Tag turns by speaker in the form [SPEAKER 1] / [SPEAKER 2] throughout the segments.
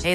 [SPEAKER 1] Hey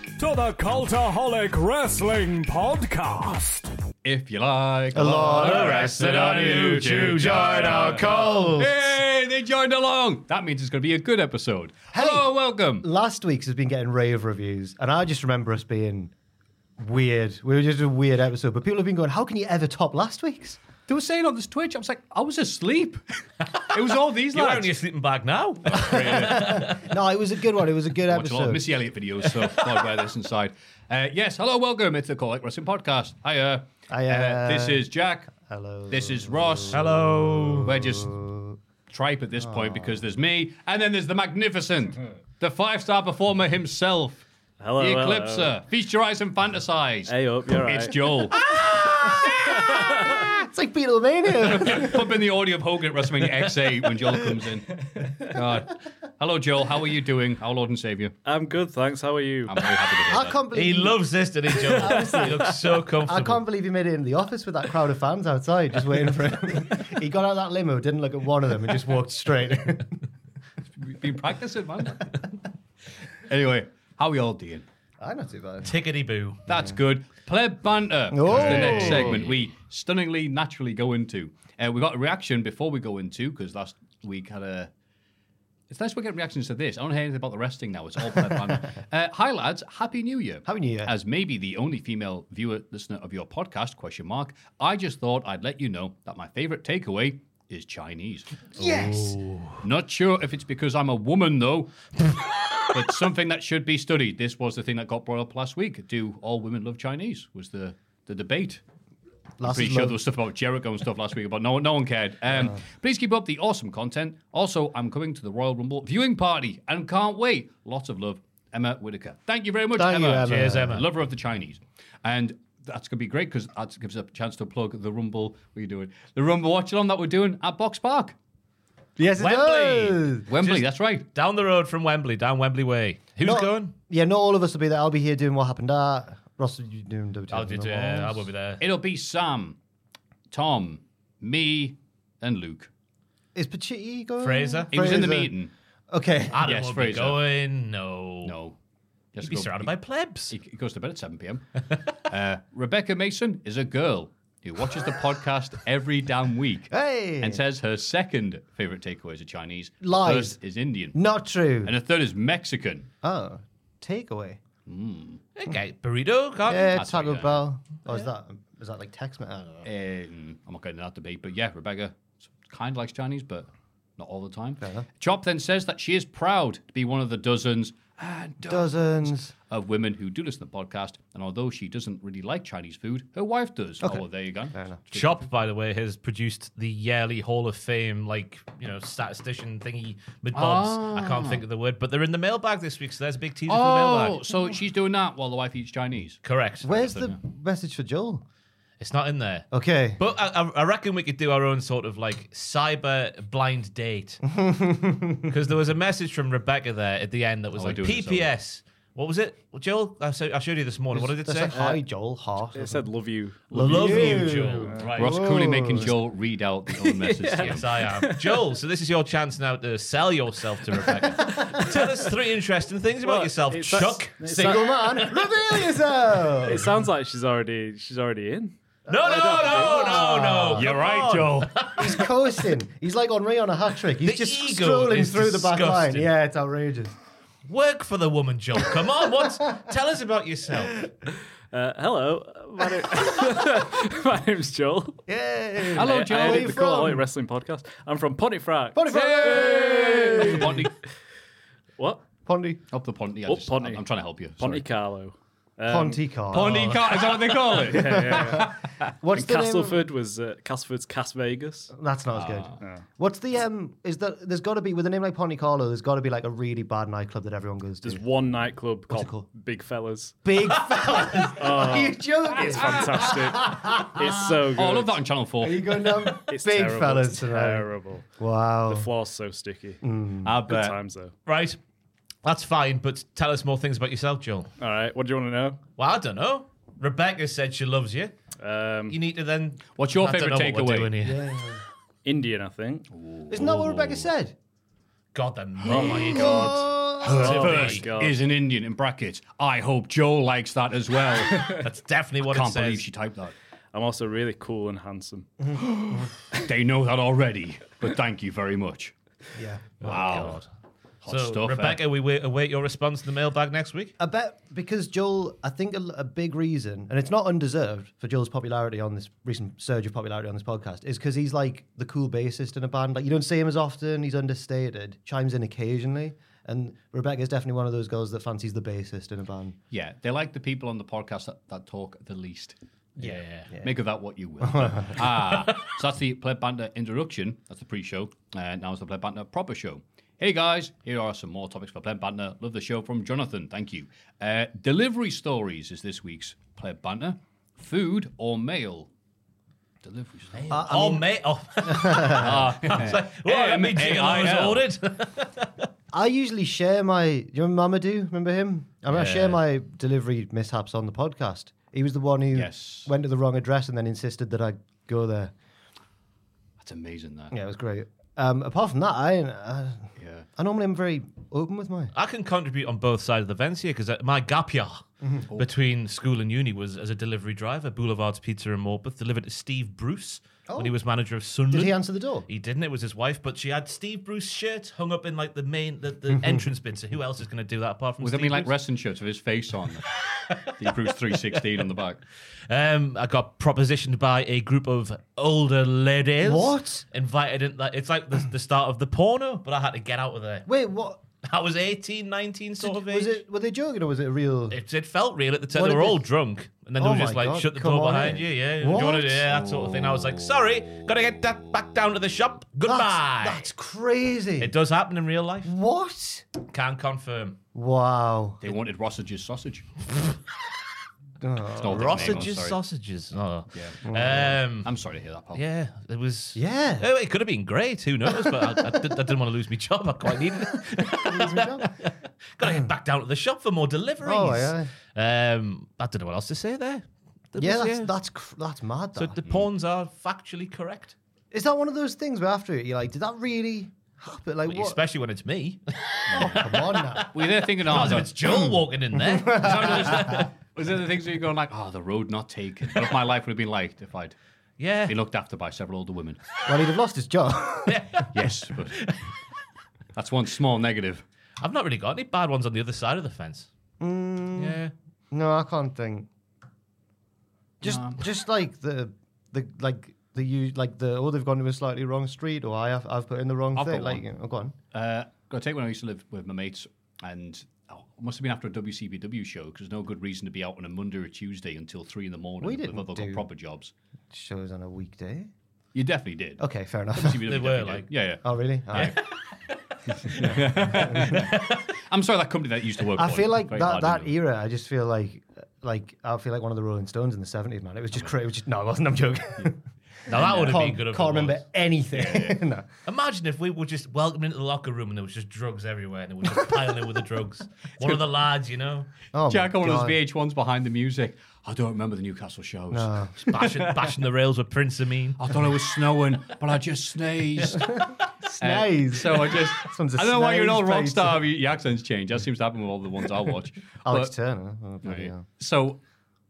[SPEAKER 2] to the Cultaholic Wrestling Podcast.
[SPEAKER 3] If you like
[SPEAKER 4] A lot of wrestling on YouTube. Join our cult.
[SPEAKER 3] Hey, they joined along. That means it's going to be a good episode. Hello, and welcome.
[SPEAKER 4] Last week's has been getting rave reviews, and I just remember us being weird. We were just a weird episode, but people have been going, "How can you ever top last week's?"
[SPEAKER 3] They were saying on this Twitch, I was like, I was asleep. it was all these
[SPEAKER 5] You're
[SPEAKER 3] lads.
[SPEAKER 5] only a sleeping bag now.
[SPEAKER 4] No, it was a good one. It was a good
[SPEAKER 3] I watch a lot of
[SPEAKER 4] episode.
[SPEAKER 3] Missy Elliott videos, so God wear this inside. Uh, yes, hello, welcome. It's the Call Like Wrestling Podcast. Hiya.
[SPEAKER 4] Hiya.
[SPEAKER 3] Uh, this is Jack.
[SPEAKER 4] Hello.
[SPEAKER 3] This is Ross.
[SPEAKER 5] Hello.
[SPEAKER 3] We're just tripe at this
[SPEAKER 4] Ah.
[SPEAKER 3] point because there's me, and then there's the magnificent, the five-star performer himself.
[SPEAKER 5] Hello,
[SPEAKER 3] the uh,
[SPEAKER 5] hello.
[SPEAKER 3] Eclipser. Featurize and fantasize.
[SPEAKER 5] uh, Hey up, you're
[SPEAKER 3] It's
[SPEAKER 5] right.
[SPEAKER 3] Joel.
[SPEAKER 4] It's like Beatlemania.
[SPEAKER 3] Pump in the audio of Hogan at WrestleMania X8 when Joel comes in. God. Hello, Joel. How are you doing? Our Lord and Savior.
[SPEAKER 5] I'm good, thanks. How are you?
[SPEAKER 3] I'm very happy to be
[SPEAKER 4] I
[SPEAKER 3] here.
[SPEAKER 4] can't
[SPEAKER 5] He
[SPEAKER 4] believe
[SPEAKER 5] loves this, doesn't he, Joel? he looks so comfortable.
[SPEAKER 4] I can't believe he made it in the office with that crowd of fans outside, just waiting for him. he got out of that limo, didn't look at one of them, and just walked straight. in.
[SPEAKER 3] We've been practicing, man. anyway, how are you all doing?
[SPEAKER 4] I'm not too bad.
[SPEAKER 5] Tickety boo.
[SPEAKER 3] That's good. Pleb banter is
[SPEAKER 4] Oh.
[SPEAKER 3] the next segment we stunningly naturally go into. Uh, we got a reaction before we go into because last week had a. It's nice we get reactions to this. I don't hear anything about the resting now. It's all pleb banter. uh, hi lads, happy New Year.
[SPEAKER 4] Happy New Year.
[SPEAKER 3] As maybe the only female viewer listener of your podcast? Question mark. I just thought I'd let you know that my favorite takeaway is Chinese.
[SPEAKER 4] Yes.
[SPEAKER 3] Not sure if it's because I'm a woman, though, but something that should be studied. This was the thing that got brought up last week. Do all women love Chinese? Was the, the debate.
[SPEAKER 4] Last
[SPEAKER 3] Pretty
[SPEAKER 4] is
[SPEAKER 3] sure
[SPEAKER 4] love.
[SPEAKER 3] there was stuff about Jericho and stuff last week, but no, no one cared. Um, Please keep up the awesome content. Also, I'm coming to the Royal Rumble viewing party and can't wait. Lots of love, Emma Whitaker. Thank you very much,
[SPEAKER 4] Thank you,
[SPEAKER 3] Emma.
[SPEAKER 4] Emma. Cheers,
[SPEAKER 3] Emma. Lover of the Chinese. And that's going to be great because that gives us a chance to plug the Rumble. What are you doing? The Rumble watch along that we're doing at Box Park,
[SPEAKER 4] Yes, it
[SPEAKER 5] Wembley.
[SPEAKER 4] does.
[SPEAKER 3] Wembley.
[SPEAKER 5] Just-
[SPEAKER 3] that's right.
[SPEAKER 5] Down the road from Wembley, down Wembley Way. Who's
[SPEAKER 4] Not-
[SPEAKER 5] going?
[SPEAKER 4] Yeah, not all of us will be there. I'll be here doing what happened at. Ross, you doing WTF?
[SPEAKER 5] I'll, do, uh, I will be there.
[SPEAKER 3] It'll be Sam, Tom, me, and Luke.
[SPEAKER 4] Is Pachitti going?
[SPEAKER 5] Fraser.
[SPEAKER 3] He was in the
[SPEAKER 4] Fraser.
[SPEAKER 3] meeting.
[SPEAKER 4] Okay.
[SPEAKER 5] Adam
[SPEAKER 3] Yes,
[SPEAKER 5] will be
[SPEAKER 3] Fraser.
[SPEAKER 5] going. No.
[SPEAKER 3] No. Just
[SPEAKER 5] He'll be surrounded by plebs.
[SPEAKER 3] He, he goes to bed at 7 p.m. uh, Rebecca Mason is a girl who watches the podcast every damn week
[SPEAKER 4] Hey.
[SPEAKER 3] and says her second favorite takeaways are Chinese. the
[SPEAKER 4] Lies.
[SPEAKER 3] First is Indian.
[SPEAKER 4] Not true.
[SPEAKER 3] And the third is Mexican.
[SPEAKER 4] Oh, takeaway.
[SPEAKER 5] Okay, burrito. Can't
[SPEAKER 4] Yeah,
[SPEAKER 3] that's what
[SPEAKER 4] Taco
[SPEAKER 3] you got.
[SPEAKER 4] Bell. Oh, is that is that like text? me- I don't know.
[SPEAKER 3] Um, I'm not getting into that debate, but yeah, Rebecca kind of likes Chinese, but not all the time. Chop then says that she is proud to be one of the dozens and dozens.
[SPEAKER 4] Dozens.
[SPEAKER 3] of women who do listen to the podcast, and although she doesn't really like Chinese food, her wife does. Oh, well, there you go.
[SPEAKER 5] Chop, by the way, has produced the yearly Hall of Fame, like, you know, statistician thingy, mid bobs.
[SPEAKER 4] Ah.
[SPEAKER 5] I can't think of the word, but they're in the mailbag this week, so there's a big teaser for the
[SPEAKER 3] Oh,
[SPEAKER 5] mailbag.
[SPEAKER 3] so she's doing that while the wife eats Chinese.
[SPEAKER 5] Correct.
[SPEAKER 4] Where's the message for Joel?
[SPEAKER 5] It's not in there.
[SPEAKER 4] Okay.
[SPEAKER 5] But I, I- I reckon we could do our own sort of like cyber blind date. Because there was a message from Rebecca there at the end that was
[SPEAKER 3] Oh, we're
[SPEAKER 5] like,
[SPEAKER 3] doing this, aren't we?
[SPEAKER 5] PPS, What was it, Joel? I, so, I showed you this morning. What did it
[SPEAKER 4] That's
[SPEAKER 5] say?
[SPEAKER 4] like, hi, Joel, heart.
[SPEAKER 6] It said love you.
[SPEAKER 5] Love you, Joel. Right.
[SPEAKER 3] Ross Cooley making Joel read out the own message to him.
[SPEAKER 5] Yes, I am. Joel, so this is your chance now to sell yourself to Rebecca. Tell us three interesting things about
[SPEAKER 6] Well,
[SPEAKER 5] yourself,
[SPEAKER 6] it's-
[SPEAKER 5] Chuck.
[SPEAKER 6] it's-
[SPEAKER 4] Single man, reveal
[SPEAKER 6] It
[SPEAKER 4] yourself.
[SPEAKER 6] sounds like she's already she's already in.
[SPEAKER 5] No, no, no, no, no.
[SPEAKER 2] You're
[SPEAKER 5] Come
[SPEAKER 2] right,
[SPEAKER 5] on.
[SPEAKER 2] Joel.
[SPEAKER 4] He's coasting. He's like Henri on a hat trick. He's
[SPEAKER 5] The
[SPEAKER 4] just
[SPEAKER 5] ego
[SPEAKER 4] strolling
[SPEAKER 5] is
[SPEAKER 4] through the back line.
[SPEAKER 5] disgusting.
[SPEAKER 4] Yeah, it's outrageous.
[SPEAKER 5] Work for the woman, Joel. Come on, what's tell us about yourself.
[SPEAKER 6] Uh, hello, my, name- my name's Joel.
[SPEAKER 4] Yeah.
[SPEAKER 3] Hello,
[SPEAKER 6] I
[SPEAKER 3] Joel.
[SPEAKER 4] Where are
[SPEAKER 6] edit
[SPEAKER 4] you
[SPEAKER 6] the Call It
[SPEAKER 4] from?
[SPEAKER 6] Wrestling podcast. I'm from Pontefract.
[SPEAKER 4] Pondy, Pondy.
[SPEAKER 3] Ponty.
[SPEAKER 6] what?
[SPEAKER 4] Pondy.
[SPEAKER 3] Up the Ponty. I
[SPEAKER 6] Oh,
[SPEAKER 3] just-
[SPEAKER 6] Ponty.
[SPEAKER 3] I'm, I'm trying to help you.
[SPEAKER 6] Ponte
[SPEAKER 3] Sorry.
[SPEAKER 6] Carlo.
[SPEAKER 4] Ponty car.
[SPEAKER 3] Ponty car. Is that what they call it?
[SPEAKER 4] What's
[SPEAKER 6] And
[SPEAKER 4] the name of-
[SPEAKER 6] Castleford was uh, Castleford's Cas Vegas.
[SPEAKER 4] That's not as good. What's the um? Is that there's got to be with a name like Ponte Carlo? There's got to be like a really bad nightclub that everyone goes to.
[SPEAKER 6] There's one nightclub called,
[SPEAKER 4] called?
[SPEAKER 6] Big Fellas.
[SPEAKER 4] Big fellas. Are you joking?
[SPEAKER 6] It's fantastic. it's so
[SPEAKER 3] Oh,
[SPEAKER 6] good.
[SPEAKER 3] I love that on Channel 4.
[SPEAKER 4] Are you going down big
[SPEAKER 6] It's terrible.
[SPEAKER 4] fellas
[SPEAKER 6] It's
[SPEAKER 4] tonight?
[SPEAKER 6] Terrible.
[SPEAKER 4] Wow.
[SPEAKER 6] The floor's so sticky.
[SPEAKER 4] Mm.
[SPEAKER 3] I
[SPEAKER 6] Good
[SPEAKER 3] bet.
[SPEAKER 6] times though.
[SPEAKER 5] Right. That's fine, but tell us more things about yourself, Joel.
[SPEAKER 6] All right. What do you want to know?
[SPEAKER 5] Well, I don't know. Rebecca said she loves you.
[SPEAKER 6] Um,
[SPEAKER 5] You need to then.
[SPEAKER 3] What's your
[SPEAKER 5] I don't
[SPEAKER 3] favourite
[SPEAKER 5] know what we're
[SPEAKER 3] takeaway?
[SPEAKER 5] doing here.
[SPEAKER 6] Indian, I think.
[SPEAKER 4] Isn't that what Rebecca said?
[SPEAKER 5] God, the oh my
[SPEAKER 3] Her
[SPEAKER 6] Oh
[SPEAKER 5] first
[SPEAKER 3] first is an Indian in brackets. I hope Joel likes that as well.
[SPEAKER 5] That's definitely what it
[SPEAKER 3] Can't
[SPEAKER 5] says.
[SPEAKER 3] believe she typed that.
[SPEAKER 6] I'm also really cool and handsome.
[SPEAKER 3] They know that already, but thank you very much.
[SPEAKER 4] Yeah.
[SPEAKER 3] Wow. Oh, Hot
[SPEAKER 5] so,
[SPEAKER 3] stuff. eh?
[SPEAKER 5] Rebecca, we wait, await your response to the mailbag next week.
[SPEAKER 4] I bet because Joel, I think a, a big reason, and it's not undeserved for Joel's popularity on this recent surge of popularity on this podcast, is because he's like the cool bassist in a band. Like you don't see him as often. He's understated. Chimes in occasionally. And Rebecca's definitely one of those girls that fancies the bassist in a band.
[SPEAKER 3] Yeah, they like the people on the podcast that, that talk the least.
[SPEAKER 5] Yeah.
[SPEAKER 3] Make of that what you will. ah, so that's the Pleb Banter introduction. That's the pre-show. Uh, now it's the Pleb Banter proper show. Hey guys, here are some more topics for Pleb Banter. Love the show from Jonathan. Thank you. Uh, delivery stories is this week's Pleb Banter. Food or mail? Delivery stories.
[SPEAKER 5] oh, mate. Oh.
[SPEAKER 3] Ah.
[SPEAKER 5] I was like, whoa, that means you
[SPEAKER 3] M.A.I.L..
[SPEAKER 5] know it's ordered.
[SPEAKER 4] I usually share my. Do you remember Mamadou? Remember him? I mean, I share my delivery mishaps on the podcast. He was the one who
[SPEAKER 3] Yes.
[SPEAKER 4] went to the wrong address and then insisted that I go there.
[SPEAKER 3] That's amazing. That.
[SPEAKER 4] Yeah, it was great. Um, apart from that, I, I,
[SPEAKER 3] Yeah.
[SPEAKER 4] I normally am very open with my.
[SPEAKER 5] I can contribute on both sides of the fence here because my gap year
[SPEAKER 4] Mm-hmm. Oh.
[SPEAKER 5] between school and uni was as a delivery driver, Boulevard's Pizza in Morpeth, delivered to Steve Bruce when he was manager of Sunderland.
[SPEAKER 4] Oh. Did he answer the door?
[SPEAKER 5] He didn't. It was his wife, but she had Steve Bruce's shirt hung up in like the main, the, the
[SPEAKER 4] Mm-hmm.
[SPEAKER 5] entrance bit. So who else is going to do that apart from?
[SPEAKER 3] Was that
[SPEAKER 5] Steve
[SPEAKER 3] mean like
[SPEAKER 5] Bruce?
[SPEAKER 3] wrestling shirts with his face on? the Bruce 316 on the back.
[SPEAKER 5] Um, I got propositioned by a group of older ladies.
[SPEAKER 4] What?
[SPEAKER 5] Invited in. Like, it's like the, the start of the porno, but I had to get out of there.
[SPEAKER 4] Wait, what?
[SPEAKER 5] I was 18, 19 sort of age.
[SPEAKER 4] Was it? Were they joking or was it a real?
[SPEAKER 5] It, it felt real at the time.
[SPEAKER 4] What
[SPEAKER 5] They
[SPEAKER 4] did
[SPEAKER 5] were
[SPEAKER 4] they-
[SPEAKER 5] all drunk, and then they
[SPEAKER 4] Oh
[SPEAKER 5] were just
[SPEAKER 4] my
[SPEAKER 5] like,
[SPEAKER 4] God,
[SPEAKER 5] "Shut the
[SPEAKER 4] come
[SPEAKER 5] door
[SPEAKER 4] on
[SPEAKER 5] behind
[SPEAKER 4] in.
[SPEAKER 5] you, yeah, Do
[SPEAKER 4] What?
[SPEAKER 5] you wanna- yeah, that sort of thing." I was like, "Sorry, gotta get that back down to the shop. Goodbye."
[SPEAKER 4] that's, that's crazy.
[SPEAKER 5] It does happen in real life.
[SPEAKER 4] What?
[SPEAKER 5] Can confirm.
[SPEAKER 4] Wow.
[SPEAKER 3] They wanted Rossage's sausage.
[SPEAKER 4] Oh.
[SPEAKER 3] It's not a nickname, I'm
[SPEAKER 5] Sausages,
[SPEAKER 3] sorry.
[SPEAKER 5] sausages. Oh.
[SPEAKER 3] Yeah.
[SPEAKER 5] Um,
[SPEAKER 3] I'm sorry to hear that, pal.
[SPEAKER 5] yeah, it was.
[SPEAKER 4] Yeah.
[SPEAKER 5] Oh, it could have been great. Who knows? But I, I, did, not want to lose my job. I quite needed it. gotta get back down to the shop for more deliveries.
[SPEAKER 4] Oh, yeah.
[SPEAKER 5] Um, I don't know what else to say there. That
[SPEAKER 4] yeah,
[SPEAKER 5] was-
[SPEAKER 4] that's that's cr- that's mad.
[SPEAKER 5] So
[SPEAKER 4] That.
[SPEAKER 5] the pawns are factually correct,
[SPEAKER 4] Is that one of those things where after it you're like, did that really happen? Like what? Oh,
[SPEAKER 5] especially when it's me.
[SPEAKER 4] Come on now.
[SPEAKER 3] Were you there thinking, oh,
[SPEAKER 5] If it's Joel walking in there.
[SPEAKER 3] Was there the things where you're going like, oh, the road not taken? What if my life would have been like if I'd
[SPEAKER 5] yeah.
[SPEAKER 3] been looked after by several older women?
[SPEAKER 4] Well, he'd have lost his job.
[SPEAKER 3] Yes, but that's one small negative.
[SPEAKER 5] I've not really got any bad ones on the other side of the fence. Yeah.
[SPEAKER 4] Mm. no, I can't think. Just just like the the like the you like the oh they've gone to a slightly wrong street or I have I've put in the wrong
[SPEAKER 3] I've
[SPEAKER 4] thing.
[SPEAKER 3] got
[SPEAKER 4] Like
[SPEAKER 3] one.
[SPEAKER 4] you know, go on.
[SPEAKER 3] Uh, gotta take when I used to live with my mates, and oh, it must have been after a WCBW show because there's no good reason to be out on a Monday or Tuesday until three in the morning.
[SPEAKER 4] We
[SPEAKER 3] if
[SPEAKER 4] didn't
[SPEAKER 3] I've got
[SPEAKER 4] do-
[SPEAKER 3] proper jobs.
[SPEAKER 4] Shows on a weekday.
[SPEAKER 3] You definitely did.
[SPEAKER 4] Okay, fair enough.
[SPEAKER 3] WCBW
[SPEAKER 5] They were,
[SPEAKER 3] definitely did.
[SPEAKER 5] like-
[SPEAKER 3] yeah, yeah.
[SPEAKER 4] oh really? All right.
[SPEAKER 3] I'm sorry that company that used to work.
[SPEAKER 4] I
[SPEAKER 3] for
[SPEAKER 4] feel
[SPEAKER 3] you.
[SPEAKER 4] like
[SPEAKER 3] Very
[SPEAKER 4] that
[SPEAKER 3] hard,
[SPEAKER 4] that
[SPEAKER 3] isn't it?
[SPEAKER 4] era. I just feel like like I feel like one of the Rolling Stones in the seventies, man. It was just crazy. It was just, no, I wasn't. I'm joking.
[SPEAKER 5] Now that would have been
[SPEAKER 4] Can't,
[SPEAKER 5] good. if
[SPEAKER 4] can't
[SPEAKER 5] it was.
[SPEAKER 4] remember anything. no.
[SPEAKER 3] Uh,
[SPEAKER 5] Imagine if we were just welcomed into the locker room and there was just drugs everywhere and they were just piling it with the drugs. One of the lads, you know,
[SPEAKER 4] Oh my
[SPEAKER 3] Jack on those
[SPEAKER 4] God.
[SPEAKER 3] VH1s behind the music. I don't remember the Newcastle shows.
[SPEAKER 5] just bashing, bashing the rails with Prince Amin.
[SPEAKER 3] I thought it was snowing, but I just sneezed.
[SPEAKER 4] Nice.
[SPEAKER 3] So I just. I
[SPEAKER 4] one's a
[SPEAKER 3] don't know why you're an old rock
[SPEAKER 4] sneeze,
[SPEAKER 3] star. Your accents change. That seems to happen with all the ones I watch.
[SPEAKER 4] Alex
[SPEAKER 3] But-
[SPEAKER 4] Turner. Oh, bloody hell.
[SPEAKER 3] So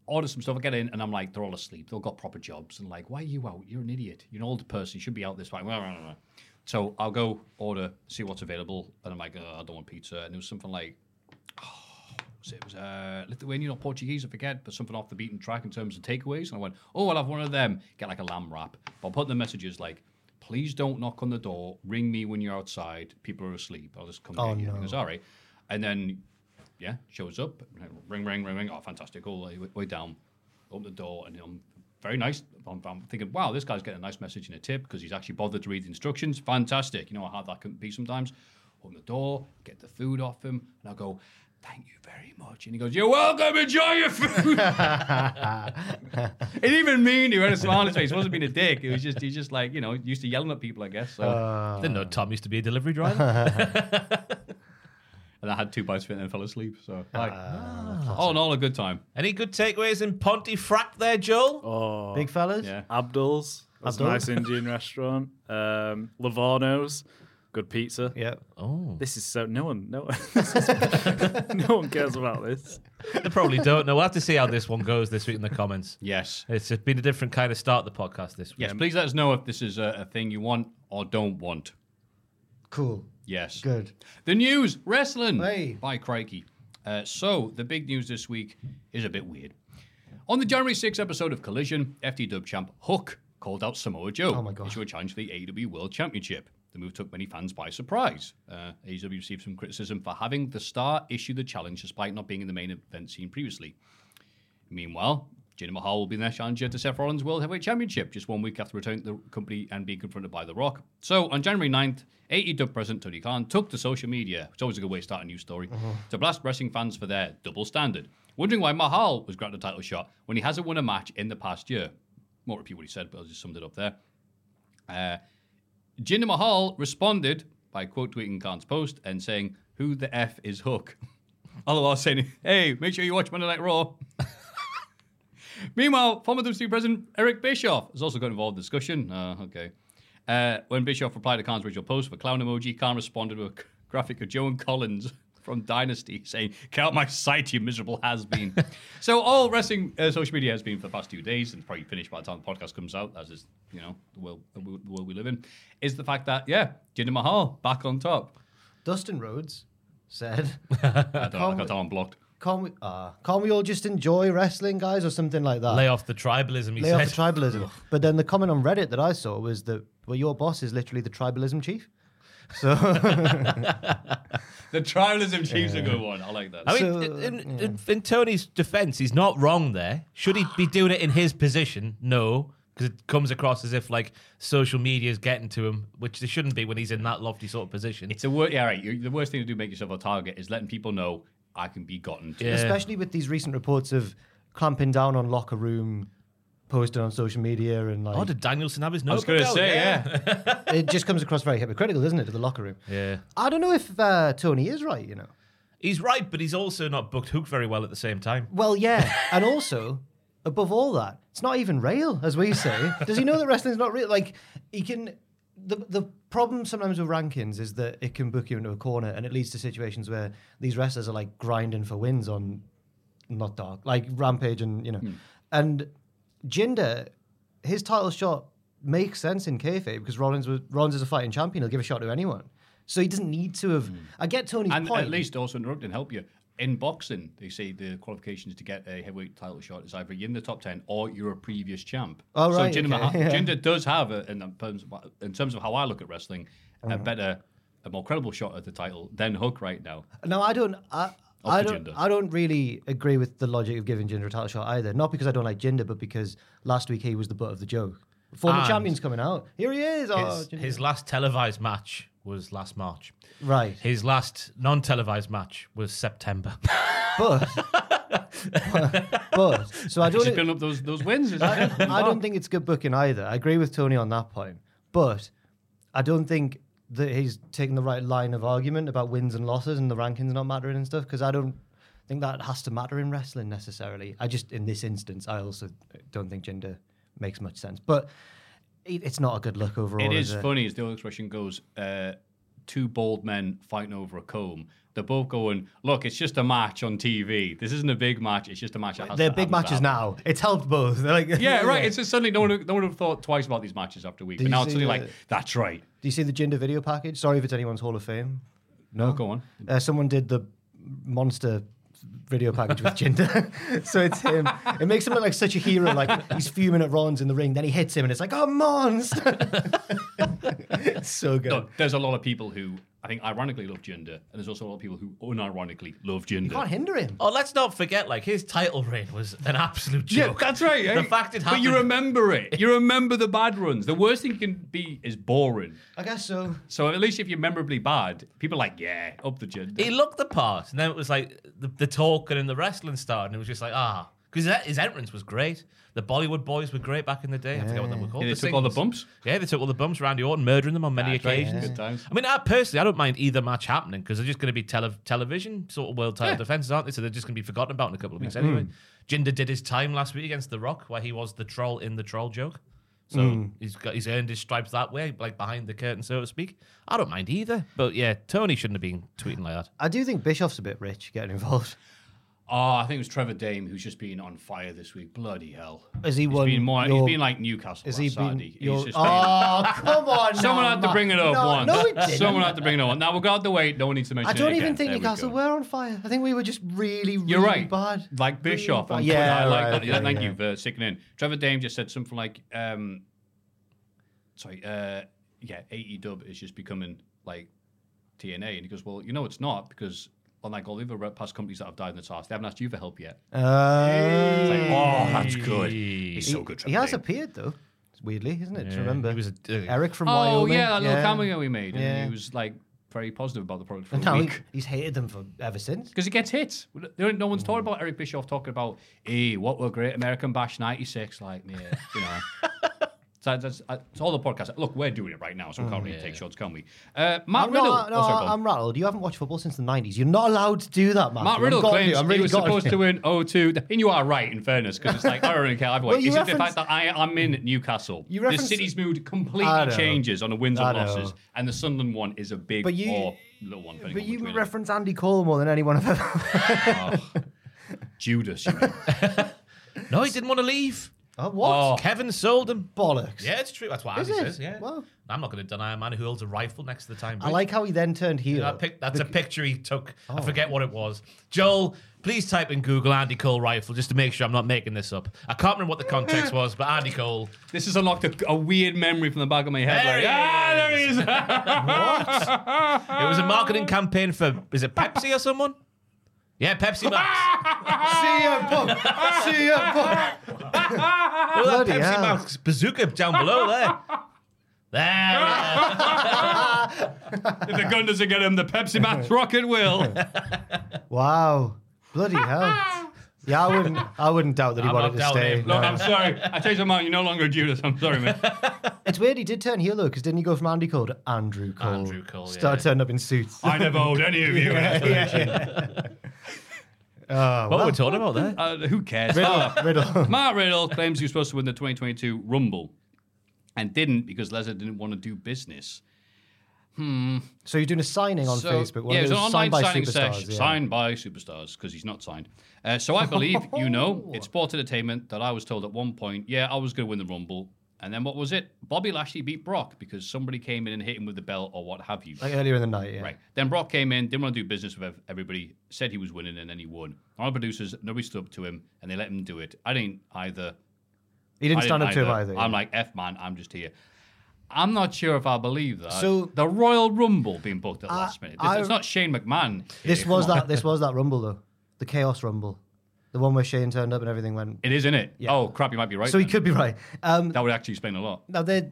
[SPEAKER 3] order some stuff. I get in and I'm like, they're all asleep. They've got proper jobs. And like, why are you out? You're an idiot. You're an older person. You should be out this way. So I'll go order, see what's available. And I'm like, oh, I don't want pizza. And it was something like, oh, what was it It was uh, Lithuanian or Portuguese, I forget, but something off the beaten track in terms of takeaways. And I went, oh, I'll have one of them. Get like a lamb wrap. But I'll put in the messages like, please don't knock on the door. Ring me when you're outside. People are asleep. I'll just come
[SPEAKER 4] Oh,
[SPEAKER 3] get you.
[SPEAKER 4] no.
[SPEAKER 3] He goes, all right. And then yeah, shows up, ring, ring, ring, ring. Oh, fantastic! All the way- way down, open the door, and I'm very nice. I'm, I'm thinking, wow, this guy's getting a nice message and a tip because he's actually bothered to read the instructions. Fantastic! You know how that can be sometimes. Open the door, get the food off him, and I go, thank you very much. And he goes, you're welcome. Enjoy your food. it even mean he had a smile on his face. It wasn't being a dick. It was just he's just like you know used to yelling at people, I guess. So.
[SPEAKER 5] Didn't know Tom used to be a delivery
[SPEAKER 4] Uh-huh.
[SPEAKER 5] driver.
[SPEAKER 3] and I had two bites of it and fell asleep. So like, ah. all in all, a good time.
[SPEAKER 5] Any good takeaways in Pontefract there, Joel?
[SPEAKER 6] Oh.
[SPEAKER 4] Big fellas.
[SPEAKER 3] Yeah.
[SPEAKER 6] Abdul's. That's a
[SPEAKER 4] Abdul's.
[SPEAKER 6] nice Indian restaurant. Um, Livorno's. Good pizza.
[SPEAKER 4] Yeah.
[SPEAKER 6] This is so no one no one no one cares about this.
[SPEAKER 5] They probably don't know. We'll have to see how this one goes this week in the comments.
[SPEAKER 3] Yes.
[SPEAKER 5] It's just been a different kind of start to the podcast this week.
[SPEAKER 3] Yes, please let us know if this is a, a thing you want or don't want.
[SPEAKER 4] Cool.
[SPEAKER 3] Yes.
[SPEAKER 4] Good.
[SPEAKER 3] The news wrestling
[SPEAKER 4] Hey.
[SPEAKER 3] by Crikey. Uh, so, the big news this week is a bit weird. On the January 6th episode of Collision, FT Dub champ Hook called out Samoa Joe.
[SPEAKER 4] Oh my God.
[SPEAKER 3] It's your challenge for the AEW World Championship. The move took many fans by surprise. Uh, AEW received some criticism for having the star issue the challenge despite not being in the main event scene previously. Meanwhile, Jinder Mahal will be the next challenger to Seth Rollins' World Heavyweight Championship just one week after returning to the company and being confronted by The Rock. So on January 9th, AEW president Tony Khan took to social media, it's always a good way to start a news story, to blast wrestling fans for their double standard, wondering why Mahal was granted a title shot when he hasn't won a match in the past year. Won't repeat what he said, but I'll just sum it up there. Uh, Jinder Mahal responded by quote tweeting Khan's post and saying, Who the F is Hook? All the while saying, Hey, make sure you watch Monday Night Raw. Meanwhile, former WWE President Eric Bischoff has also got involved in discussion. Uh, okay. Uh, when Bischoff replied to Khan's original post with a clown emoji, Khan responded with a graphic of Joan Collins from Dynasty saying, Count my sight, you miserable has been. so, all wrestling uh, social media has been for the past two days, and it's probably finished by the time the podcast comes out, as is, you know, the world, the world the world we live in, is the fact that, yeah, Jinder Mahal back on top.
[SPEAKER 4] Dustin Rhodes said,
[SPEAKER 3] I, don't, I got that one blocked.
[SPEAKER 4] "Can't we? ah, can't we all just enjoy wrestling, guys, or something like that?
[SPEAKER 5] Lay off the tribalism, he
[SPEAKER 4] Lay
[SPEAKER 5] said.
[SPEAKER 4] off the tribalism." but then the comment on Reddit that I saw was that, "Well, your boss is literally the tribalism chief."
[SPEAKER 3] The tribalism chief's a good one. I like that.
[SPEAKER 5] I mean, in, in, in Tony's defense, he's not wrong there. Should he be doing it in his position? No, because it comes across as if like social media is getting to him, which they shouldn't be when he's in that lofty sort of position.
[SPEAKER 3] It's a word. Yeah, right. you the worst thing to do, make yourself a target, is letting people know I can be gotten. To.
[SPEAKER 4] Especially with these recent reports of clamping down on locker room, posting on social media, and like
[SPEAKER 5] oh, did Danielson have his nose?
[SPEAKER 3] I was going to
[SPEAKER 5] out?
[SPEAKER 3] say, yeah.
[SPEAKER 4] it just comes across very hypocritical, doesn't it, to the locker room?
[SPEAKER 5] Yeah.
[SPEAKER 4] I don't know if uh, Tony is right. You know.
[SPEAKER 5] He's right, but he's also not booked Hook very well at the same time.
[SPEAKER 4] Well, yeah, and also above all that, it's not even real, as we say. Does he know that wrestling's not real? Like he can. The the problem sometimes with rankings is that it can book you into a corner, and it leads to situations where these wrestlers are like grinding for wins on not dark, like Rampage, and
[SPEAKER 3] Hmm.
[SPEAKER 4] you know, and Jinder, his title shot makes sense in kayfabe because Rollins was Rollins is a fighting champion; he'll give a shot to anyone. So he doesn't need to have. I get Tony's
[SPEAKER 3] Hmm. And
[SPEAKER 4] point.
[SPEAKER 3] at least also interrupt and help you. In boxing, they say the qualifications to get a heavyweight title shot is either you're in the top 10 or you're a previous champ.
[SPEAKER 4] Oh, right,
[SPEAKER 3] So Jinder,
[SPEAKER 4] okay,
[SPEAKER 3] Mahal-
[SPEAKER 4] yeah.
[SPEAKER 3] Jinder does have, a, in, terms of, in terms of how I look at wrestling,
[SPEAKER 4] Uh-huh.
[SPEAKER 3] a better, a more credible shot at the title than Hook right now.
[SPEAKER 4] No, I don't. I,
[SPEAKER 3] Off
[SPEAKER 4] I
[SPEAKER 3] the
[SPEAKER 4] don't.
[SPEAKER 3] Jinder.
[SPEAKER 4] I don't really agree with the logic of giving Jinder a title shot either. Not because I don't like Jinder, but because last week he was the butt of the joke. Former
[SPEAKER 5] And-
[SPEAKER 4] champion's coming out. Here he is. Oh,
[SPEAKER 5] His,
[SPEAKER 4] Jinder.
[SPEAKER 5] his last televised match was last March.
[SPEAKER 4] right.
[SPEAKER 5] His last non-televised match was September.
[SPEAKER 4] But But so I
[SPEAKER 3] She's
[SPEAKER 4] don't. e-
[SPEAKER 3] building up those those wins. Is that it?
[SPEAKER 4] I don't think it's good booking either. I agree with Tony on that point, but I don't think that he's taking the right line of argument about wins and losses and the rankings not mattering and stuff because I don't think that has to matter in wrestling necessarily. I just in this instance, I also don't think gender makes much sense, but it, it's not a good look overall.
[SPEAKER 3] It is
[SPEAKER 4] it?
[SPEAKER 3] funny as the old expression goes, uh, two bald men fighting over a comb. They're both going, look, it's just a match on TV. This isn't a big match. It's just a match. that has
[SPEAKER 4] They're
[SPEAKER 3] to
[SPEAKER 4] big
[SPEAKER 3] happen to
[SPEAKER 4] matches now.
[SPEAKER 3] happen."
[SPEAKER 4] It's helped both. They're like,
[SPEAKER 3] Yeah, right. It's just suddenly no one, no one would have thought twice about these matches after a week.
[SPEAKER 4] Did
[SPEAKER 3] but
[SPEAKER 4] you
[SPEAKER 3] now it's
[SPEAKER 4] see
[SPEAKER 3] suddenly like,
[SPEAKER 4] the-
[SPEAKER 3] that's right.
[SPEAKER 4] Do you see the gender video package? Sorry if it's anyone's Hall of Fame. No,
[SPEAKER 3] go on.
[SPEAKER 4] Uh, someone did the monster video package with Jinder, so it's him. It makes him look like such a hero. Like he's fuming at Rollins in the ring, then he hits him, and it's like, oh, monster! it's so good.
[SPEAKER 3] Look, there's a lot of people who I think ironically love gender, and there's also a lot of people who unironically love gender.
[SPEAKER 4] Can't hinder him.
[SPEAKER 5] Oh, let's not forget, like his title reign was an absolute joke.
[SPEAKER 3] Yeah, that's right. eh?
[SPEAKER 5] The fact it
[SPEAKER 3] But
[SPEAKER 5] happened.
[SPEAKER 3] you remember it. You remember the bad runs. The worst thing can be is boring.
[SPEAKER 4] I guess so.
[SPEAKER 3] So at least if you're memorably bad, people are like, yeah, up the gender.
[SPEAKER 5] he looked the part, and then it was like the, the talk and then the wrestling started, and it was just like ah, because his entrance was great. The Bollywood boys were great back in the day. I forget what they were called.
[SPEAKER 3] Yeah, they
[SPEAKER 5] the
[SPEAKER 3] took all the
[SPEAKER 5] singles.
[SPEAKER 3] bumps.
[SPEAKER 5] Yeah, they took all the bumps. Randy Orton murdering them on many
[SPEAKER 3] That's right,
[SPEAKER 5] occasions.
[SPEAKER 3] good times.
[SPEAKER 5] I mean, I personally, I don't mind either match happening because they're just going to be tele- television sort of world title defenses, aren't they? So they're just going to be forgotten about in a couple of weeks
[SPEAKER 3] Hmm.
[SPEAKER 5] anyway. Jinder did his time last week against The Rock, where he was the troll in the troll joke. So
[SPEAKER 3] Hmm.
[SPEAKER 5] he's got he's earned his stripes that way, like behind the curtain, so to speak. I don't mind either, but yeah, Tony shouldn't have been tweeting like that.
[SPEAKER 4] I do think Bischoff's a bit rich getting involved.
[SPEAKER 3] Oh, I think it was Trevor Dame who's just been on fire this week. Bloody hell.
[SPEAKER 4] Has he
[SPEAKER 3] He's
[SPEAKER 4] won
[SPEAKER 3] been more,
[SPEAKER 4] your-
[SPEAKER 3] he's been like Newcastle
[SPEAKER 4] Is
[SPEAKER 3] last
[SPEAKER 4] he been?
[SPEAKER 3] Saturday. He's
[SPEAKER 4] your-
[SPEAKER 3] just been-
[SPEAKER 4] Oh, come on!
[SPEAKER 3] Someone
[SPEAKER 4] now,
[SPEAKER 3] had to
[SPEAKER 4] Matt.
[SPEAKER 3] bring it up
[SPEAKER 4] no,
[SPEAKER 3] once.
[SPEAKER 4] No, we didn't.
[SPEAKER 3] Someone had to bring it up. Now we got the weight. No one needs to mention
[SPEAKER 4] I don't
[SPEAKER 3] it
[SPEAKER 4] even
[SPEAKER 3] again.
[SPEAKER 4] think
[SPEAKER 3] There we
[SPEAKER 4] Newcastle
[SPEAKER 3] go.
[SPEAKER 4] were on fire. I think we were just really, really
[SPEAKER 3] You're right.
[SPEAKER 4] bad.
[SPEAKER 3] Like
[SPEAKER 4] Really
[SPEAKER 3] Bischoff
[SPEAKER 4] bad.
[SPEAKER 3] on
[SPEAKER 4] yeah,
[SPEAKER 3] Twitter. I like
[SPEAKER 4] right,
[SPEAKER 3] that.
[SPEAKER 4] okay,
[SPEAKER 3] Thank
[SPEAKER 4] yeah.
[SPEAKER 3] you for sticking in. Trevor Dame just said something like, um, sorry, uh, yeah, AEW is just becoming like TNA. And he goes, well, you know, it's not because unlike all the other past companies that have died in the past, they haven't asked you for help yet.
[SPEAKER 4] Uh,
[SPEAKER 3] It's like, oh, that's good. He's so good.
[SPEAKER 4] He
[SPEAKER 3] Trevor
[SPEAKER 4] has
[SPEAKER 3] Dame.
[SPEAKER 4] appeared though. It's weirdly, isn't it? to remember,
[SPEAKER 5] he was a- uh,
[SPEAKER 4] Eric from
[SPEAKER 3] Oh,
[SPEAKER 4] Wyoming.
[SPEAKER 3] yeah, that little cameo he made. And
[SPEAKER 4] Yeah.
[SPEAKER 3] he was like very positive about the product for
[SPEAKER 4] And
[SPEAKER 3] a
[SPEAKER 4] now he-
[SPEAKER 3] week.
[SPEAKER 4] he's hated them for ever since.
[SPEAKER 3] Because he gets hit. There ain't- No one's
[SPEAKER 4] Mm.
[SPEAKER 3] talking about Eric Bischoff talking about, hey, what were great American Bash 96 like, mate? You know. so that's, that's all the podcast. Look, we're doing it right now, so we can't really take shots, can we? Uh, Matt
[SPEAKER 4] Mm, I'm
[SPEAKER 3] Riddle.
[SPEAKER 4] not, no,
[SPEAKER 3] oh, sorry, go on.
[SPEAKER 4] I'm rattled. You haven't watched football since the '90s. You're not allowed to do that, Matthew.
[SPEAKER 3] Matt Riddle
[SPEAKER 4] I'm got
[SPEAKER 3] claims
[SPEAKER 4] to. I'm
[SPEAKER 3] he
[SPEAKER 4] really
[SPEAKER 3] was
[SPEAKER 4] got
[SPEAKER 3] supposed
[SPEAKER 4] to.
[SPEAKER 3] to win 0-2. And you are right, in fairness, because it's like, I don't really care either way.
[SPEAKER 4] Well, you
[SPEAKER 3] Is it the
[SPEAKER 4] reference-
[SPEAKER 3] fact that I, I'm in Newcastle?
[SPEAKER 4] You
[SPEAKER 3] the
[SPEAKER 4] reference-
[SPEAKER 3] city's mood
[SPEAKER 4] I
[SPEAKER 3] completely
[SPEAKER 4] know.
[SPEAKER 3] changes on the wins
[SPEAKER 4] I
[SPEAKER 3] and
[SPEAKER 4] know.
[SPEAKER 3] losses, and the Sunderland one is a big
[SPEAKER 4] But you-
[SPEAKER 3] or little one. depending
[SPEAKER 4] But
[SPEAKER 3] on which
[SPEAKER 4] you
[SPEAKER 3] way look at it.
[SPEAKER 4] reference Andy Cole more than anyone I've ever.
[SPEAKER 3] Judas, you mean.
[SPEAKER 5] No, he didn't want to leave.
[SPEAKER 4] Oh, what
[SPEAKER 5] Kevin sold him.
[SPEAKER 4] bollocks?
[SPEAKER 5] Yeah, it's true. That's what
[SPEAKER 4] Is
[SPEAKER 5] Andy
[SPEAKER 4] it?
[SPEAKER 5] says. Yeah.
[SPEAKER 4] Wow.
[SPEAKER 5] I'm not going to deny a man who holds a rifle next to the time.
[SPEAKER 4] I
[SPEAKER 5] bridge.
[SPEAKER 4] like how he then turned heel.
[SPEAKER 5] That pic- that's a picture he took. I
[SPEAKER 4] Oh.
[SPEAKER 5] forget what it was. Joel, please type in Google Andy Cole rifle just to make sure I'm not making this up. I can't remember what the context was, but Andy Cole.
[SPEAKER 3] This has unlocked a, a weird memory from the back of my head.
[SPEAKER 5] There
[SPEAKER 3] like,
[SPEAKER 5] he
[SPEAKER 3] ah, there he is.
[SPEAKER 5] It was a marketing campaign for is it Pepsi or someone? Yeah,
[SPEAKER 4] Ah,
[SPEAKER 5] Pepsi Max.
[SPEAKER 4] CM Punk. CM Punk.
[SPEAKER 5] Look at that
[SPEAKER 4] Bloody
[SPEAKER 5] Pepsi
[SPEAKER 4] hell.
[SPEAKER 5] Max bazooka down below there. There.
[SPEAKER 3] if the gun doesn't get him, the Pepsi Max rocket will.
[SPEAKER 4] Wow. Bloody hell. Yeah, I wouldn't. I wouldn't doubt that he
[SPEAKER 5] I'm
[SPEAKER 4] wanted to
[SPEAKER 5] not doubting
[SPEAKER 4] stay.
[SPEAKER 5] him.
[SPEAKER 4] No.
[SPEAKER 3] Look, I'm sorry. I changed my mind. You're no longer Judas. I'm sorry, man.
[SPEAKER 4] It's weird he did turn heel though, because didn't he go from Andy Cole to Andrew Cole?
[SPEAKER 5] Andrew Cole, yeah.
[SPEAKER 4] Started turning up in suits.
[SPEAKER 3] I never owed any of you an explanation.
[SPEAKER 5] what were we talking about there?
[SPEAKER 3] Uh, who cares? Ah.
[SPEAKER 4] Oh, Riddle.
[SPEAKER 3] Matt Riddle claims he was supposed to win the 2022 Rumble and didn't because Lesnar didn't want to do business.
[SPEAKER 4] So you're doing a signing on
[SPEAKER 3] So,
[SPEAKER 4] Facebook. one
[SPEAKER 3] yeah,
[SPEAKER 4] of
[SPEAKER 3] it was an
[SPEAKER 4] those
[SPEAKER 3] online
[SPEAKER 4] signed by
[SPEAKER 3] signing
[SPEAKER 4] superstars,
[SPEAKER 3] session
[SPEAKER 4] yeah.
[SPEAKER 3] signed by superstars because he's not signed. Uh, so I believe you know it's sport entertainment that I was told at one point, yeah, I was going to win the Rumble, and then what was it? Bobby Lashley beat Brock because somebody came in and hit him with the belt or what have you.
[SPEAKER 4] Like earlier in the night, Oh, yeah.
[SPEAKER 3] Right. Then Brock came in, didn't want to do business with ev- everybody, said he was winning, and then he won. Our producers, nobody stood up to him, and they let him do it. I didn't either.
[SPEAKER 4] He didn't
[SPEAKER 3] I
[SPEAKER 4] stand up to him either.
[SPEAKER 3] I'm
[SPEAKER 4] yeah.
[SPEAKER 3] like, F man, I'm just here. I'm not sure if I believe that.
[SPEAKER 4] So-
[SPEAKER 3] the Royal Rumble being booked at the last minute. This,
[SPEAKER 4] I-
[SPEAKER 3] it's not Shane McMahon. here,
[SPEAKER 4] this
[SPEAKER 3] come
[SPEAKER 4] was
[SPEAKER 3] on.
[SPEAKER 4] that this was that rumble though. The chaos rumble. The one where Shane turned up and everything went
[SPEAKER 3] It is, isn't it? Oh crap, you might be right.
[SPEAKER 4] So he
[SPEAKER 3] then.
[SPEAKER 4] could be right. Um
[SPEAKER 3] That would actually explain a lot.
[SPEAKER 4] now they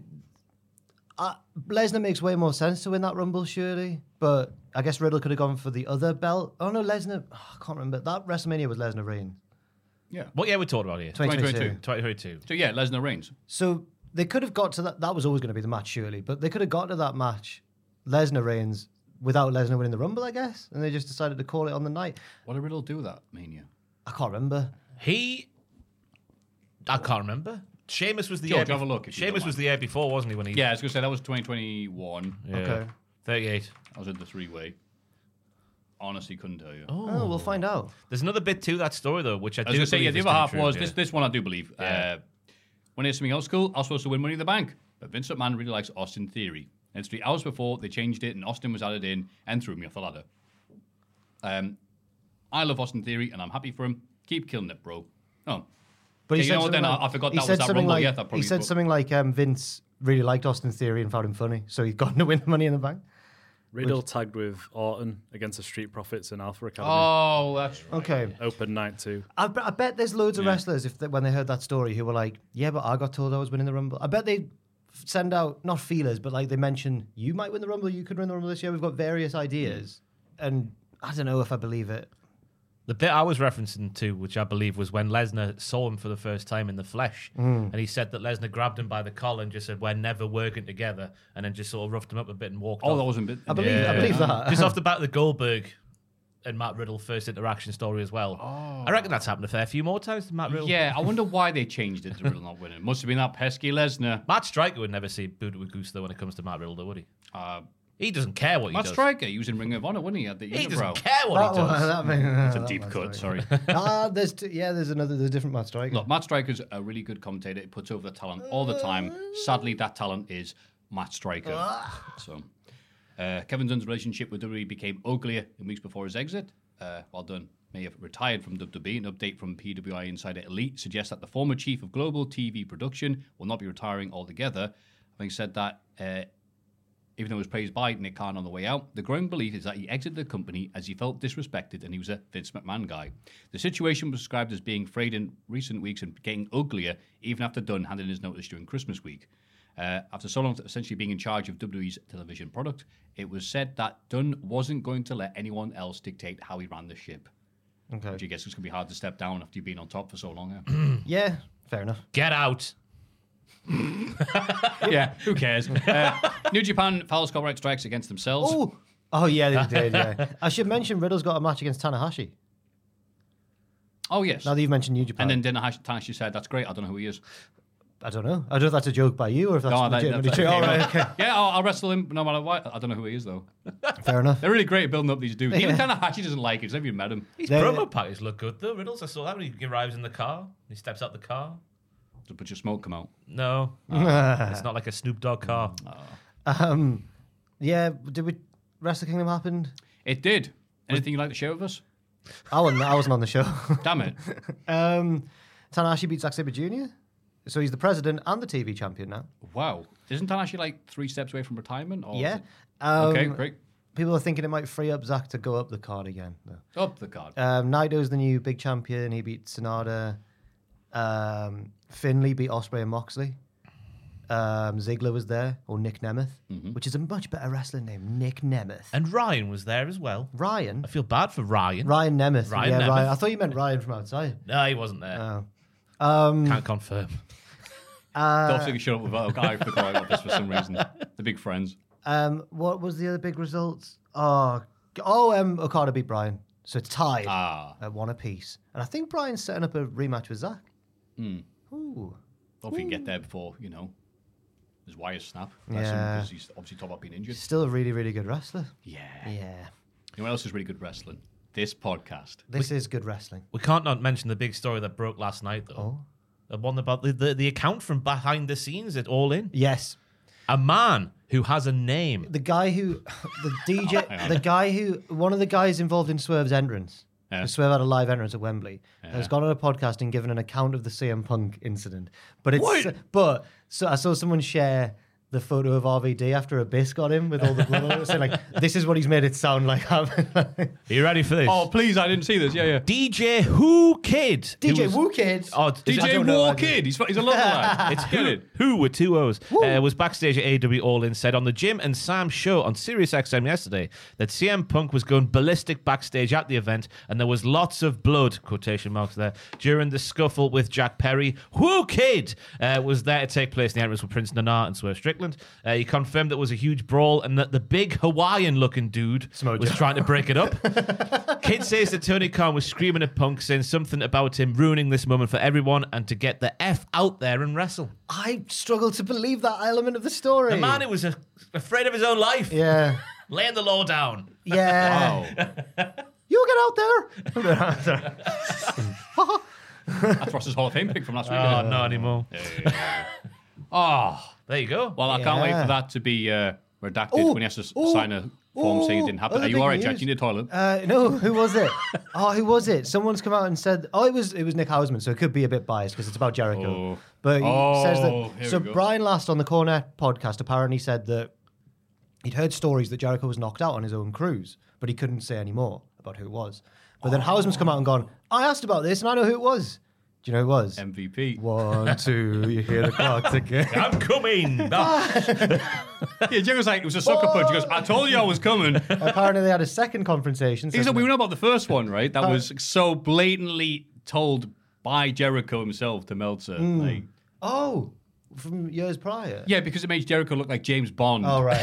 [SPEAKER 4] uh, Lesnar makes way more sense to win that rumble, surely. But ah, I guess Riddle could have gone for the other belt. Oh no, Lesnar oh, I can't remember. That WrestleMania was Lesnar Reigns.
[SPEAKER 3] Yeah.
[SPEAKER 5] What year we're talking about here?
[SPEAKER 4] 2022.
[SPEAKER 3] 2022.
[SPEAKER 5] 2022.
[SPEAKER 3] So yeah, Lesnar Reigns.
[SPEAKER 4] So they could have got to that. That was always going to be the match, surely. But they could have got to that match, Lesnar Reigns, without Lesnar winning the Rumble, I guess. And they just decided to call it on the night.
[SPEAKER 3] What did Riddle do with that Mania?
[SPEAKER 4] I can't remember.
[SPEAKER 5] He, I can't remember. Seamus was the year.
[SPEAKER 3] George,
[SPEAKER 5] bef-
[SPEAKER 3] have a look if you don't
[SPEAKER 5] Sheamus was
[SPEAKER 3] mind.
[SPEAKER 5] the year before, wasn't he? When he
[SPEAKER 3] Yeah, I was gonna say that was 2021.
[SPEAKER 5] Yeah.
[SPEAKER 4] Okay.
[SPEAKER 5] 38.
[SPEAKER 3] I was in the three way. Honestly, couldn't tell you.
[SPEAKER 4] Oh, we'll find out.
[SPEAKER 5] There's another bit to that story though, which I,
[SPEAKER 3] I
[SPEAKER 5] do
[SPEAKER 3] was gonna say, yeah,
[SPEAKER 5] believe
[SPEAKER 3] the
[SPEAKER 5] is to
[SPEAKER 3] other
[SPEAKER 5] be
[SPEAKER 3] half
[SPEAKER 5] true,
[SPEAKER 3] was
[SPEAKER 5] yeah.
[SPEAKER 3] this. This one I do believe.
[SPEAKER 5] Yeah.
[SPEAKER 3] Uh, when it's something else cool, I was supposed to win Money in the Bank, but Vince McMahon really likes Austin Theory. And it's three hours before they changed it, and Austin was added in and threw me off the ladder. Um, I love Austin Theory, and I'm happy for him. Keep killing it, bro. Oh,
[SPEAKER 4] But
[SPEAKER 3] Yeah, you know what, then, I- I forgot
[SPEAKER 4] he
[SPEAKER 3] that was
[SPEAKER 4] said
[SPEAKER 3] that
[SPEAKER 4] something
[SPEAKER 3] Rumble.
[SPEAKER 4] Like,
[SPEAKER 3] Yeah, that
[SPEAKER 4] he
[SPEAKER 3] probably-
[SPEAKER 4] said something like um, Vince really liked Austin Theory and found him funny, so he's gone to win the Money in the Bank.
[SPEAKER 6] Riddle tagged with Orton against the Street Profits in Alpha Academy.
[SPEAKER 3] oh, that's
[SPEAKER 4] Okay.
[SPEAKER 6] Open night too.
[SPEAKER 4] I, bet- I bet there's loads of wrestlers if they, when they heard that story who were like, "Yeah, but I got told I was winning the rumble." I bet they f- send out not feelers, but like they mention you might win the rumble, you could win the rumble this year. We've got various ideas, and I don't know if I believe it.
[SPEAKER 5] The bit I was referencing to, which I believe was when Lesnar saw him for the first time in the flesh,
[SPEAKER 4] Mm.
[SPEAKER 5] and he said that Lesnar grabbed him by the collar and just said, "We're never working together," and then just sort of roughed him up a bit and walked.
[SPEAKER 3] Oh,
[SPEAKER 5] off.
[SPEAKER 3] that wasn't. Bit,
[SPEAKER 4] I believe, I believe that.
[SPEAKER 5] just off the bat of the Goldberg and Matt Riddle first interaction story as well. I reckon that's happened a fair few more times to Matt Riddle.
[SPEAKER 3] Oh. Yeah, I wonder why they changed it to Riddle not winning. Must have been that pesky Lesnar.
[SPEAKER 5] Matt Striker would never see Buddha with Goose though when it comes to Matt Riddle, though, would he?
[SPEAKER 3] Uh,
[SPEAKER 5] He doesn't care what he
[SPEAKER 3] Matt
[SPEAKER 5] does.
[SPEAKER 3] Striker using Ring of Honor, wouldn't he? At the
[SPEAKER 5] he
[SPEAKER 3] unibrow?
[SPEAKER 5] doesn't care what
[SPEAKER 4] That
[SPEAKER 5] he
[SPEAKER 4] one-
[SPEAKER 5] does.
[SPEAKER 4] that thing-
[SPEAKER 3] It's a
[SPEAKER 4] that
[SPEAKER 3] deep
[SPEAKER 4] one's
[SPEAKER 3] cut.
[SPEAKER 4] funny.
[SPEAKER 3] Sorry.
[SPEAKER 4] ah, there's two, yeah, there's another, there's a different match strike.
[SPEAKER 3] Look, Matt Striker's a really good commentator. He puts over the talent all the time. Sadly, that talent is Matt Striker. so, uh, Kevin Dunn's relationship with WWE became uglier in weeks before his exit. Uh, well done. May have retired from WWE. An update from PWI Insider Elite suggests that the former chief of global TV production will not be retiring altogether. Having said that, uh, even though he was praised by Nick Khan on the way out, the growing belief is that he exited the company as he felt disrespected and he was a Vince McMahon guy. The situation was described as being frayed in recent weeks and getting uglier even after Dunn handed in his notice during Christmas week. Uh, after so long essentially being in charge of WWE's television product, it was said that Dunn wasn't going to let anyone else dictate how he ran the ship.
[SPEAKER 4] Okay.
[SPEAKER 3] Which I guess it's going to be hard to step down after you've been on top for so long. eh?
[SPEAKER 4] Yeah, fair enough.
[SPEAKER 5] Get out.
[SPEAKER 3] yeah, who cares? Uh, New Japan files copyright strikes against themselves.
[SPEAKER 4] Oh, oh yeah, they did. Yeah, I should mention Riddle's got a match against Tanahashi.
[SPEAKER 3] Oh, yes.
[SPEAKER 4] Now that you've mentioned New Japan,
[SPEAKER 3] And then Dana Hash- Tanahashi said, "That's great. I don't know who he is."
[SPEAKER 4] I don't know. I don't know if that's a joke by you or if that's
[SPEAKER 3] No, that-
[SPEAKER 4] legitimately
[SPEAKER 3] that's-
[SPEAKER 4] true. All right, okay,
[SPEAKER 3] Yeah, oh, I'll, I'll wrestle him no matter what. I don't know who he is though.
[SPEAKER 4] fair enough.
[SPEAKER 3] They're really great at building up these dudes. Even Tanahashi doesn't like it. He's never even met him.
[SPEAKER 5] His
[SPEAKER 4] They-
[SPEAKER 5] promo package looked good though. Riddles, I saw that when he arrives in the car. He steps out the car.
[SPEAKER 3] There's a bunch of smoke come out.
[SPEAKER 5] No, it's not like a Snoop Dogg car.
[SPEAKER 3] Mm.
[SPEAKER 4] Um, yeah, did we? Wrestle Kingdom happened.
[SPEAKER 3] It did. Anything you'd like to share with us?
[SPEAKER 4] I wasn't, I wasn't on the show.
[SPEAKER 3] Damn it.
[SPEAKER 4] um, Tanahashi beat Zack Sabre Jr. So he's the president and the TV champion now.
[SPEAKER 3] Wow. Isn't Tanahashi like three steps away from retirement? Or is
[SPEAKER 4] yeah.
[SPEAKER 3] it-
[SPEAKER 4] Um,
[SPEAKER 3] Okay, great.
[SPEAKER 4] People are thinking it might free up Zack to go up the card again. though.
[SPEAKER 3] Up the card.
[SPEAKER 4] Um, Naito's the new big champion. He beat Sonada. Um, Finley beat Osprey and Moxley. Um, Ziggler was there, or Nick Nemeth, which is a much better wrestling name, Nick Nemeth.
[SPEAKER 5] Mm-hmm. And Ryan was there as well.
[SPEAKER 4] Ryan.
[SPEAKER 5] I feel bad for Ryan.
[SPEAKER 4] Ryan Nemeth.
[SPEAKER 5] Ryan
[SPEAKER 4] yeah,
[SPEAKER 5] Nemeth.
[SPEAKER 4] Ryan. I thought you meant Ryan from outside.
[SPEAKER 5] No, he wasn't there.
[SPEAKER 4] Um,
[SPEAKER 5] Can't confirm.
[SPEAKER 4] uh,
[SPEAKER 3] Dolph Ziggler showed up without a guy for calling out this for some reason. They're big friends.
[SPEAKER 4] Um, what was the other big results? Oh, g- oh, um, Okada beat Brian, so it's tied
[SPEAKER 3] Ah.
[SPEAKER 4] at one apiece. And I think Brian's setting up a rematch with Zach. Ooh,
[SPEAKER 3] Hope he can get there before you know his wires snap. That's him,
[SPEAKER 4] Yeah.
[SPEAKER 3] 'cause he's obviously talking about being injured.
[SPEAKER 4] still a really, really good wrestler.
[SPEAKER 3] Yeah. You
[SPEAKER 4] Yeah,
[SPEAKER 3] know what else is really good wrestling? This podcast.
[SPEAKER 4] this is good wrestling.
[SPEAKER 5] We can't not mention the big story that broke last night, though.
[SPEAKER 4] Oh.
[SPEAKER 5] The one about the, the, the account from behind the scenes at All In.
[SPEAKER 4] Yes,
[SPEAKER 5] A man who has a name.
[SPEAKER 4] the guy who, the DJ, the guy who, one of the guys involved in Swerve's entrance.
[SPEAKER 3] Yeah.
[SPEAKER 4] 'cause Swerve had a live entrance at Wembley. Has gone on a podcast and given an account of the CM Punk incident. But it's but so I saw someone share the photo of RVD after a biss got him with all the blood on it, saying like, "This is what he's made it sound like." happened."
[SPEAKER 5] Are you ready for this?
[SPEAKER 3] Oh, please, I didn't see this. Yeah, yeah.
[SPEAKER 5] DJ Who Kid.
[SPEAKER 4] DJ
[SPEAKER 5] Who
[SPEAKER 4] Woo Kid.
[SPEAKER 5] Oh,
[SPEAKER 3] DJ
[SPEAKER 4] don't
[SPEAKER 3] War
[SPEAKER 4] know, I do.
[SPEAKER 3] Kid. He's, fu- he's a local lad. It's get it.
[SPEAKER 5] Who with two O's uh, was backstage at AW All In said on the Jim and Sam show on Sirius XM yesterday that CM Punk was going ballistic backstage at the event and there was lots of blood quotation marks there during the scuffle with Jack Perry. Who kid uh, was there to take place in the entrance with Prince Nana and Swerve Strickland. Uh, he confirmed that it was a huge brawl and that the big Hawaiian looking dude was trying to break it up. Kid says that Tony Khan was screaming at Punk, saying something about him ruining this moment for everyone and to get the F out there and wrestle.
[SPEAKER 4] I struggle to believe that element of the story.
[SPEAKER 5] The man who was a, afraid of his own life,
[SPEAKER 4] yeah,
[SPEAKER 5] laying the law down.
[SPEAKER 4] yeah. You get out there.
[SPEAKER 3] That's Ross's Hall of Fame pick from last week.
[SPEAKER 5] Oh,
[SPEAKER 3] isn't it?
[SPEAKER 5] not anymore.
[SPEAKER 3] Oh,
[SPEAKER 5] There you go.
[SPEAKER 3] well, I can't wait
[SPEAKER 4] Yeah.
[SPEAKER 3] for that to be uh, redacted
[SPEAKER 4] Ooh,
[SPEAKER 3] when he has to s-
[SPEAKER 4] ooh,
[SPEAKER 3] sign a form saying it
[SPEAKER 4] ooh,
[SPEAKER 3] didn't happen.
[SPEAKER 4] other
[SPEAKER 3] Are you
[SPEAKER 4] big
[SPEAKER 3] all right,
[SPEAKER 4] news.
[SPEAKER 3] Jack? You need a toilet.
[SPEAKER 4] Uh, no, who was it? oh, who was it? Someone's come out and said, oh, it was it was Nick Hausman, so it could be a bit biased because it's about Jericho.
[SPEAKER 3] Oh.
[SPEAKER 4] But he
[SPEAKER 3] Oh,
[SPEAKER 4] says
[SPEAKER 3] here
[SPEAKER 4] that. So
[SPEAKER 3] we go.
[SPEAKER 4] Brian Last on the Cornet podcast apparently said that he'd heard stories that Jericho was knocked out on his own cruise, but he couldn't say any more about who it was. But then Hausman's come out and gone, I asked about this and I know who it was. Do you know who it was?
[SPEAKER 3] MVP.
[SPEAKER 4] One, two, you hear the clock ticking.
[SPEAKER 5] I'm coming. Ah,
[SPEAKER 3] Yeah, Jericho's like, it was a sucker punch. He goes, I told you I was coming.
[SPEAKER 4] apparently, they had a second confrontation.
[SPEAKER 3] He's
[SPEAKER 4] so-
[SPEAKER 3] like, we know about the first one, right?
[SPEAKER 4] Uh,
[SPEAKER 3] That was so blatantly told by Jericho himself to Meltzer.
[SPEAKER 4] Hmm.
[SPEAKER 3] Like,
[SPEAKER 4] oh, from years prior.
[SPEAKER 3] yeah, because it makes Jericho look like James Bond.
[SPEAKER 4] All right.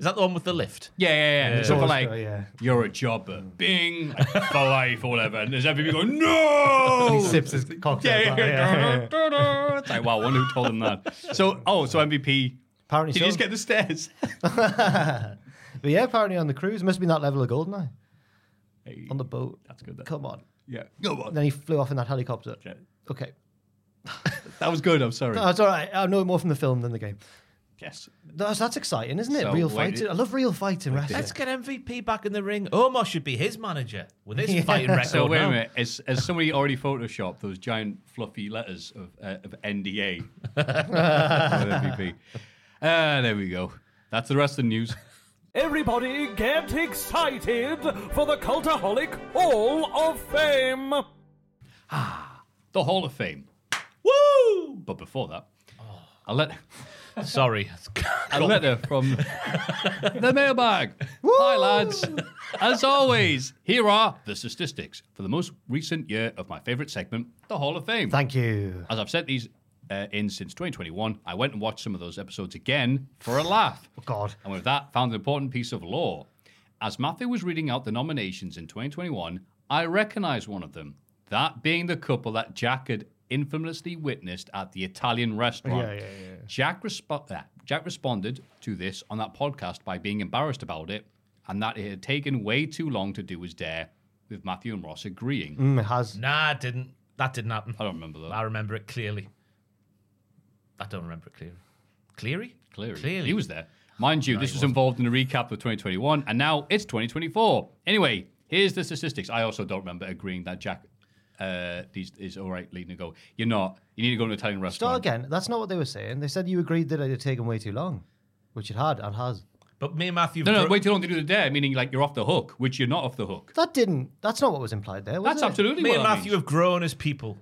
[SPEAKER 5] Is that the one with the lift?
[SPEAKER 3] Yeah, yeah, yeah. So for
[SPEAKER 4] Jaws,
[SPEAKER 3] like,
[SPEAKER 4] uh, yeah.
[SPEAKER 3] you're a jobber, bing, like, for life or whatever. And there's everybody going, no!
[SPEAKER 4] he sips his cocktail.
[SPEAKER 3] Yeah, yeah,
[SPEAKER 4] but-
[SPEAKER 3] yeah. It's like, wow, I wonder who told him that. So, oh, so MVP.
[SPEAKER 4] Apparently,
[SPEAKER 3] Did
[SPEAKER 4] so.
[SPEAKER 3] he just get the stairs?
[SPEAKER 4] But yeah, apparently on the cruise, must have been that level of Goldeneye. on the boat.
[SPEAKER 3] That's good. That,
[SPEAKER 4] Come on.
[SPEAKER 3] Yeah. Go
[SPEAKER 4] And
[SPEAKER 3] on.
[SPEAKER 4] then he flew off in that helicopter.
[SPEAKER 3] Okay.
[SPEAKER 4] Okay.
[SPEAKER 3] That was good. I'm sorry.
[SPEAKER 4] No, it's all right. I know more from the film than the game.
[SPEAKER 3] yes.
[SPEAKER 4] That's, that's exciting, isn't it?
[SPEAKER 3] So,
[SPEAKER 4] real
[SPEAKER 3] wait,
[SPEAKER 4] fighting.
[SPEAKER 3] it-
[SPEAKER 4] I love real fighting wrestling.
[SPEAKER 5] Let's get MVP back in the ring. Omar should be his manager with his fighting record.
[SPEAKER 3] So wait
[SPEAKER 5] now.
[SPEAKER 3] a minute. Has, has somebody already photoshopped those giant fluffy letters of, uh, of NDA? With MVP. Uh, there we go. That's the rest of the news.
[SPEAKER 2] Everybody get excited for the Cultaholic Hall of Fame.
[SPEAKER 3] The Hall of Fame.
[SPEAKER 5] Woo!
[SPEAKER 3] But before that, a letter,
[SPEAKER 5] Sorry.
[SPEAKER 3] a letter from the mailbag. Hi lads. As always, here are the statistics for the most recent year of my favourite segment, the Hall of Fame.
[SPEAKER 4] Thank you.
[SPEAKER 3] As I've sent these uh, in since 2021, I went and watched some of those episodes again for a laugh.
[SPEAKER 4] Oh, God.
[SPEAKER 3] And with that, found an important piece of lore. As Matthew was reading out the nominations in 2021, I recognised one of them, that being the couple that Jack had infamously witnessed at the Italian restaurant.
[SPEAKER 4] Yeah, yeah, yeah.
[SPEAKER 3] Jack, respo- uh, Jack responded to this on that podcast by being embarrassed about it and that it had taken way too long to do his dare, with Matthew and Ross agreeing.
[SPEAKER 4] Mm, it has.
[SPEAKER 5] Nah, it didn't. That didn't happen.
[SPEAKER 3] I don't remember that.
[SPEAKER 5] I remember it clearly. I don't remember it clearly. Cleary?
[SPEAKER 3] Clearly.
[SPEAKER 5] Clearly.
[SPEAKER 3] He was there. Mind you, this was involved in a recap of 2021, and now it's 2024. Anyway, here's the statistics. I also don't remember agreeing that Jack uh, is, is all right leading a go. You're not. You need to go to an Italian
[SPEAKER 4] Start
[SPEAKER 3] restaurant.
[SPEAKER 4] again. That's not what they were saying. They said you agreed that it had taken way too long, which it had and has.
[SPEAKER 5] But me and Matthew.
[SPEAKER 3] No, no,
[SPEAKER 5] bro-
[SPEAKER 3] wait too long to do the dare, meaning like you're off the hook, which you're not off the hook.
[SPEAKER 4] That didn't. That's not what was implied there. Was
[SPEAKER 3] That's
[SPEAKER 4] it?
[SPEAKER 3] absolutely
[SPEAKER 5] Me
[SPEAKER 3] what
[SPEAKER 5] and
[SPEAKER 3] that
[SPEAKER 5] Matthew
[SPEAKER 3] means.
[SPEAKER 5] have grown as people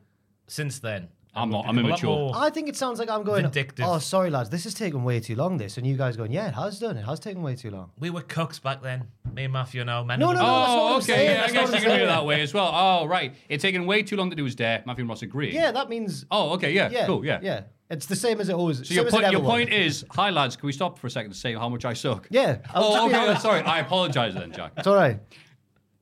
[SPEAKER 5] since then.
[SPEAKER 3] I'm
[SPEAKER 5] And
[SPEAKER 3] not-
[SPEAKER 5] we've
[SPEAKER 3] I'm
[SPEAKER 5] become a lot
[SPEAKER 3] immature.
[SPEAKER 5] more-
[SPEAKER 4] I think it sounds like I'm going.
[SPEAKER 5] Vindictive.
[SPEAKER 4] Oh, sorry, lads. This has taken way too long. This and you guys going. Yeah, it has done. It has taken way too long.
[SPEAKER 5] We were cooks back then. Me and Matthew now. Men
[SPEAKER 4] No,
[SPEAKER 5] of
[SPEAKER 4] no,
[SPEAKER 5] the-
[SPEAKER 4] no. that's not what
[SPEAKER 3] Oh,
[SPEAKER 4] I'm
[SPEAKER 3] okay.
[SPEAKER 4] saying.
[SPEAKER 3] Yeah, I
[SPEAKER 4] That's
[SPEAKER 3] guess
[SPEAKER 4] not
[SPEAKER 3] you
[SPEAKER 4] what
[SPEAKER 3] can
[SPEAKER 4] I'm
[SPEAKER 3] do it
[SPEAKER 4] saying.
[SPEAKER 3] that way as well. Oh, right. It's taken way too long to do his dare. Matthew and Ross agreeing.
[SPEAKER 4] Yeah, that means.
[SPEAKER 3] Oh, okay. Yeah.
[SPEAKER 4] Yeah.
[SPEAKER 3] Cool. Yeah.
[SPEAKER 4] Yeah. It's the same as it always.
[SPEAKER 3] So
[SPEAKER 4] same
[SPEAKER 3] your
[SPEAKER 4] as it
[SPEAKER 3] point,
[SPEAKER 4] ever
[SPEAKER 3] your
[SPEAKER 4] was.
[SPEAKER 3] point is, hi lads, can we stop for a second to say how much I suck?
[SPEAKER 4] Yeah. I'll just
[SPEAKER 3] Oh,
[SPEAKER 4] be
[SPEAKER 3] okay.
[SPEAKER 4] honest.
[SPEAKER 3] Sorry, I apologise then, Jack.
[SPEAKER 4] It's all right.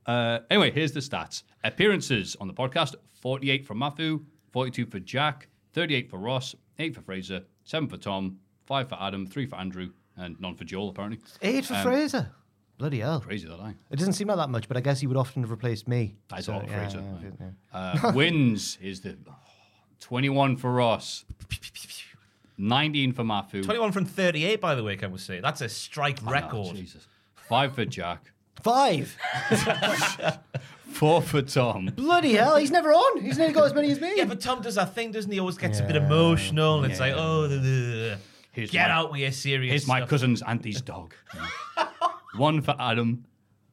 [SPEAKER 3] Uh, anyway, here's the stats: appearances on the podcast, 48 for Matthew, 42 for Jack, 38 for Ross, 8 for Fraser, 7 for Tom, 5 for Adam, 3 for Andrew, and none for Joel. Apparently,
[SPEAKER 4] Eight
[SPEAKER 3] Um,
[SPEAKER 4] for Fraser. Bloody hell.
[SPEAKER 3] crazy that I.
[SPEAKER 4] It doesn't seem like that much, but I guess he would often have replaced me.
[SPEAKER 3] That's
[SPEAKER 4] So,
[SPEAKER 3] all
[SPEAKER 4] yeah,
[SPEAKER 3] Fraser.
[SPEAKER 4] yeah,
[SPEAKER 3] right.
[SPEAKER 4] yeah.
[SPEAKER 3] Uh, wins is the 21 for Ross, 19 for Matthew, Oh,
[SPEAKER 5] 21 from 38, by the way, can we say? That's a strike record.
[SPEAKER 3] Jesus, five for Jack,
[SPEAKER 4] Five.
[SPEAKER 3] four for Tom.
[SPEAKER 4] Bloody hell. He's never on. He's never got as many as me.
[SPEAKER 5] yeah, but Tom does that thing, doesn't he? Always gets a bit emotional, and it's like, oh, the,
[SPEAKER 3] Here's
[SPEAKER 5] Get
[SPEAKER 3] my-
[SPEAKER 5] out with your serious
[SPEAKER 3] Here's my
[SPEAKER 5] stuff.
[SPEAKER 3] cousin's auntie's dog. one for Adam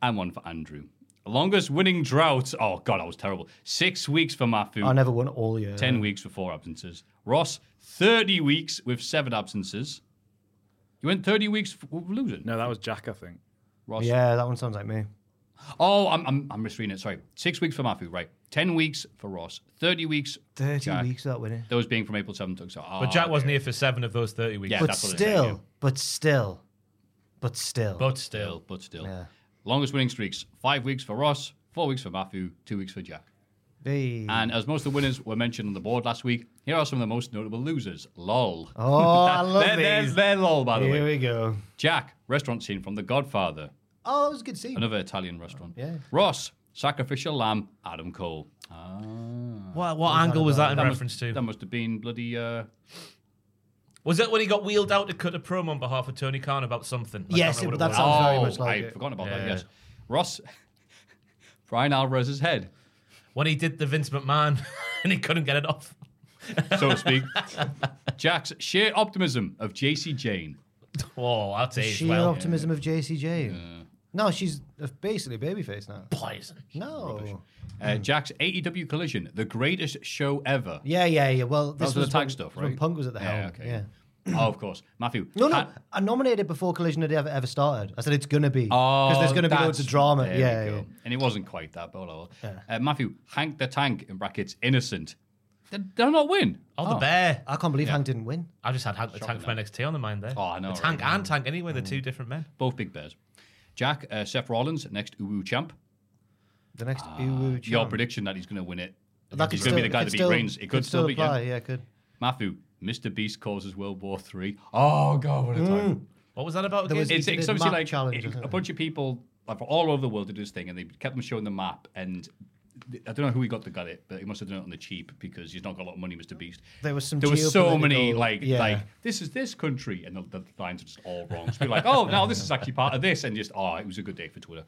[SPEAKER 3] and one for Andrew. Longest winning drought. Oh, God, I was terrible. Six weeks for Mafu.
[SPEAKER 5] Oh,
[SPEAKER 4] I never won all year.
[SPEAKER 3] 10 weeks for four absences. Ross, 30 weeks with seven absences. You went 30 weeks f- with losing?
[SPEAKER 6] No, that was Jack, I think.
[SPEAKER 3] Ross.
[SPEAKER 4] Yeah, that one sounds like me.
[SPEAKER 3] Oh, I'm, I'm, I'm misreading it. Sorry. Six weeks for Mafu, right. 10 weeks for Ross. 30 weeks.
[SPEAKER 4] Thirty
[SPEAKER 3] Jack.
[SPEAKER 4] weeks without winning.
[SPEAKER 3] Those being from April 7th to October. ah,
[SPEAKER 5] But Jack wasn't here for seven of those 30 weeks.
[SPEAKER 3] Oh, Yeah,
[SPEAKER 4] but
[SPEAKER 3] that's what it said, yeah.
[SPEAKER 4] still, but still, but still.
[SPEAKER 5] But still.
[SPEAKER 3] Still, but still. Longest winning streaks. Five weeks for Ross, four weeks for Mafu, two weeks for Jack.
[SPEAKER 4] Hey.
[SPEAKER 3] And as most of the winners were mentioned on the board last week, here are some of the most notable losers. LOL.
[SPEAKER 4] Oh, I love
[SPEAKER 3] There- there's
[SPEAKER 4] these.
[SPEAKER 3] their LOL, by the
[SPEAKER 4] Here
[SPEAKER 3] way.
[SPEAKER 4] we go.
[SPEAKER 3] Jack, restaurant scene from The Godfather.
[SPEAKER 4] Oh, that was a good scene.
[SPEAKER 3] Another Italian restaurant.
[SPEAKER 4] Yeah.
[SPEAKER 3] Ross, sacrificial lamb, Adam Cole.
[SPEAKER 5] What, what angle was that in reference to?
[SPEAKER 3] That must have been bloody. Uh,
[SPEAKER 5] Was that when he got wheeled out to cut a promo on behalf of Tony Khan about something? I
[SPEAKER 4] Yes,
[SPEAKER 5] can't remember
[SPEAKER 4] it-
[SPEAKER 5] what
[SPEAKER 4] that
[SPEAKER 5] was.
[SPEAKER 4] sounds very
[SPEAKER 3] oh,
[SPEAKER 4] much like
[SPEAKER 3] I'd
[SPEAKER 4] it.
[SPEAKER 3] forgotten about that,
[SPEAKER 5] Yeah.
[SPEAKER 3] yes. Ross, Brian Alvarez's head,
[SPEAKER 5] When he did the Vince McMahon and he couldn't get it off.
[SPEAKER 3] so to speak. Jack's sheer optimism of JC Jane.
[SPEAKER 5] Oh, I'll say as
[SPEAKER 4] Sheer
[SPEAKER 5] well.
[SPEAKER 4] optimism of JCJ. No, she's basically babyface now.
[SPEAKER 5] Poison.
[SPEAKER 4] No.
[SPEAKER 3] Uh, Jack's AEW Collision, the greatest show ever.
[SPEAKER 4] Hmm. Yeah, yeah, yeah. Well, this
[SPEAKER 3] Those are the
[SPEAKER 4] was
[SPEAKER 3] tag
[SPEAKER 4] when-
[SPEAKER 3] stuff,
[SPEAKER 4] when
[SPEAKER 3] right?
[SPEAKER 4] Punk was at the helm.
[SPEAKER 3] Yeah, okay.
[SPEAKER 4] Yeah.
[SPEAKER 3] oh, of course. Matthew.
[SPEAKER 4] No, no.
[SPEAKER 3] Pat-
[SPEAKER 4] I nominated before Collision had ever ever started. I said it's gonna be
[SPEAKER 3] Oh,
[SPEAKER 4] because there's gonna be loads
[SPEAKER 3] that's-
[SPEAKER 4] of drama.
[SPEAKER 3] there we
[SPEAKER 4] Yeah,
[SPEAKER 3] go.
[SPEAKER 4] yeah.
[SPEAKER 3] And it wasn't quite that, but oh, well. Uh, Matthew, Hank the Tank, in brackets, innocent. Did did I not win?
[SPEAKER 5] Oh, the bear.
[SPEAKER 4] I can't believe Hank didn't win.
[SPEAKER 5] I just had Hank the Tank from NXT on the mind there.
[SPEAKER 3] Oh, I know,
[SPEAKER 5] The Tank
[SPEAKER 3] right?
[SPEAKER 5] and Tank, anyway, they're
[SPEAKER 3] Mm.
[SPEAKER 5] two different men.
[SPEAKER 3] Both big bears. Jack, uh, Seth Rollins, next Uwu champ.
[SPEAKER 4] The next Uwu champ.
[SPEAKER 3] Your prediction that he's going to win it.
[SPEAKER 4] That
[SPEAKER 3] Ah, he's
[SPEAKER 4] could still-
[SPEAKER 3] going to be the guy
[SPEAKER 4] could
[SPEAKER 3] that beat
[SPEAKER 4] still-
[SPEAKER 3] Reigns. It could, still, be,
[SPEAKER 4] apply.
[SPEAKER 3] yeah.
[SPEAKER 4] Yeah, it could.
[SPEAKER 3] Matthew, Mr. Beast causes World War Three. Oh, God, what a time.
[SPEAKER 5] What was that about again?
[SPEAKER 4] was-
[SPEAKER 3] It's,
[SPEAKER 4] He Mm. did
[SPEAKER 3] it's
[SPEAKER 4] a
[SPEAKER 3] obviously
[SPEAKER 4] map
[SPEAKER 3] like
[SPEAKER 4] challenge,
[SPEAKER 3] it-
[SPEAKER 4] I think.
[SPEAKER 3] a bunch of people like, from all over the world did this thing, and they kept them showing the map. And th- I don't know who he got that got it, but he must have done it on the cheap because he's not got a lot of money, Mr. Beast.
[SPEAKER 4] There was some
[SPEAKER 3] There was so many
[SPEAKER 4] geopolitical-
[SPEAKER 3] like
[SPEAKER 4] yeah.
[SPEAKER 3] like this is this country, and the, the lines are just all wrong. So be like, oh, now this is actually part of this, and just oh, it was a good day for Twitter.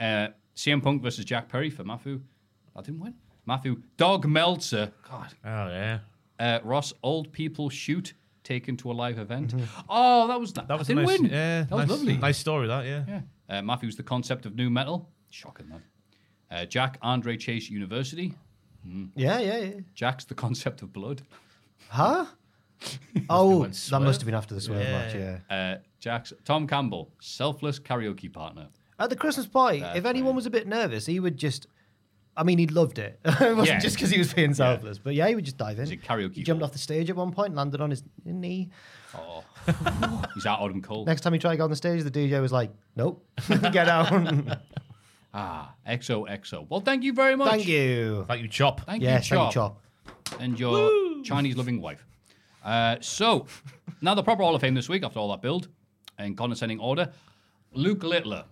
[SPEAKER 3] Uh, CM Punk versus Jack Perry for Mafu. I didn't win. Mafu Dog Meltzer. God.
[SPEAKER 5] Oh, yeah.
[SPEAKER 3] Uh, Ross. Old people shoot. Taken to a live event. Oh, that was that.
[SPEAKER 5] Mm-hmm. That was
[SPEAKER 3] I didn't
[SPEAKER 5] nice,
[SPEAKER 3] win.
[SPEAKER 5] Yeah,
[SPEAKER 3] that was
[SPEAKER 5] nice-
[SPEAKER 3] lovely.
[SPEAKER 5] Nice story, that, yeah.
[SPEAKER 3] Yeah. Uh, Matthew's the concept of new metal. Shocking, man. Uh, Jack, Andre Chase University.
[SPEAKER 4] Yeah, yeah, yeah.
[SPEAKER 3] Jack's the concept of blood.
[SPEAKER 4] Huh? oh,
[SPEAKER 5] when
[SPEAKER 4] that
[SPEAKER 5] Swerve-
[SPEAKER 4] must have been after the Swerve match. Yeah.
[SPEAKER 3] Uh, Jack's Tom Campbell, selfless karaoke partner.
[SPEAKER 4] At the Christmas party, if anyone was a bit nervous, he would just. I mean, he loved it. it wasn't
[SPEAKER 3] Yeah.
[SPEAKER 4] just because he was being selfless, but yeah, he would just dive in.
[SPEAKER 3] Is it karaoke
[SPEAKER 4] He jumped
[SPEAKER 3] ball?
[SPEAKER 4] off the stage at one point, and landed on his knee.
[SPEAKER 3] Oh, he's out Adam Cole.
[SPEAKER 4] Next time he tried to go on the stage, the DJ was like, "Nope, get out."
[SPEAKER 3] Ah, XOXO. Well, thank you very much.
[SPEAKER 4] Thank you.
[SPEAKER 5] Like you chop.
[SPEAKER 3] Thank
[SPEAKER 4] Yes,
[SPEAKER 3] you,
[SPEAKER 4] thank you,
[SPEAKER 3] Chop.
[SPEAKER 4] Chop.
[SPEAKER 3] and your Chinese loving wife. Uh, so, now the proper Hall of Fame this week after all that build in condescending order. Luke Littler,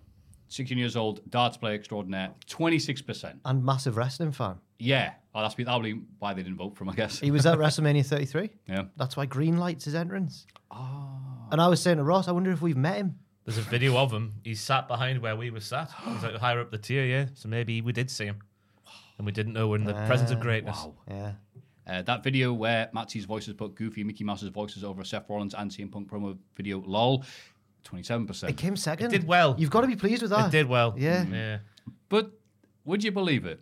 [SPEAKER 3] 16 years old, darts player extraordinaire, 26%.
[SPEAKER 4] And massive wrestling fan.
[SPEAKER 3] Yeah. Oh, that's probably why they didn't vote for him, I guess.
[SPEAKER 4] He was at WrestleMania 33.
[SPEAKER 3] Yeah.
[SPEAKER 4] That's why green lights his entrance. Oh. And I was saying to Ross, I wonder if we've met him.
[SPEAKER 5] There's a video of him. He's sat behind where we were sat. He's like higher up the tier, yeah. So maybe we did see him. And we didn't know we're in the presence of greatness.
[SPEAKER 4] Yeah.
[SPEAKER 3] Uh, that video where Matsy's voices put Goofy Mickey Mouse's voices over Seth Rollins and CM Punk promo video, lol, 27%.
[SPEAKER 4] It came second.
[SPEAKER 5] did well.
[SPEAKER 4] You've got to be pleased with that.
[SPEAKER 5] It did well. Mm,
[SPEAKER 4] Yeah.
[SPEAKER 5] Yeah.
[SPEAKER 3] But would you believe it?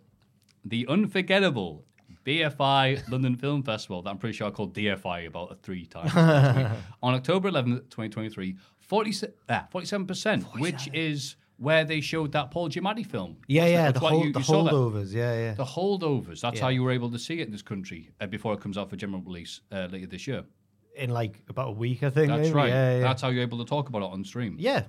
[SPEAKER 3] The unforgettable BFI London Film Festival, that I'm pretty sure I called DFI about three times, last week, on October 11th, 2023, 47, ah, 47%, which is where they showed that Paul Giamatti film.
[SPEAKER 4] Yeah,
[SPEAKER 3] That's-
[SPEAKER 4] yeah.
[SPEAKER 3] that's
[SPEAKER 4] The,
[SPEAKER 3] why
[SPEAKER 4] hol-
[SPEAKER 3] you-
[SPEAKER 4] the
[SPEAKER 3] you saw that.
[SPEAKER 4] holdovers. Yeah, yeah.
[SPEAKER 3] The holdovers. That's how you were able to see it in this country uh, before it comes out for general release uh, later this year.
[SPEAKER 4] In like about a week, I think.
[SPEAKER 3] That's
[SPEAKER 4] maybe.
[SPEAKER 3] right.
[SPEAKER 4] Yeah, yeah.
[SPEAKER 3] That's how you're able to talk about it on stream.
[SPEAKER 4] yeah.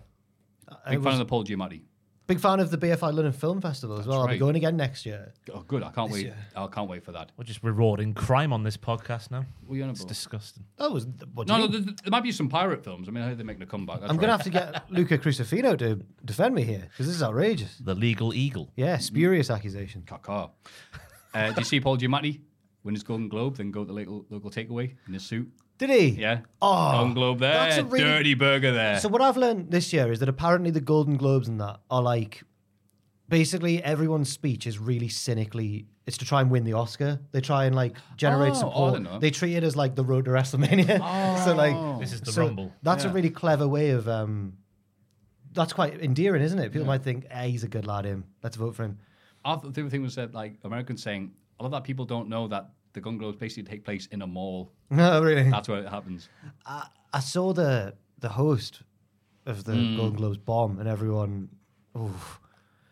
[SPEAKER 3] Big fan
[SPEAKER 4] was-
[SPEAKER 3] of the Paul Giamatti.
[SPEAKER 4] Big fan of the BFI London Film Festival as well. I'll
[SPEAKER 3] right.
[SPEAKER 4] be going again next year.
[SPEAKER 3] Oh, good. I can't wait. I can't wait for that.
[SPEAKER 5] We're just rewarding crime on this podcast now.
[SPEAKER 3] What are you on
[SPEAKER 5] It's
[SPEAKER 3] about?
[SPEAKER 5] disgusting.
[SPEAKER 4] That was. What do
[SPEAKER 3] No,
[SPEAKER 4] you
[SPEAKER 3] no,
[SPEAKER 4] mean?
[SPEAKER 3] there, there might be some pirate films. I mean, I heard they're making a comeback. That's
[SPEAKER 4] I'm going to
[SPEAKER 3] right.
[SPEAKER 4] have to get Luca Crucifino to defend me here because this is outrageous.
[SPEAKER 5] The legal eagle.
[SPEAKER 4] Yeah, spurious accusation.
[SPEAKER 3] Caca. Uh, do you see Paul Giamatti win his Golden Globe, then go to the local, local takeaway in his suit?
[SPEAKER 4] Did he?
[SPEAKER 3] Yeah.
[SPEAKER 4] Oh,
[SPEAKER 3] Golden Globe there.
[SPEAKER 4] that's a really-
[SPEAKER 3] Dirty burger there.
[SPEAKER 4] So what I've learned this year is that apparently the Golden Globes and that are like basically everyone's speech is really cynically it's to try and win the Oscar. They try and like generate
[SPEAKER 3] Oh, I don't know. Oh.
[SPEAKER 4] support. They treat it as like the road to WrestleMania. so like
[SPEAKER 5] This is the
[SPEAKER 4] so
[SPEAKER 5] rumble.
[SPEAKER 4] That's a
[SPEAKER 3] Yeah.
[SPEAKER 4] really clever way of. Um, that's quite endearing, isn't it? People might think, "Hey, he's a good lad. Him, let's vote for him."
[SPEAKER 3] I thought the other thing was that like Americans saying a lot of that people don't know that the Gun Globes basically take place in a mall.
[SPEAKER 4] No, really.
[SPEAKER 3] That's where it happens.
[SPEAKER 4] I saw the the host of the
[SPEAKER 3] Mm.
[SPEAKER 4] Golden Globes bomb, and everyone, oof.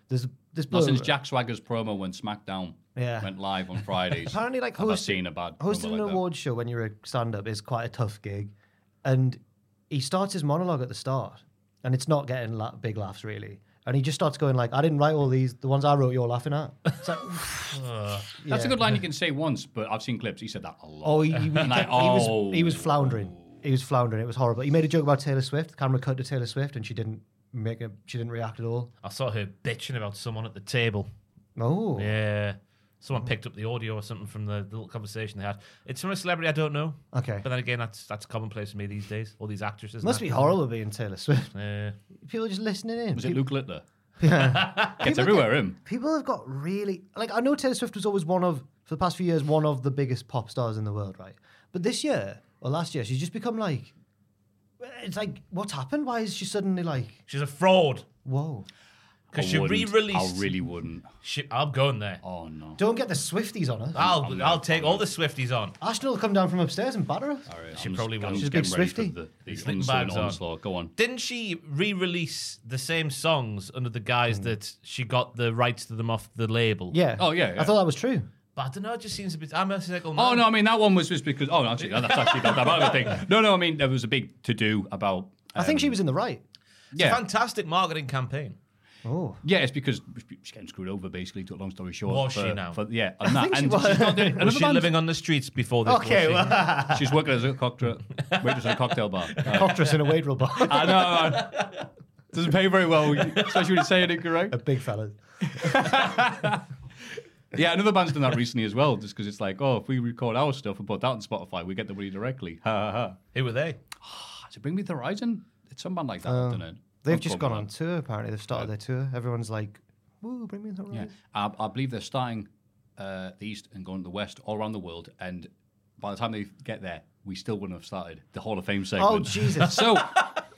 [SPEAKER 4] There's this
[SPEAKER 3] Not
[SPEAKER 4] bloke-
[SPEAKER 3] since Jack Swagger's promo when SmackDown
[SPEAKER 4] Yeah.
[SPEAKER 3] went live on Fridays.
[SPEAKER 4] Apparently, like
[SPEAKER 3] have I
[SPEAKER 4] host-
[SPEAKER 3] seen a bad promo
[SPEAKER 4] hosting
[SPEAKER 3] like
[SPEAKER 4] an
[SPEAKER 3] that.
[SPEAKER 4] award show when you're a stand-up is quite a tough gig, and he starts his monologue at the start, and it's not getting la- big laughs really, and he just starts going like, "I didn't write all these. The ones I wrote, you're laughing at." It's like,
[SPEAKER 3] That's
[SPEAKER 4] Yeah.
[SPEAKER 3] a good line you can say once, but I've seen clips. He said that a lot.
[SPEAKER 4] Oh, he, he, he
[SPEAKER 3] Like, oh.
[SPEAKER 4] was he was floundering. He was floundering. It was horrible. He made a joke about Taylor Swift. The camera cut to Taylor Swift, and she didn't make a she didn't react at all.
[SPEAKER 5] I saw her bitching about someone at the table.
[SPEAKER 4] Oh,
[SPEAKER 5] Yeah. Someone picked up the audio or something from the little conversation they had. It's from a celebrity I don't know.
[SPEAKER 4] Okay.
[SPEAKER 5] But then again, that's that's commonplace for me these days. All these actresses. and
[SPEAKER 4] must be
[SPEAKER 5] actors.
[SPEAKER 4] horrible being Taylor Swift.
[SPEAKER 5] Yeah.
[SPEAKER 4] People are just listening in.
[SPEAKER 3] was
[SPEAKER 4] Pe-
[SPEAKER 3] it Luke Littler? Gets everywhere, him.
[SPEAKER 4] People have got really like I know Taylor Swift was always one of for the past few years one of the biggest pop stars in the world, right? But this year or last year, she's just become like. It's like what's happened? Why is she suddenly like
[SPEAKER 5] She's a fraud.
[SPEAKER 4] whoa?
[SPEAKER 5] Because
[SPEAKER 3] I
[SPEAKER 5] she
[SPEAKER 3] wouldn't.
[SPEAKER 5] re-released.
[SPEAKER 3] I really wouldn't.
[SPEAKER 5] she, I'm going there.
[SPEAKER 3] Oh, no.
[SPEAKER 4] Don't get the Swifties on us.
[SPEAKER 5] I'll I'll take all the Swifties on.
[SPEAKER 4] Ashton will come down from upstairs and batter us.
[SPEAKER 3] All right,
[SPEAKER 5] She
[SPEAKER 3] I'm
[SPEAKER 5] probably
[SPEAKER 3] just, I'm
[SPEAKER 5] won't.
[SPEAKER 3] just
[SPEAKER 4] She's a big
[SPEAKER 3] getting ready
[SPEAKER 4] Swiftie.
[SPEAKER 3] for The, the
[SPEAKER 5] Sleeping
[SPEAKER 3] uncertain
[SPEAKER 5] bags on.
[SPEAKER 3] onslaught. Go on.
[SPEAKER 5] Didn't she re-release the same songs under the guise that she got the rights to them off the label?
[SPEAKER 4] Yeah.
[SPEAKER 3] Oh, yeah, yeah.
[SPEAKER 4] I thought that was true.
[SPEAKER 5] But I don't know. It just seems a bit. I'm actually like, oh
[SPEAKER 3] Oh no, I mean that one was just because. Oh, no, actually, that's actually not that bad of a thing. No, no, I mean there was a big to do about.
[SPEAKER 4] I think she
[SPEAKER 3] Um,
[SPEAKER 4] was in the right.
[SPEAKER 3] Yeah,
[SPEAKER 5] Fantastic marketing campaign.
[SPEAKER 4] Oh,
[SPEAKER 3] yeah, it's because she's getting screwed over. Basically, to a long story short,
[SPEAKER 5] Was she
[SPEAKER 3] for-
[SPEAKER 5] now?
[SPEAKER 3] for- yeah, and that,
[SPEAKER 4] think she
[SPEAKER 3] and
[SPEAKER 4] was.
[SPEAKER 3] she's not doing.
[SPEAKER 5] Was
[SPEAKER 3] another
[SPEAKER 5] she
[SPEAKER 3] band-
[SPEAKER 5] living on the streets before this?
[SPEAKER 4] Okay,
[SPEAKER 5] was she?
[SPEAKER 3] She's working as a cocktail, waitress in a cocktail bar. Uh,
[SPEAKER 4] actress in a Wade robot.
[SPEAKER 3] I know. I- Doesn't pay very well, especially when you're saying it correct.
[SPEAKER 4] a big fella.
[SPEAKER 3] Yeah, another band's done that recently as well, just because it's like, oh, if we record our stuff and put that on Spotify, we get the money directly. Ha ha ha.
[SPEAKER 5] Who were they?
[SPEAKER 3] Has it Bring Me the Horizon? It's some band like that, I don't know.
[SPEAKER 4] Uh, They've
[SPEAKER 3] Don't
[SPEAKER 4] just
[SPEAKER 3] quote
[SPEAKER 4] gone
[SPEAKER 3] me
[SPEAKER 4] on tour. Apparently, they've started their tour. Everyone's like, "Woo, bring me the
[SPEAKER 3] Yeah,
[SPEAKER 4] horizon."
[SPEAKER 3] I, I believe they're starting uh, the east and going to the west all around the world. And by the time they get there, we still wouldn't have started the Hall of Fame segment.
[SPEAKER 4] Oh, Jesus.
[SPEAKER 3] So,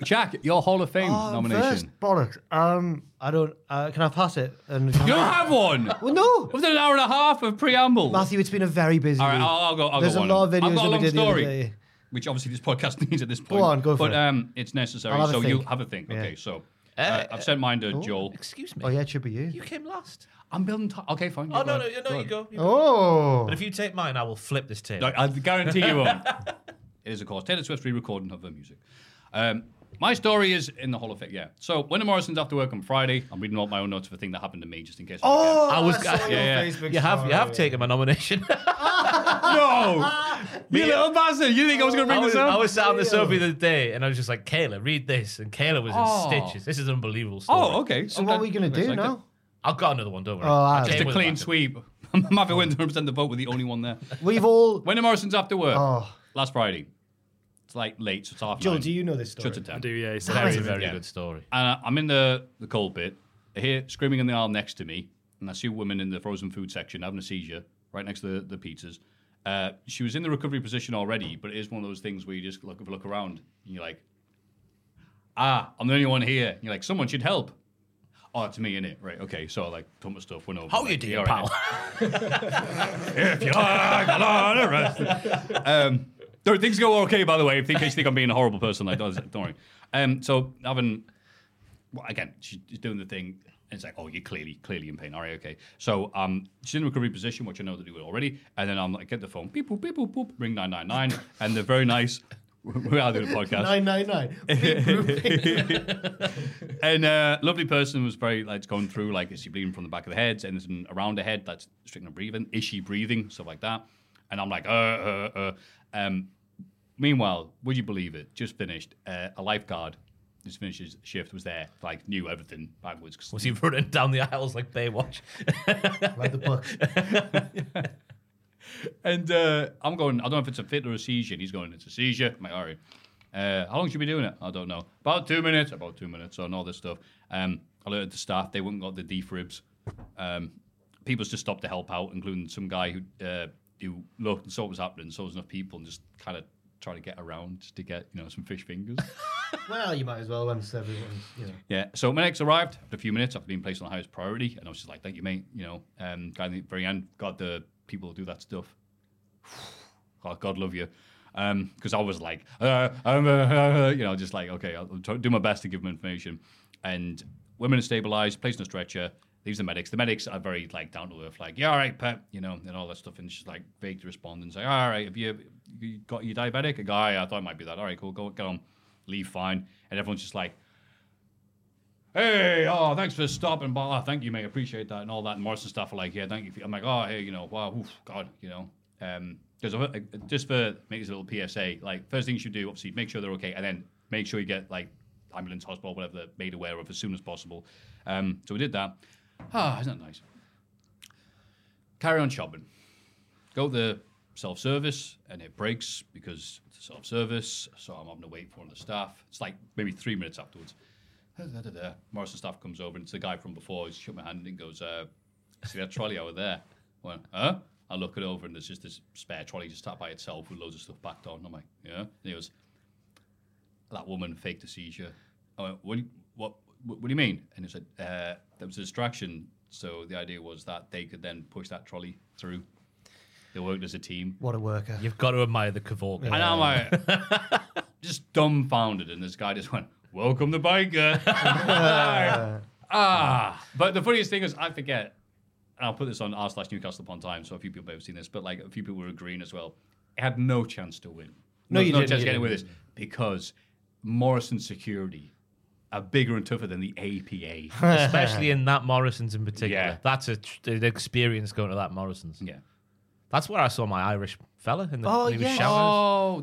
[SPEAKER 3] Jack, your Hall of Fame
[SPEAKER 4] Oh,
[SPEAKER 3] nomination.
[SPEAKER 4] First, bollocks. Um, I don't. Uh, can I pass it? And
[SPEAKER 3] You don't have one.
[SPEAKER 4] Well, no,
[SPEAKER 3] We've done an hour and a half of preamble,
[SPEAKER 4] Matthew. It's been a very busy.
[SPEAKER 3] All right,
[SPEAKER 4] week.
[SPEAKER 3] I'll, I'll go. I'll
[SPEAKER 4] There's
[SPEAKER 3] go
[SPEAKER 4] a
[SPEAKER 3] on.
[SPEAKER 4] lot of videos
[SPEAKER 3] I've got a
[SPEAKER 4] that we
[SPEAKER 3] long
[SPEAKER 4] did the other
[SPEAKER 3] story,
[SPEAKER 4] day.
[SPEAKER 3] which obviously this podcast needs at this point.
[SPEAKER 4] on, go for
[SPEAKER 3] but,
[SPEAKER 4] it.
[SPEAKER 3] um, it's necessary.
[SPEAKER 4] I'll have a
[SPEAKER 3] So you
[SPEAKER 4] think.
[SPEAKER 3] have a think.
[SPEAKER 4] Yeah.
[SPEAKER 3] Okay, so uh, I've sent mine to Joel.
[SPEAKER 5] Excuse me.
[SPEAKER 4] Oh yeah, it should be you.
[SPEAKER 5] You came last.
[SPEAKER 3] I'm building. T- okay, fine.
[SPEAKER 5] Oh
[SPEAKER 3] yeah,
[SPEAKER 5] no, no,
[SPEAKER 3] ahead.
[SPEAKER 5] no, no you
[SPEAKER 3] ahead.
[SPEAKER 5] go. You go.
[SPEAKER 4] Oh,
[SPEAKER 5] But if you take mine, I will flip this table.
[SPEAKER 3] I, I guarantee you won't. it is, of course, Taylor Swift's re-recording of her music. Um, my story is in the Hall of Fame. Yeah. So when the Morrison's after work on Friday, I'm reading all my own notes of a thing that happened to me, just in case.
[SPEAKER 4] oh,
[SPEAKER 5] I was-
[SPEAKER 4] saw your
[SPEAKER 3] yeah, yeah.
[SPEAKER 4] Facebook
[SPEAKER 5] you have you
[SPEAKER 4] story.
[SPEAKER 5] have taken my nomination.
[SPEAKER 3] I forget. no, you little bastard! You think I was going to
[SPEAKER 5] I
[SPEAKER 3] bring
[SPEAKER 5] was,
[SPEAKER 3] this
[SPEAKER 5] I
[SPEAKER 3] up?
[SPEAKER 5] was sat on the sofa the other day, and I was just like, "Kayla, read this," and Kayla was in
[SPEAKER 3] Oh.
[SPEAKER 5] stitches. This is an unbelievable. Story.
[SPEAKER 3] oh, okay.
[SPEAKER 4] So what are we gonna do now?
[SPEAKER 5] I've got another one. Don't worry.
[SPEAKER 4] Oh,
[SPEAKER 5] I
[SPEAKER 4] I-
[SPEAKER 5] came
[SPEAKER 3] Just a
[SPEAKER 5] with
[SPEAKER 3] clean
[SPEAKER 5] backup.
[SPEAKER 3] sweep. Matthew wins 100% the vote. We're the only one there.
[SPEAKER 4] We've all.
[SPEAKER 3] When the Morrison's after work
[SPEAKER 4] Oh.
[SPEAKER 3] last Friday. It's like late, so it's half
[SPEAKER 4] Joel,
[SPEAKER 3] nine.
[SPEAKER 4] do you know this story?
[SPEAKER 3] Shuts it down.
[SPEAKER 6] I do, yeah. It's
[SPEAKER 5] Very,
[SPEAKER 6] amazing.
[SPEAKER 5] very
[SPEAKER 3] Yeah.
[SPEAKER 5] good story.
[SPEAKER 3] And I- I'm in the, the cold bit. I hear screaming in the aisle next to me, and I see a woman in the frozen food section having a seizure right next to the, the pizzas. Uh, she was in the recovery position already, but it is one of those things where you just look, look around and you're like, ah, I'm the only one here. And you're like, someone should help. Oh, it's me, innit? Right, okay. So I like dump my stuff, went over.
[SPEAKER 5] How
[SPEAKER 3] like,
[SPEAKER 5] you doing,
[SPEAKER 3] "Yeah, all
[SPEAKER 5] pal?
[SPEAKER 3] right, if you like a lot of rest. Um, no, things go okay, by the way, if- in case you think I'm being a horrible person. Like, don't, don't worry. Um, so, having, well, again, she's doing the thing. And it's like, oh, you're clearly, clearly in pain. All right, okay. So um, she's in recovery position, which I know to do it already. And then I'm like, get the phone, beep, boop, beep, boop, boop, ring 999. and they're very nice. We are doing a podcast
[SPEAKER 4] Nine nine nine.
[SPEAKER 3] and uh, lovely person was very like going through like is she bleeding from the back of the head and there's an around the head that's restricting her breathing is she breathing stuff like that and I'm like uh uh uh um meanwhile would you believe it just finished uh, a lifeguard just finished his shift was there like knew everything backwards 'cause
[SPEAKER 5] Was he running down the aisles like Baywatch?
[SPEAKER 4] like the book.
[SPEAKER 3] And uh, I'm going, I don't know if it's a fit or a seizure. And he's going, it's a seizure. I'm like, all right. Uh, how long should we be doing it? I don't know. About two minutes. About two minutes on all this stuff. Um, alerted the staff. They wouldn't got the defribs. Um, people's just stopped to help out, including some guy who uh, who looked and saw what was happening, saw there was enough people, and just kind of tried to get around just to get you know some fish fingers.
[SPEAKER 4] Well, you might as well once everyone's, you know.
[SPEAKER 3] Yeah. So Menix arrived after a few minutes after being placed on the highest priority, and I was just like, "Thank you, mate." You know, um, guy at the very end, God, the people who do that stuff. God, God love you, because I was like, uh, um, uh, uh, uh," you know, just like, okay, I'll try, do my best to give them information. And women are stabilized, placed on a stretcher, leaves the medics. The medics are very like down to earth, like, "Yeah, all right, pet," you know, and all that stuff. And she's like vague to respond and say, "All right, have you, you got you diabetic?" A guy, I thought it might be that. All right, cool, go get on, leave fine. And everyone's just like. Hey, oh, thanks for stopping by. Oh, thank you, mate. Appreciate that and all that. And Morrison stuff are like, yeah, thank you. for-" I'm like, oh, hey, you know, wow, oof, God, you know. Um, there's a, just for make this a little PSA. Like, first thing you should do, obviously, make sure they're okay, and then make sure you get like ambulance, hospital, whatever, they're made aware of as soon as possible. Um, so we did that. Ah, isn't that nice? Carry on shopping go to the self service and it breaks because it's self service. So I'm having to wait for one of the staff. It's like maybe three minutes afterwards. Da, da, da, da. Morrison staff comes over and it's the guy from before. He shook my hand and goes, uh, See that trolley over there? I went, Huh? I look it over and there's just this spare trolley just sat by itself with loads of stuff backed on. I'm like, Yeah. And he goes, that woman faked a seizure. I went, what, do you- what, what, what do you mean? And he said, uh, that was a distraction. So the idea was that they could then push that trolley through. They worked as a team.
[SPEAKER 4] What a worker.
[SPEAKER 5] You've got to admire the Kavorka.
[SPEAKER 3] And I'm like, just dumbfounded. And this guy just went, welcome to biker. ah. But the funniest thing is, I forget, and I'll put this on r slash Newcastle upon time, so a few people may have seen this, but like a few people were agreeing as well. It had no chance to win.
[SPEAKER 4] No, you
[SPEAKER 3] no
[SPEAKER 4] didn't,
[SPEAKER 3] chance
[SPEAKER 4] you
[SPEAKER 3] getting away with
[SPEAKER 4] didn't.
[SPEAKER 3] this because Morrison security are bigger and tougher than the APA.
[SPEAKER 5] Especially in that Morrison's in particular.
[SPEAKER 3] Yeah.
[SPEAKER 5] That's a tr- an experience going to that Morrison's.
[SPEAKER 3] yeah.
[SPEAKER 5] That's where I saw my Irish fella in the
[SPEAKER 4] Oh,
[SPEAKER 5] when he was
[SPEAKER 4] yes.
[SPEAKER 5] shouting.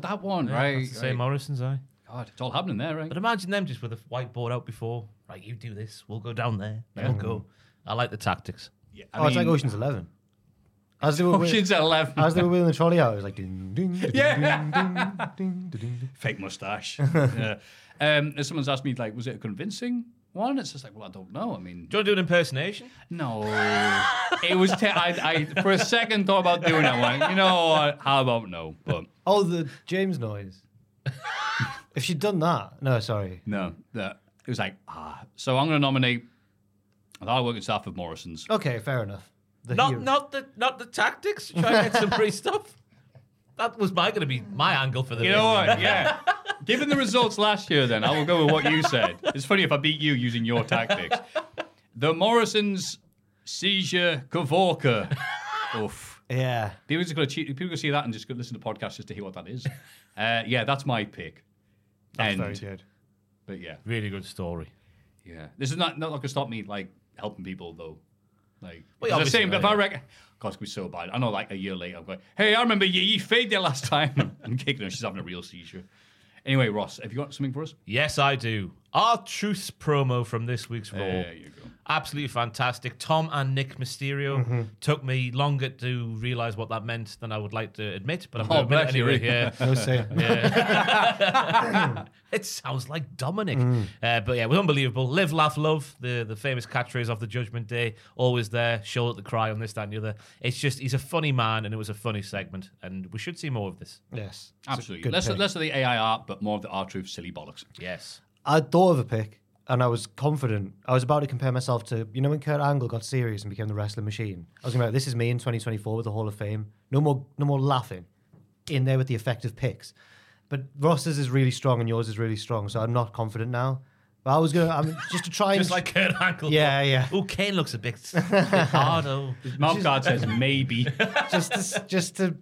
[SPEAKER 3] Oh, that one, right?
[SPEAKER 5] That's the same
[SPEAKER 3] right.
[SPEAKER 5] Morrison's, aye.
[SPEAKER 3] God, it's all happening there, right?
[SPEAKER 5] But imagine them just with a whiteboard out before, right, you do this, we'll go down there, we'll go. I like the tactics.
[SPEAKER 3] Yeah,
[SPEAKER 4] oh, it's like Ocean's Eleven. As they were wheel-
[SPEAKER 3] Ocean's Eleven.
[SPEAKER 4] as they were wheeling the trolley out, it was like ding ding ding
[SPEAKER 3] Yeah.
[SPEAKER 4] ding ding ding.
[SPEAKER 3] fake mustache. yeah. Um, and someone's asked me, like, was it a convincing one? It's just like, well, I don't know. I mean,
[SPEAKER 5] Do you want to do an impersonation?
[SPEAKER 3] no. it was, te- I, I, for a second, thought about doing it. I'm Like, you know what? How about no? But
[SPEAKER 4] Oh, the James noise. if she'd done that, no, sorry.
[SPEAKER 3] no. That, it was like, ah. So I'm going to nominate the hardworking staff of Morrison's.
[SPEAKER 4] Okay, fair enough. The
[SPEAKER 5] Not
[SPEAKER 4] hero.
[SPEAKER 5] not the not the tactics. Try and get some free stuff. That was my going to be my angle for the
[SPEAKER 3] You know what? Yeah. Given the results last year, then I will go with what you said. It's funny if I beat you using your tactics. The Morrison's seizure Kavorka. Oof.
[SPEAKER 4] yeah.
[SPEAKER 3] People just going to cheat. People going to see that and just go listen to podcasts just to hear what that is. Uh, yeah, that's my pick.
[SPEAKER 4] That's
[SPEAKER 3] End.
[SPEAKER 4] very good.
[SPEAKER 3] But yeah,
[SPEAKER 5] Really good story.
[SPEAKER 3] yeah. This is not not like to stop me like helping people though. Like
[SPEAKER 5] Well,
[SPEAKER 3] it's the
[SPEAKER 5] obviously,
[SPEAKER 3] same. If
[SPEAKER 5] yeah.
[SPEAKER 3] I reckon, God, it's so bad. I know. Like a year later, I'm going, hey, I remember you. You fade there last time. I'm kicking her. She's having a real seizure. Anyway, Ross, have you got something for us?
[SPEAKER 5] Yes, I do. Our truce promo from this week's Raw.
[SPEAKER 3] There you go.
[SPEAKER 5] Absolutely fantastic. Tom and Nick Mysterio
[SPEAKER 3] Mm-hmm.
[SPEAKER 5] took me longer to realize what that meant than I would like to admit, but I'm
[SPEAKER 3] Oh,
[SPEAKER 5] going to admit
[SPEAKER 3] bless
[SPEAKER 5] it
[SPEAKER 3] you,
[SPEAKER 5] anyway.
[SPEAKER 3] Rick.
[SPEAKER 5] Yeah.
[SPEAKER 4] No say.
[SPEAKER 5] It sounds like Dominic.
[SPEAKER 4] Mm.
[SPEAKER 5] Uh, but yeah, it was unbelievable. Live, laugh, love. The the famous catchphrase of the Judgment Day. Always there. Show at the cry on this, that, and the other. It's just, he's a funny man, and it was a funny segment. And we should see more of this.
[SPEAKER 4] yes.
[SPEAKER 3] Absolutely.
[SPEAKER 4] good
[SPEAKER 3] Less
[SPEAKER 4] pick.
[SPEAKER 3] less of the AI art, but more of the R truth silly bollocks.
[SPEAKER 5] Yes.
[SPEAKER 4] I thought of a pick and I was confident. I was about to compare myself to, you know, when Kurt Angle got serious and became the wrestling machine. I was going to be like, this is me in 2024 with the Hall of Fame. No more, no more laughing in there with the effective picks. But Ross's is really strong and yours is really strong. So I'm not confident now. But I was going to, I'm just to try and.
[SPEAKER 5] Just like Kurt Angle.
[SPEAKER 4] yeah, yeah.
[SPEAKER 5] Oh, Kane looks a bit, a bit hard. Oh.
[SPEAKER 3] Mount Guard says maybe.
[SPEAKER 4] just, to, just to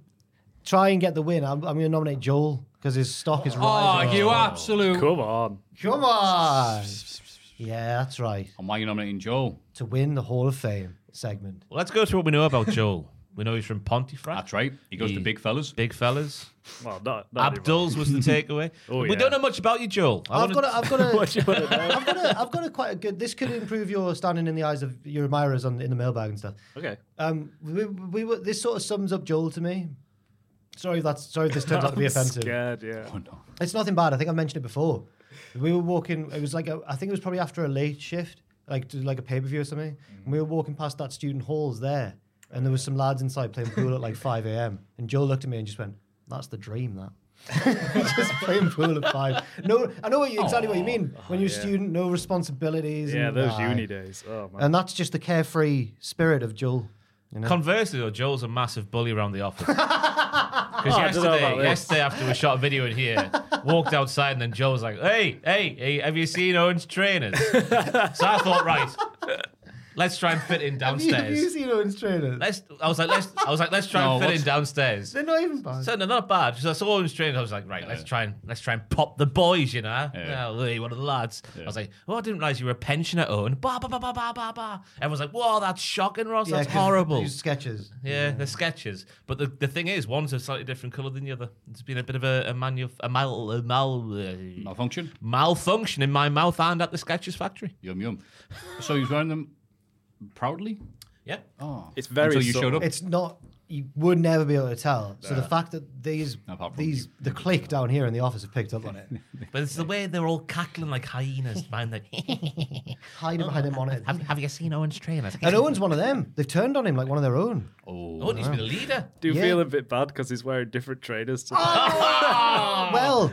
[SPEAKER 4] try and get the win. I'm, I'm going to nominate Joel because his stock is
[SPEAKER 3] oh,
[SPEAKER 4] rising.
[SPEAKER 3] you absolute.
[SPEAKER 6] Come on.
[SPEAKER 4] Come on. Yeah, that's right.
[SPEAKER 3] And why are you nominating Joel?
[SPEAKER 4] To win the Hall of Fame segment.
[SPEAKER 5] Well, let's go through what we know about Joel. We know he's from Pontefract.
[SPEAKER 3] That's right. He goes to
[SPEAKER 5] He-
[SPEAKER 3] big fellas.
[SPEAKER 5] Big fellas.
[SPEAKER 6] Well, not, not
[SPEAKER 5] Abdul's was the takeaway.
[SPEAKER 6] Oh,
[SPEAKER 5] we
[SPEAKER 6] yeah.
[SPEAKER 5] don't know much about you, Joel. I wanna-
[SPEAKER 4] I've got, a, I've got a,
[SPEAKER 6] everyone. What you wanna know?
[SPEAKER 4] I've got a, I've got a quite a good. This could improve your standing in the eyes of your admirers on in the mailbag and stuff.
[SPEAKER 6] okay.
[SPEAKER 4] Um, we, we were this sort of sums up Joel to me. Sorry if that's sorry if this turns out to be offensive.
[SPEAKER 6] Scared,
[SPEAKER 3] Oh,
[SPEAKER 6] yeah.
[SPEAKER 4] It's nothing bad. I think I mentioned it before. We were walking. It was like a, I think it was probably after a late shift, like to like a pay per view or something. And we were walking past that student halls there, and there was some lads inside playing pool at like five a.m. And Joe looked at me and just went, "That's the dream, that." just playing pool at five. No, I know what you, exactly what you mean. When you're a student, no responsibilities.
[SPEAKER 6] Yeah,
[SPEAKER 4] and-
[SPEAKER 6] those
[SPEAKER 4] Aye.
[SPEAKER 6] uni days. Oh man.
[SPEAKER 4] And that's just the carefree spirit of Joel. You know?
[SPEAKER 5] Conversely, though, Joel's a massive bully around the office. Because
[SPEAKER 6] I don't know
[SPEAKER 5] yesterday,
[SPEAKER 6] about this.
[SPEAKER 5] yesterday after we shot a video in here, walked outside and then Joel was like, "Hey, hey, hey, have you seen Owen's trainers?" so I thought, right, let's try and fit in
[SPEAKER 4] Have you- have you
[SPEAKER 5] downstairs.
[SPEAKER 4] seen Owen's trainers?
[SPEAKER 5] Let's. I was like, let's. I was like, let's try
[SPEAKER 3] No,
[SPEAKER 5] and fit
[SPEAKER 3] what's-
[SPEAKER 5] in downstairs.
[SPEAKER 4] They're not even bad.
[SPEAKER 5] So no, not bad. So I saw Owen's trainers. I was like, right, let's try and let's try and pop the boys, you know.
[SPEAKER 3] Yeah.
[SPEAKER 5] Oh, hey, one of the lads. I was like, oh, I didn't realize you were a pensioner, Owen. Ba ba ba ba ba ba ba. Everyone's like, whoa, that's shocking, Ross.
[SPEAKER 4] Yeah,
[SPEAKER 5] that's
[SPEAKER 4] 'cause
[SPEAKER 5] horrible.
[SPEAKER 4] These sketches.
[SPEAKER 5] Yeah, they're sketches. But the, the thing is, one's a slightly different colour than the other. It's been a bit of a, a, manu- a, mal- a mal- uh,
[SPEAKER 3] Malfunction.
[SPEAKER 5] malfunction in my mouth and at the sketches factory.
[SPEAKER 3] Yum yum. So he's wearing them proudly.
[SPEAKER 5] Yeah.
[SPEAKER 3] Oh,
[SPEAKER 6] It's very
[SPEAKER 3] until you showed
[SPEAKER 6] subtle.
[SPEAKER 3] up.
[SPEAKER 4] It's not. You would never be able to tell. So the fact that these,
[SPEAKER 3] Apart from
[SPEAKER 4] these,
[SPEAKER 3] you.
[SPEAKER 4] the clique down here in the office have picked up on it.
[SPEAKER 5] But it's the way they're all cackling like hyenas behind their...
[SPEAKER 4] Hiding behind him on it.
[SPEAKER 5] have, have you seen Owen's trainers?
[SPEAKER 4] And Owen's one of them. They've turned on him like one of their own.
[SPEAKER 6] Oh,
[SPEAKER 5] Owen, he's been a leader.
[SPEAKER 6] Do you
[SPEAKER 4] Yeah.
[SPEAKER 6] feel a bit bad because he's wearing different trainers? To
[SPEAKER 4] Oh! Well,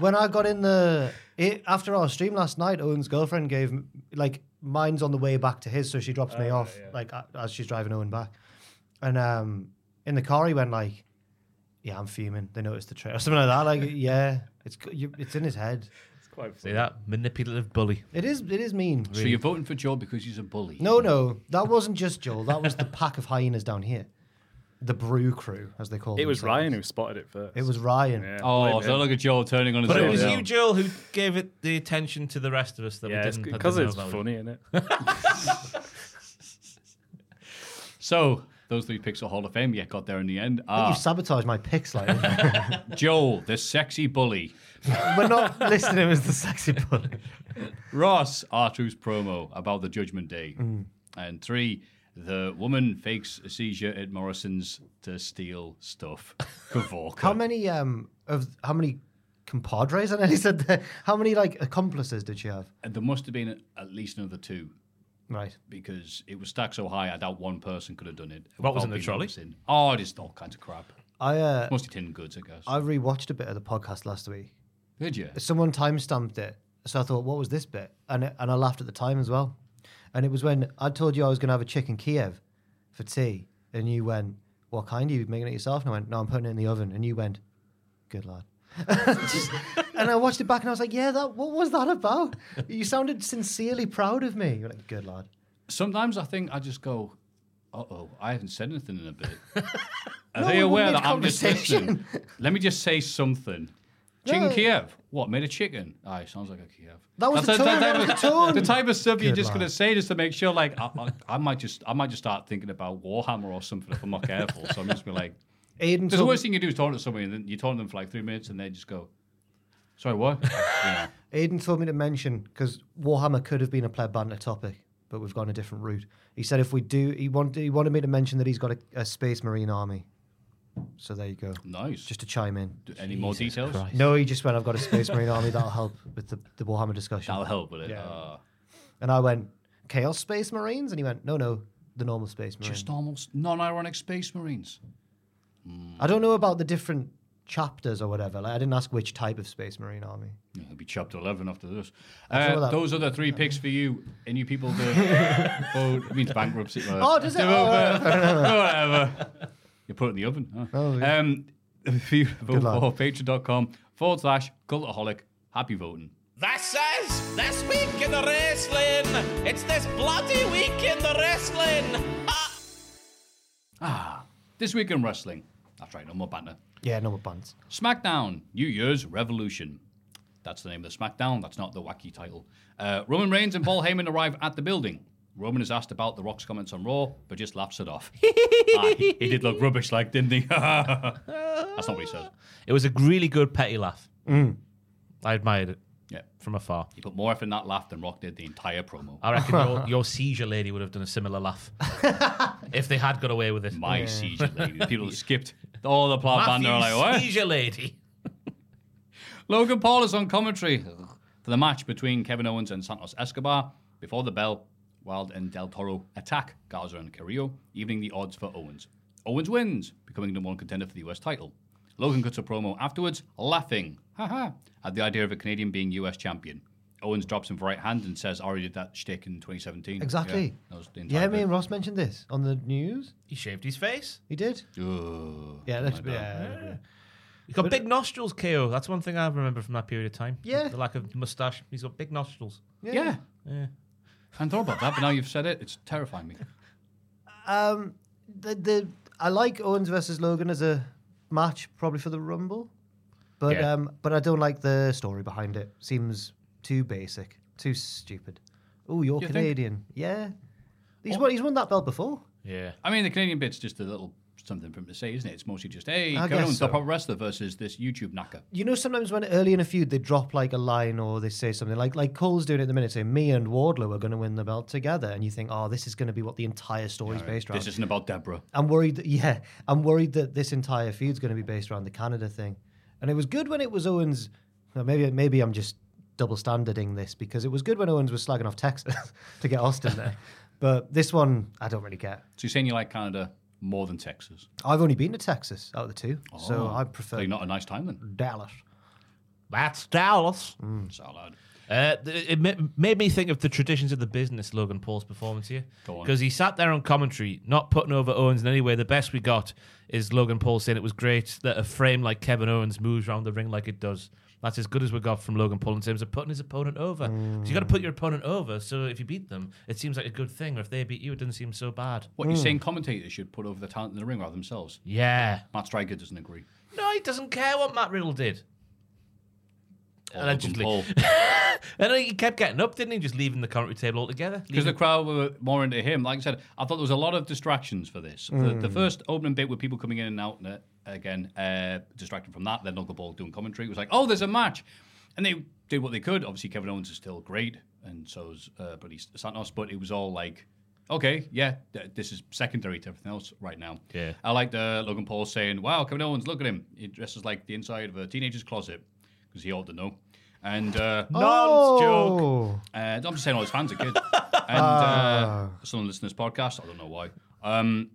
[SPEAKER 4] when I got in the it, after our stream last night, Owen's girlfriend gave m- like mine's on the way back to his, so she drops
[SPEAKER 6] Oh,
[SPEAKER 4] me off like a- as she's driving Owen back, and um in the car he went like, "Yeah, I'm fuming." They noticed the trail or something like that. Like, yeah, it's c- you, it's in his head.
[SPEAKER 6] It's quite
[SPEAKER 5] See that? Manipulative bully.
[SPEAKER 4] It is it is mean.
[SPEAKER 3] so you're voting for Joe because he's a bully.
[SPEAKER 4] No, no, that wasn't just Joel. That was the pack of hyenas down here, the Brew Crew, as they call
[SPEAKER 6] It was
[SPEAKER 4] themselves.
[SPEAKER 6] Ryan who spotted it first.
[SPEAKER 4] It was Ryan.
[SPEAKER 6] Yeah,
[SPEAKER 3] Oh,
[SPEAKER 6] blame
[SPEAKER 3] so
[SPEAKER 6] him.
[SPEAKER 3] look at Joe turning on his
[SPEAKER 5] But it
[SPEAKER 3] own.
[SPEAKER 5] was
[SPEAKER 3] Yeah.
[SPEAKER 5] you, Joel, who gave it the attention to the rest of us that
[SPEAKER 6] yeah,
[SPEAKER 5] we
[SPEAKER 6] it's
[SPEAKER 5] didn't.
[SPEAKER 6] because
[SPEAKER 5] that
[SPEAKER 6] it's
[SPEAKER 5] didn't know about
[SPEAKER 6] funny, isn't it?
[SPEAKER 3] So those three picks of Hall of Fame yet got there in the end.
[SPEAKER 4] You
[SPEAKER 3] Ah,
[SPEAKER 4] sabotaged my picks like that.
[SPEAKER 3] Joel, the sexy bully.
[SPEAKER 4] We're not listing him as the sexy bully.
[SPEAKER 3] Ross, Artu's promo about the Judgment Day. And three, the woman fakes a seizure at Morrison's to steal stuff. Kavorka.
[SPEAKER 4] How many um of how many compadres? And then he said, that- how many like accomplices did she have?
[SPEAKER 3] And there must have been at least another two
[SPEAKER 4] Right.
[SPEAKER 3] because it was stacked so high, I doubt one person could have done it.
[SPEAKER 5] What was
[SPEAKER 3] without
[SPEAKER 5] in the
[SPEAKER 3] being
[SPEAKER 5] trolley?
[SPEAKER 3] Morrison. Oh, just all kinds of crap.
[SPEAKER 4] I uh,
[SPEAKER 3] Mostly tin goods, I guess.
[SPEAKER 4] I rewatched a bit of the podcast last week.
[SPEAKER 3] Did you?
[SPEAKER 4] Someone timestamped it, so I thought, what was this bit? And it, and I laughed at the time as well. And it was when I told you I was going to have a chicken Kiev for tea, and you went, "What kind? Are you making it yourself?" And I went, "No, I'm putting it in the oven." And you went, "Good lad." Just- and I watched it back, and I was like, "Yeah, that. What was that about?" You sounded sincerely proud of me. You're like, "Good lad."
[SPEAKER 3] Sometimes I think I just go, uh oh, I haven't said anything in a bit. Are
[SPEAKER 4] No,
[SPEAKER 3] they
[SPEAKER 4] we
[SPEAKER 3] aware
[SPEAKER 4] need
[SPEAKER 3] that I'm just
[SPEAKER 4] conversation.
[SPEAKER 3] listening? Let me just say something. Chicken
[SPEAKER 4] No.
[SPEAKER 3] Kiev. What, made a chicken? Aye, sounds like a Kiev.
[SPEAKER 4] That was
[SPEAKER 3] That's
[SPEAKER 4] the
[SPEAKER 3] the,
[SPEAKER 4] tone, that
[SPEAKER 3] type
[SPEAKER 4] was
[SPEAKER 3] of-
[SPEAKER 4] the tone.
[SPEAKER 3] the type of stuff you're
[SPEAKER 4] Good
[SPEAKER 3] just going to
[SPEAKER 4] lad.
[SPEAKER 3] say just to make sure, like, I, I, I might just I might just start thinking about Warhammer or something if I'm not careful. So I'm just be like,
[SPEAKER 4] Aiden
[SPEAKER 3] there's the
[SPEAKER 4] told-
[SPEAKER 3] worst thing you do is talk to somebody and then you talk to them for like three minutes and they just go, sorry, what? yeah.
[SPEAKER 4] Aiden told me to mention because Warhammer could have been a pleb banter topic, but we've gone a different route. He said if we do, he wanted he wanted me to mention that he's got a, a space marine army. So there you go.
[SPEAKER 3] Nice.
[SPEAKER 4] Just to chime in.
[SPEAKER 3] Any more details?
[SPEAKER 4] No, he just went. I've got a space marine army that'll help with the, the Warhammer discussion.
[SPEAKER 3] That'll help with it.
[SPEAKER 4] Yeah.
[SPEAKER 3] Ah.
[SPEAKER 4] And I went chaos space marines, and he went no no the normal space marine.
[SPEAKER 3] just normal, s- non-ironic space marines.
[SPEAKER 4] I don't know about the different chapters or whatever. Like I didn't ask which type of space marine army.
[SPEAKER 3] Yeah, It'll be chapter 11 after this.
[SPEAKER 4] saw
[SPEAKER 3] Uh,
[SPEAKER 4] that.
[SPEAKER 3] those are the three picks for you. Any people that vote it means bankruptcy.
[SPEAKER 4] Oh, does it?
[SPEAKER 3] They're
[SPEAKER 4] Oh,
[SPEAKER 3] over. Whatever. You put it in the oven. Huh?
[SPEAKER 4] Oh, yeah.
[SPEAKER 3] um, if you vote
[SPEAKER 4] luck.
[SPEAKER 3] for patreon.com forward slash cultaholic, happy voting.
[SPEAKER 5] That says this week in the wrestling. It's this bloody week in the wrestling. Ah.
[SPEAKER 3] This week in wrestling. That's right, no more banter.
[SPEAKER 4] Yeah, no more buns.
[SPEAKER 3] SmackDown, New Year's Revolution. That's the name of the SmackDown. That's not the wacky title. Uh, Roman Reigns and Paul Heyman arrive at the building. Roman is asked about The Rock's comments on Raw, but just laughs it off. Ah, he, he did look rubbish, like, didn't he? That's not what he says.
[SPEAKER 5] It was a really good petty laugh. I admired it
[SPEAKER 3] Yeah.
[SPEAKER 5] from afar.
[SPEAKER 3] He put more effort in that laugh than Rock did the entire promo.
[SPEAKER 5] I reckon your, your seizure lady would have done a similar laugh if they had got away with it.
[SPEAKER 3] My seizure lady. People skipped all the plot band.
[SPEAKER 5] Matthew
[SPEAKER 3] They're like, what?
[SPEAKER 5] seizure lady.
[SPEAKER 3] Logan Paul is on commentary for the match between Kevin Owens and Santos Escobar. Before the bell, Wild and Del Toro attack Garza and Carrillo, evening the odds for Owens. Owens wins, becoming number one contender for the US title. Logan cuts a promo afterwards, laughing haha, at the idea of a Canadian being US champion. Owens drops him for right hand and says, I already did that shtick in 2017.
[SPEAKER 4] Exactly.
[SPEAKER 3] Yeah, that was the entire
[SPEAKER 4] yeah
[SPEAKER 3] bit.
[SPEAKER 4] me and Ross mentioned this on the news.
[SPEAKER 5] He shaved his face.
[SPEAKER 4] He did.
[SPEAKER 3] Ugh.
[SPEAKER 4] Yeah, that's, yeah,
[SPEAKER 5] He's got big nostrils, KO. That's one thing I remember from that period of time.
[SPEAKER 4] Yeah.
[SPEAKER 5] The lack of mustache. He's got big nostrils.
[SPEAKER 3] Yeah. yeah. I hadn't thought about that, but now you've said it, it's terrifying me.
[SPEAKER 4] Um, the, the I like Owens versus Logan as a match, probably for the Rumble, but
[SPEAKER 5] Yeah.
[SPEAKER 4] um, but I don't like the story behind it. Seems too basic, too stupid. Oh, you're
[SPEAKER 3] You think?
[SPEAKER 4] Canadian, yeah. He's won. He's won that belt before.
[SPEAKER 5] Yeah.
[SPEAKER 3] I mean, the Canadian bit's just a little something for him to say, isn't it? It's mostly just, hey,
[SPEAKER 4] I
[SPEAKER 3] Kevin
[SPEAKER 4] guess
[SPEAKER 3] Owens,
[SPEAKER 4] so.
[SPEAKER 3] the proper wrestler versus this YouTube knacker.
[SPEAKER 4] You know, sometimes when early in a feud they drop like a line or they say something like like Cole's doing it at the minute, saying me and Wardlow are going to win the belt together, and you think, oh, this is going to be what the entire story's based around.
[SPEAKER 3] This isn't about Deborah.
[SPEAKER 4] I'm worried. That, yeah, I'm worried that this entire feud's going to be based around the Canada thing. And it was good when it was Owens. Well, maybe maybe I'm just double standarding this because it was good when Owens was slagging off Texas to get Austin there. But this one, I don't really get.
[SPEAKER 3] So you're saying you like Canada more than Texas?
[SPEAKER 4] I've only been to Texas out of the two, so
[SPEAKER 3] Oh.
[SPEAKER 4] I
[SPEAKER 3] So
[SPEAKER 4] prefer
[SPEAKER 3] you're not a nice time then?
[SPEAKER 4] Dallas.
[SPEAKER 5] That's Dallas.
[SPEAKER 4] Mm.
[SPEAKER 3] Salad.
[SPEAKER 5] Uh, th- it ma- made me think of the traditions of the business, Logan Paul's performance here.
[SPEAKER 3] Go on.
[SPEAKER 5] Because he sat there on commentary, not putting over Owens in any way. The best we got is Logan Paul saying it was great that a frame like Kevin Owens moves around the ring like it does. That's as good as we got from Logan Paul in terms of putting his opponent over. 'Cause you got to put your opponent over, so if you beat them, it seems like a good thing. Or if they beat you, it doesn't seem so bad.
[SPEAKER 3] What,
[SPEAKER 4] Mm.
[SPEAKER 3] you're saying commentators should put over the talent in the ring rather themselves?
[SPEAKER 5] Yeah.
[SPEAKER 3] Matt Striker doesn't agree.
[SPEAKER 5] No, he doesn't care what Matt Riddle did.
[SPEAKER 3] Or
[SPEAKER 5] Allegedly.
[SPEAKER 3] Logan Paul.
[SPEAKER 5] And he kept getting up, didn't he? Just leaving the commentary table altogether.
[SPEAKER 3] Because the crowd were more into him. Like I said, I thought there was a lot of distractions for this. The, the first opening bit with people coming in and out, and, uh, again, uh, distracted from that. Then Uncle Paul doing commentary. It was like, oh, there's a match. And they did what they could. Obviously, Kevin Owens is still great, and so is uh, Buddy Santos. But it was all like, okay, yeah, th- this is secondary to everything else right now.
[SPEAKER 5] Yeah.
[SPEAKER 3] I liked uh, Logan Paul saying, wow, Kevin Owens, look at him. He dresses like the inside of a teenager's closet, because he ought to know. And uh, joke.
[SPEAKER 4] Oh.
[SPEAKER 3] Uh, I'm just saying all his fans are good. and
[SPEAKER 5] Ah.
[SPEAKER 3] uh, someone listening to this podcast, I don't know why. Um,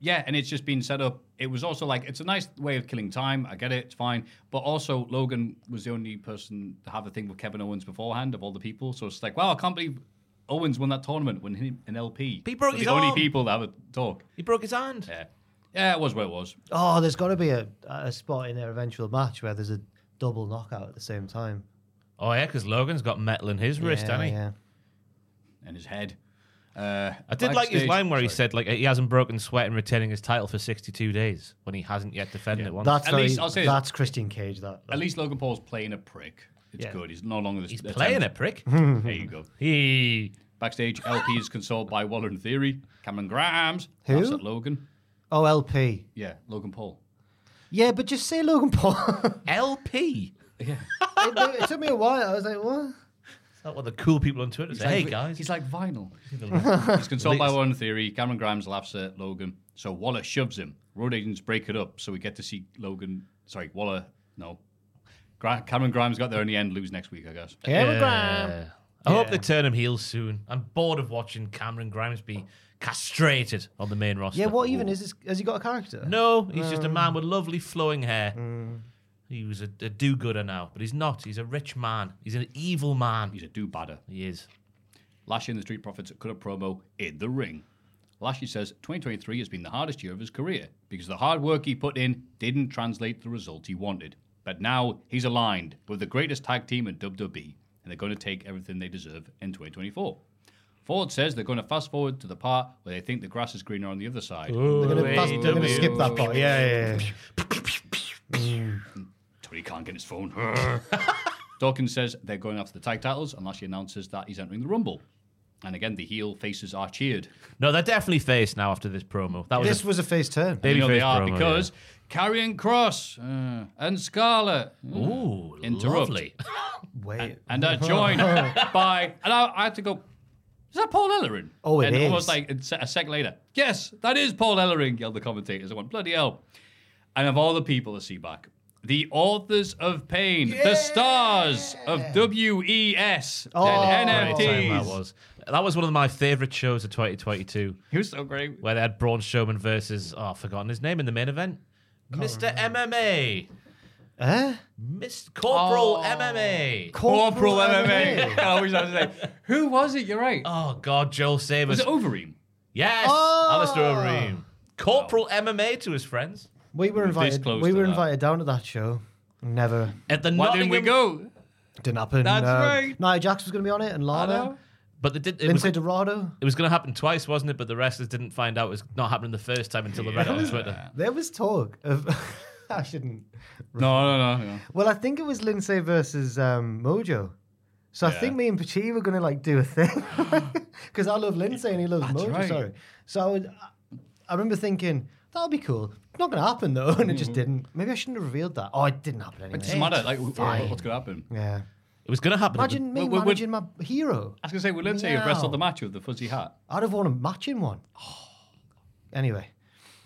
[SPEAKER 3] yeah, and it's just been set up. It was also like, it's a nice way of killing time. I get it, it's fine. But also, Logan was the only person to have a thing with Kevin Owens beforehand of all the people. So it's like, wow, I can't believe Owens won that tournament when he, an LP.
[SPEAKER 5] He broke
[SPEAKER 3] were
[SPEAKER 5] his
[SPEAKER 3] the only
[SPEAKER 5] arm.
[SPEAKER 3] people that have a talk.
[SPEAKER 5] He broke his hand.
[SPEAKER 3] Yeah. Yeah, it was what it was.
[SPEAKER 4] Oh, there's got to be a, a spot in their eventual match where there's a double knockout at the same time.
[SPEAKER 5] Oh, yeah, because Logan's got metal in his wrist,
[SPEAKER 4] yeah,
[SPEAKER 5] hasn't he?
[SPEAKER 4] yeah.
[SPEAKER 3] And his head. Uh,
[SPEAKER 5] I did like his
[SPEAKER 3] backstage-
[SPEAKER 5] line where he
[SPEAKER 3] sorry.
[SPEAKER 5] said, like, he hasn't broken sweat in retaining his title for 62 days when he hasn't yet defended it once.
[SPEAKER 4] That's
[SPEAKER 3] At
[SPEAKER 4] very-
[SPEAKER 3] least I'll say this.
[SPEAKER 4] that's Christian Cage. That,
[SPEAKER 3] At least Logan Paul's playing a prick. It's
[SPEAKER 4] Yeah.
[SPEAKER 3] good. He's no longer this.
[SPEAKER 5] He's playing a prick.
[SPEAKER 3] There you go.
[SPEAKER 5] he.
[SPEAKER 3] Backstage, LP is consoled by Waller and Theory. Cameron Grimes.
[SPEAKER 4] Who?
[SPEAKER 3] That's at Logan.
[SPEAKER 4] oh, LP.
[SPEAKER 3] Yeah, Logan Paul.
[SPEAKER 4] Yeah, but just say Logan Paul.
[SPEAKER 5] LP.
[SPEAKER 4] it, it took me a while. I was like, what?
[SPEAKER 5] Is that what the cool people on Twitter say? Hey, guys.
[SPEAKER 3] He's like vinyl. he's consoled by Waller and Theory. Cameron Grimes laughs at Logan. So Waller shoves him. Road agents break it up. So we get to see Logan. Sorry, Waller. No. Gra- Cameron Grimes got there in the end. Lose next week, I guess.
[SPEAKER 4] Cameron Grimes.
[SPEAKER 5] Yeah. I hope they turn him heel soon. I'm bored of watching Cameron Grimes be castrated on the main roster.
[SPEAKER 4] Yeah, what even is this? Has he got a character?
[SPEAKER 5] No, he's just a man with lovely flowing hair. He was a, a do-gooder now, but he's not. He's a rich man. He's an evil man.
[SPEAKER 3] He's a do-badder.
[SPEAKER 5] He is.
[SPEAKER 3] Lashley and the Street Profits cut a promo in the ring. Lashley says 2023 has been the hardest year of his career because the hard work he put in didn't translate to the result he wanted. But now he's aligned with the greatest tag team in WWE, E, and they're going to take everything they deserve in 2024. Ford says they're going to fast forward to the part where they think the grass is greener on the other side.
[SPEAKER 4] They're gonna, that's- they're gonna skip that part. Yeah, yeah, yeah.
[SPEAKER 3] Tony can't get his phone. Dawkins says they're going after the tag titles, and Lashley announces that he's entering the Rumble. And again, the heel faces are cheered.
[SPEAKER 5] No, they're definitely faced now after this promo. That was
[SPEAKER 4] This
[SPEAKER 5] a
[SPEAKER 4] was a face turn.
[SPEAKER 5] baby
[SPEAKER 3] you know they
[SPEAKER 5] face
[SPEAKER 3] are
[SPEAKER 5] promo,
[SPEAKER 3] because Carrion Cross uh, and Scarlet
[SPEAKER 5] yeah. Ooh,
[SPEAKER 3] interrupt
[SPEAKER 5] lovely.
[SPEAKER 4] Wait.
[SPEAKER 3] and are joined by and I, I had to go. Is that Paul Ellering?
[SPEAKER 4] Oh, it
[SPEAKER 3] and almost
[SPEAKER 4] is.
[SPEAKER 3] like a se- a second later. Yes, that is Paul Ellering. Yelled the commentators. I went bloody hell. And of all the people to see back, the authors of pain, the stars of W E S
[SPEAKER 4] Oh.
[SPEAKER 3] and
[SPEAKER 5] Great time that
[SPEAKER 3] NFTs.
[SPEAKER 5] was. That was one of my favourite shows of 2022,
[SPEAKER 3] He was so great.
[SPEAKER 5] where they had Braun Strowman versus, oh, I've forgotten his name in the main event. Mr. MMA.
[SPEAKER 4] Eh?
[SPEAKER 5] Mr. Corporal
[SPEAKER 3] Oh.
[SPEAKER 5] MMA.
[SPEAKER 3] Corporal MMA. I always have to say, who was it? You're right.
[SPEAKER 5] Oh, God, Joel Sabers.
[SPEAKER 3] was it Overeem?
[SPEAKER 5] Yes,
[SPEAKER 4] Oh.
[SPEAKER 5] Alistair Overeem. Corporal MMA to his friends.
[SPEAKER 4] We were invited.
[SPEAKER 3] close
[SPEAKER 4] We
[SPEAKER 3] to
[SPEAKER 4] were
[SPEAKER 3] that.
[SPEAKER 4] invited down to that show. Never
[SPEAKER 5] At the
[SPEAKER 3] Why
[SPEAKER 5] Nottingham,
[SPEAKER 3] didn't we go?
[SPEAKER 4] didn't happen. Um,
[SPEAKER 3] That's
[SPEAKER 4] no.
[SPEAKER 3] right.
[SPEAKER 4] Nia Jax was going to be on it, and Lana,
[SPEAKER 3] know.
[SPEAKER 5] But they did, it, was,
[SPEAKER 4] Lindsay
[SPEAKER 5] it
[SPEAKER 4] Dorado.
[SPEAKER 5] was going to happen twice, wasn't it? But the wrestlers didn't find out it was not happening the first time until they read it on Twitter.
[SPEAKER 4] There was talk of. I shouldn't.
[SPEAKER 3] No, no, no. no.
[SPEAKER 4] Well, I think it was Lindsay versus um, Mojo. So I
[SPEAKER 3] Yeah.
[SPEAKER 4] think me and Pachi were going to like do a thing because I love Lindsay and he loves Mojo.
[SPEAKER 3] right.
[SPEAKER 4] Sorry. So I, was, I- I remember thinking that'll be cool. It's not going to happen though, and it just didn't. Maybe I shouldn't have revealed that. Oh, it didn't happen anyway.
[SPEAKER 3] Mm. It doesn't matter. Like, wh-
[SPEAKER 4] fine.
[SPEAKER 3] what's going to happen?
[SPEAKER 4] Yeah.
[SPEAKER 5] It was going to happen.
[SPEAKER 4] Imagine me
[SPEAKER 3] Would- would-
[SPEAKER 4] managing my hero.
[SPEAKER 3] I was going to say, well, let's say you've
[SPEAKER 4] No.
[SPEAKER 3] wrestled the match with the fuzzy hat.
[SPEAKER 4] I'd have worn a matching one. Anyway,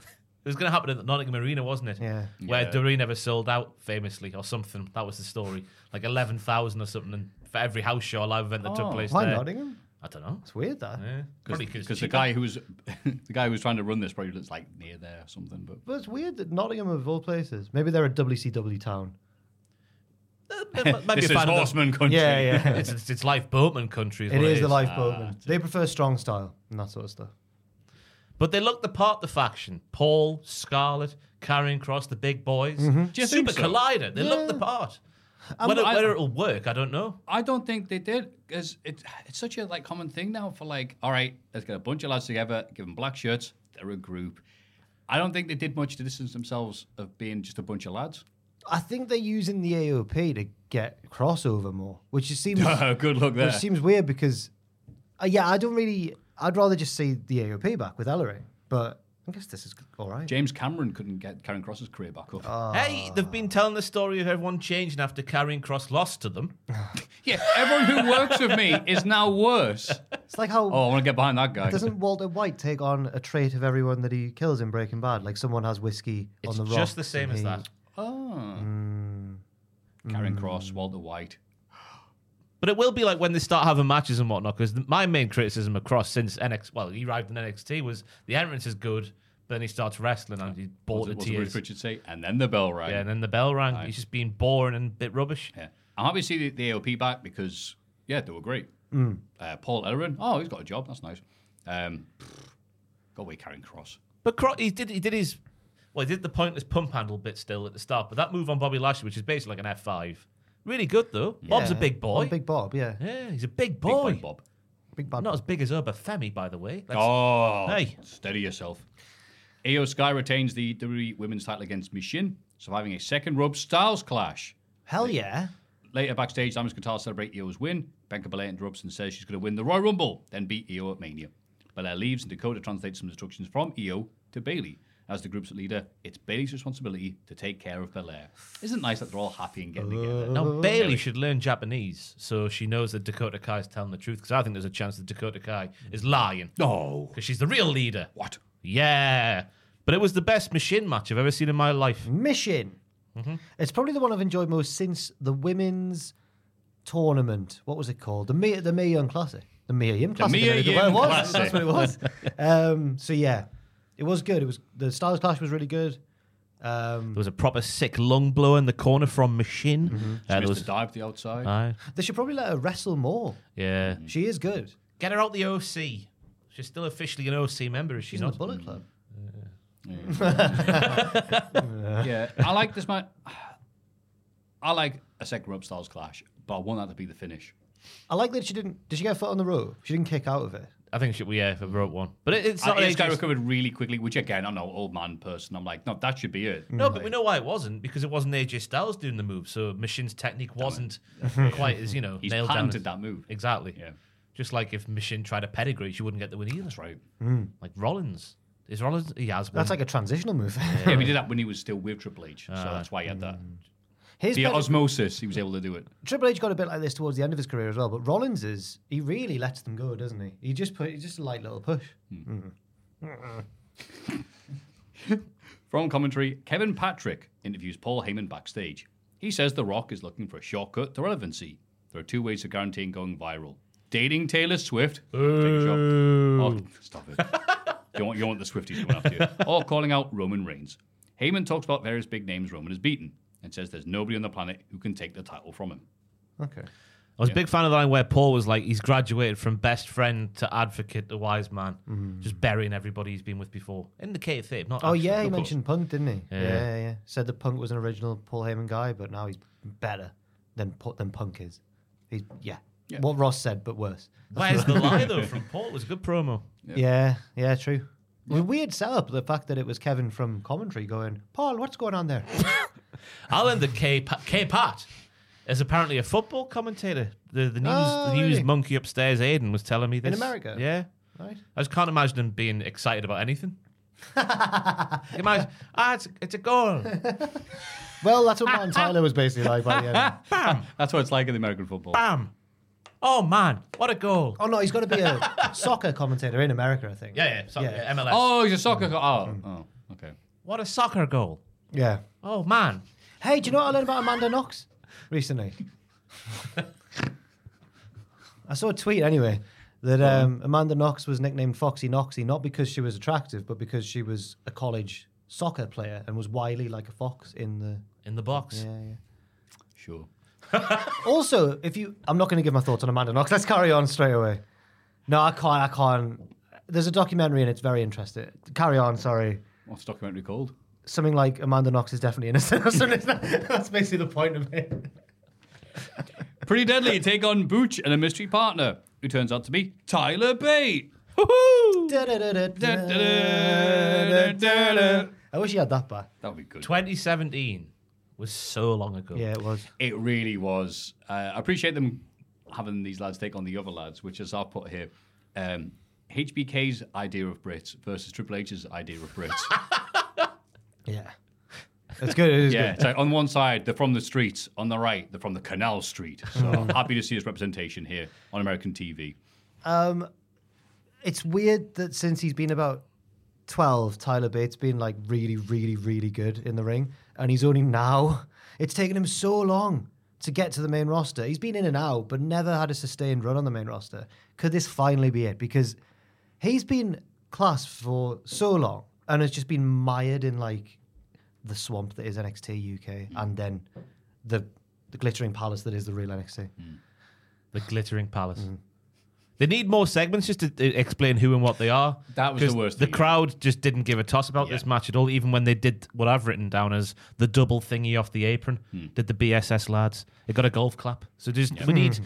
[SPEAKER 5] It was going to happen at the Nottingham Arena, wasn't it?
[SPEAKER 4] Yeah.
[SPEAKER 5] Where Doreen ever sold out famously or something. That was the story. Like 11,000 or something and for every house show or live event that took place
[SPEAKER 4] Oh, why
[SPEAKER 5] there.
[SPEAKER 4] Nottingham?
[SPEAKER 5] I don't know.
[SPEAKER 4] It's weird that.
[SPEAKER 3] Because the guy who was the guy who was trying to run this probably looks like near there or something. But
[SPEAKER 4] But it's weird that Nottingham of all places. Maybe they're a WCW town.
[SPEAKER 5] Maybe
[SPEAKER 3] this is horseman country.
[SPEAKER 4] yeah.
[SPEAKER 5] It's, it's, it's life boatman country. Is
[SPEAKER 4] it
[SPEAKER 5] what
[SPEAKER 4] is the lifeboat.
[SPEAKER 3] Ah,
[SPEAKER 4] they prefer strong style and that sort of stuff.
[SPEAKER 5] But they looked the part, the faction. Paul, Scarlett, Carrying Cross, the big boys.
[SPEAKER 4] Mm-hmm.
[SPEAKER 3] Do you
[SPEAKER 5] Super
[SPEAKER 3] think so?
[SPEAKER 5] Collider. They looked the part. whether,
[SPEAKER 3] I-
[SPEAKER 5] whether it'll work, I don't know.
[SPEAKER 3] I don't think they did because it, it's such a like common thing now for like, all right, let's get a bunch of lads together, give them black shirts, they're a group. I don't think they did much to distance themselves of being just a bunch of lads.
[SPEAKER 4] I think they're using the AOP to get crossover more, which just seems
[SPEAKER 3] Ah, Good luck there.
[SPEAKER 4] which seems weird because, uh, yeah, I don't really. I'd rather just see the AOP back with Ellery, but I guess this is all right.
[SPEAKER 3] James Cameron couldn't get Karen Cross's career back up.
[SPEAKER 4] Ah.
[SPEAKER 5] Hey, they've been telling the story of everyone changing after Carrying Cross lost to them.
[SPEAKER 3] yeah, everyone who works with me is now worse.
[SPEAKER 4] It's like how
[SPEAKER 3] Oh, I want to get behind that guy.
[SPEAKER 4] Doesn't Walter White take on a trait of everyone that he kills in Breaking Bad? Like someone has whiskey
[SPEAKER 5] It's
[SPEAKER 4] on the rocks
[SPEAKER 5] just the same
[SPEAKER 4] and
[SPEAKER 5] as
[SPEAKER 4] he-
[SPEAKER 5] that.
[SPEAKER 3] Oh.
[SPEAKER 5] Hmm.
[SPEAKER 3] Karen Cross, Walter White.
[SPEAKER 5] But it will be like when they start having matches and whatnot. Because my main criticism across since NXT, well, he arrived in NXT was the entrance is good, but then he starts wrestling and he's bored
[SPEAKER 3] What
[SPEAKER 5] to
[SPEAKER 3] did
[SPEAKER 5] tears.
[SPEAKER 3] Bruce Pritchard say? eh? And then the bell rang.
[SPEAKER 5] Yeah, and then the bell rang. He's just being boring and a bit rubbish.
[SPEAKER 3] Yeah. I'm happy to see the, the AOP back because, yeah, they were great.
[SPEAKER 5] Hmm.
[SPEAKER 3] Uh, Paul Ellerin, oh, he's got a job. That's nice. Um, got away Karen Cross.
[SPEAKER 5] But Cro- he did he did his well, he did the pointless pump handle bit still at the start. But that move on Bobby Lashley, which is basically like an F five, really good though. Bob's a
[SPEAKER 4] Yeah.
[SPEAKER 5] big boy.
[SPEAKER 4] Oh, big Bob, yeah.
[SPEAKER 5] yeah, he's a big
[SPEAKER 3] Big
[SPEAKER 5] boy.
[SPEAKER 3] Big Bob.
[SPEAKER 4] Big Bob.
[SPEAKER 5] Not as big as Urba Femi, by the way. That's-
[SPEAKER 3] Oh,
[SPEAKER 5] Hey.
[SPEAKER 3] steady yourself. AO Sky retains the WWE Women's title against Mishin, surviving a second rope Styles clash.
[SPEAKER 4] Hell yeah.
[SPEAKER 3] Later backstage, Diamond Qatar celebrate EO's win. Bianca Belair interrupts and says she's going to win the Royal Rumble, then beat EO at Mania. Belair leaves and Dakota translates some instructions from EO to Bailey. As the group's leader, it's Bailey's responsibility to take care of Belair. Isn't it nice that they're all happy and getting together?
[SPEAKER 5] Now Bailey should learn Japanese so she knows that Dakota Kai is telling the truth. Because I think there's a chance that Dakota Kai is lying
[SPEAKER 3] No.
[SPEAKER 5] because she's the real leader.
[SPEAKER 3] What?
[SPEAKER 5] Yeah, but it was the best machine match I've ever seen in my life.
[SPEAKER 4] Mission. It's probably the one I've enjoyed most since the women's tournament. What was it called? The Mia, the Mae Young Classic. The Mia Yim Classic.
[SPEAKER 3] Mae
[SPEAKER 4] There we go.
[SPEAKER 3] Yim
[SPEAKER 4] It was.
[SPEAKER 3] Classic.
[SPEAKER 4] That's what it was. um, so yeah, it was good. It was the Styles Clash was really good.
[SPEAKER 5] There
[SPEAKER 3] Mm.
[SPEAKER 5] was a proper sick lung blow in the corner from Machine. Uh, there
[SPEAKER 3] Mm-hmm. Missed
[SPEAKER 5] was- Uh.
[SPEAKER 3] a dive to the outside.
[SPEAKER 5] Aye.
[SPEAKER 4] They should probably let her wrestle more.
[SPEAKER 5] yeah.
[SPEAKER 3] Mm.
[SPEAKER 4] She is good.
[SPEAKER 5] Get her out the OC. She's still officially an OC member, is she
[SPEAKER 4] She's in
[SPEAKER 5] not?
[SPEAKER 4] the Bullet Club.
[SPEAKER 3] yeah, I like this match. I like a second rope Styles clash, but I want that to be the finish.
[SPEAKER 4] I like that she didn't. Did she get a foot on the rope? She didn't kick out of it.
[SPEAKER 5] I think she, yeah, if I wrote one. But it, it's
[SPEAKER 3] So
[SPEAKER 5] not.
[SPEAKER 3] AO
[SPEAKER 5] like
[SPEAKER 3] Sky
[SPEAKER 5] it's-
[SPEAKER 3] Uh, recovered really quickly, which again, I'm an old man person. I'm like, no, that should be it.
[SPEAKER 5] no, but we know why it wasn't because it wasn't AJ Styles doing the move, so Machine's technique wasn't quite as you know
[SPEAKER 3] He's
[SPEAKER 5] nailed down.
[SPEAKER 3] patented
[SPEAKER 5] as-
[SPEAKER 3] that move.
[SPEAKER 5] Exactly.
[SPEAKER 3] Yeah.
[SPEAKER 5] Just like if Machine tried a pedigree, she wouldn't get the win either.
[SPEAKER 3] That's right.
[SPEAKER 5] Like Rollins. Is Rollins? He has one.
[SPEAKER 4] That's like a transitional move.
[SPEAKER 3] Yeah, we did that when he was still with Triple H, so that's why he had that.
[SPEAKER 4] His
[SPEAKER 3] Via
[SPEAKER 4] pedi-
[SPEAKER 3] osmosis, he was able to do it.
[SPEAKER 4] Triple H got a bit like this towards the end of his career as well, but Rollins is he really lets them go, doesn't he? He just put he's just a light little push.
[SPEAKER 3] From commentary, Kevin Patrick interviews Paul Heyman backstage. He says The Rock is looking for a shortcut to relevancy. There are two ways of guaranteeing going viral dating Taylor Swift. Take a shot. Oh, stop it. you, want, you want the Swifties coming after you. Or calling out Roman Reigns. Heyman talks about various big names Roman has beaten and says there's nobody on the planet who can take the title from him.
[SPEAKER 4] Okay.
[SPEAKER 5] I was a big fan of the line where Paul was like, he's graduated from best friend to advocate to wise man, just burying everybody he's been with before. In the kayfabe, not
[SPEAKER 4] Mm-hmm. Oh
[SPEAKER 5] actually,
[SPEAKER 4] yeah,
[SPEAKER 5] of
[SPEAKER 4] he
[SPEAKER 5] course.
[SPEAKER 4] mentioned Punk, didn't he?
[SPEAKER 5] Yeah.
[SPEAKER 4] Yeah. yeah, yeah. Said that Punk was an original Paul Heyman guy, but now he's better than Pu- than Punk is. He's yeah.
[SPEAKER 3] Yeah.
[SPEAKER 4] What Ross said, but worse.
[SPEAKER 5] Where's the lie though from Paul? It was a good promo.
[SPEAKER 4] Yeah, yeah, true. Well, Weird setup. The fact that it was Kevin from commentary going, Paul, what's going on there?
[SPEAKER 5] I learned that K K Pat is apparently a football commentator. The the news
[SPEAKER 4] Oh,
[SPEAKER 5] the news
[SPEAKER 4] really?
[SPEAKER 5] monkey upstairs, Aiden, was telling me this
[SPEAKER 4] America?
[SPEAKER 5] Yeah,
[SPEAKER 4] right.
[SPEAKER 5] I just can't imagine him being excited about anything. You imagine, ah, it's, it's a goal.
[SPEAKER 4] Well, that's what Martin Tyler was basically like by the end.
[SPEAKER 3] That's what it's like in the American football.
[SPEAKER 5] Bam! Oh man, what a goal!
[SPEAKER 4] Oh no, he's got to be a soccer commentator in America, I think.
[SPEAKER 5] Yeah, yeah, sorry,
[SPEAKER 4] Yeah.
[SPEAKER 5] MLS.
[SPEAKER 3] Oh, he's a soccer. co- Oh, oh, okay.
[SPEAKER 5] what a soccer goal!
[SPEAKER 4] Yeah.
[SPEAKER 5] Oh man,
[SPEAKER 4] Hey, do you know what I learned about Amanda Knox recently? I saw a tweet anyway that um, Amanda Knox was nicknamed Foxy Knoxy not because she was attractive, but because she was a college soccer player and was wily like a fox in the.
[SPEAKER 5] in the box.
[SPEAKER 4] Yeah, yeah.
[SPEAKER 3] Sure.
[SPEAKER 4] Also, if you, I'm not going to give my thoughts on Amanda Knox. Let's carry on straight away. No, I can't. I can't. There's a documentary and it's very interesting. Carry on. Sorry.
[SPEAKER 3] What's the documentary called?
[SPEAKER 4] Something like Amanda Knox is definitely innocent. or something. That's basically the point of it.
[SPEAKER 3] Pretty Deadly take on Booch and a mystery partner who turns out to be Tyler Bate.
[SPEAKER 4] I wish you had that back.
[SPEAKER 3] That would be good.
[SPEAKER 5] 2017 was so long ago.
[SPEAKER 4] Yeah, it was.
[SPEAKER 3] It really was. Uh, I appreciate them having these lads take on the other lads, which is I've put here. Um, HBK's idea of Brits versus Triple H's idea of Brits.
[SPEAKER 4] Yeah. It's good. It is
[SPEAKER 3] yeah,
[SPEAKER 4] good.
[SPEAKER 3] so on one side they're from the streets, on the right they're from the Canal Street. So happy to see this representation here on American TV.
[SPEAKER 4] It's weird that since he's been about 12, Tyler Bates been like really, really, really good in the ring. And he's only now. It's taken him so long to get to the main roster. He's been in and out, but never had a sustained run on the main roster. Could this finally be it? Because he's been class for so long and has just been mired in like the swamp that is NXT UK and then the the glittering palace that is the real NXT.
[SPEAKER 3] Hmm.
[SPEAKER 5] The Glittering Palace. They need more segments just to uh, explain who and what they are.
[SPEAKER 3] That was the
[SPEAKER 5] 'Cause
[SPEAKER 3] worst
[SPEAKER 5] The
[SPEAKER 3] thing.
[SPEAKER 5] crowd just didn't give a toss about this
[SPEAKER 3] Yeah.
[SPEAKER 5] match at all, even when they did what I've written down as the double thingy off the apron.
[SPEAKER 3] Hmm.
[SPEAKER 5] Did the BSS lads? It got a golf clap. So just we need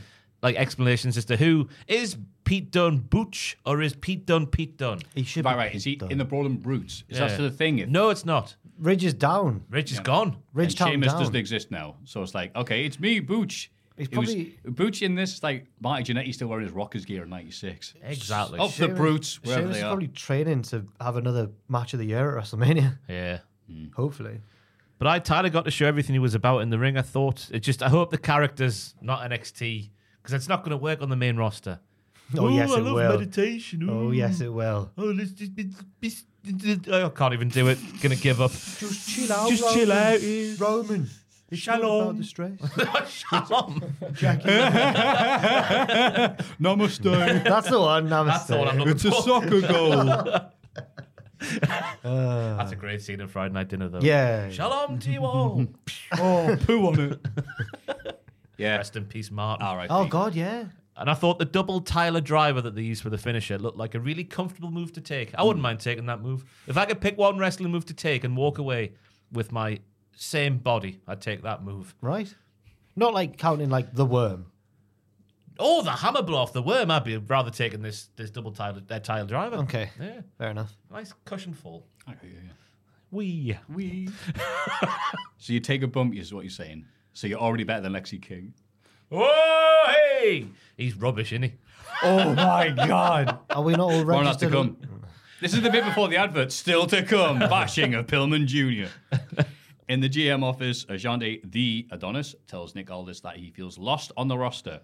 [SPEAKER 5] like explanations as to who is Pete Dunne Booch or is Pete Dunne Pete Dunne?
[SPEAKER 4] He should
[SPEAKER 3] Right,
[SPEAKER 4] be
[SPEAKER 3] right. Is he
[SPEAKER 4] done.
[SPEAKER 3] in the Brawl and Brutes? Is that
[SPEAKER 5] Yeah.
[SPEAKER 3] sort of thing? If-
[SPEAKER 5] No, it's not.
[SPEAKER 4] Ridge is down.
[SPEAKER 5] Rich is gone.
[SPEAKER 4] Ridge
[SPEAKER 3] and
[SPEAKER 4] Town
[SPEAKER 3] Sheamus doesn't
[SPEAKER 4] down.
[SPEAKER 3] exist now. So it's like, okay, it's me, Booch.
[SPEAKER 4] He's
[SPEAKER 3] It was-
[SPEAKER 4] probably-
[SPEAKER 3] Booch in this, like, Marty Jannetty still wearing his Rockers gear in 96.
[SPEAKER 5] Exactly.
[SPEAKER 3] Of the Brutes, wherever
[SPEAKER 4] Sheamus
[SPEAKER 3] they
[SPEAKER 4] is
[SPEAKER 3] are.
[SPEAKER 4] probably training to have another match of the year at WrestleMania.
[SPEAKER 5] Yeah.
[SPEAKER 4] Hopefully.
[SPEAKER 5] But I Tyler got to show everything he was about in the ring. I thought it just. I hope the character's not NXT because it's not going to work on the main roster.
[SPEAKER 4] Oh, yes,
[SPEAKER 5] I
[SPEAKER 4] it
[SPEAKER 5] love
[SPEAKER 4] will.
[SPEAKER 5] meditation.
[SPEAKER 4] Oh
[SPEAKER 5] Ooh.
[SPEAKER 4] yes, it will.
[SPEAKER 5] Oh, let's just, it's- it's- it's- I can't even do it. Gonna give up.
[SPEAKER 4] Just chill out.
[SPEAKER 5] Just chill Roman. out, yeah.
[SPEAKER 4] Roman. It's
[SPEAKER 5] not Shalom. about the
[SPEAKER 4] stress.
[SPEAKER 5] Shalom.
[SPEAKER 3] Namaste.
[SPEAKER 4] That's the one. Namaste.
[SPEAKER 5] That's the one I'm looking for.
[SPEAKER 3] soccer goal.
[SPEAKER 5] That's a great scene in Friday Night Dinner, though.
[SPEAKER 4] Yeah.
[SPEAKER 5] Shalom to you all.
[SPEAKER 3] oh, poo on it. Yeah.
[SPEAKER 5] Rest in peace, Martin.
[SPEAKER 3] All right.
[SPEAKER 4] Oh God, yeah.
[SPEAKER 5] And I thought the double Tyler driver that they used for the finisher looked like a really comfortable move to take. I
[SPEAKER 4] Hmm.
[SPEAKER 5] wouldn't mind taking that move. If I could pick one wrestling move to take and walk away with my same body, I'd take that move.
[SPEAKER 4] Right. Not like counting like the worm.
[SPEAKER 5] Oh, the hammer blow off the worm. I'd be rather taking this this double Tyler, uh, Tyler driver.
[SPEAKER 4] Okay.
[SPEAKER 5] Yeah.
[SPEAKER 4] Fair enough.
[SPEAKER 5] Nice cushion fall.
[SPEAKER 3] Yeah, yeah.
[SPEAKER 5] Wee.
[SPEAKER 3] We. so you take a bump, is what you're saying. So you're already better than Lexi King.
[SPEAKER 5] Oh, hey! He's rubbish, isn't he?
[SPEAKER 3] Oh, my God.
[SPEAKER 4] Are we not all
[SPEAKER 3] More not to
[SPEAKER 4] registered?
[SPEAKER 3] come. This is the bit before the advert. Still to come. Bashing of Pillman Jr. In the GM office, Ajande the Adonis tells Nick Aldis that he feels lost on the roster,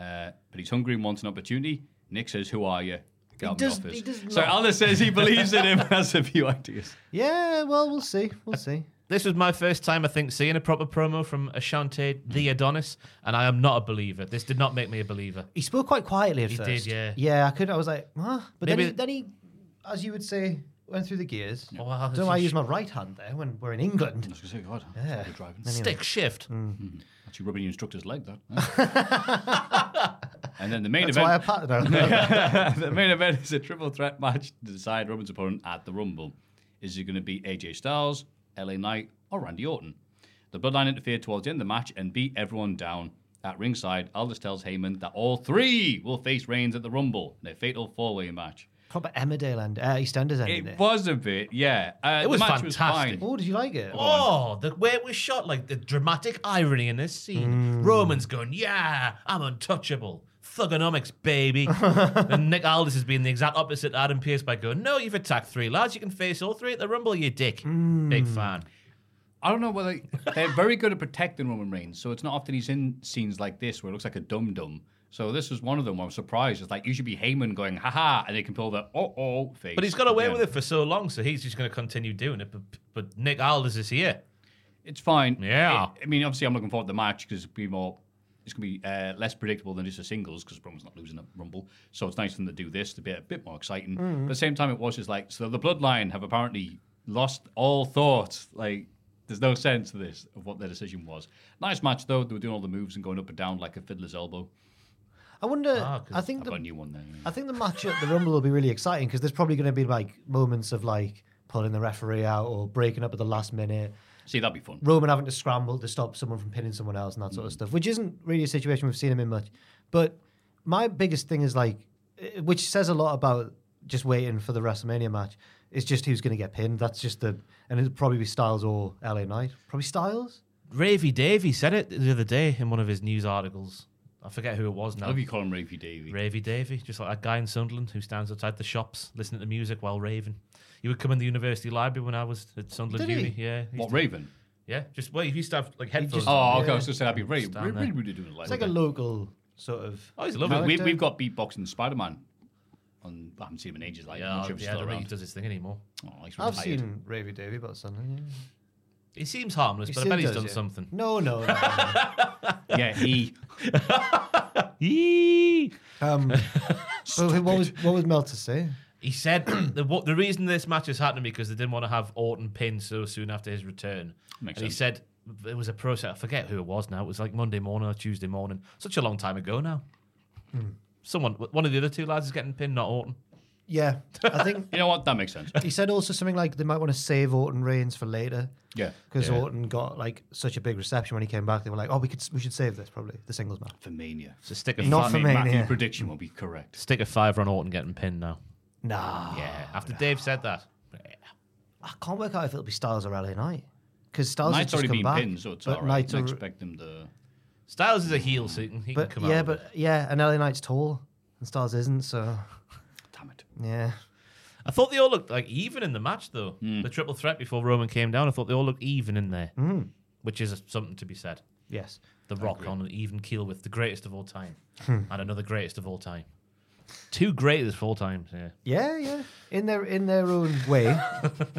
[SPEAKER 3] uh, but he's hungry and wants an opportunity. Nick says, "Who are you?" Get out of the
[SPEAKER 4] does-
[SPEAKER 3] office.
[SPEAKER 4] he does
[SPEAKER 3] so
[SPEAKER 4] not.
[SPEAKER 3] Aldis says he believes in him and has a few ideas.
[SPEAKER 4] Yeah. Well, we'll see. We'll see.
[SPEAKER 5] This was my first time, I think, seeing a proper promo from Ashante the Adonis, and I am not a believer. This did not make me a believer.
[SPEAKER 4] He spoke quite quietly at
[SPEAKER 5] He did,
[SPEAKER 4] first.
[SPEAKER 5] yeah.
[SPEAKER 4] Yeah, I could. I was like, huh? But
[SPEAKER 5] Maybe-
[SPEAKER 4] then, he, then he, as you would say, went through the gears.
[SPEAKER 5] Oh, wow,
[SPEAKER 4] Don't
[SPEAKER 5] this
[SPEAKER 4] know why I
[SPEAKER 5] is-
[SPEAKER 4] use my right hand there when we're in England.
[SPEAKER 3] Say, God,
[SPEAKER 4] Yeah.
[SPEAKER 3] you're driving.
[SPEAKER 4] Anyway.
[SPEAKER 5] Stick shift.
[SPEAKER 3] Actually, rubbing your instructor's leg, that. and then the main
[SPEAKER 4] That's
[SPEAKER 3] event.
[SPEAKER 4] why I patted her.
[SPEAKER 3] the main event is a triple threat match to decide Roman's opponent at the Rumble. Is it going to be AJ Styles, LA Knight, or Randy Orton? The Bloodline interfered towards the end of the match and beat everyone down. At ringside, Aldous tells Heyman that all three will face Reigns at the Rumble in a fatal four-way match.
[SPEAKER 4] Proper Emmerdale end, uh, EastEnders end.
[SPEAKER 3] It
[SPEAKER 4] isn't it?
[SPEAKER 3] was a bit, yeah. Uh,
[SPEAKER 5] It was
[SPEAKER 3] the match was
[SPEAKER 5] fantastic.
[SPEAKER 3] fine.
[SPEAKER 4] Oh, did you like it?
[SPEAKER 5] Oh, the way it was shot, like the dramatic irony in this scene. Roman's going, yeah, I'm untouchable. Thugonomics, baby. and Nick Aldis has been the exact opposite to Adam Pearce by going, no, you've attacked three lads. You can face all three at the Rumble, you dick. Big fan.
[SPEAKER 3] I don't know whether they're very good at protecting Roman Reigns, so it's not often he's in scenes like this where it looks like a dum dum. So this was one of them. where I'm surprised. It's like you should be Heyman going ha ha, and they can pull the oh oh face.
[SPEAKER 5] But he's got away
[SPEAKER 3] again.
[SPEAKER 5] with it for so long, so he's just going to continue doing it. But, but Nick Aldis is here.
[SPEAKER 3] It's fine.
[SPEAKER 5] Yeah.
[SPEAKER 3] I- I mean, obviously, I'm looking forward to the match because it'll be more. It's gonna be uh, less predictable than just a singles because Roman's not losing a rumble, so it's nice for them to do this to be a bit more exciting.
[SPEAKER 4] Mm-hmm.
[SPEAKER 3] But at the same time, it was just like so the bloodline have apparently lost all thought. Like there's no sense to this of what their decision was. Nice match though. They were doing all the moves and going up and down like a fiddler's elbow.
[SPEAKER 4] I wonder.
[SPEAKER 5] Ah, 'cause
[SPEAKER 4] I think
[SPEAKER 3] I've got a
[SPEAKER 4] the,
[SPEAKER 3] new one there.
[SPEAKER 4] I think the match at the Rumble will be really exciting because there's probably going to be like moments of like pulling the referee out or breaking up at the last minute.
[SPEAKER 3] See, that'd be fun.
[SPEAKER 4] Roman having to scramble to stop someone from pinning someone else and that
[SPEAKER 5] Mm.
[SPEAKER 4] sort of stuff, which isn't really a situation we've seen him in much. But my biggest thing is like, eh, which says a lot about just waiting for the WrestleMania match. It's just who's going to get pinned. That's just the, and it'll probably be Styles or LA Knight. Probably Styles.
[SPEAKER 5] Ravy Davey said it the other day in one of his news articles. I forget who it was
[SPEAKER 3] I
[SPEAKER 5] now.
[SPEAKER 3] love you, call him Ravey Davey.
[SPEAKER 5] Ravy Davy, just like that guy in Sunderland who stands outside the shops listening to music while raving. He would come in the university library when I was at Sunderland
[SPEAKER 4] Did he?
[SPEAKER 5] Uni. Yeah, he
[SPEAKER 3] what
[SPEAKER 5] used to-
[SPEAKER 3] Raven?
[SPEAKER 5] Yeah, just well, he used to have like headphones.
[SPEAKER 4] just-
[SPEAKER 5] on.
[SPEAKER 3] Oh, okay. I
[SPEAKER 4] Yeah.
[SPEAKER 3] was gonna say that'd be Raven.
[SPEAKER 5] Stand there.
[SPEAKER 3] Really, really doing it like
[SPEAKER 4] It's like a local sort of.
[SPEAKER 5] oh, he's
[SPEAKER 3] We,
[SPEAKER 5] lovely.
[SPEAKER 3] we,
[SPEAKER 4] character.
[SPEAKER 3] we've got beatboxing Spider Man. On I haven't seen him in ages. Like, I'm
[SPEAKER 5] Yeah,
[SPEAKER 3] not sure if he's
[SPEAKER 5] yeah, I
[SPEAKER 3] still
[SPEAKER 5] don't think he
[SPEAKER 3] around.
[SPEAKER 5] does his thing anymore.
[SPEAKER 3] Oh, he's
[SPEAKER 4] I've
[SPEAKER 3] retired.
[SPEAKER 4] seen Ravy Davy about something. Yeah.
[SPEAKER 5] He seems harmless,
[SPEAKER 4] He
[SPEAKER 5] but I
[SPEAKER 4] still
[SPEAKER 5] bet he's
[SPEAKER 4] does,
[SPEAKER 5] done
[SPEAKER 4] yeah.
[SPEAKER 5] something.
[SPEAKER 4] No, no. no, no.
[SPEAKER 3] Yeah, he.
[SPEAKER 5] Eee!
[SPEAKER 4] Um, but what was what was Mel to say?
[SPEAKER 5] He said the what, the reason this match is happening because they didn't want to have Orton pinned so soon after his return.
[SPEAKER 3] Makes
[SPEAKER 5] and he
[SPEAKER 3] sense.
[SPEAKER 5] said it was a process. I forget who it was now. It was like Monday morning or Tuesday morning. Such a long time ago now.
[SPEAKER 3] Hmm.
[SPEAKER 5] Someone, one of the other two lads is getting pinned, not Orton.
[SPEAKER 4] Yeah, I think
[SPEAKER 3] You know what? That makes sense.
[SPEAKER 4] he said also something like they might want to save Orton Reigns for later
[SPEAKER 3] Yeah.
[SPEAKER 4] because Orton got like such a big reception when he came back. They were like, oh, we could we should save this probably the singles match.
[SPEAKER 3] For mania.
[SPEAKER 5] So stick a
[SPEAKER 4] Not
[SPEAKER 5] fi-
[SPEAKER 4] for
[SPEAKER 3] Matthew-
[SPEAKER 4] me,
[SPEAKER 3] Matthew's
[SPEAKER 4] yeah.
[SPEAKER 3] prediction will be correct.
[SPEAKER 5] stick a fiver on Orton getting pinned now.
[SPEAKER 4] Nah,
[SPEAKER 5] Yeah, after Dave said that.
[SPEAKER 4] I can't work out if it'll be Styles or LA Knight because Styles
[SPEAKER 3] Knight's
[SPEAKER 4] has just
[SPEAKER 3] already
[SPEAKER 4] come
[SPEAKER 3] been
[SPEAKER 4] back.
[SPEAKER 3] pinned, so it's
[SPEAKER 4] but
[SPEAKER 3] all right.
[SPEAKER 4] Knight's
[SPEAKER 3] I
[SPEAKER 4] al-
[SPEAKER 3] expect him to.
[SPEAKER 5] Styles is a heel, so he can, he
[SPEAKER 4] but
[SPEAKER 5] can come
[SPEAKER 4] yeah,
[SPEAKER 5] out. with
[SPEAKER 4] but yeah, and LA Knight's tall and Styles isn't, so
[SPEAKER 3] Damn it.
[SPEAKER 4] yeah.
[SPEAKER 5] it. I thought they all looked like even in the match though. The triple threat before Roman came down, I thought they all looked even in there,
[SPEAKER 4] Hmm.
[SPEAKER 5] which is something to be said.
[SPEAKER 4] Yes.
[SPEAKER 5] The Rock on an even keel with the greatest of all time,
[SPEAKER 4] Hmm.
[SPEAKER 5] and another greatest of all time. Two greatest of all time. Yeah.
[SPEAKER 4] Yeah, yeah. In their in their own way.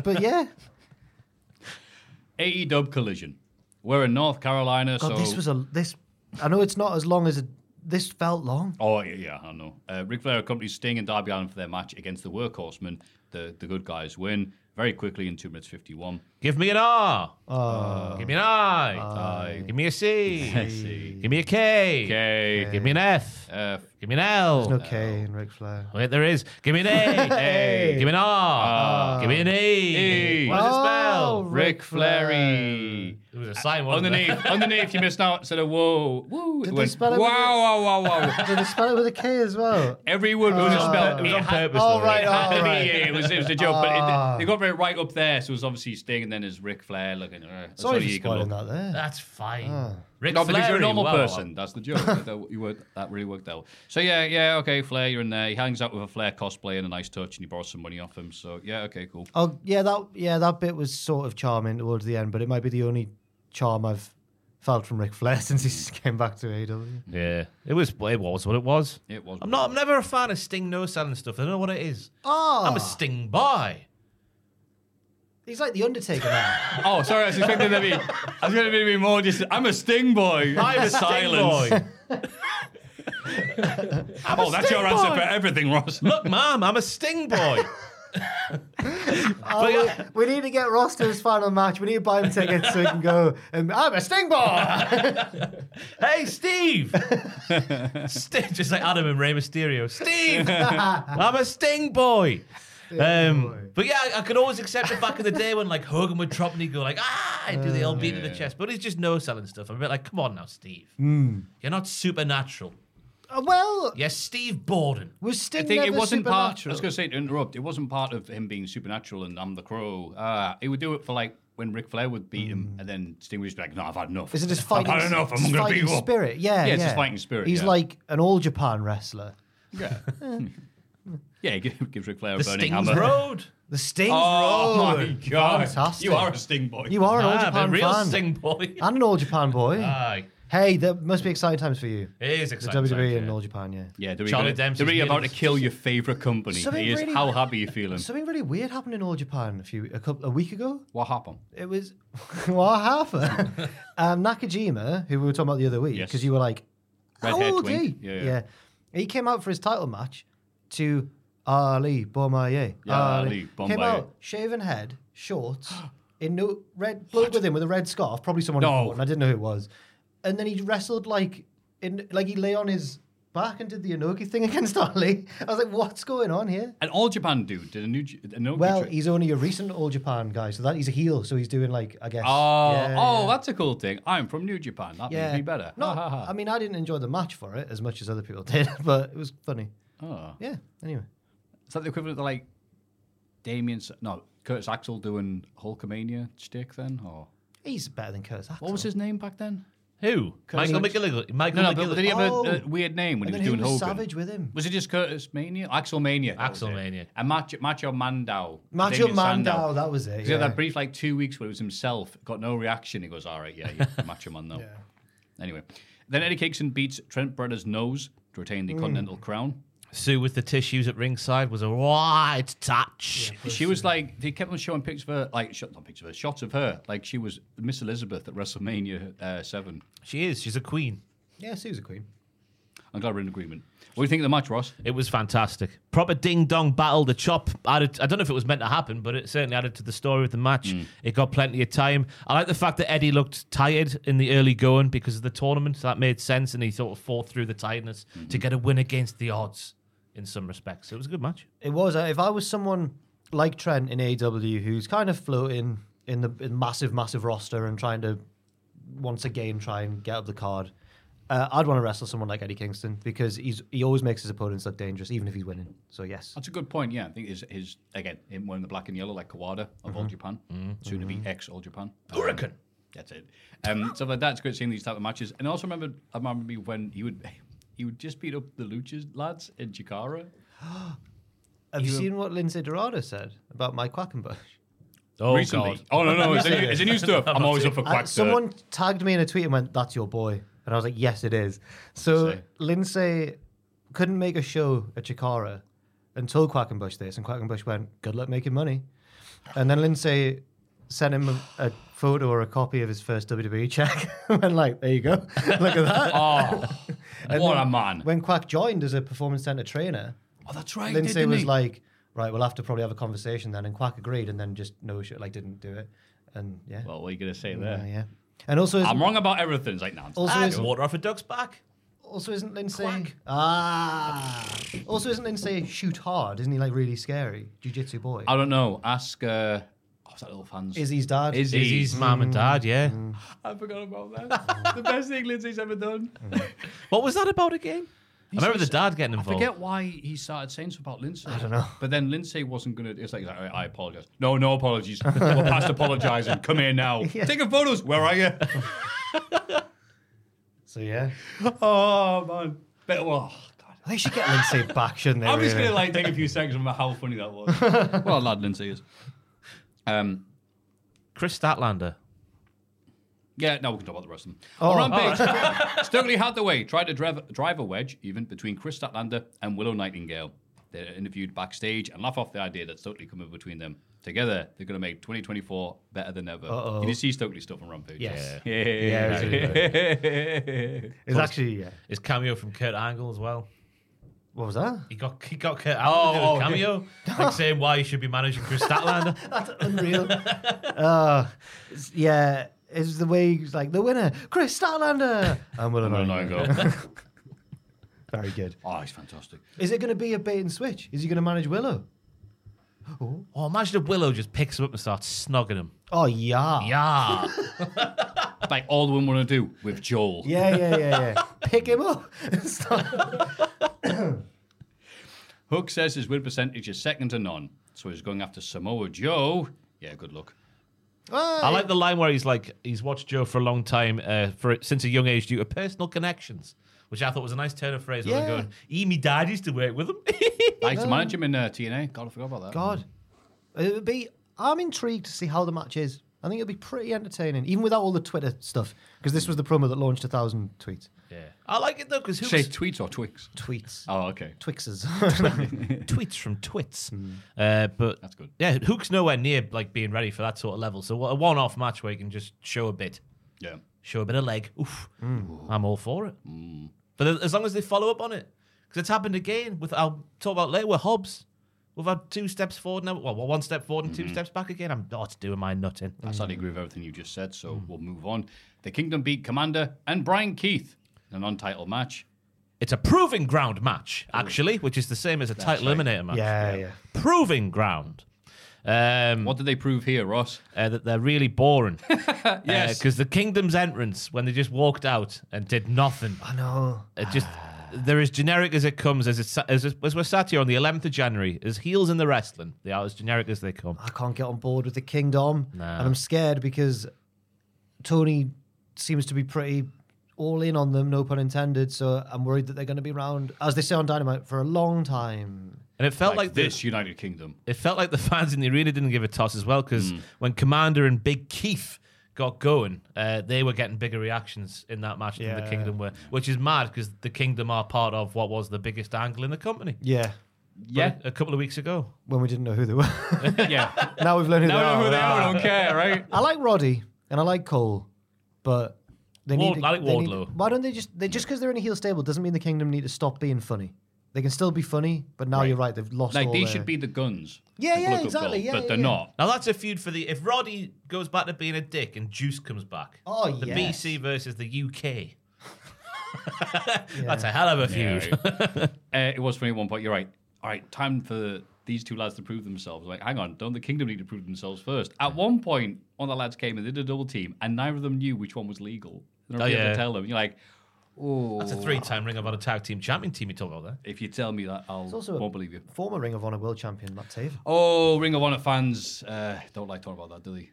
[SPEAKER 4] but yeah.
[SPEAKER 3] AE Dub E Collision. We're in North Carolina,
[SPEAKER 4] God,
[SPEAKER 3] so.
[SPEAKER 4] this was a this. I know it's not as long as it, this felt long.
[SPEAKER 3] Oh yeah, yeah, I know. Uh, Ric Flair accompanies Sting and Darby Allen for their match against the Workhorsemen. The the good guys win very quickly in two minutes fifty one.
[SPEAKER 5] Give me an R.
[SPEAKER 4] Oh.
[SPEAKER 5] Give me an I. Give me a C.
[SPEAKER 3] C.
[SPEAKER 5] Give me a K.
[SPEAKER 3] K.
[SPEAKER 5] Give me an F.
[SPEAKER 3] F.
[SPEAKER 5] Give me an L.
[SPEAKER 3] Oh,
[SPEAKER 4] Okay, and Ric Flair.
[SPEAKER 5] Wait, there is. Give me an A. Give me an R. Give me an E.
[SPEAKER 3] E.
[SPEAKER 5] What does it
[SPEAKER 4] Oh,
[SPEAKER 5] spell?
[SPEAKER 3] Ric Flairy.
[SPEAKER 5] It was a sign wasn't it?
[SPEAKER 3] Underneath, underneath, you missed out. Instead of whoa, woo, it
[SPEAKER 4] they
[SPEAKER 3] went
[SPEAKER 4] spell
[SPEAKER 3] wow,
[SPEAKER 4] it with
[SPEAKER 3] wow, wow, wow.
[SPEAKER 4] Did they spell it with a K as well?
[SPEAKER 3] Every word was
[SPEAKER 5] Oh,
[SPEAKER 3] spelled.
[SPEAKER 5] it was on purpose.
[SPEAKER 4] Oh,
[SPEAKER 5] though.
[SPEAKER 4] right,
[SPEAKER 3] It
[SPEAKER 4] oh.
[SPEAKER 3] had to be,
[SPEAKER 4] Alright.
[SPEAKER 3] yeah, it was it was a joke, but
[SPEAKER 4] Ah.
[SPEAKER 3] it, they got it right up there. So it was obviously Sting, and then there's Ric Flair looking. Uh, that's all
[SPEAKER 4] Sorry for
[SPEAKER 3] you can look.
[SPEAKER 4] spoiling that there.
[SPEAKER 5] That's fine. Ric
[SPEAKER 3] No, because you're a
[SPEAKER 5] Flairi,
[SPEAKER 3] normal
[SPEAKER 5] wow.
[SPEAKER 3] person. That's the joke. that, you worked, that really worked out. So yeah, yeah, okay, Flair, you're in there. He hangs out with a Flair cosplay and a nice touch, and he borrows some money off him. So yeah, okay, cool.
[SPEAKER 4] Oh yeah, that yeah that bit was sort of charming towards the end, but it might be the only charm I've felt from Ric Flair since
[SPEAKER 3] Hmm.
[SPEAKER 4] he came back to AW.
[SPEAKER 5] Yeah, it was. It was what it was.
[SPEAKER 3] It was
[SPEAKER 5] I'm
[SPEAKER 3] what it
[SPEAKER 5] not. I'm never a fan of Sting no selling stuff. I don't know what it is.
[SPEAKER 4] Oh,
[SPEAKER 5] I'm a Sting boy.
[SPEAKER 4] Ah, He's like the Undertaker now.
[SPEAKER 3] Oh, sorry, I was expecting to be. I was going to be more just. I'm a sting boy.
[SPEAKER 5] I'm a
[SPEAKER 3] Silence.
[SPEAKER 5] Sting boy.
[SPEAKER 3] oh, that's your answer for everything, Ross.
[SPEAKER 5] Look, Mom, I'm a Sting boy.
[SPEAKER 4] Oh, we, we need to get Ross to his final match. We need to buy him tickets so he can go. And I'm a Sting Boy.
[SPEAKER 5] hey, Steve. Sti- just like Adam and Rey Mysterio. Steve, I'm a Sting boy. Um, but yeah, I, I could always accept it back in the day when like Hogan would drop and he'd go like, ah, and do the
[SPEAKER 4] Oh,
[SPEAKER 5] old beat in the chest. But he's just no selling stuff. I'm a bit like, come on now, Steve.
[SPEAKER 4] Hmm.
[SPEAKER 5] You're not supernatural.
[SPEAKER 4] Uh, well,
[SPEAKER 5] You're Steve Borden.
[SPEAKER 4] was Sting
[SPEAKER 3] I think
[SPEAKER 4] never
[SPEAKER 3] it wasn't part. I
[SPEAKER 4] supernatural?
[SPEAKER 3] was going to say to interrupt. It wasn't part of him being supernatural and I'm the crow. Uh, he would do it for like when Ric Flair would beat him, and then Sting was like, "No, I've had enough.
[SPEAKER 4] Mm. Is it just fighting?
[SPEAKER 3] I've had enough. I'm
[SPEAKER 4] it's
[SPEAKER 3] going to
[SPEAKER 4] fighting
[SPEAKER 3] beat you up."
[SPEAKER 4] spirit. Yeah,
[SPEAKER 3] Yeah, it's just fighting spirit,
[SPEAKER 4] He's
[SPEAKER 3] yeah.
[SPEAKER 4] like an all Japan wrestler.
[SPEAKER 3] Yeah. yeah, he gi- gives Ric Flair a
[SPEAKER 5] The
[SPEAKER 3] burning
[SPEAKER 5] Sting's
[SPEAKER 3] hammer.
[SPEAKER 5] Road.
[SPEAKER 4] The Sting
[SPEAKER 3] Oh
[SPEAKER 4] Road.
[SPEAKER 3] my god!
[SPEAKER 4] Fantastic.
[SPEAKER 3] You are a Sting boy.
[SPEAKER 4] You are an all
[SPEAKER 5] Ah, but
[SPEAKER 4] Japan
[SPEAKER 5] real
[SPEAKER 4] fan.
[SPEAKER 5] Sting boy.
[SPEAKER 4] and an all Japan boy.
[SPEAKER 3] Ah,
[SPEAKER 5] Aye.
[SPEAKER 4] hey, that must be exciting times for you.
[SPEAKER 5] It is
[SPEAKER 4] The
[SPEAKER 5] exciting.
[SPEAKER 4] WWE
[SPEAKER 5] times,
[SPEAKER 4] and
[SPEAKER 5] yeah.
[SPEAKER 4] all Japan, yeah.
[SPEAKER 3] Yeah, they're
[SPEAKER 5] Charlie
[SPEAKER 3] gonna,
[SPEAKER 5] Dempsey's
[SPEAKER 3] they're about to
[SPEAKER 5] nearly-
[SPEAKER 3] kill your favorite company.
[SPEAKER 4] Something
[SPEAKER 3] He is,
[SPEAKER 4] really-
[SPEAKER 3] how happy you feeling?
[SPEAKER 4] Something really weird happened in all Japan a few a couple a week ago.
[SPEAKER 3] what happened?
[SPEAKER 4] It was what happened? um, Nakajima, who we were talking about the other week,
[SPEAKER 3] Yes.
[SPEAKER 4] because you were like,
[SPEAKER 3] Red
[SPEAKER 4] how
[SPEAKER 3] hair
[SPEAKER 4] old is
[SPEAKER 3] twink.
[SPEAKER 4] he?
[SPEAKER 3] Yeah, yeah.
[SPEAKER 4] He came out for his title match to Ali Bomaye.
[SPEAKER 3] Yeah, Ali
[SPEAKER 4] Came
[SPEAKER 3] Bomaye.
[SPEAKER 4] out, shaven head, shorts, in no red bloke with him with a red scarf, probably someone
[SPEAKER 3] No.
[SPEAKER 4] important. I didn't know who it was. And then he wrestled like in like he lay on his back and did the Inoki thing against Ali. I was like, what's going on here?
[SPEAKER 3] An all Japan dude did a new. J- A no
[SPEAKER 4] Well,
[SPEAKER 3] trick.
[SPEAKER 4] he's only a recent All Japan guy, so that he's a heel, so he's doing like I guess.
[SPEAKER 3] Oh,
[SPEAKER 4] Yeah,
[SPEAKER 3] oh,
[SPEAKER 4] yeah.
[SPEAKER 3] that's a cool thing. I'm from New Japan. That
[SPEAKER 4] yeah.
[SPEAKER 3] makes me better.
[SPEAKER 4] No,
[SPEAKER 3] Ha, ha, ha.
[SPEAKER 4] I mean I didn't enjoy the match for it as much as other people did, but it was funny.
[SPEAKER 3] Oh.
[SPEAKER 4] Yeah. Anyway,
[SPEAKER 3] Is that the equivalent of like Damien? No, Curtis Axel doing Hulkamania shtick then, or
[SPEAKER 4] he's better than Curtis Axel.
[SPEAKER 3] what was his name back then?
[SPEAKER 5] Who? Michael McGilligan. Michael
[SPEAKER 3] No, no, but
[SPEAKER 5] McGilligan.
[SPEAKER 3] did he have a,
[SPEAKER 4] Oh.
[SPEAKER 3] a weird name when
[SPEAKER 4] And
[SPEAKER 3] he
[SPEAKER 4] then who
[SPEAKER 3] was doing
[SPEAKER 4] was
[SPEAKER 3] Hogan?
[SPEAKER 4] savage with him?
[SPEAKER 3] Was it just Curtis Mania? Axel Mania. that was it.
[SPEAKER 5] Axel Mania.
[SPEAKER 3] And Macho, Macho Mandow.
[SPEAKER 4] Macho
[SPEAKER 3] Damien Sandow.
[SPEAKER 4] Mandow, that was it.
[SPEAKER 3] He
[SPEAKER 4] Yeah.
[SPEAKER 3] had that brief like two weeks where it was himself, got no reaction. He goes, all right, yeah, yeah Macho Man though. Anyway, then Eddie Kingston beats Trent Brenner's nose to retain the Continental Crown.
[SPEAKER 5] Sue with the tissues at ringside was a wide touch.
[SPEAKER 3] She was like they kept on showing pictures of her, like shot not pictures of her, shots of her, like she was Miss Elizabeth at WrestleMania uh, seven.
[SPEAKER 5] She is. She's a queen.
[SPEAKER 4] yeah, she was a queen.
[SPEAKER 3] I'm glad we're in agreement. What do you think of the match, Ross?
[SPEAKER 5] It was fantastic. Proper ding dong battle. The chop added. I don't know if it was meant to happen, but it certainly added to the story of the match. It got plenty of time. I like the fact that Eddie looked tired in the early going because of the tournament. So that made sense, and he sort of fought through the tiredness to get a win against the odds in some respects. So it was a good match.
[SPEAKER 4] It was. uh, If I was someone like Trent in AEW, who's kind of floating in the in massive, massive roster and trying to once again try and get up the card, uh, I'd want to wrestle someone like Eddie Kingston because he's he always makes his opponents look dangerous, even if he's winning. So yes,
[SPEAKER 3] That's a good point. Yeah, I think his his again him wearing the black and yellow like Kawada of All Japan, soon to be ex All Japan Mm-hmm. Hurricane. That's it. Um, so that, that's great seeing these type of matches. And I also remember I remember me when he would he would just beat up the Luchas lads in Chikara.
[SPEAKER 4] have you seen what Lindsay Dorado said about Mike Quackenbush?
[SPEAKER 5] Oh
[SPEAKER 3] recently.
[SPEAKER 5] god.
[SPEAKER 3] Oh no no, it's a, new- it's a new stuff. I'm always up for
[SPEAKER 4] Uh,
[SPEAKER 3] quack.
[SPEAKER 4] someone tagged me in a tweet and went, "That's your boy," and I was like, "Yes, it is." So
[SPEAKER 3] Say.
[SPEAKER 4] Lindsay couldn't make a show at Chikara and told Quackenbush this, and Quackenbush went, "Good luck making money," and then Lindsay sent him a, a photo or a copy of his first WWE check, and like, "There you go, look at that."
[SPEAKER 3] Oh,
[SPEAKER 4] And
[SPEAKER 3] what a
[SPEAKER 4] then
[SPEAKER 3] man!
[SPEAKER 4] When Quack joined as a performance center trainer,
[SPEAKER 3] Oh, that's right.
[SPEAKER 4] Lindsay
[SPEAKER 3] didn't
[SPEAKER 4] was
[SPEAKER 3] he?
[SPEAKER 4] like, "Right, we'll have to probably have a conversation then," and Quack agreed, and then just no shit, like didn't do it, and yeah,
[SPEAKER 3] Well, what are you gonna say
[SPEAKER 4] yeah,
[SPEAKER 3] there?
[SPEAKER 4] yeah. And also, his-
[SPEAKER 3] I'm wrong about everything. It's like, nah, it's-
[SPEAKER 4] Also,
[SPEAKER 5] Ah,
[SPEAKER 4] isn't,
[SPEAKER 5] water off a duck's back.
[SPEAKER 4] also isn't Lindsay
[SPEAKER 5] Quack.
[SPEAKER 4] ah. Also, isn't Lindsay shoot hard? Isn't he like really scary? Jiu-jitsu boy.
[SPEAKER 3] I don't know. Ask. Uh, oh, was that little fans?
[SPEAKER 4] Izzy's dad.
[SPEAKER 3] Izzy.
[SPEAKER 5] Izzy's mum and dad. Yeah.
[SPEAKER 3] I forgot about that. the best thing Lindsay's ever done.
[SPEAKER 5] What was that about again? I remember the
[SPEAKER 3] just-
[SPEAKER 5] dad getting
[SPEAKER 3] I
[SPEAKER 5] involved.
[SPEAKER 3] forget why he started saying something about Lindsay. I
[SPEAKER 4] don't know.
[SPEAKER 3] But then Lindsay wasn't gonna. It's like, he's like, "All right, I apologize. No, no apologies. We're past apologizing. Come here now. Taking photos. Where are you?
[SPEAKER 4] So yeah,
[SPEAKER 3] oh man. But, oh, God.
[SPEAKER 4] they should get Lindsay back, shouldn't they?
[SPEAKER 3] I'm just
[SPEAKER 4] really?
[SPEAKER 3] gonna like take a few seconds and remember how funny that was. well, lad, Lindsay is. Um,
[SPEAKER 5] Chris Statlander.
[SPEAKER 3] yeah, no, we can talk about the rest of them.
[SPEAKER 4] Oh.
[SPEAKER 3] On Rampage, Stokely Hathaway tried to drive, drive a wedge even between Chris Statlander and Willow Nightingale. They're interviewed backstage and laugh off the idea that's totally coming between them. Together, they're going to make 2024 better than ever. Did you see Stokely stuff on Rampage?
[SPEAKER 5] Yes.
[SPEAKER 3] Yeah.
[SPEAKER 4] Yeah, it was really good. It's actually yeah.
[SPEAKER 5] His cameo from Kurt Angle as well.
[SPEAKER 4] What was that?
[SPEAKER 5] He got he got Kurt Angle to do a
[SPEAKER 4] Oh, okay.
[SPEAKER 5] cameo, like saying why he should be managing Chris Statlander.
[SPEAKER 4] Unreal. uh, it's- yeah, it's the way he's like the winner, Chris Statlander, and Will
[SPEAKER 3] And I
[SPEAKER 4] Anonymous.
[SPEAKER 3] go,
[SPEAKER 4] Very good.
[SPEAKER 3] oh, he's fantastic.
[SPEAKER 4] Is it going to be a bait and switch? Is he going to manage Willow?
[SPEAKER 5] oh, imagine if Willow just picks him up and starts snogging him.
[SPEAKER 4] Oh yeah,
[SPEAKER 5] Yeah,
[SPEAKER 3] Like all the women want to do with Joel.
[SPEAKER 4] yeah, yeah, yeah. yeah. Pick him up.
[SPEAKER 3] Hook says his win percentage is second to none, so he's going after Samoa Joe. Yeah, good luck.
[SPEAKER 4] Ah,
[SPEAKER 5] I like the line where he's like he's watched Joe for a long time, uh, for since a young age due to personal connections, which I thought was a nice turn of phrase. Yeah.
[SPEAKER 4] Yeah.
[SPEAKER 5] going, "E, me dad used to work with him."
[SPEAKER 3] I used to manage him in uh, TNA. God, I forgot about that.
[SPEAKER 4] God, it would be. I'm intrigued to see how the match is. I think it'll be pretty entertaining, even without all the Twitter stuff, because this was the promo that launched a thousand tweets.
[SPEAKER 5] yeah, I like it though because who
[SPEAKER 3] Say
[SPEAKER 5] was-
[SPEAKER 3] tweets or twigs?
[SPEAKER 4] Tweets.
[SPEAKER 3] Oh, okay.
[SPEAKER 4] Twixes.
[SPEAKER 5] tweets from twits. Uh, but
[SPEAKER 3] That's good.
[SPEAKER 5] Yeah, Hook's nowhere near like being ready for that sort of level. So a one-off match where you can just show a bit,
[SPEAKER 3] Yeah.
[SPEAKER 5] show a bit of leg. Oof, I'm all for it. But as- as long as they follow up on it, because it's happened again. With I'll talk about later with Hobbs. We've had two steps forward now. Well, one step forward and two steps back again. I'm oh, it's doing my nutting.
[SPEAKER 3] I sadly agree with everything you just said, so we'll move on. The Kingdom beat Commander and Brian Keith in an untitled match.
[SPEAKER 5] It's a proving ground match, actually, which is the same as a title
[SPEAKER 3] right.
[SPEAKER 5] eliminator match.
[SPEAKER 4] yeah, yeah.
[SPEAKER 5] Proving ground. Um,
[SPEAKER 3] What did they prove here, Ross?
[SPEAKER 5] uh, that they're really boring. yes, because the kingdom's entrance when they just walked out and did nothing.
[SPEAKER 4] I know.
[SPEAKER 5] It Uh, just they're as generic as it comes. As it's as, as we're sat here on the 11th of January, as heels in the wrestling, they are as generic as they come.
[SPEAKER 4] I can't get on board with the kingdom, and I'm scared because Tony seems to be pretty all in on them, no pun intended. So I'm worried that they're going to be around, as they say on Dynamite, for a long time.
[SPEAKER 5] And it felt
[SPEAKER 3] Like,
[SPEAKER 5] like,
[SPEAKER 3] this
[SPEAKER 5] this.
[SPEAKER 3] United Kingdom.
[SPEAKER 5] It felt like the fans in the arena didn't give a toss as well because when Commander and Big Keith got going, uh, they were getting bigger reactions in that match than the
[SPEAKER 4] Yeah.
[SPEAKER 5] Kingdom were, which is mad because the Kingdom are part of what was the biggest angle in the company.
[SPEAKER 4] Yeah,
[SPEAKER 3] Yeah.
[SPEAKER 5] a couple of weeks ago.
[SPEAKER 4] when we didn't know who they were.
[SPEAKER 3] yeah.
[SPEAKER 4] now we've learned who
[SPEAKER 3] I
[SPEAKER 4] they
[SPEAKER 3] don't
[SPEAKER 4] are.
[SPEAKER 3] know who they are. I don't care, right?
[SPEAKER 4] I like Roddy and I like Cole, but they
[SPEAKER 5] Ward-
[SPEAKER 4] need.
[SPEAKER 5] I like
[SPEAKER 4] they need-
[SPEAKER 5] Wardlow.
[SPEAKER 4] why don't they just? They just because they're in a heel stable doesn't mean the Kingdom need to stop being funny. They can still be funny, but now you're right. They've lost.
[SPEAKER 3] Like,
[SPEAKER 4] all
[SPEAKER 3] they
[SPEAKER 4] their-
[SPEAKER 3] should be the guns.
[SPEAKER 4] Yeah,
[SPEAKER 3] of
[SPEAKER 4] yeah,
[SPEAKER 3] Look Up
[SPEAKER 4] exactly,
[SPEAKER 3] Gold,
[SPEAKER 4] yeah,
[SPEAKER 3] but
[SPEAKER 4] yeah,
[SPEAKER 3] they're
[SPEAKER 4] yeah.
[SPEAKER 3] not.
[SPEAKER 5] Now that's a feud for the if Roddy goes back to being a dick and Juice comes back.
[SPEAKER 4] Oh,
[SPEAKER 5] the
[SPEAKER 4] yes.
[SPEAKER 5] BC versus the UK. That's a hell of a feud.
[SPEAKER 3] Uh, it was funny at one point. You're right. All right, time for these two lads to prove themselves. Like, hang on, don't the kingdom need to prove themselves first? At one point, one of the lads came and they did a double team, and neither of them knew which one was legal. They don't
[SPEAKER 5] Oh,
[SPEAKER 3] be able
[SPEAKER 5] yeah.
[SPEAKER 3] to tell them. You're like, oh,
[SPEAKER 5] That's a three-time Ring of Honor tag team champion team you talk about there.
[SPEAKER 3] if you tell me that, I'll
[SPEAKER 4] also a-
[SPEAKER 3] won't believe you.
[SPEAKER 4] Former Ring of Honor world champion Matt Taven.
[SPEAKER 3] Oh, Ring of Honor fans uh, don't like talking about that, do they?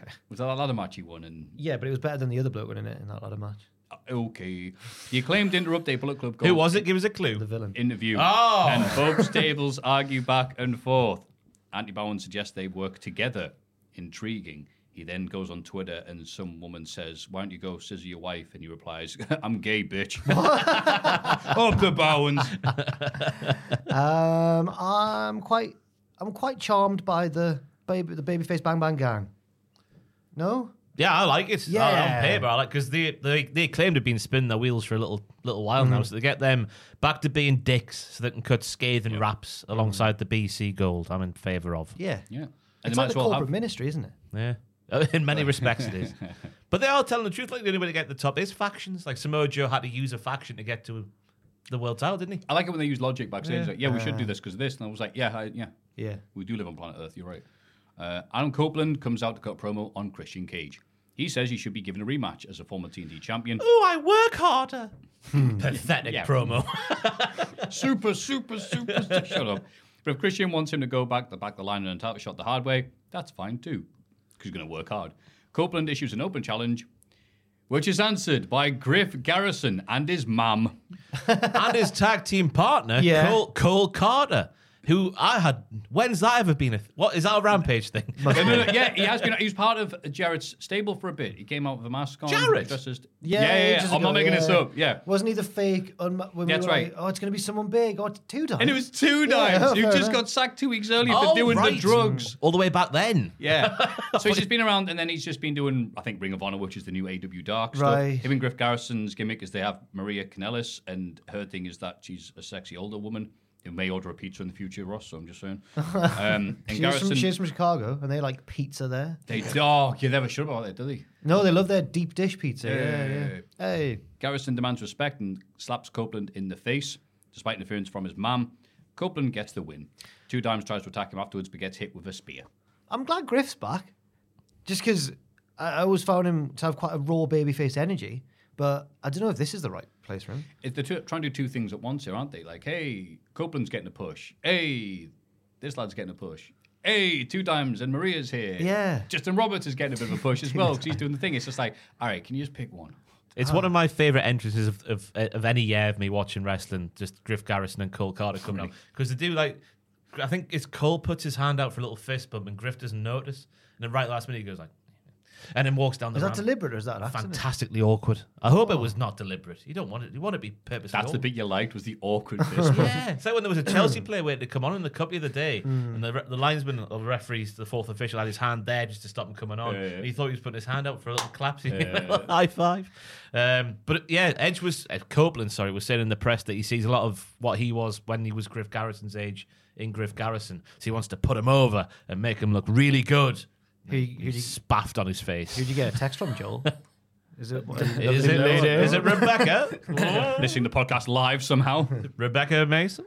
[SPEAKER 3] Okay. Was that that ladder match he won? And
[SPEAKER 4] Yeah, but it was better than the other bloke winning it in that ladder match.
[SPEAKER 3] okay, you claimed to interrupt a Bullet Club.
[SPEAKER 5] Who
[SPEAKER 3] Gold
[SPEAKER 5] was it? Give us a clue.
[SPEAKER 4] The villain.
[SPEAKER 3] interview.
[SPEAKER 5] Oh.
[SPEAKER 3] And both stables argue back and forth. Andy Bowen suggests they work together. Intriguing. He then goes on Twitter and some woman says, Why don't you go scissor your wife? And he replies, I'm gay, bitch. Up the Bowens.
[SPEAKER 4] Um, I'm quite, I'm quite charmed by the baby, the babyface Bang Bang Gang. No,
[SPEAKER 5] Yeah, I like it. Yeah.
[SPEAKER 4] Yeah.
[SPEAKER 5] on paper, I like because they, they they claim to have been spinning their wheels for a little little while
[SPEAKER 4] Mm-hmm.
[SPEAKER 5] now, so they get them back to being dicks, so they can cut scathing raps alongside the BC Gold. I'm in favour of.
[SPEAKER 4] yeah,
[SPEAKER 3] Yeah. And
[SPEAKER 4] It's
[SPEAKER 3] they might
[SPEAKER 4] like
[SPEAKER 3] as
[SPEAKER 4] the
[SPEAKER 3] well
[SPEAKER 4] corporate
[SPEAKER 3] have.
[SPEAKER 4] ministry, isn't it?
[SPEAKER 5] Yeah. In many respects, it is. But they are telling the truth. Like, the only way to get to the top is factions. Like, Samoa Joe had to use a faction to get to the world title, didn't he?
[SPEAKER 3] I like it when they use logic backstage. Yeah, like, yeah we should do this because this. And I was like, Yeah, I, yeah.
[SPEAKER 4] Yeah.
[SPEAKER 3] We do live on planet Earth, you're right. Uh, Adam Copeland comes out to cut promo on Christian Cage. He says he should be given a rematch as a former TNT champion.
[SPEAKER 5] Oh, I work harder. Hmm. Pathetic
[SPEAKER 3] Yeah.
[SPEAKER 5] promo.
[SPEAKER 3] super, super, super. shut up. But if Christian wants him to go back the back the line and attack shot the hard way, that's fine too, because he's going to work hard. Copeland issues an open challenge, which is answered by Griff Garrison and his mum.
[SPEAKER 5] and his tag team partner,
[SPEAKER 4] Yeah.
[SPEAKER 5] Cole, Cole Carter. who I had. When's that ever been a? Th- what is that a rampage thing?
[SPEAKER 3] No, no, no, yeah, he has been. He was part of Jared's stable for a bit. He came out with a mask on.
[SPEAKER 5] Jared?
[SPEAKER 3] dressed as-
[SPEAKER 4] Yeah,
[SPEAKER 3] yeah, yeah. yeah.
[SPEAKER 4] ages
[SPEAKER 3] I'm not
[SPEAKER 4] ago,
[SPEAKER 3] making
[SPEAKER 4] yeah.
[SPEAKER 3] this up. Yeah.
[SPEAKER 4] Wasn't he the fake? Unma- when we
[SPEAKER 3] That's
[SPEAKER 4] were
[SPEAKER 3] right.
[SPEAKER 4] like, oh, it's going to be someone big. Oh, it's two dimes.
[SPEAKER 3] And it was two
[SPEAKER 4] Yeah,
[SPEAKER 3] dimes.
[SPEAKER 4] fair
[SPEAKER 3] You just
[SPEAKER 4] enough.
[SPEAKER 3] got sacked two weeks earlier
[SPEAKER 5] Oh,
[SPEAKER 3] for doing
[SPEAKER 5] right.
[SPEAKER 3] the drugs.
[SPEAKER 5] all the way back then.
[SPEAKER 3] Yeah.
[SPEAKER 4] Mm.
[SPEAKER 3] so he's just been around, and then he's just been doing, I think, Ring of Honor, which is the new AW Dark stuff.
[SPEAKER 4] Right.
[SPEAKER 3] Him and Griff Garrison's gimmick is they have Maria Kanellis, and her thing is that she's a sexy older woman who may order a pizza in the future, Ross. So I'm just saying. Um, and
[SPEAKER 4] She was
[SPEAKER 3] Garrison,
[SPEAKER 4] from, she was from Chicago, and they like pizza there.
[SPEAKER 3] they oh, you never sure about that, do they?
[SPEAKER 4] No, they love their deep dish pizza. Yeah, yeah. Hey,
[SPEAKER 3] Garrison demands respect and slaps Copeland in the face, despite interference from his mum. Copeland gets the win. Two Dimes tries to attack him afterwards, but gets hit with a spear.
[SPEAKER 4] I'm glad Griff's back. Just because I I always found him to have quite a raw babyface energy, but I don't know if this is the right place for him.
[SPEAKER 3] If they're two, trying to do two things at once here, aren't they? Like, hey, Copeland's getting a push. Hey, this lad's getting a push. Hey, two dimes and Maria's here.
[SPEAKER 4] Yeah.
[SPEAKER 3] Justin Roberts is getting a bit of a push as well because he's doing the thing. It's just like, all right, can you just pick one?
[SPEAKER 5] It's
[SPEAKER 4] Ah.
[SPEAKER 5] one of my favorite entrances of, of uh, of any year of me watching wrestling. Just Griff Garrison and Cole Carter coming on because they do like. I think it's Cole puts his hand out for a little fist bump and Griff doesn't notice, and then right last minute he goes like, and then walks down the.
[SPEAKER 4] Is
[SPEAKER 5] ramp.
[SPEAKER 4] that deliberate or is that an Oh. accident?
[SPEAKER 5] Fantastically awkward. I hope it was not deliberate. You don't want it. You want it to be purposeful.
[SPEAKER 3] That's the bit you liked was the awkward fist bump.
[SPEAKER 5] Yeah, it's like when there was a Chelsea player waiting to come on in the cup the other day,
[SPEAKER 4] Hmm.
[SPEAKER 5] and the, re- the linesman or the referees, the fourth official, had his hand there just to stop him coming on.
[SPEAKER 3] Yeah, yeah.
[SPEAKER 5] And he thought he was putting his hand out for a little clap, so he gave a little high five. Um, but yeah, Edge was uh, Copeland. Sorry, was saying in the press that he sees a lot of what he was when he was Griff Garrison's age in Griff Garrison. So he wants to put him over and make him look really good.
[SPEAKER 4] Who, who,
[SPEAKER 5] He's
[SPEAKER 4] did, you,
[SPEAKER 5] spaffed on his face.
[SPEAKER 4] who did you get a text from, Joel? Is it,
[SPEAKER 5] Is it, is it Rebecca?
[SPEAKER 3] Listening to the podcast live somehow.
[SPEAKER 5] Rebecca Mason.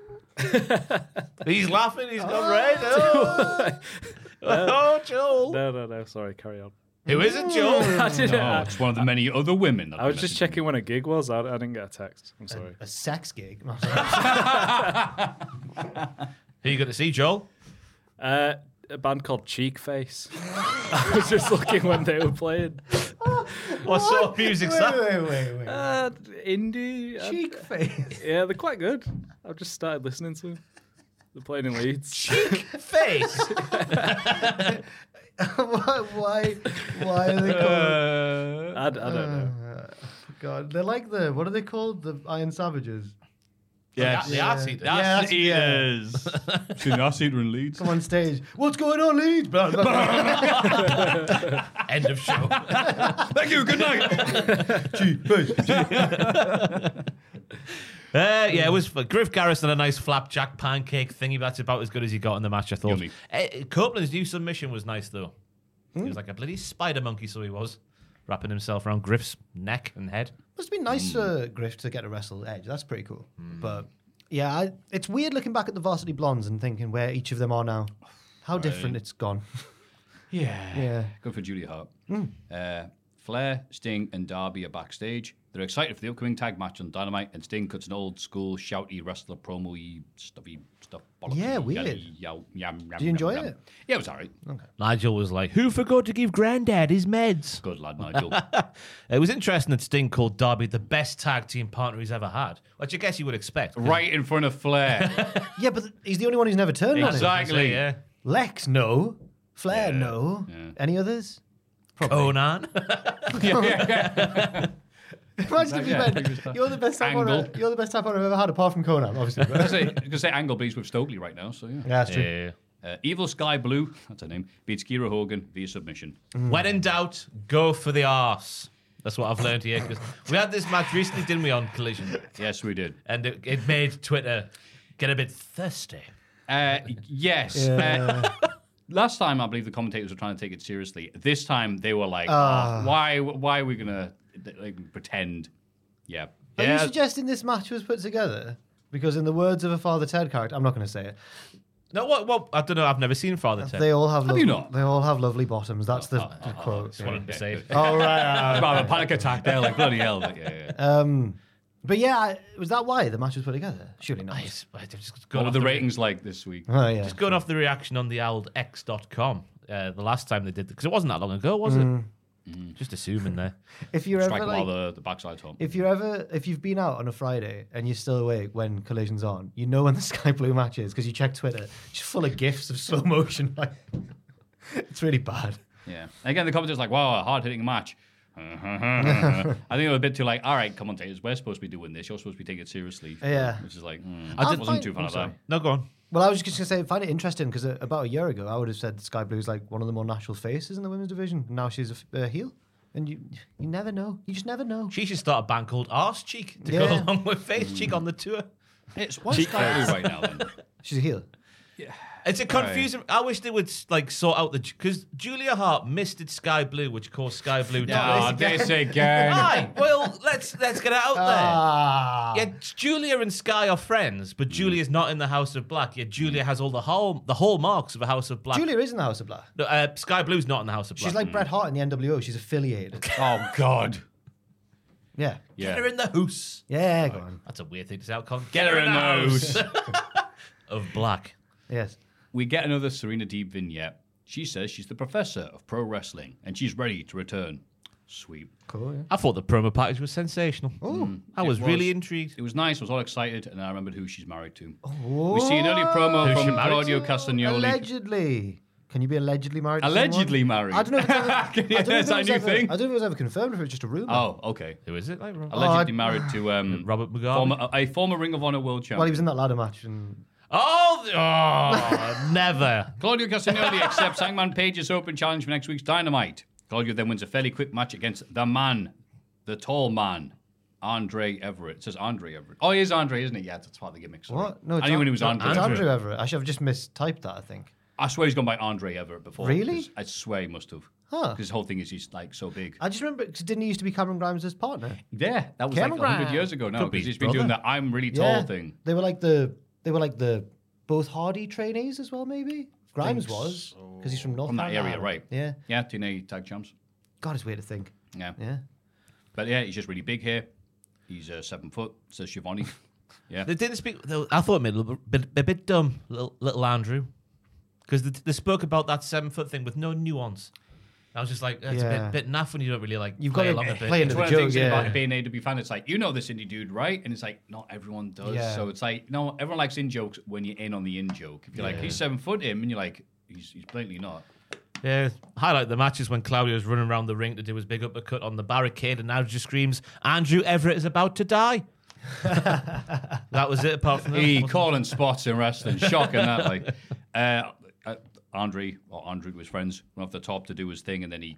[SPEAKER 5] he's laughing. He's gone red. Oh, oh Joel.
[SPEAKER 6] No, no, no. Sorry, carry on.
[SPEAKER 5] Who is it, Joel?
[SPEAKER 6] I, didn't,
[SPEAKER 3] oh,
[SPEAKER 6] I,
[SPEAKER 3] it's one of the many other women. that
[SPEAKER 6] I was just
[SPEAKER 3] messaged
[SPEAKER 6] checking when a gig was. I, I didn't get a text. I'm sorry.
[SPEAKER 4] a sex gig?
[SPEAKER 5] Who you going to see, Joel?
[SPEAKER 6] Uh, a band called Cheek Face. I was just looking when they were playing.
[SPEAKER 5] What, sort of music's
[SPEAKER 4] wait,
[SPEAKER 5] that?
[SPEAKER 4] wait, wait, wait.
[SPEAKER 6] Uh, indie. I-
[SPEAKER 4] Cheek face.
[SPEAKER 6] yeah, they're quite good. I've just started listening to them. They're playing in Leeds.
[SPEAKER 5] Face.
[SPEAKER 4] why, why, why are they called?
[SPEAKER 6] Uh,
[SPEAKER 4] Oh,
[SPEAKER 6] I, I don't know.
[SPEAKER 4] God, they're like the what are they called? The Iron Savages.
[SPEAKER 5] Yeah, the arse eater.
[SPEAKER 4] Yeah,
[SPEAKER 3] That's
[SPEAKER 4] that's-
[SPEAKER 3] the eaters. Seen the ass eater in Leeds.
[SPEAKER 4] Come on stage. What's going on, Leeds? Blah, blah, blah.
[SPEAKER 5] End of show.
[SPEAKER 3] Thank you. Good night.
[SPEAKER 4] Cheek face.
[SPEAKER 5] Uh, yeah,
[SPEAKER 3] Mm.
[SPEAKER 5] it was for Griff Garrison a nice flapjack pancake thingy. That's about as good as he got in the match, I thought.
[SPEAKER 3] Yummy. Hmm?
[SPEAKER 5] Uh, Copeland's new submission was nice, though. He was like a bloody spider monkey, so he was, wrapping himself around Griff's neck and head.
[SPEAKER 4] Must be nice for Griff to get a wrestle edge. That's pretty cool. But yeah, I, it's weird looking back at the Varsity Blondes and thinking where each of them are now. How different it's gone.
[SPEAKER 3] Yeah.
[SPEAKER 4] yeah. Hmm.
[SPEAKER 3] Good for Julia Hart. Uh, Flair, Sting, and Darby are backstage. They're excited for the upcoming tag match on Dynamite, and Sting cuts an old school shouty wrestler promo y stuffy stuff. bollocky,
[SPEAKER 4] Yeah,
[SPEAKER 3] yaddy,
[SPEAKER 4] weird.
[SPEAKER 3] yow, yam, yam,
[SPEAKER 4] you
[SPEAKER 3] yam,
[SPEAKER 4] enjoy
[SPEAKER 3] yam.
[SPEAKER 4] it?
[SPEAKER 3] Yeah, it was all right.
[SPEAKER 5] Nigel was like, Who forgot to give Grandad his meds? Uh,
[SPEAKER 3] Good lad, Nigel.
[SPEAKER 5] It was interesting that Sting called Darby the best tag team partner he's ever had, which I guess you would expect. 'cause-
[SPEAKER 3] right in front of Flair.
[SPEAKER 4] Yeah, but th- he's the only one who's never turned on him.
[SPEAKER 3] exactly.
[SPEAKER 5] Yeah.
[SPEAKER 4] Lex, no. Flair, no. Any others?
[SPEAKER 5] Conan.
[SPEAKER 4] Imagine if you meant you're the best tap
[SPEAKER 3] Angle.
[SPEAKER 4] partner, you're the best tap partner I've ever had, apart from Conan, obviously. But,
[SPEAKER 3] I was going to say Angle Bleeds with Stokely right now, so yeah.
[SPEAKER 4] yeah, that's true.
[SPEAKER 5] Yeah.
[SPEAKER 3] Uh, Evil Sky Blue, that's her name, beats Kira Hogan via submission.
[SPEAKER 5] When in doubt, go for the arse. That's what I've learned here. 'cause we had this match recently, didn't we, on Collision?
[SPEAKER 3] Yes, we did.
[SPEAKER 5] And it, it made Twitter get a bit thirsty.
[SPEAKER 3] Uh, yes. Uh, last time, I believe the commentators were trying to take it seriously. This time, they were like,
[SPEAKER 4] Ah.
[SPEAKER 3] "Oh, "Why? Why are we gonna like, pretend?" Yeah.
[SPEAKER 4] Are you
[SPEAKER 3] yeah.
[SPEAKER 4] suggesting this match was put together? Because in the words of a Father Ted character, I'm not going to say it.
[SPEAKER 5] No, what? What? I don't know. I've never seen Father Ted.
[SPEAKER 4] They all have. lovely,
[SPEAKER 3] you not?
[SPEAKER 4] They all have lovely bottoms. That's the, the quote.
[SPEAKER 5] Just wanted
[SPEAKER 4] yeah.
[SPEAKER 5] to say it.
[SPEAKER 4] Oh right.
[SPEAKER 3] I'd rather panic attack there, like bloody hell. But yeah, yeah.
[SPEAKER 4] Um, but yeah, I- was that why the match was put together? Surely not.
[SPEAKER 5] It's- it's just going
[SPEAKER 3] what were
[SPEAKER 5] off
[SPEAKER 3] the
[SPEAKER 5] re-
[SPEAKER 3] ratings like this week?
[SPEAKER 4] Oh yeah.
[SPEAKER 5] Just
[SPEAKER 4] Mm.
[SPEAKER 5] going off the reaction on the old x.com uh, the last time they did because it wasn't that long ago, was it?
[SPEAKER 3] Mm.
[SPEAKER 5] Just assuming there.
[SPEAKER 4] If you're
[SPEAKER 3] Strike
[SPEAKER 4] ever
[SPEAKER 3] while
[SPEAKER 4] like,
[SPEAKER 3] the, the backside's home.
[SPEAKER 4] if you're ever if you've been out on a Friday and you're still awake when collision's on, you know when the sky blue match is because you check Twitter. Just full of gifs of slow motion. Like it's really bad.
[SPEAKER 3] Yeah. And again, the commentator's like, wow, a hard hitting match. I think it was a bit too like, all right, commentators, we're supposed to be doing this. You're supposed to be taking it seriously.
[SPEAKER 4] Yeah.
[SPEAKER 3] Which is like, hmm,
[SPEAKER 4] I
[SPEAKER 3] I
[SPEAKER 4] did
[SPEAKER 3] wasn't
[SPEAKER 4] find-
[SPEAKER 3] too
[SPEAKER 4] I'm
[SPEAKER 3] fan of that.
[SPEAKER 4] sorry.
[SPEAKER 5] No, go on.
[SPEAKER 4] Well, I was just going to say, I find it interesting because about a year ago, I would have said Sky Blue's like one of the more natural faces in the women's division. Now she's a f- a, heel, and you you never know. You just never know.
[SPEAKER 5] She should start a band called Arse Cheek to go
[SPEAKER 4] Yeah.
[SPEAKER 5] along with Face Cheek on the tour.
[SPEAKER 3] It's what's Sky Blue right now then.
[SPEAKER 4] She's a heel.
[SPEAKER 5] It's a confusing. I wish they would like sort out the because Julia Hart misted Sky Blue, which caused Sky Blue to
[SPEAKER 3] Oh,
[SPEAKER 5] lose.
[SPEAKER 3] this again.
[SPEAKER 5] Aye, well, let's let's get it out there.
[SPEAKER 4] Ah,
[SPEAKER 5] Yeah, Julia and Sky are friends,
[SPEAKER 3] Mm.
[SPEAKER 5] but Julia's not in the House of Black. Yet Julia has all the hall the hallmarks of a House of Black.
[SPEAKER 4] Julia is in the House of Black.
[SPEAKER 5] No, uh, Sky Blue's not in the House of Black.
[SPEAKER 4] She's like
[SPEAKER 3] mm.
[SPEAKER 4] Bret Hart in the NWO. She's affiliated.
[SPEAKER 3] oh, God.
[SPEAKER 4] Yeah.
[SPEAKER 5] get
[SPEAKER 3] Yeah.
[SPEAKER 5] her in the house.
[SPEAKER 4] Yeah, go on.
[SPEAKER 5] That's a weird thing to say. out Con.
[SPEAKER 3] Get her in those.
[SPEAKER 5] of Black.
[SPEAKER 4] Yes.
[SPEAKER 3] we get another Serena Deep vignette. She says she's the professor of pro wrestling and she's ready to return. Sweet.
[SPEAKER 4] Cool, yeah.
[SPEAKER 5] I thought the promo package was sensational. Mm. I
[SPEAKER 3] It
[SPEAKER 5] was,
[SPEAKER 3] was.
[SPEAKER 5] really intrigued.
[SPEAKER 3] It was nice. I was all excited, and I remembered who she's married to. We see an early promo
[SPEAKER 5] Who's she
[SPEAKER 3] from
[SPEAKER 5] married
[SPEAKER 3] Claudio
[SPEAKER 5] to?
[SPEAKER 3] Castagnoli.
[SPEAKER 4] Allegedly. Can you be allegedly married? to someone?
[SPEAKER 3] Allegedly married.
[SPEAKER 4] I don't know if it's ever, I don't know if it
[SPEAKER 3] Yeah, is that
[SPEAKER 4] was
[SPEAKER 3] a new
[SPEAKER 4] ever-
[SPEAKER 3] thing?
[SPEAKER 4] I don't know if it was ever confirmed or if it was just a rumor.
[SPEAKER 3] Oh, okay.
[SPEAKER 5] Who is it? Like Rob-
[SPEAKER 3] Allegedly married to um,
[SPEAKER 5] Robert Mugabe.
[SPEAKER 3] former, a former Ring of Honor world champion.
[SPEAKER 4] Well, he was in that ladder match and
[SPEAKER 5] Oh, th- oh never.
[SPEAKER 3] Claudio Castagnoli accepts Hangman Page's open challenge for next week's Dynamite. Claudio then wins a fairly quick match against the man, the tall man, Andre Everett. It says Andre Everett. Oh, he is Andre, isn't he? Yeah, that's part of the gimmick. Sorry.
[SPEAKER 4] what? No,
[SPEAKER 3] I
[SPEAKER 4] it's
[SPEAKER 3] knew
[SPEAKER 4] An-
[SPEAKER 3] when he was Andre.
[SPEAKER 4] It's Andrew Everett. I should have just mistyped that. I think.
[SPEAKER 3] I swear he's gone by Andre Everett before.
[SPEAKER 4] Really?
[SPEAKER 3] 'cause I swear he must have.
[SPEAKER 4] Huh.
[SPEAKER 3] Because his whole thing is he's like so big.
[SPEAKER 4] I just remember because didn't he used to be Cameron Grimes' partner?
[SPEAKER 3] Yeah, that was like
[SPEAKER 4] Cameron.
[SPEAKER 3] like 100 years ago now
[SPEAKER 5] Could be
[SPEAKER 3] because
[SPEAKER 5] his
[SPEAKER 3] he's been doing
[SPEAKER 5] brother.
[SPEAKER 3] that I'm really tall thing.
[SPEAKER 4] They were like the they were like the both Hardy trainees as well. Maybe Grimes was because he's from North
[SPEAKER 3] From that area,
[SPEAKER 4] Carolina.
[SPEAKER 3] right.
[SPEAKER 4] Yeah.
[SPEAKER 3] Yeah, TNA tag champs.
[SPEAKER 4] God, it's weird to think.
[SPEAKER 3] Yeah.
[SPEAKER 4] Yeah.
[SPEAKER 3] But yeah, he's just really big here. He's uh, seven foot, says Shivani. yeah.
[SPEAKER 5] They didn't speak. Though, I thought it made a little bit, a bit dumb, little, little Andrew, because they, they spoke about that seven foot thing with no nuance. I was just like, that's
[SPEAKER 4] Yeah.
[SPEAKER 5] a bit, bit naff when you don't really like.
[SPEAKER 4] You've
[SPEAKER 5] play
[SPEAKER 4] gotta
[SPEAKER 5] along a bit.
[SPEAKER 4] play
[SPEAKER 3] It's
[SPEAKER 4] into the
[SPEAKER 3] one of the
[SPEAKER 4] joke.
[SPEAKER 3] things about
[SPEAKER 4] Yeah.
[SPEAKER 3] being an AW fan. It's like, you know this indie dude, right? And it's like, not everyone does.
[SPEAKER 4] Yeah.
[SPEAKER 3] So it's like, no, everyone likes in jokes when you're in on the in joke. If you're like, he's seven foot him, and you're like, he's, he's blatantly not.
[SPEAKER 5] Yeah, highlight of the matches when Claudio's running around the ring to do his big uppercut on the barricade, and now just screams, "Andrew Everett is about to die." that was it. Apart from that,
[SPEAKER 3] He
[SPEAKER 5] wasn't it?
[SPEAKER 3] calling spots in wrestling. Shocking that, like. Uh, uh, Andre, or Andrew to his friends, went off the top to do his thing, and then he,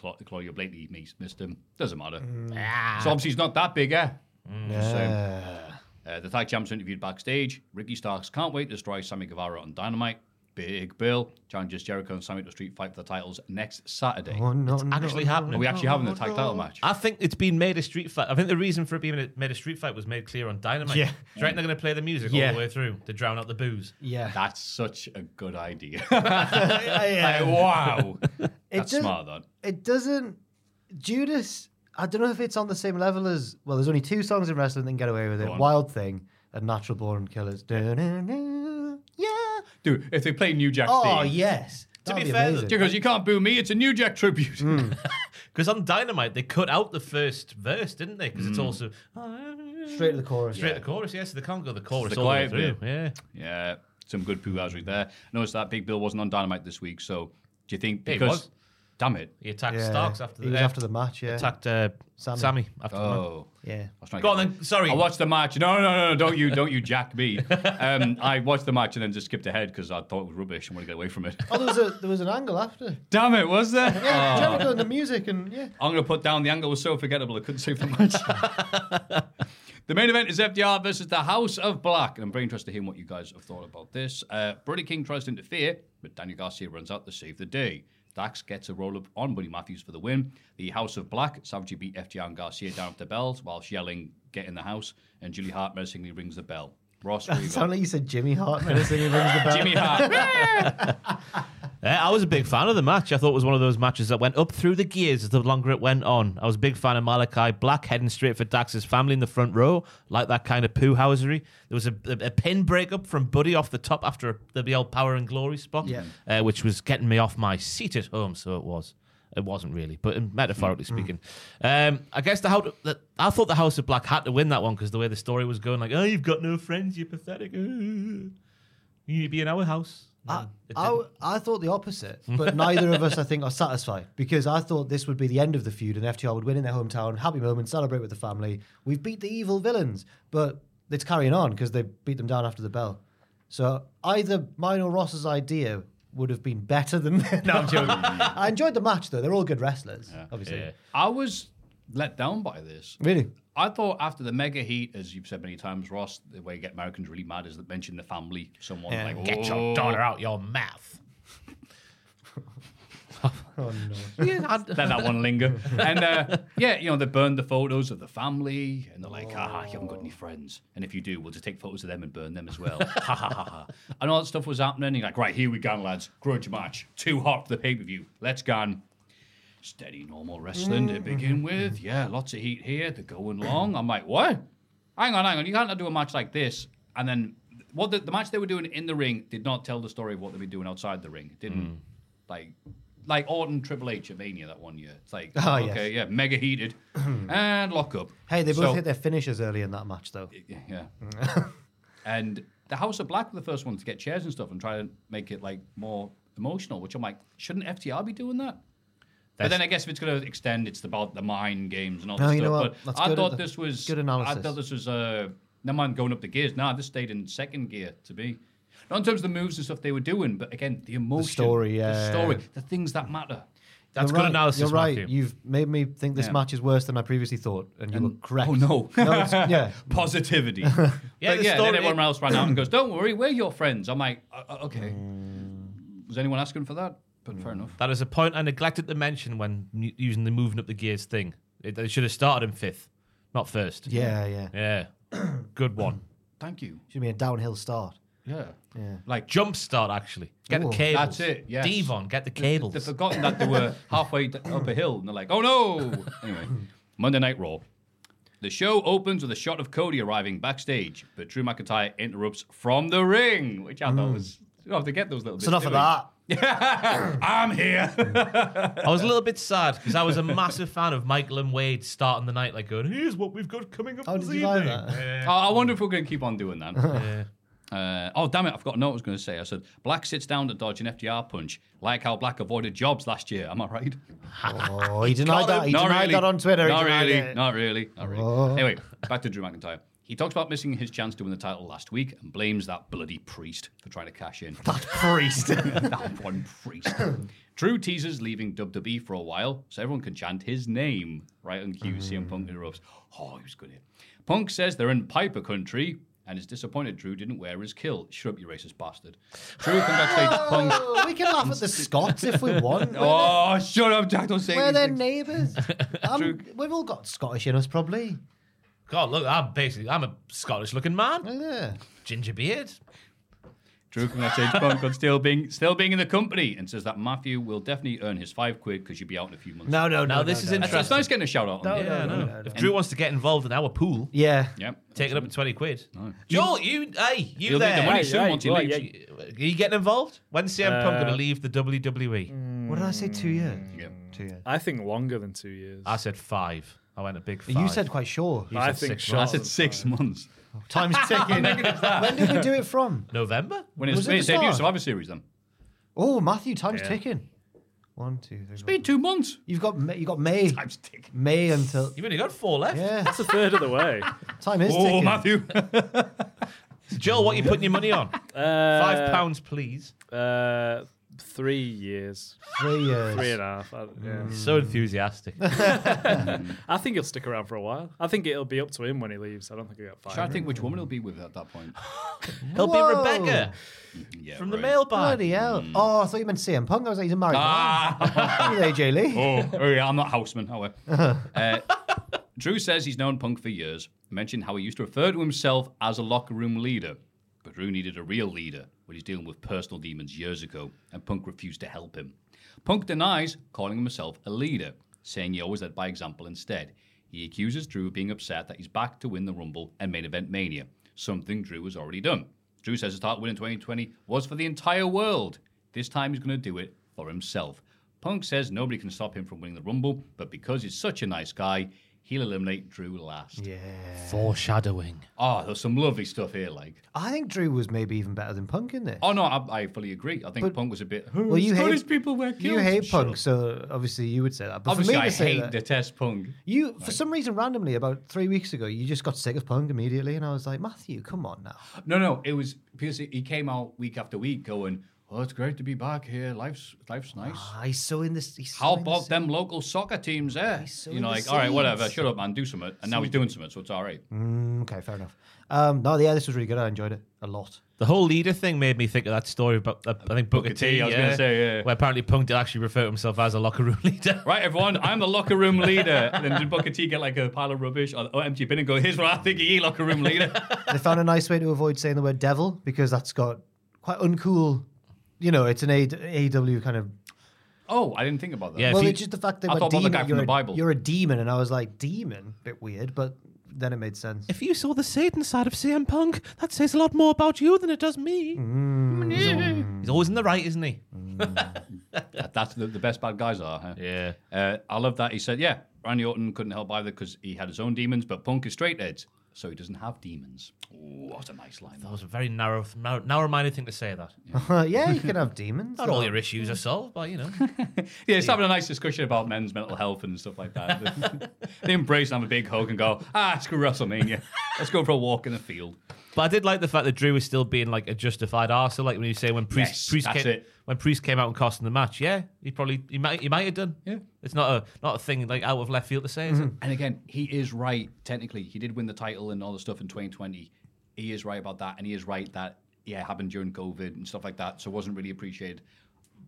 [SPEAKER 3] Cla- Claudio blatantly mis- missed him. Doesn't matter.
[SPEAKER 4] Mm.
[SPEAKER 3] Ah. So obviously he's not that big, eh? So, uh, the tag champs interviewed backstage. Ricky Starks can't wait to destroy Sammy Guevara on Dynamite. Big Bill challenges Jericho and Sammy to a street fight for the titles next Saturday.
[SPEAKER 4] Oh no! Oh, no,
[SPEAKER 5] actually
[SPEAKER 4] no.
[SPEAKER 5] happening.
[SPEAKER 3] Are we actually having the tag title match?
[SPEAKER 5] I think it's been made a street fight. I think the reason for it being a- made a street fight was made clear on Dynamite.
[SPEAKER 4] Yeah.
[SPEAKER 5] Do you reckon they're going to play the music all
[SPEAKER 4] Yeah.
[SPEAKER 5] the way through to drown out the booze?
[SPEAKER 4] Yeah.
[SPEAKER 3] That's such a good idea.
[SPEAKER 4] yeah.
[SPEAKER 3] Like, wow. That's
[SPEAKER 4] does-
[SPEAKER 3] smart, though.
[SPEAKER 4] it doesn't Judas I don't know if it's on the same level as well there's only two songs in wrestling that can get away with it
[SPEAKER 3] on.
[SPEAKER 4] Wild Thing and Natural Born Killers Da-na-na, yeah
[SPEAKER 3] Dude, if they play New Jack
[SPEAKER 4] oh
[SPEAKER 3] theme,
[SPEAKER 4] yes
[SPEAKER 5] To
[SPEAKER 4] That'd
[SPEAKER 5] be fair,
[SPEAKER 4] amazing.
[SPEAKER 3] She goes, you can't boo me. It's a New Jack tribute.
[SPEAKER 5] Because on Dynamite, they cut out the first verse, didn't they? Because it's also "Oh,
[SPEAKER 4] straight to the chorus
[SPEAKER 5] straight to the chorus. Yes, they can't go the chorus
[SPEAKER 3] the
[SPEAKER 5] all the way
[SPEAKER 3] quiet
[SPEAKER 5] through.
[SPEAKER 3] bit.
[SPEAKER 5] Yeah.
[SPEAKER 3] yeah, some good poo-housery there. Notice that Big Bill wasn't on Dynamite this week, so do you think
[SPEAKER 5] Yeah, he
[SPEAKER 3] because...
[SPEAKER 5] was.
[SPEAKER 3] Damn it.
[SPEAKER 5] He attacked
[SPEAKER 4] yeah.
[SPEAKER 5] Starks after the,
[SPEAKER 4] he was
[SPEAKER 5] uh,
[SPEAKER 4] after the match yeah
[SPEAKER 5] attacked uh, Sammy.
[SPEAKER 4] Sammy.
[SPEAKER 5] after the match.
[SPEAKER 3] Oh.
[SPEAKER 4] yeah
[SPEAKER 3] I was trying to
[SPEAKER 5] Go
[SPEAKER 3] get-
[SPEAKER 5] on then. Sorry.
[SPEAKER 3] I watched the match. No, no, no, no. Don't you, don't you, Jack B. Um, I watched the match and then just skipped ahead because I thought it was rubbish and want to get away from it.
[SPEAKER 4] oh there was a there was an angle after
[SPEAKER 3] Damn it, was there?
[SPEAKER 4] yeah
[SPEAKER 3] Oh.
[SPEAKER 4] Jericho and the music and yeah
[SPEAKER 3] I'm going to put down the angle was so forgettable I couldn't say for much. the main event is FDR versus the House of Black. And I'm very interested to hear what you guys have thought about this. Uh, Brody King tries to interfere, but Daniel Garcia runs out to save the day. Dax gets a roll up on Buddy Matthews for the win. The House of Black savagely beat FDR and Garcia down at the bells whilst yelling, Get in the house. And Julie Hart menacingly rings the bell. Ross
[SPEAKER 4] it sounded
[SPEAKER 3] Weaver.
[SPEAKER 4] like you said Jimmy Hart menacing and rings the bell
[SPEAKER 3] Jimmy Hart.
[SPEAKER 5] Yeah, Eh, I was a big fan of the match. I thought it was one of those matches that went up through the gears the longer it went on. I was a big fan of Malachi Black heading straight for Dax's family in the front row, like that kind of poo housery. There was a, a, a pin breakup from Buddy off the top after a, the old power and glory spot, eh,
[SPEAKER 4] Yeah.
[SPEAKER 5] uh, which was getting me off my seat at home, so it was. It wasn't really, but in metaphorically
[SPEAKER 4] Mm-hmm.
[SPEAKER 5] speaking, um, I guess the how the, I thought the House of Black had to win that one because the way the story was going, like, oh, you've got no friends, you're pathetic. uh, You need to be in our house.
[SPEAKER 4] I,
[SPEAKER 5] It
[SPEAKER 4] I,
[SPEAKER 5] didn't.
[SPEAKER 4] I thought the opposite, but neither of us, I think, are satisfied because I thought this would be the end of the feud and FTR would win in their hometown, happy moment, celebrate with the family. We've beat the evil villains, but it's carrying on because they beat them down after the bell. So either mine or Ross's idea would have been better than. no, I'm joking. I enjoyed the match though; they're all good wrestlers, obviously.
[SPEAKER 5] Yeah.
[SPEAKER 3] I was let down by this.
[SPEAKER 4] Really,
[SPEAKER 3] I thought after the mega heat, as you've said many times, Ross, the way you get Americans really mad is that mention the family. Someone like
[SPEAKER 5] Get
[SPEAKER 3] "Oh."
[SPEAKER 5] your daughter out your mouth. oh no!
[SPEAKER 3] Let that one linger. and uh, yeah, you know, they burned the photos of the family and they're like, haha, you haven't got
[SPEAKER 5] Oh.
[SPEAKER 3] any friends. And if you do, we'll just take photos of them and burn them as well. ha ha ha ha. And all that stuff was happening. And you're like, right, here we go, lads. Grudge match. Too hot for the pay per view. Let's go. Steady, normal wrestling
[SPEAKER 4] Mm-hmm.
[SPEAKER 3] to begin with. Yeah, lots of heat here. They're going long. I'm like, what? Hang on, hang on. You can't do a match like this. And then what the, the match they were doing in the ring did not tell the story of what they've been doing outside the ring. It didn't
[SPEAKER 4] Mm.
[SPEAKER 3] like like Orton Triple H at Mania that one year. It's like
[SPEAKER 4] Ah, yes.
[SPEAKER 3] okay, yeah, mega heated and lock up.
[SPEAKER 4] hey, they both
[SPEAKER 3] So-
[SPEAKER 4] hit their finishers early in that match, though.
[SPEAKER 3] yeah. and the House of Black were the first one to get chairs and stuff and try to make it like more emotional, which I'm like, shouldn't FTR be doing that? but
[SPEAKER 5] That's-
[SPEAKER 3] then I guess if it's going to extend, it's about the mind games and all
[SPEAKER 4] No,
[SPEAKER 3] this
[SPEAKER 4] you know
[SPEAKER 3] stuff.
[SPEAKER 4] what?
[SPEAKER 3] But
[SPEAKER 4] That's
[SPEAKER 3] I
[SPEAKER 4] good-
[SPEAKER 3] thought
[SPEAKER 4] that's
[SPEAKER 3] this was
[SPEAKER 4] good
[SPEAKER 3] I
[SPEAKER 4] analysis.
[SPEAKER 3] thought this was uh, never mind going up the gears. Nah, this stayed in second gear to me. Not in terms of the moves and stuff they were doing, but again, the emotion,
[SPEAKER 4] story,
[SPEAKER 3] the
[SPEAKER 4] yeah.
[SPEAKER 3] story, the things that matter.
[SPEAKER 5] That's
[SPEAKER 4] You're
[SPEAKER 5] good
[SPEAKER 4] right,
[SPEAKER 5] analysis,
[SPEAKER 4] You're right.
[SPEAKER 5] Matthew.
[SPEAKER 4] You've made me think this
[SPEAKER 3] Yeah.
[SPEAKER 4] match is worse than I previously thought, and you were correct.
[SPEAKER 3] Oh no,
[SPEAKER 4] it's- yeah.
[SPEAKER 3] positivity. yeah, but
[SPEAKER 5] the
[SPEAKER 3] yeah. Then
[SPEAKER 5] story-
[SPEAKER 3] everyone else ran out and goes, "Don't worry, we're your friends." I'm like, "Uh, uh, okay. Was anyone asking for that? But fair enough.
[SPEAKER 5] That is a point I neglected to mention when m- using the moving up the gears thing. It, they should have started in fifth, not first.
[SPEAKER 4] Yeah, yeah.
[SPEAKER 5] Yeah. Good one.
[SPEAKER 3] Thank you.
[SPEAKER 4] Should be a downhill start.
[SPEAKER 3] Yeah, yeah. Like
[SPEAKER 5] Jump start, actually. Get
[SPEAKER 4] Ooh.
[SPEAKER 5] the cables.
[SPEAKER 3] That's it, yes.
[SPEAKER 5] Devon, get the
[SPEAKER 3] th-
[SPEAKER 5] cables.
[SPEAKER 3] they've forgotten that they were halfway d- up a hill, and they're like, "Oh no!" Anyway, Monday Night Raw. The show opens with a shot of Cody arriving backstage, but Drew McIntyre interrupts from the ring, which I thought was. You have to get those little.
[SPEAKER 4] It's enough of that.
[SPEAKER 3] I'm here.
[SPEAKER 5] I was a little bit sad because I was a massive fan of Michael and Wade starting the night, like going, here's what we've got coming up
[SPEAKER 4] Oh,
[SPEAKER 5] this
[SPEAKER 4] did you
[SPEAKER 5] evening.
[SPEAKER 4] like that?
[SPEAKER 3] Oh, I wonder if we're going to keep on doing that. Uh, oh, damn it. I forgot no, I was going to say. I said, Black sits down to dodge an FDR punch, like how Black avoided jobs last year. Am I right?
[SPEAKER 4] Oh, he denied that. He
[SPEAKER 3] not
[SPEAKER 4] denied
[SPEAKER 3] really.
[SPEAKER 4] that on Twitter.
[SPEAKER 3] Not
[SPEAKER 4] he denied
[SPEAKER 3] really.
[SPEAKER 4] it. Oh.
[SPEAKER 3] Not really. Not really. Anyway, back to Drew McIntyre. He talks about missing his chance to win the title last week and blames that bloody priest for trying to cash in. That priest. that one priest. Drew teases leaving WWE for a while so everyone can chant his name. Right on cue, CM
[SPEAKER 4] Hmm.
[SPEAKER 3] Punk interrupts. Oh, he was good here. Punk says they're in Piper country and is disappointed Drew didn't wear his kilt. Shut up, you racist bastard. Drew congratulates Punk.
[SPEAKER 4] Oh, we can laugh at the Scots if we want. We're,
[SPEAKER 3] Oh, shut up, Jack. Don't say
[SPEAKER 4] we're
[SPEAKER 3] these
[SPEAKER 4] their
[SPEAKER 3] things.
[SPEAKER 4] neighbours. Um, we've all got Scottish in us, probably.
[SPEAKER 5] God, look, I'm basically, I'm a Scottish looking man.
[SPEAKER 4] Yeah.
[SPEAKER 5] Ginger beard.
[SPEAKER 3] Drew congratulates Punk on still being still being in the company and says that Matthew will definitely earn his five quid because you'll be out in a few months.
[SPEAKER 4] No, no, no.
[SPEAKER 5] Now, this is
[SPEAKER 3] That's- it's
[SPEAKER 5] interesting.
[SPEAKER 3] nice getting a shout out. on
[SPEAKER 5] Yeah,
[SPEAKER 3] the-
[SPEAKER 5] no. If Drew wants to get involved in our pool,
[SPEAKER 4] Yeah.
[SPEAKER 3] Yep.
[SPEAKER 5] take it up to 20 quid. Joel, you, hey, you
[SPEAKER 3] He'll need the
[SPEAKER 5] there.
[SPEAKER 3] money
[SPEAKER 6] Hey,
[SPEAKER 3] soon
[SPEAKER 6] hey, Uh,
[SPEAKER 3] once he
[SPEAKER 6] right,
[SPEAKER 3] leaves.
[SPEAKER 6] yeah.
[SPEAKER 5] Are you getting involved? When's CM Punk going to leave the E? WWE?
[SPEAKER 6] mm.
[SPEAKER 4] What did I say? Two years.
[SPEAKER 3] Yeah.
[SPEAKER 4] Two years.
[SPEAKER 6] I think longer than two years.
[SPEAKER 5] I said five. I went a big five.
[SPEAKER 4] You said quite sure.
[SPEAKER 5] You
[SPEAKER 6] I
[SPEAKER 5] said
[SPEAKER 6] think
[SPEAKER 5] six
[SPEAKER 6] shorter
[SPEAKER 3] I
[SPEAKER 5] months.
[SPEAKER 6] than
[SPEAKER 3] said six months.
[SPEAKER 4] Time's ticking. when did we do it from?
[SPEAKER 5] November.
[SPEAKER 3] When his
[SPEAKER 4] Was it the
[SPEAKER 3] his debut
[SPEAKER 4] start?
[SPEAKER 3] Survivor Series, then.
[SPEAKER 4] Oh, Matthew, time's ticking. One, two, three.
[SPEAKER 3] It's
[SPEAKER 4] four.
[SPEAKER 3] been two months.
[SPEAKER 4] You've got May, you got May.
[SPEAKER 3] I'm sticking.
[SPEAKER 4] May until
[SPEAKER 5] You've only got four left.
[SPEAKER 4] yeah.
[SPEAKER 6] That's a third of the way.
[SPEAKER 4] Time is
[SPEAKER 3] Oh,
[SPEAKER 4] ticking.
[SPEAKER 3] Matthew.
[SPEAKER 5] Jill, what are you putting your money on?
[SPEAKER 6] Uh,
[SPEAKER 5] Five pounds, please.
[SPEAKER 6] Uh, three years.
[SPEAKER 4] Three years.
[SPEAKER 6] Three and a half. I, yeah.
[SPEAKER 5] So enthusiastic.
[SPEAKER 6] mm. I think he'll stick around for a while. I think it'll be up to him when he leaves. I don't think he'll get
[SPEAKER 3] Trying
[SPEAKER 6] fired.
[SPEAKER 3] to think which woman he'll be with at that point.
[SPEAKER 5] He'll be
[SPEAKER 4] Whoa.
[SPEAKER 5] Rebecca
[SPEAKER 3] Yeah,
[SPEAKER 5] from the
[SPEAKER 3] right.
[SPEAKER 5] mailbag.
[SPEAKER 4] Bloody hell.
[SPEAKER 3] Hmm.
[SPEAKER 4] Oh, I thought you meant CM Punk. I was like, he's a married man. Hey, AJ Lee.
[SPEAKER 3] Ah. Oh, oh, yeah, I'm not Houseman. However, uh, Drew says he's known Punk for years. Mentioned how he used to refer to himself as a locker room leader, but Drew needed a real leader when he's dealing with personal demons years ago, and Punk refused to help him. Punk denies calling himself a leader, saying he always led by example instead. He accuses Drew of being upset that he's back to win the Rumble and main event Mania, something Drew has already done. Drew says his title win in 2020 was for the entire world. This time he's going to do it for himself. Punk says nobody can stop him from winning the Rumble, but because he's such a nice guy, he'll eliminate Drew last.
[SPEAKER 5] Foreshadowing.
[SPEAKER 3] Oh, there's some lovely stuff here. Like,
[SPEAKER 4] I think Drew was maybe even better than Punk in this.
[SPEAKER 3] oh no, I, I fully agree. I think
[SPEAKER 4] But-
[SPEAKER 3] Punk was a bit.
[SPEAKER 4] well, you
[SPEAKER 3] Scottish
[SPEAKER 4] hate
[SPEAKER 3] people were killed.
[SPEAKER 4] You hate
[SPEAKER 3] Sure.
[SPEAKER 4] Punk, so obviously you would say that. But
[SPEAKER 3] Obviously,
[SPEAKER 4] for me
[SPEAKER 3] I
[SPEAKER 4] to say
[SPEAKER 3] hate,
[SPEAKER 4] that,
[SPEAKER 3] detest Punk.
[SPEAKER 4] you for some reason randomly about three weeks ago you just got sick of Punk immediately, and I was like, Matthew, come on now.
[SPEAKER 3] No, no, it was because he he came out week after week going, "Oh, it's great to be back here. Life's life's nice."
[SPEAKER 4] Ah, he's so in this. He's so
[SPEAKER 3] How
[SPEAKER 4] in the
[SPEAKER 3] about
[SPEAKER 4] scene.
[SPEAKER 3] them local soccer teams there?
[SPEAKER 4] so
[SPEAKER 3] you know,
[SPEAKER 4] in the
[SPEAKER 3] like, all right, whatever,
[SPEAKER 4] seeds.
[SPEAKER 3] shut up, man, do something. And now he's doing something, so it's all right.
[SPEAKER 4] Okay, fair enough. Um, no, yeah, this was really good. I enjoyed it a lot.
[SPEAKER 5] The whole leader thing made me think of that story about uh, I think Booker,
[SPEAKER 3] Booker
[SPEAKER 5] T.
[SPEAKER 3] T, I was gonna say, yeah.
[SPEAKER 5] Where apparently Punk did actually refer to himself as a locker room leader.
[SPEAKER 3] Right, everyone, I'm the locker room leader. and then did Booker T get like a pile of rubbish or, or empty bin and go, here's what I think of you, locker room leader?
[SPEAKER 4] they found a nice way to avoid saying the word devil because that's got quite uncool. You know, it's an AEW E kind of.
[SPEAKER 3] oh, I didn't think about that.
[SPEAKER 5] Yeah. If
[SPEAKER 4] well,
[SPEAKER 5] you-
[SPEAKER 4] it's just the fact that
[SPEAKER 3] I
[SPEAKER 4] we're
[SPEAKER 3] thought about the
[SPEAKER 4] demon,
[SPEAKER 3] guy from
[SPEAKER 4] you're
[SPEAKER 3] the
[SPEAKER 4] a-
[SPEAKER 3] Bible.
[SPEAKER 4] You're a demon, and I was like, demon, bit weird, but then it made sense.
[SPEAKER 5] If you saw the Satan side of CM Punk, that says a lot more about you than it does me.
[SPEAKER 3] Mm.
[SPEAKER 5] He's al- He's always in the right, isn't he?
[SPEAKER 3] That- That's the, the best bad guys are. Huh?
[SPEAKER 5] Yeah.
[SPEAKER 3] Uh, I love that. He said, yeah, Randy Orton couldn't help either because he had his own demons, but Punk is straight edge, so he doesn't have demons. Ooh, what a nice line.
[SPEAKER 5] That was a very narrow, narrow, narrow-minded thing to say. That
[SPEAKER 4] yeah, you can have demons.
[SPEAKER 5] not all your issues are solved, but you know,
[SPEAKER 3] Yeah, it's having a nice discussion about men's mental health and stuff like that. they embrace and have a big hug and go, ah, screw WrestleMania. Let's go for a walk in the field.
[SPEAKER 5] But I did like the fact that Drew was still being like a justified arsehole, like when you say when Priest,
[SPEAKER 3] Yes,
[SPEAKER 5] Priest
[SPEAKER 3] that's
[SPEAKER 5] came,
[SPEAKER 3] it.
[SPEAKER 5] when Priest came out and cost him the match. Yeah, he probably he might he might have done.
[SPEAKER 3] Yeah. Mm.
[SPEAKER 5] it's not a not a thing like out of left field to say. Is it?
[SPEAKER 3] And again, he is right, technically. He did win the title and all the stuff in 2020. He is right about that. And he is right that, yeah, it happened during COVID and stuff like that. So it wasn't really appreciated.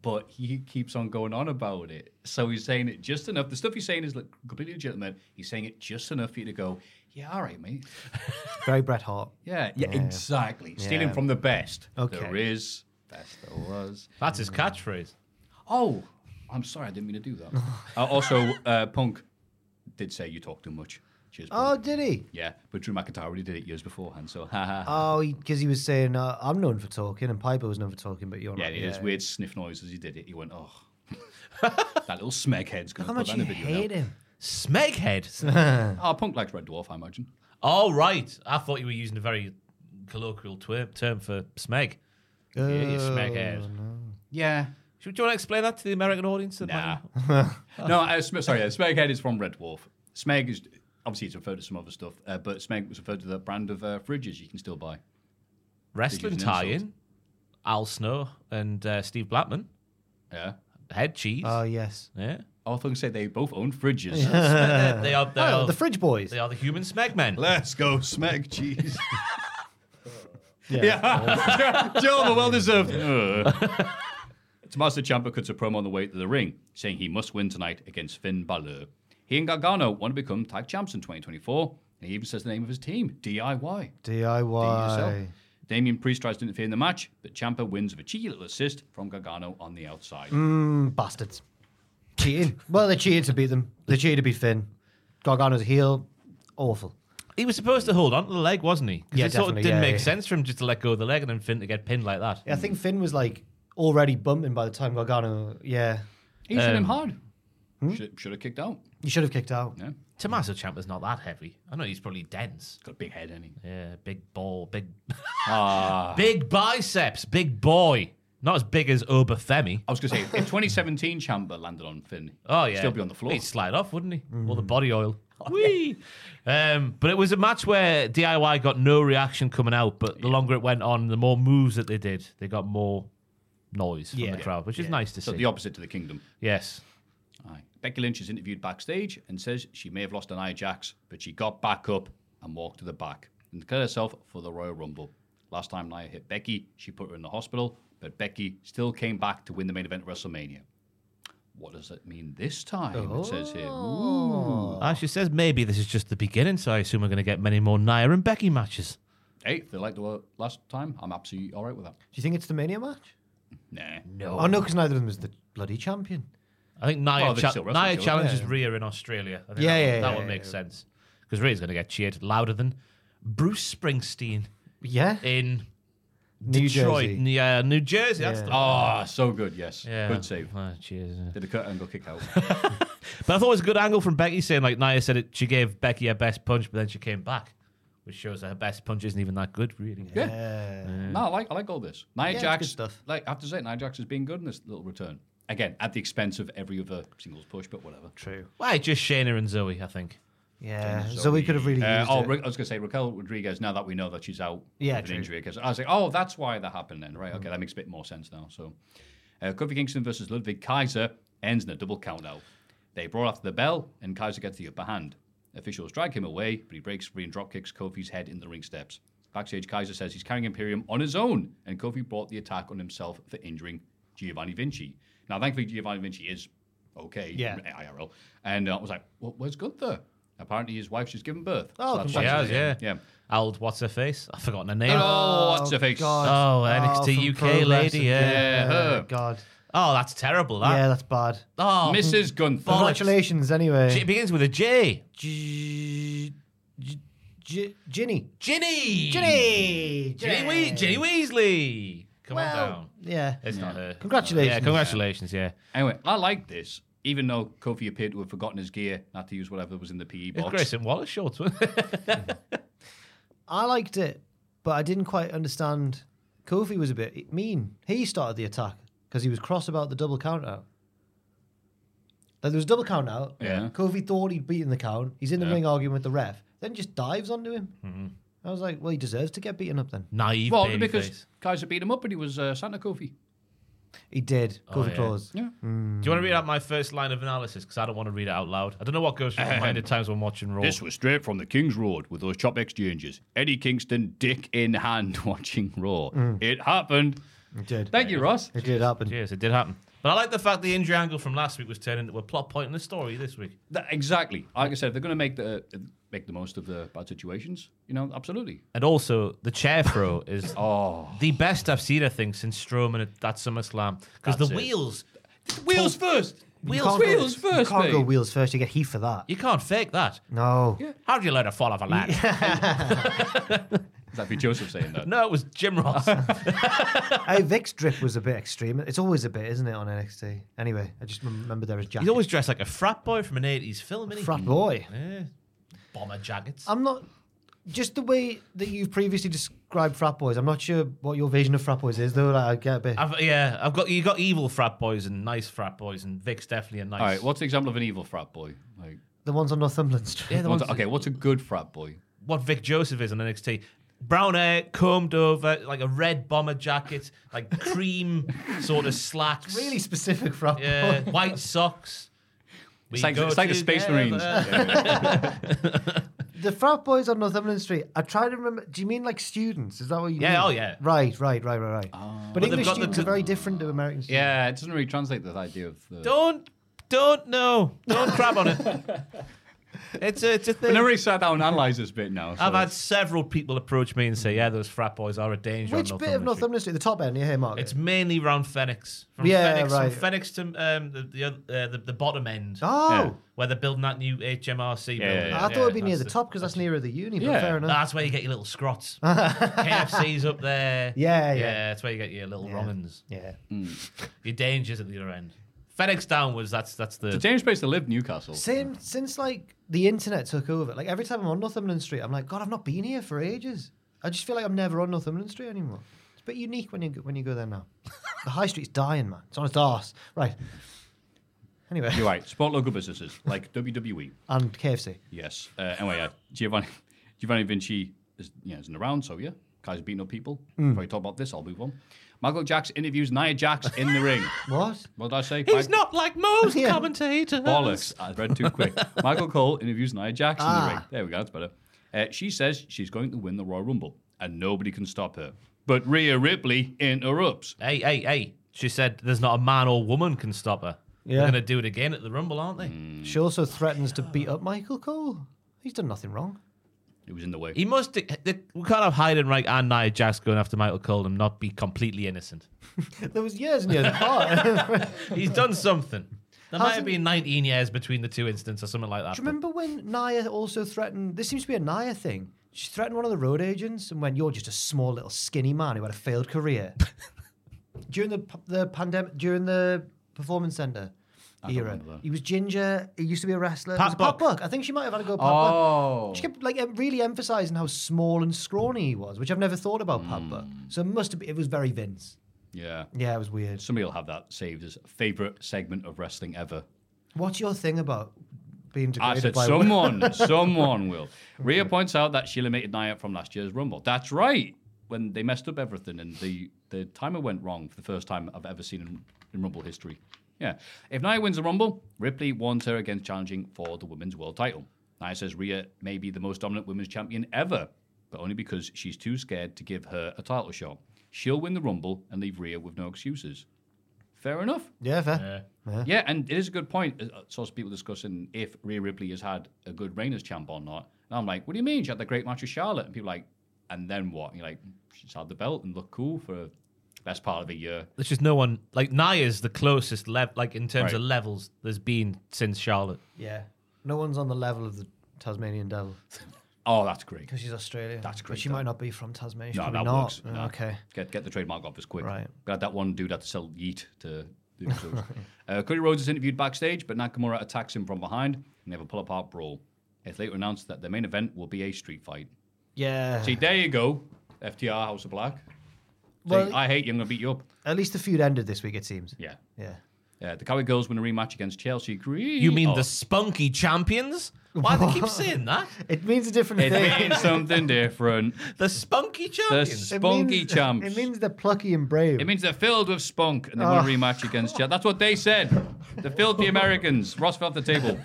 [SPEAKER 3] But he keeps on going on about it. So he's saying it just enough. The stuff he's saying is like, completely legitimate. He's saying it just enough for you to go, yeah, all right, mate.
[SPEAKER 4] Very Bret Hart.
[SPEAKER 3] Yeah, yeah, exactly. Stealing from the best.
[SPEAKER 4] Okay.
[SPEAKER 3] There is. Best there was.
[SPEAKER 5] That's his catchphrase.
[SPEAKER 3] Oh, I'm sorry, I didn't mean to do that. uh, also, uh, Punk did say you talk too much. Cheers,
[SPEAKER 4] Oh,
[SPEAKER 3] Punk.
[SPEAKER 4] did he?
[SPEAKER 3] Yeah, but Drew McIntyre already did it years beforehand, so haha.
[SPEAKER 4] Oh, because he, was saying, uh, I'm known for talking, and Piper was known for talking, but you're
[SPEAKER 3] yeah,
[SPEAKER 4] not.
[SPEAKER 3] it is weird sniff noise as he did it. He went, oh. that little smeghead's going
[SPEAKER 4] How
[SPEAKER 3] to put
[SPEAKER 4] much
[SPEAKER 3] that in
[SPEAKER 4] you
[SPEAKER 3] the video.
[SPEAKER 4] hate him.
[SPEAKER 5] Smeghead.
[SPEAKER 3] Now. Oh, Punk likes Red Dwarf, I imagine.
[SPEAKER 5] All right, I thought you were using a very colloquial twer- term for smeg. Yeah, you
[SPEAKER 4] Oh,
[SPEAKER 5] smeghead.
[SPEAKER 3] Yeah.
[SPEAKER 5] Should, do you want to explain that to the American audience? that
[SPEAKER 3] Nah.
[SPEAKER 5] might-
[SPEAKER 3] no, uh, Sm- sorry, yeah, Smeghead is from Red Dwarf. Smeg is, obviously, it's referred to some other stuff, uh, but Smeg was referred to the brand of uh, fridges you can still buy.
[SPEAKER 5] Wrestling
[SPEAKER 3] Did you use an
[SPEAKER 5] tie-in.
[SPEAKER 3] insult?
[SPEAKER 5] Al Snow and uh, Steve Blackman.
[SPEAKER 3] Yeah.
[SPEAKER 5] Head cheese.
[SPEAKER 4] Oh, yes.
[SPEAKER 5] yeah.
[SPEAKER 3] Oh, I was going to say they both own fridges.
[SPEAKER 5] Smeghead, Uh, they are, they
[SPEAKER 4] Oh,
[SPEAKER 5] are-
[SPEAKER 4] the Fridge Boys.
[SPEAKER 5] They are the human smeg men.
[SPEAKER 3] Let's go, smeg cheese. yeah. Joe, well deserved. Tommaso Ciampa cuts a promo on the way to the ring, saying he must win tonight against Finn Balor. He and Gargano want to become tag champs in 2024, and he even says the name of his team, DIY. Do it yourself.
[SPEAKER 4] DIY.
[SPEAKER 3] Damien Priest tries to interfere in the match, but Ciampa wins with a cheeky little assist from Gargano on the outside.
[SPEAKER 4] Bastards. Cheating. well, they cheated to beat them. They cheated to beat Finn. Gargano's a heel. Awful.
[SPEAKER 5] He was supposed to hold on to the leg, wasn't he? 'Cause
[SPEAKER 4] Yeah,
[SPEAKER 5] it sort of
[SPEAKER 4] definitely,
[SPEAKER 5] didn't
[SPEAKER 4] yeah,
[SPEAKER 5] make
[SPEAKER 4] yeah.
[SPEAKER 5] sense for him just to let go of the leg and then Finn to get pinned like that.
[SPEAKER 4] I think Finn was like already bumping by the time Gargano. Yeah.
[SPEAKER 3] He's hitting him hard. Should, should have kicked out.
[SPEAKER 4] You should have kicked out.
[SPEAKER 3] Yeah.
[SPEAKER 5] Tommaso Ciampa's not that heavy. I know he's probably dense.
[SPEAKER 3] Got a big head, ain't he?
[SPEAKER 5] Yeah, big ball, big,
[SPEAKER 3] Ah.
[SPEAKER 5] big biceps, big boy. Not as big as Obafemi.
[SPEAKER 3] I was going to say, if 2017 Chamber landed on Finn,
[SPEAKER 5] Oh
[SPEAKER 3] he'd
[SPEAKER 5] yeah,
[SPEAKER 3] still be on the floor. Mm. Oh,
[SPEAKER 5] He'd slide off, wouldn't he? All the body oil. Whee! Um, but it was a match where DIY got no reaction coming out. But the longer it went on, the more moves that they did, they got more noise from the crowd, which is nice to
[SPEAKER 3] so
[SPEAKER 5] see.
[SPEAKER 3] the opposite to the kingdom.
[SPEAKER 5] yes.
[SPEAKER 3] Aye. Becky Lynch is interviewed backstage and says she may have lost an eye jacks, but she got back up and walked to the back and declared herself for the Royal Rumble. Last time Nia hit Becky, she put her in the hospital, but Becky still came back to win the main event at WrestleMania. What does it mean this time? It says here. Ooh.
[SPEAKER 5] Ah, she says maybe this is just the beginning, so I assume we're going to get many more Nia and Becky matches.
[SPEAKER 3] Hey, if they liked the last time, I'm absolutely all right with that.
[SPEAKER 4] Do you think it's the Mania match?
[SPEAKER 3] Nah.
[SPEAKER 4] No. Oh, no, because neither of them is the bloody champion.
[SPEAKER 5] I think Nia,
[SPEAKER 3] Well, they
[SPEAKER 5] cha-
[SPEAKER 3] still wrestle
[SPEAKER 5] Nia
[SPEAKER 3] each other.
[SPEAKER 5] challenges
[SPEAKER 4] Yeah.
[SPEAKER 5] Rhea in Australia. I think
[SPEAKER 4] Yeah,
[SPEAKER 5] that,
[SPEAKER 4] yeah,
[SPEAKER 5] one-
[SPEAKER 4] yeah,
[SPEAKER 5] that one
[SPEAKER 4] yeah,
[SPEAKER 5] makes
[SPEAKER 4] yeah.
[SPEAKER 5] sense because Rhea's going to get cheered louder than Bruce Springsteen
[SPEAKER 4] Yeah.
[SPEAKER 5] in
[SPEAKER 4] New
[SPEAKER 5] Detroit,
[SPEAKER 4] Jersey.
[SPEAKER 5] yeah, New Jersey. That's
[SPEAKER 4] Yeah.
[SPEAKER 5] the
[SPEAKER 3] Ah, so good. Yes.
[SPEAKER 5] yeah.
[SPEAKER 3] Good save.
[SPEAKER 5] Ah, cheers.
[SPEAKER 3] Did a cut angle kick out.
[SPEAKER 5] But I thought it was a good angle from Becky saying like Nia said it. She gave Becky her best punch, but then she came back, which shows that her best punch isn't even that good, really.
[SPEAKER 3] yeah. No, I like I like all this. Nia
[SPEAKER 4] Yeah, it's
[SPEAKER 3] Jax
[SPEAKER 4] good stuff.
[SPEAKER 3] Like I have to say, Nia Jax has been good in this little return. Again, at the expense of every other singles push, but whatever.
[SPEAKER 4] True.
[SPEAKER 5] Why just Shayna and Zoe? I think.
[SPEAKER 4] Yeah. So we could have really
[SPEAKER 3] Uh,
[SPEAKER 4] used
[SPEAKER 3] oh,
[SPEAKER 4] it.
[SPEAKER 3] Ra- I was going to say Raquel Rodriguez. Now that we know that she's out
[SPEAKER 4] Yeah,
[SPEAKER 3] with an
[SPEAKER 4] true. Mm.
[SPEAKER 3] injury, because I was like, oh, that's why that happened then, right? Okay, that makes a bit more sense now. So, uh, Kofi Kingston versus Ludwig Kaiser ends in a double count out. They brawl after the bell, and Kaiser gets the upper hand. Officials drag him away, but he breaks free and drop kicks Kofi's head in the ring steps. Backstage, Kaiser says he's carrying Imperium on his own, and Kofi brought the attack on himself for injuring Giovanni Vinci. Now, thankfully, Giovanni Vinci is okay,
[SPEAKER 4] Yeah.
[SPEAKER 3] IRL, and uh, I was like, well, where's Gunther? Apparently, his wife's just given birth.
[SPEAKER 4] Oh,
[SPEAKER 3] that's
[SPEAKER 4] congratulations.
[SPEAKER 5] She
[SPEAKER 3] why
[SPEAKER 5] has,
[SPEAKER 3] she's
[SPEAKER 5] yeah.
[SPEAKER 3] in. Yeah.
[SPEAKER 5] Old what's her face? I've forgotten her name.
[SPEAKER 3] Oh, what's her face?
[SPEAKER 5] Oh, NXT
[SPEAKER 4] from
[SPEAKER 5] UK
[SPEAKER 4] Progress
[SPEAKER 5] lady, yeah.
[SPEAKER 4] and-
[SPEAKER 3] Yeah, her.
[SPEAKER 4] God.
[SPEAKER 5] Oh, that's terrible. That.
[SPEAKER 4] Yeah, that's bad.
[SPEAKER 5] Oh,
[SPEAKER 3] Mrs. Gunther.
[SPEAKER 4] Congratulations,
[SPEAKER 5] She it
[SPEAKER 4] anyway.
[SPEAKER 5] begins with a J.
[SPEAKER 4] G- G- G- Ginny.
[SPEAKER 5] Ginny.
[SPEAKER 4] Ginny.
[SPEAKER 5] Ginny, Wee- Ginny Weasley. Come on down.
[SPEAKER 4] Yeah.
[SPEAKER 5] It's not her.
[SPEAKER 4] Congratulations.
[SPEAKER 5] Yeah, congratulations. Yeah.
[SPEAKER 3] Anyway, I like this, even though Kofi appeared to have forgotten his gear, not to use whatever was in the PE
[SPEAKER 5] It's
[SPEAKER 3] box.
[SPEAKER 5] Grayson Wallace shorts. wasn't it?
[SPEAKER 4] I liked it, but I didn't quite understand. Kofi was a bit mean. He started the attack because he was cross about the double count out. Like there was a double count out.
[SPEAKER 3] Yeah.
[SPEAKER 4] Kofi thought he'd beaten the count. He's in the ring arguing with the ref. Then just dives onto him.
[SPEAKER 3] Mm-hmm.
[SPEAKER 4] I was like, well, he deserves to get beaten up then.
[SPEAKER 5] Naive
[SPEAKER 3] Well,
[SPEAKER 5] baby
[SPEAKER 3] because
[SPEAKER 5] face.
[SPEAKER 3] Kaiser beat him up and he was uh, Santa Kofi.
[SPEAKER 4] He did. Kofi
[SPEAKER 5] yeah.
[SPEAKER 4] Claus.
[SPEAKER 3] Oh, Yeah.
[SPEAKER 5] Do you want to read out my first line of analysis? Because I don't want to read it out loud. I don't know what goes through my mind at times when watching Raw.
[SPEAKER 3] This was straight from the King's Road with those chop exchanges. Eddie Kingston, dick in hand, watching Raw.
[SPEAKER 5] Hmm.
[SPEAKER 3] It happened.
[SPEAKER 4] He did.
[SPEAKER 3] Thank you, Ross.
[SPEAKER 4] It did happen.
[SPEAKER 5] Yes, it did happen. But I like the fact the injury angle from last week was turned into a plot point in the story this week.
[SPEAKER 3] That- exactly. Like I said, if they're going to make the make the most of the bad situations, you know, absolutely.
[SPEAKER 5] And also, the chair throw is
[SPEAKER 3] Oh.
[SPEAKER 5] the best I've seen, I think, since Strowman at that SummerSlam. Because the
[SPEAKER 3] That's it.
[SPEAKER 5] wheels,
[SPEAKER 3] Wheels first.
[SPEAKER 5] wheels,
[SPEAKER 4] can't go-
[SPEAKER 5] wheels.
[SPEAKER 4] You
[SPEAKER 3] first,
[SPEAKER 4] can't go
[SPEAKER 3] mate.
[SPEAKER 4] wheels first. You get heat for that.
[SPEAKER 5] You can't fake that.
[SPEAKER 4] No.
[SPEAKER 5] How do you let it fall off a ladder?
[SPEAKER 3] That'd be Joseph saying that.
[SPEAKER 5] No, it was Jim Ross.
[SPEAKER 4] Hey, Vic's drip was a bit extreme. It's always a bit, isn't it, on NXT? Anyway, I just remember there was Jack.
[SPEAKER 5] He's always dressed like a frat boy from an 80s film, isn't he?
[SPEAKER 4] frat boy.
[SPEAKER 5] Yeah. Bomber jackets.
[SPEAKER 4] I'm not just the way that you've previously described frat boys. I'm not sure what your vision of frat boys is, though. Like, I get a bit.
[SPEAKER 5] I've, yeah, I've got you got evil frat boys and nice frat boys, and Vic's definitely a nice.
[SPEAKER 3] All right, what's the example of an evil frat boy? Like,
[SPEAKER 4] the ones on Northumberland Street.
[SPEAKER 5] Yeah, the
[SPEAKER 3] what's-
[SPEAKER 5] ones-
[SPEAKER 3] okay, what's a good frat boy?
[SPEAKER 5] what Vic Joseph is on NXT. Brown hair, combed over, like a red bomber jacket, like cream sort of slacks.
[SPEAKER 4] Really specific frat
[SPEAKER 5] Yeah,
[SPEAKER 4] boy.
[SPEAKER 5] white socks. We
[SPEAKER 3] It's like,
[SPEAKER 5] go
[SPEAKER 3] it's like the Space
[SPEAKER 5] together.
[SPEAKER 3] Marines.
[SPEAKER 4] The frat boys on Northumberland Street. I try to remember. Do you mean like students? Is that what you
[SPEAKER 5] Yeah,
[SPEAKER 4] mean?
[SPEAKER 5] oh, yeah.
[SPEAKER 4] Right, right, right, right, right. but,
[SPEAKER 5] they've
[SPEAKER 4] English
[SPEAKER 5] got the
[SPEAKER 4] students
[SPEAKER 5] cl-
[SPEAKER 4] are very different to American students.
[SPEAKER 3] Yeah, it doesn't really translate to the idea of the.
[SPEAKER 5] Don't, don't, no. Don't crab on it. It's a, it's a
[SPEAKER 3] I
[SPEAKER 5] thing.
[SPEAKER 3] never really sat down and analysed this bit now. so
[SPEAKER 5] I've had several people approach me and say, yeah, those frat boys are a danger. on
[SPEAKER 4] Which bit of
[SPEAKER 5] Northumberland Street."
[SPEAKER 4] Northumberland Street? The top end, yeah, here, Mark.
[SPEAKER 5] It's mainly around Phoenix. From
[SPEAKER 4] Yeah,
[SPEAKER 5] Phoenix,
[SPEAKER 4] right.
[SPEAKER 5] From Phoenix to um, the, the, oth- uh, the the bottom end.
[SPEAKER 4] oh,
[SPEAKER 3] Yeah.
[SPEAKER 5] Where they're building that new HMRC
[SPEAKER 3] Yeah,
[SPEAKER 5] building.
[SPEAKER 3] yeah,
[SPEAKER 4] I
[SPEAKER 3] yeah.
[SPEAKER 4] thought it'd be near the top because that's nearer the uni. But
[SPEAKER 3] Yeah.
[SPEAKER 4] fair enough.
[SPEAKER 5] That's where you get your little scrots. KFC's up there.
[SPEAKER 4] Yeah, yeah.
[SPEAKER 5] that's where you get your little yeah.
[SPEAKER 4] yeah.
[SPEAKER 5] Your dangers at the other end. Phoenix downwards, that's that's the.
[SPEAKER 3] The James place to live Newcastle.
[SPEAKER 4] Same since like the internet took over. Like every time I'm on Northumberland Street, I'm like, God, I've not been here for ages. I just feel like I'm never on Northumberland Street anymore. It's a bit unique when you go- when you go there now. the high street's dying, man. It's on its arse. Right. Anyway,
[SPEAKER 3] You're right. Support local businesses like WWE.
[SPEAKER 4] and KFC.
[SPEAKER 3] Yes. Uh, anyway, uh, Giovanni Giovanni Vinci is you know, isn't around, so yeah, guys beating up people. If I talk about this, I'll move on. Michael Jax interviews Nia Jax in the ring.
[SPEAKER 4] What?
[SPEAKER 3] What did I say?
[SPEAKER 5] He's
[SPEAKER 3] Mike-
[SPEAKER 5] not like most
[SPEAKER 4] Yeah.
[SPEAKER 5] commentators.
[SPEAKER 3] Bollocks. I read too quick. Michael Cole interviews Nia Jax in the ring. There we go. That's better. Uh, she says she's going to win the Royal Rumble and nobody can stop her. But Rhea Ripley interrupts.
[SPEAKER 5] Hey, hey, hey. She said there's not a man or woman can stop her.
[SPEAKER 4] Yeah.
[SPEAKER 5] They're going to do it again at the Rumble, aren't they?
[SPEAKER 4] She also threatens to beat up Michael Cole. He's done nothing wrong.
[SPEAKER 3] It was in the way.
[SPEAKER 5] He must. They, we can't have Hayden Reich and Nia Jax going after Michael Cole and not be completely innocent.
[SPEAKER 4] There was years and years apart. Do you
[SPEAKER 5] He's done something. There might have
[SPEAKER 4] Hasn't-
[SPEAKER 5] been 19 years between the two incidents or something like that.
[SPEAKER 4] remember when Naya also threatened? This seems to be a Naya thing. She threatened one of the road agents and went, "You're just a small little skinny man who had a failed career." during the p- the pandemic, during the performance center era,
[SPEAKER 3] remember that.
[SPEAKER 4] he was ginger. He used to be a wrestler. It
[SPEAKER 5] Pat
[SPEAKER 4] was Pat
[SPEAKER 5] Buck.
[SPEAKER 4] Buck. I think she might have had a go. At Pat
[SPEAKER 3] Oh.
[SPEAKER 4] Buck. She kept like em- really emphasizing how small and scrawny he was, which I've never thought about Pat Buck.
[SPEAKER 3] Hmm.
[SPEAKER 4] So it must have been. It was very Vince.
[SPEAKER 3] Yeah.
[SPEAKER 4] Yeah, it was weird.
[SPEAKER 3] Somebody will have that saved as favorite segment of wrestling ever.
[SPEAKER 4] What's your thing about being
[SPEAKER 3] I
[SPEAKER 4] degraded
[SPEAKER 3] said
[SPEAKER 4] by
[SPEAKER 3] someone, someone will. Rhea points out that she eliminated Nia from last year's Rumble. That's right. When they messed up everything and the, the timer went wrong for the first time I've ever seen in, in Rumble history. Yeah. If Nia wins the Rumble, Ripley warns her against challenging for the women's world title. Nia says Rhea may be the most dominant women's champion ever, but only because she's too scared to give her a title shot. She'll win the Rumble and leave Rhea with no excuses. Fair enough.
[SPEAKER 4] Yeah, fair.
[SPEAKER 3] Yeah, and it is a good point. I saw some people discussing if Rhea Ripley has had a good reign as champ or not. And I'm like, what do you mean? She had the great match with Charlotte. And people are like, and then what? And you're like, she's had the belt and looked cool for the best part of a year.
[SPEAKER 5] There's just no one like Nia's the closest level, like in terms
[SPEAKER 3] Right.
[SPEAKER 5] of levels, there's been since Charlotte.
[SPEAKER 4] Yeah. No one's on the level of the Tasmanian devil
[SPEAKER 3] Oh, that's great.
[SPEAKER 4] because she's Australian.
[SPEAKER 3] That's
[SPEAKER 4] But
[SPEAKER 3] great,
[SPEAKER 4] she
[SPEAKER 3] though.
[SPEAKER 4] might not be from Tasmania. She's
[SPEAKER 3] No,
[SPEAKER 4] probably
[SPEAKER 3] that
[SPEAKER 4] not.
[SPEAKER 3] works.
[SPEAKER 4] Oh,
[SPEAKER 3] No.
[SPEAKER 4] Okay.
[SPEAKER 3] Get, get the trademark office quick.
[SPEAKER 4] Right.
[SPEAKER 3] Glad that one dude had to sell yeet to the episodes. uh, Cody Rhodes is interviewed backstage, but Nakamura attacks him from behind and they have a pull apart brawl. It's later announced that the main event will be a street fight.
[SPEAKER 4] Yeah.
[SPEAKER 3] See, there you go. FTR, House of Black. See,
[SPEAKER 4] Well-
[SPEAKER 3] I hate you, I'm going to beat you up.
[SPEAKER 4] At least the feud ended this week, it seems.
[SPEAKER 3] Yeah.
[SPEAKER 4] Yeah.
[SPEAKER 3] Uh, the Cowie Girls win a rematch against Chelsea Green.
[SPEAKER 5] You mean
[SPEAKER 3] Oh,
[SPEAKER 5] the spunky champions? Why do they keep saying that?
[SPEAKER 4] It means a different
[SPEAKER 3] Oh. It
[SPEAKER 4] thing.
[SPEAKER 3] means something different.
[SPEAKER 5] The spunky
[SPEAKER 3] The
[SPEAKER 5] champions.
[SPEAKER 4] It
[SPEAKER 3] spunky
[SPEAKER 4] means-
[SPEAKER 3] champs.
[SPEAKER 4] It means Oh. they're plucky and brave.
[SPEAKER 3] It means they're filled with spunk and they want a rematch against Chelsea. That's what they said. They filled the Americans, Ross fell off the table,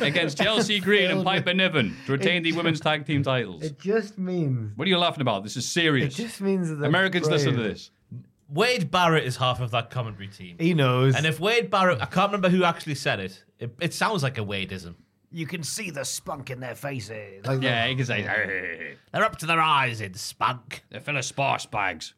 [SPEAKER 3] against Chelsea Green and
[SPEAKER 4] Filled with-
[SPEAKER 3] Piper Niven to retain the women's tag team titles.
[SPEAKER 4] it just means.
[SPEAKER 3] what are you laughing about? This is
[SPEAKER 4] It
[SPEAKER 3] serious.
[SPEAKER 4] just means that they're
[SPEAKER 3] Americans
[SPEAKER 4] brave.
[SPEAKER 3] listen to this.
[SPEAKER 5] Wade Barrett is half of that commentary team.
[SPEAKER 4] He knows.
[SPEAKER 5] And if Wade Barrett, I can't remember who actually said it. It, it sounds like a Wadeism.
[SPEAKER 4] you can see the spunk in their faces. Like that.
[SPEAKER 3] Yeah, you can say, "Hey,
[SPEAKER 5] They're up to their eyes in spunk.
[SPEAKER 3] they're full of sparse bags.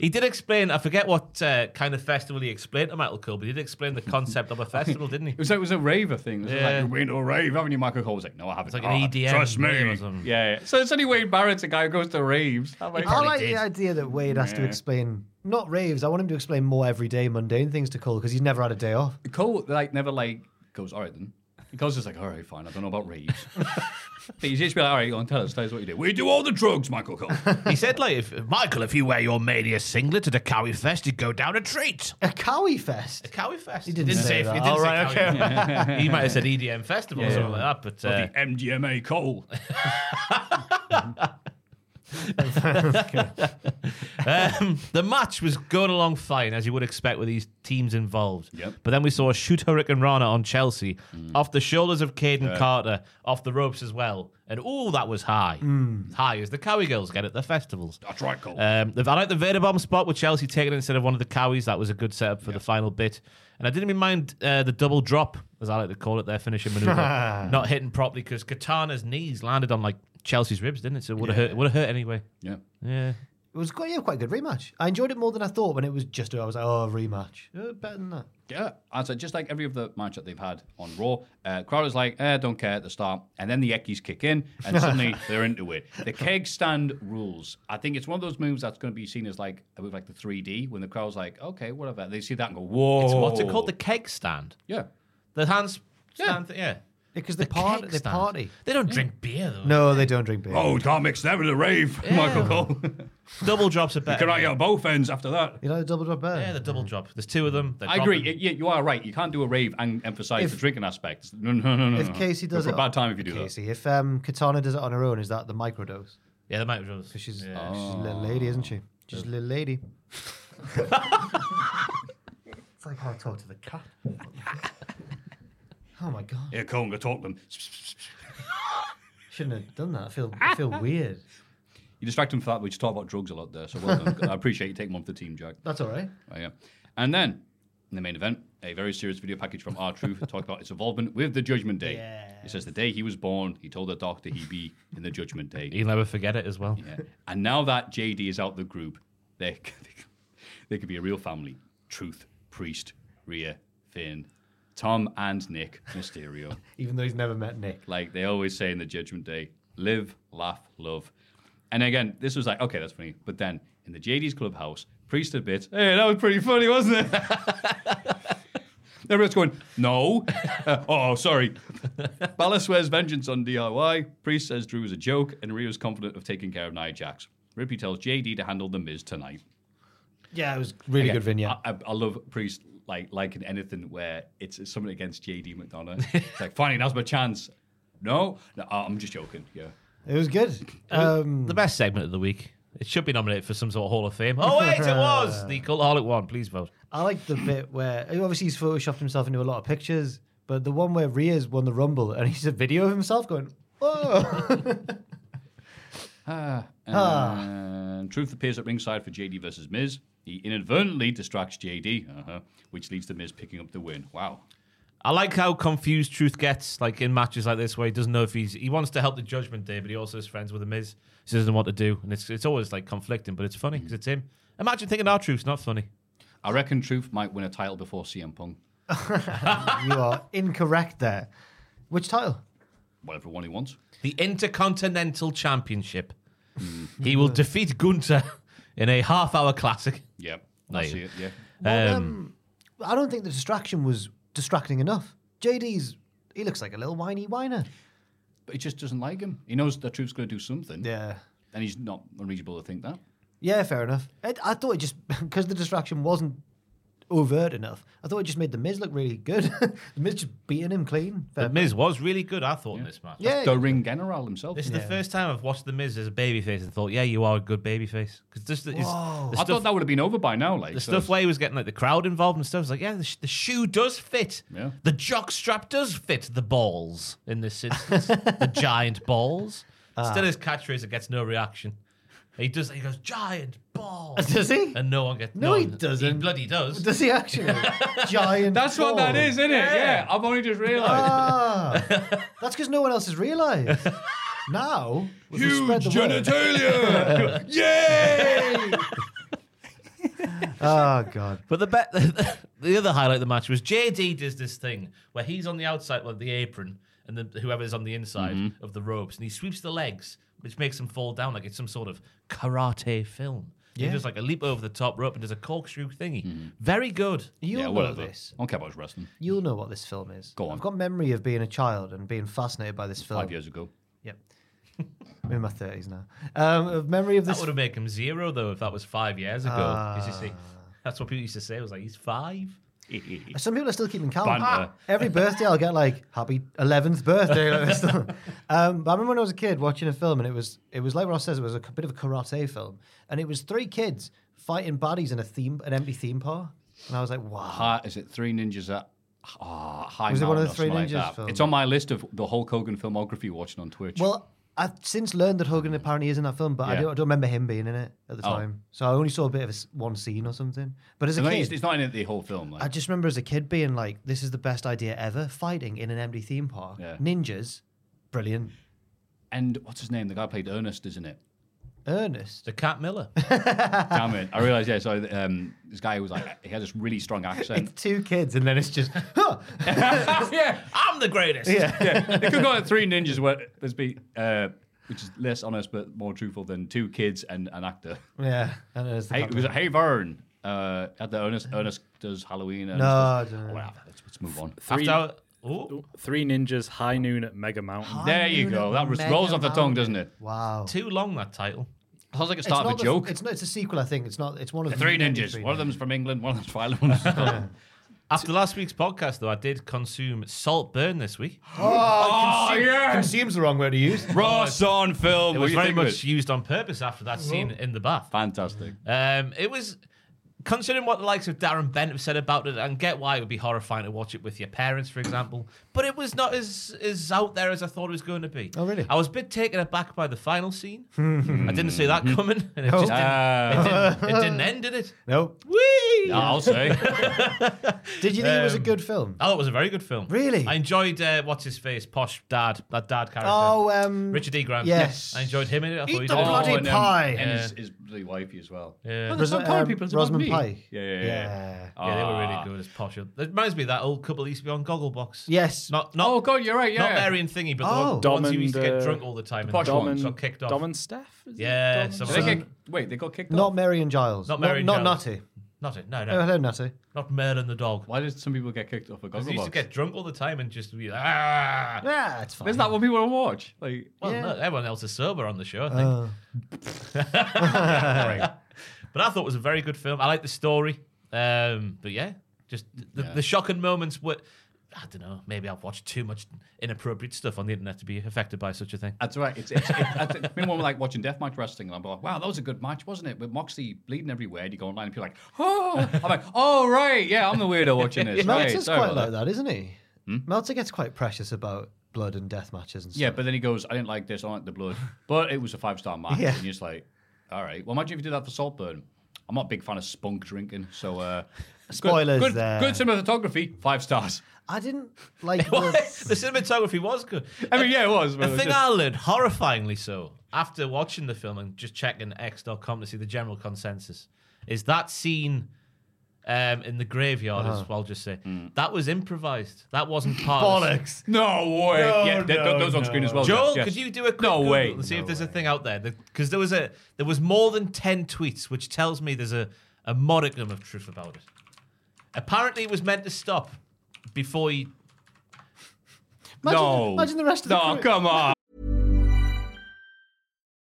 [SPEAKER 5] He did explain, I forget what uh, kind of festival he explained to Michael Cole, but he did explain the concept of a festival, didn't he?
[SPEAKER 3] It was, it was a raver thing. It was
[SPEAKER 5] Yeah.
[SPEAKER 3] like, you've been to a rave, haven't you, Michael Cole? was like, no, I haven't. It's
[SPEAKER 5] like an E EDM
[SPEAKER 3] Trust me.
[SPEAKER 5] rave or something.
[SPEAKER 3] Yeah, yeah. So it's only Wayne Barrett's a guy who goes to raves. I'm like,
[SPEAKER 4] I
[SPEAKER 5] probably
[SPEAKER 4] like
[SPEAKER 5] did.
[SPEAKER 4] the idea that Wade has to explain not raves. I want him to explain more everyday mundane things to Cole because he's never had a day off.
[SPEAKER 3] Cole like never like goes, all right then. And Cole's just like, all right, fine, I don't know about raves. but he's just be like, all right, go on, tell us, tell us what you do. We do all the drugs, Michael Cole.
[SPEAKER 5] He said, like, if, Michael, if you wear your Mania singlet at a Cowie Fest, you'd go down a treat.
[SPEAKER 4] A cowie fest.
[SPEAKER 5] Cowie Fest. He
[SPEAKER 4] didn't say that.
[SPEAKER 5] He
[SPEAKER 4] All right,
[SPEAKER 5] okay. he might have said EDM festival or something like that, but uh,
[SPEAKER 3] the MDMA Cole.
[SPEAKER 5] Um, the match was going along fine, as you would expect with these teams involved.
[SPEAKER 3] Yep.
[SPEAKER 5] But then we saw a shoot Hurricane Rana on Chelsea, off the shoulders of Caden Carter, off the ropes as well. And oh, that was high. High as the Cowie girls get at the festivals.
[SPEAKER 3] That's right, Cole.
[SPEAKER 5] Um, the- I like the Vader bomb spot with Chelsea taking it instead of one of the Cowies. That was a good setup for the final bit. And I didn't even mind uh, the double drop, as I like to call it, their finishing maneuver, not hitting properly because Katana's knees landed on like Chelsea's ribs, didn't it? So it would have hurt. It would have hurt anyway.
[SPEAKER 3] yeah.
[SPEAKER 5] Yeah.
[SPEAKER 4] It was quite, yeah, quite a good rematch. I enjoyed it more than I thought when it was just, I was like, oh, rematch. Uh, better than that.
[SPEAKER 3] Yeah, and so just like every other match that they've had on Raw, uh, crowd is like, eh, don't care at the start, and then the Eckies kick in, and suddenly they're into it. The keg stand rules. I think it's one of those moves that's going to be seen as like a move like the 3D when the crowd's like, okay, whatever. They see that and go, whoa.
[SPEAKER 5] It's what's it called? The keg stand.
[SPEAKER 3] yeah.
[SPEAKER 5] The hands
[SPEAKER 3] Yeah.
[SPEAKER 5] stand yeah. yeah.
[SPEAKER 4] Because they, part,
[SPEAKER 5] keg
[SPEAKER 4] they
[SPEAKER 5] stand.
[SPEAKER 4] party.
[SPEAKER 5] They don't drink beer though.
[SPEAKER 4] No, they don't drink beer.
[SPEAKER 3] Oh, we can't mix that with a rave, Michael Cole.
[SPEAKER 5] Double drops are better.
[SPEAKER 3] Can I get both ends after that?
[SPEAKER 4] You like the double drop beer?
[SPEAKER 5] yeah, the double drop. There's two of them. They're
[SPEAKER 3] I agree.
[SPEAKER 5] dropping.
[SPEAKER 3] Y- yeah, you are right. You can't do a rave and emphasize
[SPEAKER 4] If-
[SPEAKER 3] the drinking aspect. No, no, no, no.
[SPEAKER 4] if
[SPEAKER 5] Mm.
[SPEAKER 3] no.
[SPEAKER 4] Casey does
[SPEAKER 3] It's
[SPEAKER 4] it,
[SPEAKER 3] a bad time if you do
[SPEAKER 4] Casey, if um, Katana does it on her own, is that the microdose?
[SPEAKER 5] Yeah, they might have drops.
[SPEAKER 4] Because she's,
[SPEAKER 5] yeah.
[SPEAKER 4] she's a
[SPEAKER 3] Oh.
[SPEAKER 4] little lady, isn't she? She's a little lady. it's like how I talk to the cat. oh my god!
[SPEAKER 3] that. Here, Cole, go talk to them.
[SPEAKER 4] Shouldn't have done that. I feel I feel weird.
[SPEAKER 3] You distract him for that. We just talk about drugs a lot there, so well done. I appreciate you taking one for the team, Jack.
[SPEAKER 4] That's all right.
[SPEAKER 3] Right, yeah. And then, in the main event, a very serious video package from R Truth talked about its involvement with the Judgment Day. It says the day he was born, he told the doctor he'd be in the Judgment Day.
[SPEAKER 5] You'll never forget it as well.
[SPEAKER 3] Yeah. And now that JD is out the group, they c- they c- they could be a real family. Truth, Priest, Rhea, Finn, Tom, and Nick Mysterio.
[SPEAKER 4] Even though he's never met Nick.
[SPEAKER 3] like they always say in the Judgment Day. live, laugh, love. And again, this was like, okay, that's funny. But then in the JD's clubhouse, priesthood bit, hey, that was pretty funny, wasn't it? Everyone's going, no. Uh, oh, sorry. Bala swears vengeance on DIY. Priest says Drew is a joke, and Rio's confident of taking care of Nia Jax. Ripley tells JD to handle the Miz tonight.
[SPEAKER 4] Yeah, it was really
[SPEAKER 3] Again,
[SPEAKER 4] good vignette.
[SPEAKER 5] Uh,
[SPEAKER 3] I, I, I love Priest like liking anything where it's, it's something against JD McDonough. It's like, finally, now's my chance. No, no, I- I'm just joking. Yeah.
[SPEAKER 4] it was good. Um,
[SPEAKER 5] the best segment of the week. It should be nominated for some sort of Hall of Fame. Oh wait, it was the Cultaholic one. Please vote.
[SPEAKER 4] I like the bit where obviously he's photoshopped himself into a lot of pictures, but the one where Rhea's won the Rumble and he's a video of himself going, "Whoa!"
[SPEAKER 3] And Truth appears at ringside for JD versus Miz. He inadvertently distracts JD, uh-huh, which leads to Miz picking up the win. Wow.
[SPEAKER 5] I like how confused Truth gets, like in matches like this, where he doesn't know if he's he wants to help the Judgment Day, but he also is friends with the Miz, so he doesn't know what to do, and it's it's always like conflicting, but it's funny because it's him. Imagine thinking our Truth's not funny.
[SPEAKER 3] I reckon Truth might win a title before CM Punk.
[SPEAKER 4] you are incorrect there. Which title?
[SPEAKER 3] Whatever one he wants.
[SPEAKER 5] The Intercontinental Championship. he will defeat Gunter in a half-hour classic.
[SPEAKER 3] Yeah.
[SPEAKER 5] There
[SPEAKER 3] I
[SPEAKER 5] you
[SPEAKER 3] see it. Yeah.
[SPEAKER 5] Um,
[SPEAKER 4] I don't think the distraction was distracting enough. JD's he looks like a little whiny whiner.
[SPEAKER 3] But he just doesn't like him. He knows that Truth's going to do something.
[SPEAKER 4] Yeah.
[SPEAKER 3] And he's not unreasonable to think that.
[SPEAKER 4] Yeah, fair enough. I, I thought it just because the distraction wasn't overt enough. I thought it just made the Miz look really good. the Miz just beating him clean.
[SPEAKER 5] the
[SPEAKER 4] Fair
[SPEAKER 5] Miz was really good, I thought, in this match.
[SPEAKER 4] yeah,
[SPEAKER 3] The ring general himself.
[SPEAKER 5] This is the first time I've watched The Miz as a babyface and thought, yeah, you are a good babyface. Because this the- is the
[SPEAKER 3] I
[SPEAKER 5] stuff,
[SPEAKER 3] thought that would have been over by now. Like
[SPEAKER 5] the
[SPEAKER 3] so
[SPEAKER 5] stuff where he was getting like the crowd involved and stuff. It's like, yeah, the, sh- the shoe does fit.
[SPEAKER 3] Yeah.
[SPEAKER 5] The jock strap does fit the balls in this instance. the giant balls. Still his catchphrase that gets no reaction. He does. He goes giant balls,
[SPEAKER 4] Does he?
[SPEAKER 5] and no one gets.
[SPEAKER 4] No, he
[SPEAKER 5] one- He
[SPEAKER 4] doesn't.
[SPEAKER 5] bloody does.
[SPEAKER 4] Does he actually? Giant.
[SPEAKER 3] That's what that
[SPEAKER 4] ball.
[SPEAKER 3] is, isn't it? Yeah. I've only just realised.
[SPEAKER 4] Ah, that's because no one else has realised. Now, if we spread the word.
[SPEAKER 3] genitalia! Yay!
[SPEAKER 4] Oh god.
[SPEAKER 5] But the bet, the other highlight of the match was JD does this thing where he's on the outside of the apron and then whoever's on the inside
[SPEAKER 3] Mm-hmm.
[SPEAKER 5] of the ropes, and he sweeps the legs, which makes them fall down like it's some sort of karate film. He
[SPEAKER 4] Yeah.
[SPEAKER 5] does like a leap over the top rope and does a corkscrew thingy.
[SPEAKER 3] Mm-hmm.
[SPEAKER 5] Very good.
[SPEAKER 4] You'll
[SPEAKER 3] yeah,
[SPEAKER 4] know
[SPEAKER 3] whatever. I
[SPEAKER 4] this.
[SPEAKER 3] don't care about his wrestling.
[SPEAKER 4] You'll know what this film is.
[SPEAKER 3] Go on.
[SPEAKER 4] I've got memory of being a child and being fascinated by this film.
[SPEAKER 3] Five years ago.
[SPEAKER 4] Yep. I'm in my thirties now. Um, of memory of
[SPEAKER 5] That
[SPEAKER 4] this.
[SPEAKER 5] would have made him zero though if that was five years ago. 'Cause you
[SPEAKER 4] Ah.
[SPEAKER 5] see, that's what people used to say. It was like he's five.
[SPEAKER 4] Some people are still keeping count.
[SPEAKER 3] Banter.
[SPEAKER 4] Every birthday, I'll get like "Happy 11th birthday." Like this. um, but I remember when I was a kid watching a film, and it was it was like Ross says, it was a bit of a karate film, and it was three kids fighting baddies in a theme, an empty theme park, and I was like, "Wow,
[SPEAKER 3] Hi, is it Three Ninjas at ah, High
[SPEAKER 4] Was it one of
[SPEAKER 3] Mountain
[SPEAKER 4] the
[SPEAKER 3] or
[SPEAKER 4] Three
[SPEAKER 3] something like
[SPEAKER 4] Ninjas
[SPEAKER 3] that.
[SPEAKER 4] films?
[SPEAKER 3] It's on my list of the Hulk Hogan filmography watching on Twitch.
[SPEAKER 4] Well, I've since learned that Hogan apparently is in that film, but I,
[SPEAKER 3] Yeah.
[SPEAKER 4] don't, I don't remember him being in it at the
[SPEAKER 3] Oh.
[SPEAKER 4] time. So I only saw a bit of a s one scene or something. But as
[SPEAKER 3] So
[SPEAKER 4] a
[SPEAKER 3] no,
[SPEAKER 4] kid,
[SPEAKER 3] it's, it's not in the whole film. Like.
[SPEAKER 4] I just remember as a kid being like, "This is the best idea ever: fighting in an empty theme park,
[SPEAKER 3] Yeah.
[SPEAKER 4] ninjas, brilliant."
[SPEAKER 3] and what's his name? The guy who played Ernest, isn't it?
[SPEAKER 4] Ernest,
[SPEAKER 5] The Cat Miller.
[SPEAKER 3] Damn it! I realized. Yeah, so um, this guy who was like, he had this really strong accent.
[SPEAKER 4] it's two kids, and then it's just, huh,
[SPEAKER 3] yeah,
[SPEAKER 5] I'm the greatest.
[SPEAKER 3] yeah. It could go at Three Ninjas, where there's be uh, which is less honest but more truthful than two kids and an actor.
[SPEAKER 4] yeah. And there's the
[SPEAKER 3] Hey,
[SPEAKER 4] cat
[SPEAKER 3] it was
[SPEAKER 4] man.
[SPEAKER 3] Hey Vern. Uh, at the Ernest, Ernest does Halloween. Ernest
[SPEAKER 4] No, I
[SPEAKER 3] does,
[SPEAKER 4] don't know.
[SPEAKER 3] Oh, wow, let's, let's move on.
[SPEAKER 5] After our, oh,
[SPEAKER 6] Three ninjas, high noon at Mega Mountain.
[SPEAKER 3] There you go. That was, rolls off the tongue, doesn't it?
[SPEAKER 4] wow.
[SPEAKER 5] too long that title.
[SPEAKER 3] Sounds like a
[SPEAKER 4] It's
[SPEAKER 3] start
[SPEAKER 4] not
[SPEAKER 3] of a
[SPEAKER 4] the-
[SPEAKER 3] joke.
[SPEAKER 4] It's not. It's a sequel, I think. It's not. It's one of
[SPEAKER 3] The three
[SPEAKER 4] many
[SPEAKER 3] ninjas.
[SPEAKER 4] three
[SPEAKER 3] One of them's from England. One of them's from Ireland.
[SPEAKER 5] After last week's podcast, though, I did consume Salt Burn this week.
[SPEAKER 3] oh yeah,
[SPEAKER 4] Consume's the wrong word to use.
[SPEAKER 3] Ross on film.
[SPEAKER 5] It was very much used on purpose after that scene in the bath.
[SPEAKER 3] fantastic.
[SPEAKER 5] Um, it was considering what the likes of Darren Bent have said about it, and get why it would be horrifying to watch it with your parents, for example. But it was not as as out there as I thought it was going to be.
[SPEAKER 4] Oh, really?
[SPEAKER 5] I was a bit taken aback by the final scene. I didn't see that coming, and it just
[SPEAKER 4] Oh.
[SPEAKER 3] Ah.
[SPEAKER 5] didn't, it didn't, it didn't end, did it?
[SPEAKER 4] Nope.
[SPEAKER 5] Whee!
[SPEAKER 3] I'll say.
[SPEAKER 4] Did you think it was
[SPEAKER 3] Um,
[SPEAKER 4] a good film?
[SPEAKER 5] Oh, it was a very good film.
[SPEAKER 4] Really?
[SPEAKER 5] I enjoyed uh, what's his face, posh dad, that dad character.
[SPEAKER 4] Oh, um,
[SPEAKER 5] Richard E. Grant.
[SPEAKER 4] Yes.
[SPEAKER 5] I enjoyed him in it. I thought he
[SPEAKER 4] the
[SPEAKER 5] did a-
[SPEAKER 4] bloody
[SPEAKER 3] and, um,
[SPEAKER 4] pie.
[SPEAKER 3] and his, his bloody wifey as well.
[SPEAKER 5] Yeah.
[SPEAKER 3] Oh, there's some
[SPEAKER 4] Rosa-
[SPEAKER 3] common
[SPEAKER 4] um,
[SPEAKER 3] people. It's about
[SPEAKER 4] Rosamund
[SPEAKER 3] me.
[SPEAKER 4] Pike.
[SPEAKER 3] Yeah, yeah, yeah.
[SPEAKER 5] Yeah, they were really
[SPEAKER 3] Ah.
[SPEAKER 5] good as posh. It reminds me of that old couple that used to be on Gogglebox.
[SPEAKER 4] Yes.
[SPEAKER 5] Not not
[SPEAKER 3] Oh god, you're right. Yeah.
[SPEAKER 5] not Mary and Thingy, but
[SPEAKER 4] Oh.
[SPEAKER 5] the one, ones who
[SPEAKER 6] Dom
[SPEAKER 5] used to get
[SPEAKER 6] and, uh,
[SPEAKER 5] drunk all the time and
[SPEAKER 3] posh
[SPEAKER 5] got-
[SPEAKER 6] Dom and,
[SPEAKER 5] got kicked off.
[SPEAKER 6] Dom and Steph? Is it
[SPEAKER 5] Yeah,
[SPEAKER 6] Dom and
[SPEAKER 5] something
[SPEAKER 3] Did they
[SPEAKER 5] like
[SPEAKER 3] get, wait, they got kicked
[SPEAKER 4] Not
[SPEAKER 3] off.
[SPEAKER 4] Mary and Giles.
[SPEAKER 5] Not Mary and
[SPEAKER 4] Not,
[SPEAKER 5] Giles.
[SPEAKER 4] Nutty.
[SPEAKER 5] Not it. No,
[SPEAKER 4] Oh,
[SPEAKER 5] no.
[SPEAKER 4] hello, Nutty.
[SPEAKER 5] Not Mer and the dog.
[SPEAKER 3] Why did some people get kicked off a
[SPEAKER 5] 'Cause They used to
[SPEAKER 3] gogglebox?
[SPEAKER 5] get drunk all the time and just be like, ah.
[SPEAKER 4] Yeah, it's fine.
[SPEAKER 3] Isn't that what people want to watch? Like,
[SPEAKER 5] Well,
[SPEAKER 4] Yeah.
[SPEAKER 5] no, everyone else is sober on the show, I think.
[SPEAKER 3] Uh.
[SPEAKER 5] but I thought it was a very good film. I like the story. Um, but yeah, just the, the shocking moments were. I don't know. Maybe I've watched too much inappropriate stuff on the internet to be affected by such a thing.
[SPEAKER 3] that's right. It's it's, it's, it's, it's been more like watching deathmatch wrestling, and I'm like, wow, that was a good match, wasn't it? With Moxie bleeding everywhere, and you go online, and people are like, oh, I'm like, oh right, yeah, I'm the weirdo watching this. right,
[SPEAKER 4] Meltzer's
[SPEAKER 3] sorry
[SPEAKER 4] quite
[SPEAKER 3] about
[SPEAKER 4] like
[SPEAKER 3] that. Hmm?
[SPEAKER 4] that, isn't he? Meltzer gets quite precious about blood and death matches and stuff.
[SPEAKER 3] Yeah, but then he goes, I didn't like this, I like the blood, but it was a five star match,
[SPEAKER 4] Yeah.
[SPEAKER 3] and you're just like, all right. Well, imagine if you did that for Saltburn. I'm not a big fan of spunk drinking, so uh, good-
[SPEAKER 4] Spoilers
[SPEAKER 3] Good,
[SPEAKER 4] there.
[SPEAKER 3] good cinematography, five stars.
[SPEAKER 4] I didn't like
[SPEAKER 5] the
[SPEAKER 4] the.
[SPEAKER 5] cinematography was good.
[SPEAKER 3] I mean, yeah, it was.
[SPEAKER 5] The
[SPEAKER 3] but it was
[SPEAKER 5] thing
[SPEAKER 3] just-
[SPEAKER 5] I learned, horrifyingly so, after watching the film and just checking x.com to see the general consensus, is that scene um, in the graveyard,
[SPEAKER 4] Uh-huh.
[SPEAKER 5] as well, just say, that was improvised. That wasn't part of
[SPEAKER 4] Mm. Bollocks.
[SPEAKER 3] No way.
[SPEAKER 5] No,
[SPEAKER 3] yeah, th-
[SPEAKER 5] no,
[SPEAKER 3] those on screen as well.
[SPEAKER 5] Joel,
[SPEAKER 3] yes, Oh, yes.
[SPEAKER 5] could you do a quick
[SPEAKER 3] No
[SPEAKER 5] Google
[SPEAKER 3] way.
[SPEAKER 5] and see if there's a thing out there? Because there was a there was more than ten tweets, which tells me there's a, a modicum of truth about it. Apparently, it was meant to stop before he.
[SPEAKER 4] Imagine-
[SPEAKER 3] no.
[SPEAKER 4] imagine the rest of the
[SPEAKER 3] No,
[SPEAKER 4] crew-
[SPEAKER 3] come on.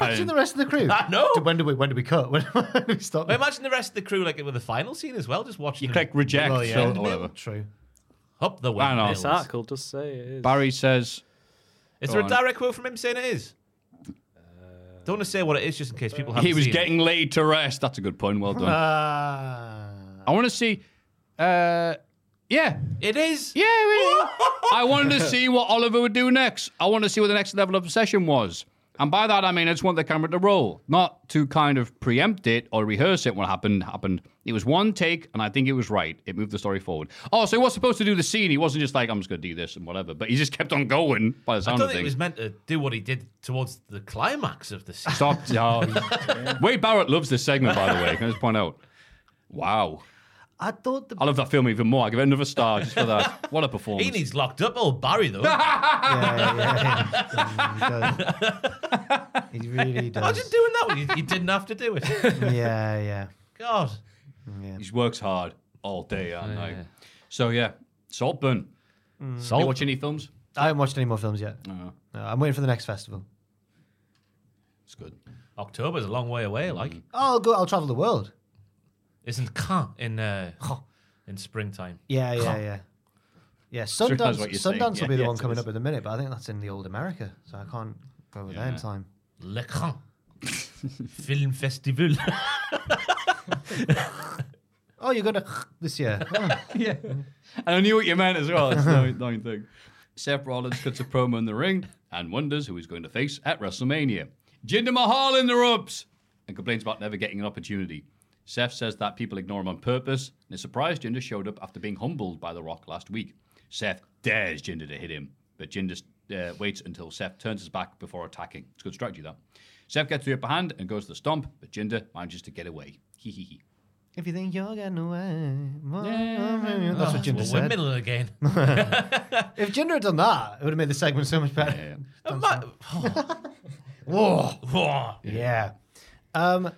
[SPEAKER 4] Imagine the rest of the crew.
[SPEAKER 5] I know.
[SPEAKER 4] When did we? When did we cut? When, when did we stop?
[SPEAKER 5] Well, imagine the rest of the crew like with the final scene as well, just watching.
[SPEAKER 3] You
[SPEAKER 5] them
[SPEAKER 3] click reject,
[SPEAKER 4] Well, yeah.
[SPEAKER 3] so
[SPEAKER 4] In the
[SPEAKER 3] whatever.
[SPEAKER 4] True.
[SPEAKER 5] up the
[SPEAKER 3] I know.
[SPEAKER 5] windmills.
[SPEAKER 3] This
[SPEAKER 6] This article does say it is.
[SPEAKER 3] Barry says,
[SPEAKER 5] Is there
[SPEAKER 3] Go
[SPEAKER 5] a
[SPEAKER 3] on.
[SPEAKER 5] direct quote from him saying it is? Don't want to say what it is, just in case people haven't
[SPEAKER 3] he was
[SPEAKER 5] seen it.
[SPEAKER 3] getting laid to rest. That's a good pun. Well done.
[SPEAKER 4] Ah.
[SPEAKER 3] I want to see. Uh, yeah.
[SPEAKER 5] It is.
[SPEAKER 3] Yeah, really. I wanted to see what Oliver would do next. I want to see what the next level of obsession was. And by that, I mean, I just want the camera to roll, not to kind of preempt it or rehearse it. What happened, happened. It was one take, and I think it was right. It moved the story forward. Oh, so he was supposed to do the scene. He wasn't just like, I'm just going to do this and whatever. But he just kept on going by the
[SPEAKER 5] I
[SPEAKER 3] sound
[SPEAKER 5] don't think
[SPEAKER 3] of
[SPEAKER 5] it
[SPEAKER 3] things.
[SPEAKER 5] was meant to do what he did towards the climax of the scene.
[SPEAKER 3] Stop. Oh. Wade Barrett loves this segment, by the way. Can I just point out? Wow.
[SPEAKER 4] I thought the.
[SPEAKER 3] I love that film even more. I give it another star just for that. What a performance.
[SPEAKER 5] He needs locked up, old Barry, though.
[SPEAKER 4] yeah, yeah, yeah. He, does. he really does.
[SPEAKER 5] Imagine doing that when you, you didn't have to do it.
[SPEAKER 4] Yeah, yeah.
[SPEAKER 5] God.
[SPEAKER 3] He works hard all day and night. So yeah, Saltburn. You watch any films?
[SPEAKER 4] I haven't watched any more films yet. No, I'm waiting for the next festival.
[SPEAKER 3] It's good.
[SPEAKER 5] October's a long way
[SPEAKER 3] Mm.
[SPEAKER 5] away, like.
[SPEAKER 4] I'll go. I'll travel the world.
[SPEAKER 5] Isn't Caen in, uh, in springtime?
[SPEAKER 4] Yeah, yeah, yeah. Yeah,
[SPEAKER 3] I suppose
[SPEAKER 4] Sundance.
[SPEAKER 3] what you're saying.
[SPEAKER 4] Sundance will
[SPEAKER 3] Yeah,
[SPEAKER 4] be the
[SPEAKER 3] yes,
[SPEAKER 4] one
[SPEAKER 3] it
[SPEAKER 4] coming
[SPEAKER 3] is.
[SPEAKER 4] up in a minute, but I think that's in the old America, so I can't go over there in time.
[SPEAKER 5] Le Caen. Film Festival.
[SPEAKER 4] Oh, you're going to this year. Oh,
[SPEAKER 3] Yeah. And I knew what you meant as well. It's the annoying thing. Seth Rollins cuts a promo in the ring and wonders who he's going to face at WrestleMania. Jinder Mahal interrupts and complains about never getting an opportunity. Seth says that people ignore him on purpose, and is surprised Jinder showed up after being humbled by The Rock last week. Seth dares Jinder to hit him, but Jinder uh, waits until Seth turns his back before attacking. It's good strategy, that. Seth gets the upper hand and goes to the stomp, but Jinder manages to get away. Hee hee hee.
[SPEAKER 4] If you think you're getting away, well,
[SPEAKER 5] Yeah.
[SPEAKER 4] that's what
[SPEAKER 5] Oh,
[SPEAKER 4] Jinder
[SPEAKER 5] well,
[SPEAKER 4] said.
[SPEAKER 5] windmill it again.
[SPEAKER 4] if Jinder had done that, it would have made the segment so much better. Whoa.
[SPEAKER 5] Whoa.
[SPEAKER 4] Yeah. Um,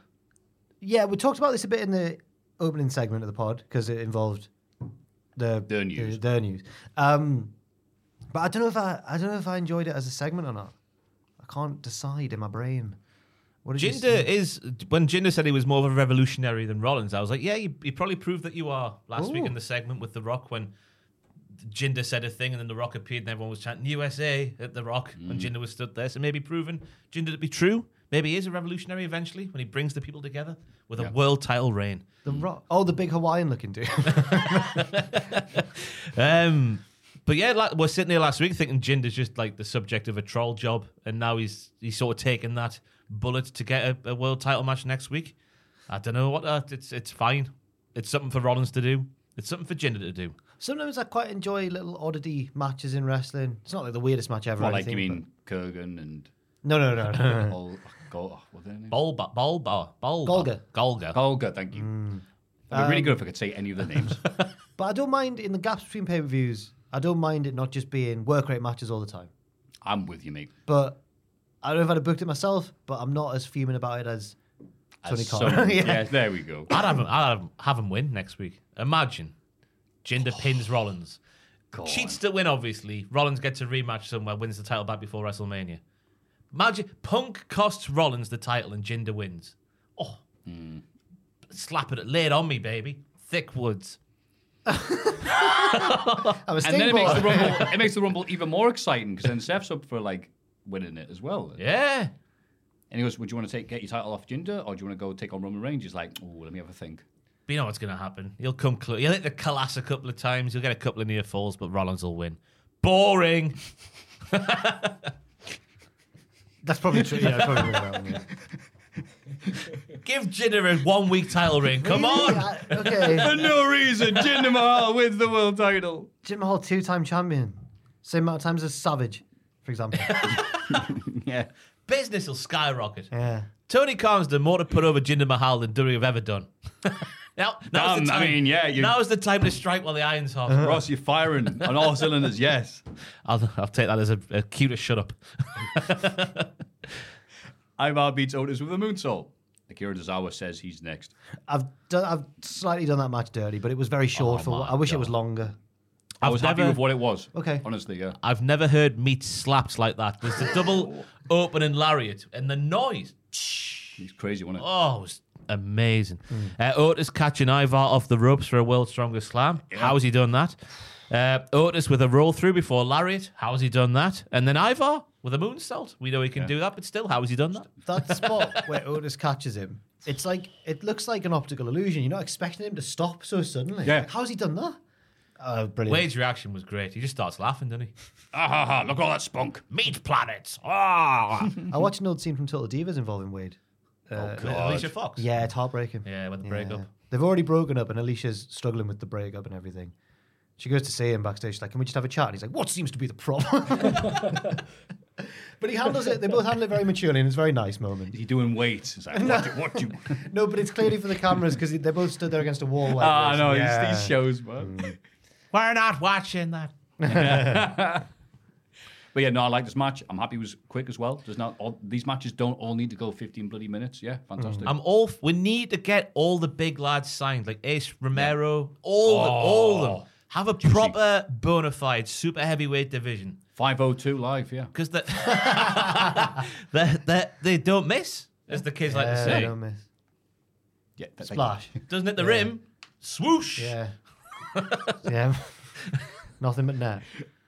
[SPEAKER 4] yeah, we talked about this a bit in the opening segment of the pod because it involved the their news. The, their news. Um, but I don't know if I, I don't know if I enjoyed it as a segment or not. I can't decide in my brain. What did you
[SPEAKER 5] Jinder
[SPEAKER 4] say?
[SPEAKER 5] is when Jinder said he was more of a revolutionary than Rollins. I was like, yeah, you, you probably proved that you are last week
[SPEAKER 4] Ooh.
[SPEAKER 5] in the segment with The Rock when Jinder said a thing and then The Rock appeared and everyone was chanting USA at The Rock when
[SPEAKER 3] Mm.
[SPEAKER 5] Jinder was stood there. So maybe proving Jinder to be true. Maybe he is a revolutionary eventually when he brings the people together with a world title reign.
[SPEAKER 4] the rock. Oh, the big Hawaiian looking dude.
[SPEAKER 5] Um, but yeah, like, we're sitting here last week thinking Jinder's just like the subject of a troll job, and now he's he's sort of taking that bullet to get a, a world title match next week. I don't know what uh, it's it's fine. It's something for Rollins to do. It's something for Jinder to do.
[SPEAKER 4] Sometimes I quite enjoy little oddity matches in wrestling. It's not like the weirdest match ever.
[SPEAKER 3] Well,
[SPEAKER 4] or
[SPEAKER 3] like you
[SPEAKER 4] anything,
[SPEAKER 3] mean Kurgan and
[SPEAKER 4] but- No, no, no, no. no.
[SPEAKER 3] Bol- Gol- what's oh, their name?
[SPEAKER 5] Bolba, Bolba, Bolba,
[SPEAKER 4] Golga.
[SPEAKER 5] Golga,
[SPEAKER 3] Golga. Thank you. I'd be really
[SPEAKER 4] Um,
[SPEAKER 3] good if I could say any of the names.
[SPEAKER 4] But I don't mind in the gaps between pay per views. I don't mind it not just being work rate matches all the time.
[SPEAKER 3] I'm with you, mate.
[SPEAKER 4] But I don't know if I'd have booked it myself. But I'm not as fuming about it as
[SPEAKER 3] As
[SPEAKER 4] Tony
[SPEAKER 3] some-
[SPEAKER 4] Khan.
[SPEAKER 3] yeah. there we go.
[SPEAKER 5] I'd have him, I'd have him, have him win next week. Imagine Jinder pins Rollins, cheats to win. Obviously, Rollins gets a rematch somewhere, wins the title back before WrestleMania. Imagine Punk costs Rollins the title and Jinder wins. Oh, slap it, lay it on me, baby. Thick woods.
[SPEAKER 4] I'm a
[SPEAKER 3] and then it makes, the
[SPEAKER 4] steamboat.
[SPEAKER 3] rumble, it makes the rumble even more exciting because then Seth's up for like winning it as well.
[SPEAKER 5] Yeah.
[SPEAKER 3] And he goes, "Would you want to take get your title off Jinder, or do you want to go take on Roman Reigns?" He's like, "Oh, let me have a think."
[SPEAKER 5] But you know what's going to happen. He'll come close. He'll hit the colass a couple of times. He'll get a couple of near falls, but Rollins will win. Boring.
[SPEAKER 4] That's probably true. Yeah, probably that one, yeah.
[SPEAKER 5] Give Jinder a one week title reign. Come on.
[SPEAKER 4] I- okay.
[SPEAKER 3] For no reason, Jinder Mahal wins the world title.
[SPEAKER 4] Jim Hall, two time champion, same amount of times as Savage, for example.
[SPEAKER 3] Yeah,
[SPEAKER 5] Business will skyrocket.
[SPEAKER 4] yeah.
[SPEAKER 5] Tony Khan's done more to put over Jinder Mahal than WWE have ever done. now, now's
[SPEAKER 3] Damn,
[SPEAKER 5] the
[SPEAKER 3] I
[SPEAKER 5] time.
[SPEAKER 3] mean, yeah, you- Uh-huh.
[SPEAKER 5] Now's the time to strike while the iron's hot.
[SPEAKER 3] Ross, you're firing on all cylinders. Yes,
[SPEAKER 5] I'll, I'll take that as a, a cue to shut up.
[SPEAKER 3] Ivar beats Otis with a moonsault. Akira Tozawa says he's next.
[SPEAKER 4] I've done, I've slightly done that match dirty, but it was very short.
[SPEAKER 5] Oh,
[SPEAKER 4] for
[SPEAKER 5] my
[SPEAKER 4] I wish it
[SPEAKER 5] God.
[SPEAKER 4] was longer.
[SPEAKER 3] I
[SPEAKER 5] I've
[SPEAKER 3] was happy
[SPEAKER 5] never-
[SPEAKER 3] with what it was.
[SPEAKER 4] Okay.
[SPEAKER 3] honestly, yeah.
[SPEAKER 5] I've never heard meat slapped like that. There's the double open and lariat, and the noise.
[SPEAKER 3] He's crazy, wasn't it?
[SPEAKER 5] Oh, it was amazing.
[SPEAKER 3] Hmm.
[SPEAKER 5] Uh, Otis catching Ivar off the ropes for a world strongest slam. How's he done that? Uh, Otis with a roll through before lariat. How's he done that? And then Ivar with a moonsault. We know he can do that, but still, how has he done that?
[SPEAKER 4] That spot where Otis catches him, it's like it looks like an optical illusion. You're not expecting him to stop so suddenly.
[SPEAKER 3] Yeah.
[SPEAKER 4] Like, how's he done that? Oh, brilliant.
[SPEAKER 5] Wade's reaction was great. He just starts laughing, doesn't he?
[SPEAKER 3] Ah ha ha! Look at all that spunk.
[SPEAKER 5] Meat planets.
[SPEAKER 4] Oh,
[SPEAKER 5] Ah.
[SPEAKER 4] I watched an old scene from Total Divas involving Wade.
[SPEAKER 5] oh God. Alicia Fox.
[SPEAKER 4] Yeah, it's heartbreaking.
[SPEAKER 5] Yeah, with the breakup.
[SPEAKER 4] They've already broken up, and Alicia's struggling with the breakup and everything. She goes to see him backstage, she's like, "Can we just have a chat?" And he's like, "What seems to be the problem?" but he handles it. They both handle it very maturely, and it's a very nice moment.
[SPEAKER 3] He's doing weight. It's like, what, do, what do you?
[SPEAKER 4] No, but it's clearly for the cameras because they both stood there against a wall. Like
[SPEAKER 3] Ah,
[SPEAKER 4] this.
[SPEAKER 3] no, these-
[SPEAKER 4] Yeah.
[SPEAKER 3] these shows, man.
[SPEAKER 5] We're not watching that.
[SPEAKER 3] But yeah, no, I like this match. I'm happy it was quick as well. Does not all, these matches don't all need to go 15 bloody minutes. Yeah, fantastic.
[SPEAKER 5] I'm all. f- we need to get all the big lads signed, like Ace Romero, all
[SPEAKER 4] Oh.
[SPEAKER 5] them, all them. Have a proper bona fide super heavyweight division
[SPEAKER 3] 502 live. Yeah,
[SPEAKER 5] because they they they they don't miss, as the kids like to
[SPEAKER 4] Yeah,
[SPEAKER 5] say.
[SPEAKER 4] don't miss.
[SPEAKER 3] yeah. That's
[SPEAKER 4] Splash.
[SPEAKER 5] Doesn't it the rim? Swoosh.
[SPEAKER 4] Yeah. yeah. Nothing but net.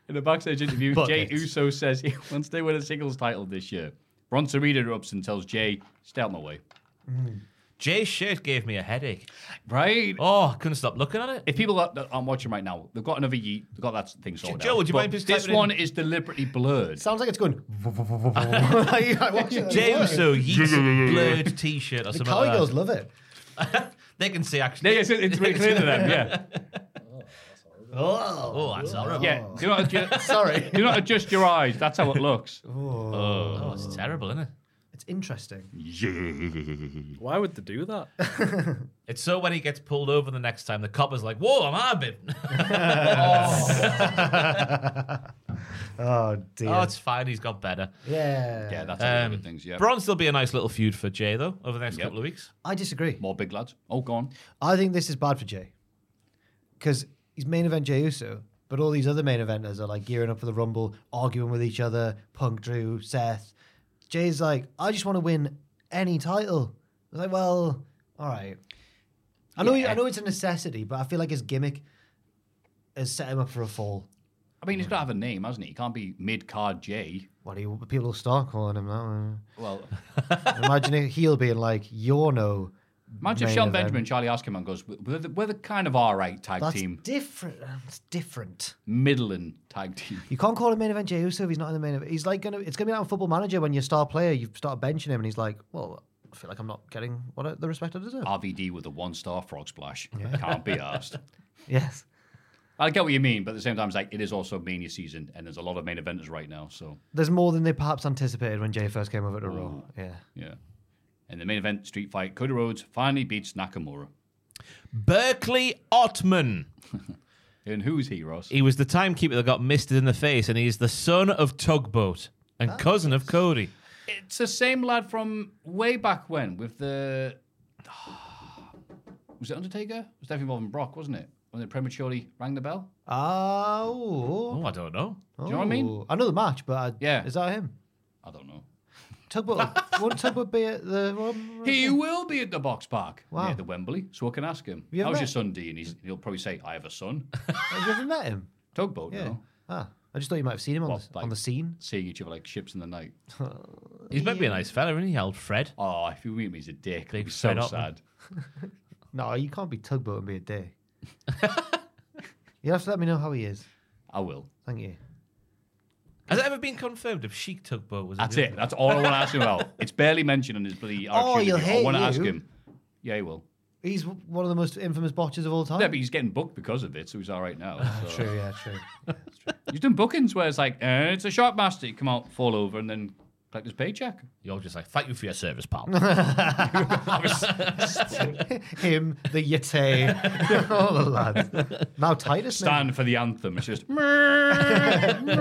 [SPEAKER 3] In a backstage interview, Jay
[SPEAKER 4] Buckets.
[SPEAKER 3] Uso says he wants to win a singles title this year. Bronson Reed interrupts and tells Jay, "Stay out my way."
[SPEAKER 5] Jay's shirt gave me a headache.
[SPEAKER 3] Right.
[SPEAKER 5] Oh, I couldn't stop looking at it.
[SPEAKER 3] If people are, aren't watching right now, they've got another yeet, they've got that thing sorted
[SPEAKER 5] Joe,
[SPEAKER 3] out.
[SPEAKER 5] would you
[SPEAKER 3] But
[SPEAKER 5] mind just
[SPEAKER 3] This
[SPEAKER 5] typing
[SPEAKER 3] one
[SPEAKER 5] in-
[SPEAKER 3] is deliberately blurred.
[SPEAKER 4] Sounds like it's going.
[SPEAKER 5] James so yeets a blurred t-shirt or
[SPEAKER 4] The
[SPEAKER 5] something.
[SPEAKER 4] cowgirls
[SPEAKER 5] like that.
[SPEAKER 4] love it.
[SPEAKER 5] They can see actually.
[SPEAKER 3] Yeah, it's- it's very clear to them, yeah.
[SPEAKER 5] Oh, oh, that's horrible.
[SPEAKER 3] Yeah, do not adjust.
[SPEAKER 4] Sorry.
[SPEAKER 3] do not adjust your eyes. That's how it looks.
[SPEAKER 4] Oh.
[SPEAKER 5] Oh, it's terrible, isn't it?
[SPEAKER 4] It's interesting.
[SPEAKER 6] Why would they do that?
[SPEAKER 5] It's so when he gets pulled over the next time, the cop is like, "Whoa, I'm Arbin."
[SPEAKER 4] Oh dear.
[SPEAKER 5] oh, it's fine. He's got better.
[SPEAKER 4] yeah.
[SPEAKER 3] Yeah, that's how
[SPEAKER 5] Um,
[SPEAKER 3] we do things. Yeah.
[SPEAKER 5] Bronze will be a nice little feud for Jay though over the next couple of weeks.
[SPEAKER 4] I disagree.
[SPEAKER 3] More big lads. Oh, go on.
[SPEAKER 4] I think this is bad for Jay because he's main event Jey Uso, but all these other main eventers are like gearing up for the Rumble, arguing with each other. Punk, Drew, Seth. Jay's like, I just want to win any title. I was like, well, all right. I know, I know it's a necessity, but I feel like his gimmick has set him up for a fall.
[SPEAKER 3] I
[SPEAKER 4] Hmm.
[SPEAKER 3] mean, he's got to have a name, hasn't he? He can't be mid card J.
[SPEAKER 4] What do you, people will start calling him that?
[SPEAKER 3] Well,
[SPEAKER 4] Imagine a heel being like, you're no.
[SPEAKER 3] imagine if
[SPEAKER 4] main
[SPEAKER 3] Sean
[SPEAKER 4] event."
[SPEAKER 3] Benjamin, Charlie Askerman goes, we're the, we're the kind of all right tag
[SPEAKER 4] That's
[SPEAKER 3] team,
[SPEAKER 4] different. That's different.
[SPEAKER 3] middling tag team.
[SPEAKER 4] You can't call him main event Jey Uso if he's not in the main event. He's like gonna. It's gonna be like a football manager when your star player you start benching him and he's like, well, I feel like I'm not getting what I, the respect I deserve.
[SPEAKER 3] RVD with a one star frog splash. Can't be asked.
[SPEAKER 4] yes.
[SPEAKER 3] I get what you mean, but at the same time, it's like it is also Mania season, and there's a lot of main eventers right now. So
[SPEAKER 4] There's more than they perhaps anticipated when Jay first came over to Raw.
[SPEAKER 3] Mm.
[SPEAKER 4] Yeah.
[SPEAKER 3] yeah. And the main event street fight, Cody Rhodes finally beats Nakamura.
[SPEAKER 5] Berkeley Ottman.
[SPEAKER 3] And who's he, Ross?
[SPEAKER 5] He was the timekeeper that got misted in the face, and he's the son of Tugboat and
[SPEAKER 3] Ah,
[SPEAKER 5] cousin of Cody.
[SPEAKER 3] It's the same lad from way back when with the. Was it Undertaker? It was definitely involving Brock, wasn't it? When they prematurely rang the bell?
[SPEAKER 4] Oh.
[SPEAKER 5] Oh, I don't know.
[SPEAKER 4] Do
[SPEAKER 3] you know what I mean?
[SPEAKER 4] I know the match, but I,
[SPEAKER 3] Yeah.
[SPEAKER 4] is that him?
[SPEAKER 3] I don't know.
[SPEAKER 4] Tugboat. won't Tugboat be at the? Rumble?
[SPEAKER 3] He will be at the box park
[SPEAKER 4] Wow.
[SPEAKER 3] near the Wembley, so I can ask him.
[SPEAKER 4] You
[SPEAKER 3] How's
[SPEAKER 4] met-
[SPEAKER 3] your son, Dean? He's, he'll probably say, I have a son.
[SPEAKER 4] Have you ever met him?
[SPEAKER 3] Tugboat,
[SPEAKER 4] Yeah.
[SPEAKER 3] no.
[SPEAKER 4] Ah, I just thought you might have seen him on,
[SPEAKER 3] What,
[SPEAKER 4] the,
[SPEAKER 3] like-
[SPEAKER 4] on the scene.
[SPEAKER 3] Seeing each other like ships in the night.
[SPEAKER 5] He's meant to be a nice fella, isn't he? Old Fred.
[SPEAKER 3] Oh, if you meet me, he's a dick. That'd
[SPEAKER 5] Big
[SPEAKER 3] be so
[SPEAKER 5] Fred Ottman.
[SPEAKER 3] sad.
[SPEAKER 4] No, you can't be Tugboat and be a dick. you have to let me know how he is.
[SPEAKER 3] I will.
[SPEAKER 4] Thank you.
[SPEAKER 5] Has it ever been confirmed if Sheik Tugboat was? in
[SPEAKER 3] That's
[SPEAKER 5] the
[SPEAKER 3] it. That's all I want to ask him about. It's barely mentioned in his bloody
[SPEAKER 4] Oh,
[SPEAKER 3] RQ
[SPEAKER 4] you'll
[SPEAKER 3] review. I
[SPEAKER 4] hate
[SPEAKER 3] want to
[SPEAKER 4] you.
[SPEAKER 3] ask him. Yeah, he will.
[SPEAKER 4] He's w- one of the most infamous botches of all time.
[SPEAKER 3] Yeah, but he's getting booked because of it, so he's all right now. so.
[SPEAKER 4] True, yeah, true.
[SPEAKER 3] He's done bookings where it's like, eh, it's a shark master. You come out, fall over, and then collect his paycheck.
[SPEAKER 5] You're just like, thank you for your service, pal.
[SPEAKER 4] Him, the Yeti, all the lads. Now Titus. mate.
[SPEAKER 3] Stand for the anthem. It's just. what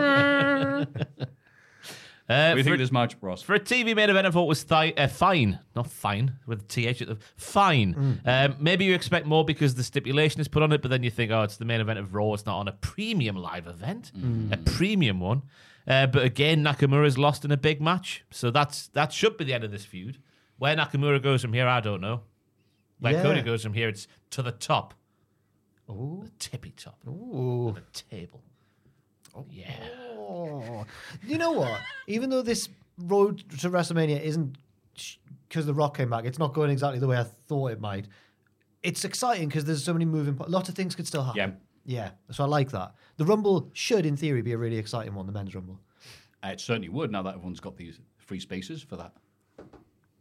[SPEAKER 5] Uh,
[SPEAKER 3] do you
[SPEAKER 5] for,
[SPEAKER 3] think of this match, Ross?
[SPEAKER 5] for a TV main event, I thought was thi- uh, fine, not fine with a th at the fine.
[SPEAKER 4] Mm.
[SPEAKER 5] Um, maybe you expect more because the stipulation is put on it, but then you think, oh, it's the main event of Raw. It's not on a premium live event,
[SPEAKER 4] Mm.
[SPEAKER 5] a premium one. Uh, but again, Nakamura's lost in a big match, so that's that should be the end of this feud. Where Nakamura goes from here, I don't know. Where
[SPEAKER 4] Yeah.
[SPEAKER 5] Cody goes from here, it's to the top, the tippy top,
[SPEAKER 4] Ooh.
[SPEAKER 5] the table.
[SPEAKER 4] Oh. You know what? Even though this road to WrestleMania isn't because The Rock came back, it's not going exactly the way I thought it might. It's exciting because there's so many moving parts. Lots of things could still happen. Yeah. Yeah. So I like that. The Rumble should, in theory, be a really exciting one, the men's Rumble.
[SPEAKER 3] Uh, it certainly would now that everyone's got these free spaces for that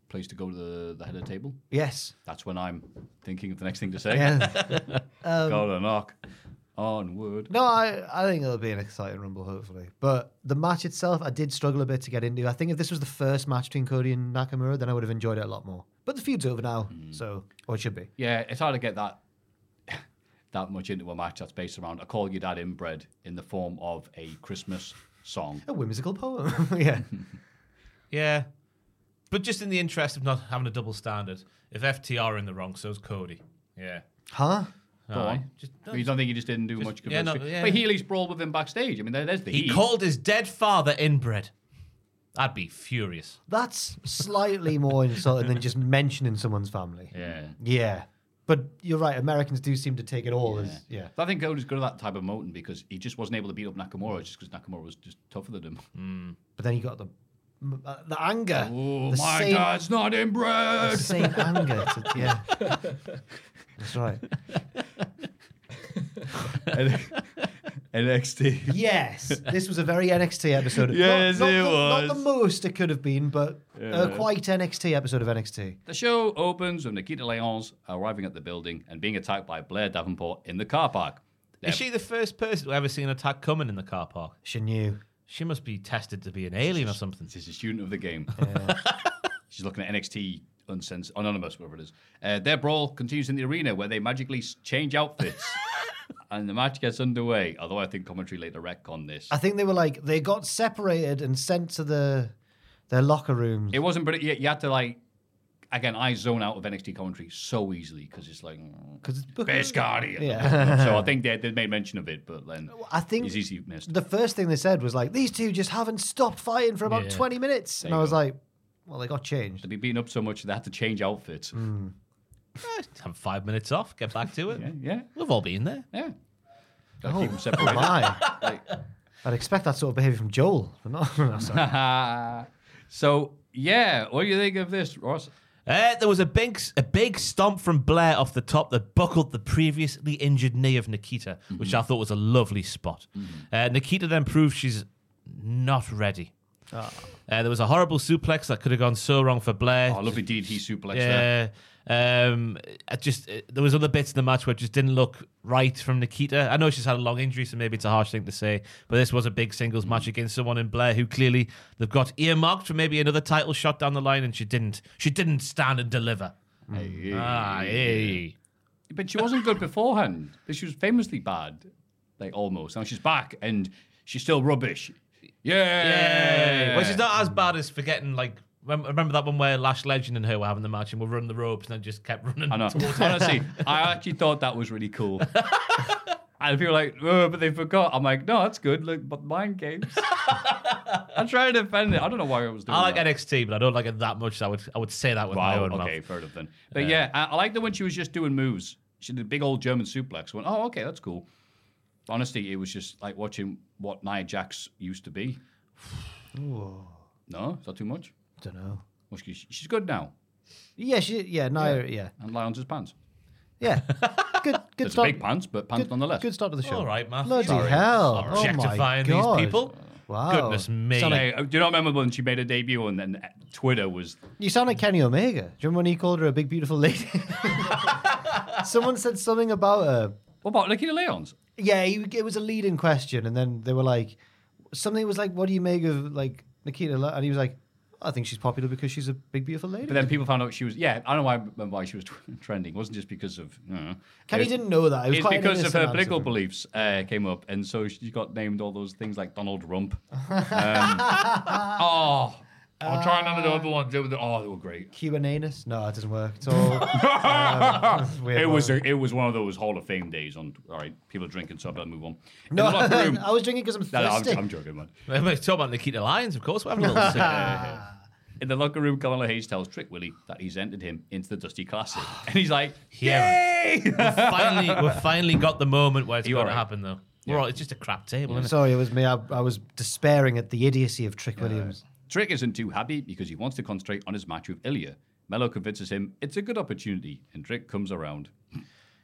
[SPEAKER 3] place to go to the, the head of the table.
[SPEAKER 4] Yes.
[SPEAKER 3] That's when I'm thinking of the next thing to say.
[SPEAKER 4] Yeah.
[SPEAKER 3] Go to knock. Onward.
[SPEAKER 4] No, I, I think it'll be an exciting rumble, hopefully. But the match itself, I did struggle a bit to get into. I think if this was the first match between Cody and Nakamura, then I would have enjoyed it a lot more. But the feud's over now,
[SPEAKER 3] Mm.
[SPEAKER 4] so or it should be.
[SPEAKER 3] Yeah, it's hard to get that that much into a match that's based around a call your dad inbred in the form of a Christmas song.
[SPEAKER 4] A whimsical poem. yeah.
[SPEAKER 5] Yeah. But just in the interest of not having a double standard, if FTR are in the wrong, so's Cody. Yeah.
[SPEAKER 4] Huh?
[SPEAKER 3] Go on.
[SPEAKER 5] Just-
[SPEAKER 3] But you don't think he just didn't do
[SPEAKER 5] Just-
[SPEAKER 3] much good
[SPEAKER 5] yeah,
[SPEAKER 3] with
[SPEAKER 5] no,
[SPEAKER 3] it?
[SPEAKER 5] yeah.
[SPEAKER 3] But Healy's brawl with him backstage. I mean, there- there's the
[SPEAKER 5] He
[SPEAKER 3] heat.
[SPEAKER 5] called his dead father inbred. I'd be furious.
[SPEAKER 4] That's slightly more insulting than just mentioning someone's family.
[SPEAKER 3] Yeah.
[SPEAKER 4] Yeah. But you're right, Americans do seem to take it all as yeah.
[SPEAKER 3] But I think Cody's good at that type of Hmm. moting because he just wasn't able to beat up Nakamura just because Nakamura was just tougher than him.
[SPEAKER 4] But then you got the m- uh, the anger.
[SPEAKER 3] Oh,
[SPEAKER 4] the
[SPEAKER 3] my
[SPEAKER 4] same-
[SPEAKER 3] God's not in bread.
[SPEAKER 4] The same anger. to- yeah. That's right.
[SPEAKER 3] NXT.
[SPEAKER 4] Yes, this was a very NXT episode. Not-
[SPEAKER 3] Yes,
[SPEAKER 4] not,
[SPEAKER 3] it
[SPEAKER 4] the, Not the
[SPEAKER 3] was.
[SPEAKER 4] most it could have been, but
[SPEAKER 3] Yeah.
[SPEAKER 4] a quite NXT episode of NXT.
[SPEAKER 3] The show opens with Nikita Lyons arriving at the building and being attacked by Blair Davenport in the car park.
[SPEAKER 5] Is she the first person to ever see an attack coming in the car park?
[SPEAKER 4] She knew.
[SPEAKER 5] She must be tested to be an alien or something.
[SPEAKER 3] She's a student of the game. She's looking at NXT Uncensored, Anonymous, whatever it is. Uh, their brawl continues in the arena where they magically s- change outfits. and the match gets underway. Although I think commentary laid a wreck on this.
[SPEAKER 4] I think they were like they got separated and sent to the their locker rooms.
[SPEAKER 3] It wasn't, but you, you had to like. Again, I zone out of NXT commentary so easily because it's like because
[SPEAKER 4] it's
[SPEAKER 3] Biscardi.
[SPEAKER 4] Yeah.
[SPEAKER 3] so I think they, they made mention of it, but then
[SPEAKER 4] I think
[SPEAKER 3] it's easy missed.
[SPEAKER 4] The first thing they said was like these two just haven't stopped fighting for about
[SPEAKER 3] Yeah.
[SPEAKER 4] twenty minutes, and
[SPEAKER 3] There
[SPEAKER 4] I
[SPEAKER 3] you
[SPEAKER 4] was
[SPEAKER 3] go.
[SPEAKER 4] like, well, they got changed.
[SPEAKER 3] They'd be beaten up so much they had to change outfits.
[SPEAKER 4] Hmm.
[SPEAKER 5] Have five minutes off, get back to it. yeah,
[SPEAKER 3] yeah.
[SPEAKER 5] We've all been there.
[SPEAKER 3] Yeah.
[SPEAKER 5] Gotta keep 'em
[SPEAKER 4] oh
[SPEAKER 5] separated.
[SPEAKER 4] my!
[SPEAKER 3] Like-
[SPEAKER 4] I'd expect that sort of behavior from Joel. But not, no, sorry.
[SPEAKER 3] so yeah, what do you think of this, Ross?
[SPEAKER 5] Uh, there was a big, a big stomp from Blair off the top that buckled the previously injured knee of Nikita, which I thought was a lovely spot. Uh, Nikita then proved she's not ready. Uh, there was a horrible suplex that could have gone so wrong for Blair.
[SPEAKER 3] Oh, lovely DDT suplex
[SPEAKER 5] Yeah. Um, I just uh, there was other bits in the match where it just didn't look right from Nikita. I know she's had a long injury, so maybe it's a harsh thing to say, but this was a big singles match against someone in Blair who clearly they've got earmarked for maybe another title shot down the line, and she didn't. She didn't stand and deliver.
[SPEAKER 3] Mm.
[SPEAKER 5] Ah, hey.
[SPEAKER 3] But she wasn't good beforehand. She was famously bad, like almost. Now she's back and she's still rubbish. Yeah.
[SPEAKER 5] Yeah. Well, she's not as bad as forgetting like. rem- Remember that one where Lash Legend and her were having the match and were running the ropes and then just kept running.
[SPEAKER 3] I know.
[SPEAKER 5] towards her.
[SPEAKER 3] Honestly, I actually thought that was really cool. and people are like, oh, but they forgot. I'm like, no, that's good. Look, but mind games. I'm trying to defend it. I don't know why I was doing
[SPEAKER 5] I like
[SPEAKER 3] that.
[SPEAKER 5] NXT, but I don't like it that much. So I would I would say that with my
[SPEAKER 3] Wow,
[SPEAKER 5] own
[SPEAKER 3] okay,
[SPEAKER 5] mouth.
[SPEAKER 3] fair enough then. But yeah, I, I like that when she was just doing moves. She did a big old German suplex. I went, oh, okay, that's cool. Honestly, it was just like watching what Nia Jax used to be. No, is that too much?
[SPEAKER 4] don't know.
[SPEAKER 3] Well, she- she's good now.
[SPEAKER 4] Yeah, she, yeah, no, yeah,
[SPEAKER 3] And Lyons' pants.
[SPEAKER 4] yeah. Good, good
[SPEAKER 3] It's
[SPEAKER 4] start.
[SPEAKER 3] big pants, but pants
[SPEAKER 4] good,
[SPEAKER 3] nonetheless.
[SPEAKER 4] Good start to the show.
[SPEAKER 5] All right, Matthew.
[SPEAKER 4] Bloody
[SPEAKER 5] Sorry.
[SPEAKER 4] hell!
[SPEAKER 5] Stop
[SPEAKER 4] Oh my
[SPEAKER 5] Objectifying
[SPEAKER 4] God.
[SPEAKER 5] these people.
[SPEAKER 4] Wow.
[SPEAKER 5] Goodness me.
[SPEAKER 4] Oh. Sound
[SPEAKER 3] Hey, uh, do you not remember when she made a debut and then uh, Twitter was
[SPEAKER 4] You sound like Kenny Omega. Do you remember when he called her a big beautiful lady? Someone said something about her.
[SPEAKER 3] What about Nikita Leon's?
[SPEAKER 4] Yeah, he, it was a leading question, and then they were like, something was like, "What do you make of like Nikita?" Lo-" And he was like, "I think she's popular because she's a big beautiful lady."
[SPEAKER 3] But then people found out she was. Yeah, I don't know why, remember why she was trending. It wasn't just because of. You know,
[SPEAKER 4] Kenny
[SPEAKER 3] It-
[SPEAKER 4] didn't know that. It was
[SPEAKER 3] it's
[SPEAKER 4] quite an
[SPEAKER 3] because of
[SPEAKER 4] innocent
[SPEAKER 3] her
[SPEAKER 4] answer
[SPEAKER 3] political
[SPEAKER 4] from him.
[SPEAKER 3] beliefs uh, came up, and so she got named all those things like Donald Rump. Um, oh, I'll try none of the other ones. They were- Oh, they were great.
[SPEAKER 4] Cubananus? No, that doesn't work at all. Uh,
[SPEAKER 3] It was a, it was one of those Hall of Fame days. On all right, people are drinking, so I better move on. In
[SPEAKER 4] no,
[SPEAKER 3] the locker room-
[SPEAKER 4] I was drinking because I'm
[SPEAKER 3] No, no, I'm,
[SPEAKER 4] thirsty.
[SPEAKER 3] I'm joking, man.
[SPEAKER 5] We're talking about Nikita Lyons, of course. We're having a little sip.
[SPEAKER 3] In the locker room, Carmelo Hayes tells Trick Willie that he's entered him into the Dusty Classic, and he's like,
[SPEAKER 5] Here.
[SPEAKER 3] "Yay!"
[SPEAKER 5] We've finally, we've finally got the moment where it's
[SPEAKER 3] You
[SPEAKER 5] going
[SPEAKER 3] all
[SPEAKER 5] to
[SPEAKER 3] right?
[SPEAKER 5] happen, though. We're all, it's just a crap table, isn't it?
[SPEAKER 4] Sorry, it was me. I, I was despairing at the idiocy of Trick Williams.
[SPEAKER 3] Trick isn't too happy because he wants to concentrate on his match with Ilya. Mello convinces him it's a good opportunity, and Trick comes around.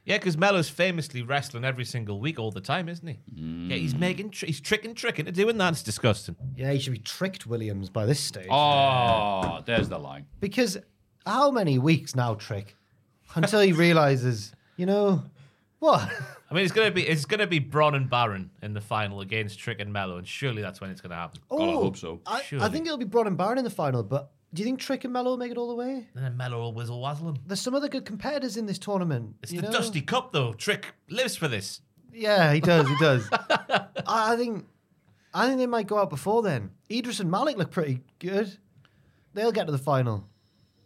[SPEAKER 5] Yeah, because Mello's famously wrestling every single week, all the time, isn't he? Yeah, he's
[SPEAKER 4] Mm.
[SPEAKER 5] making, tr- he's tricking, tricking to doing that. It's disgusting.
[SPEAKER 4] Yeah, he should be tricked Williams by this stage.
[SPEAKER 3] Oh, there's the line.
[SPEAKER 4] Because how many weeks now, Trick, until he realizes, you know, what?
[SPEAKER 5] I mean, it's gonna be, it's gonna be Braun and Baron in the final against Trick and Mello, and surely that's when it's gonna happen.
[SPEAKER 3] God, I hope so.
[SPEAKER 4] I, I
[SPEAKER 5] Surely.
[SPEAKER 4] think it'll be Braun and Baron in the final, but do you think Trick and Mello make it all the way?
[SPEAKER 5] And then Mello will whizzle wazzle him.
[SPEAKER 4] There's some other good competitors in this tournament.
[SPEAKER 5] It's
[SPEAKER 4] you
[SPEAKER 5] the
[SPEAKER 4] know?
[SPEAKER 5] Dusty Cup, though. Trick lives for this.
[SPEAKER 4] Yeah, he does. He does. I, I think, I think they might go out before then. Idris and Malik look pretty good. They'll get to the final.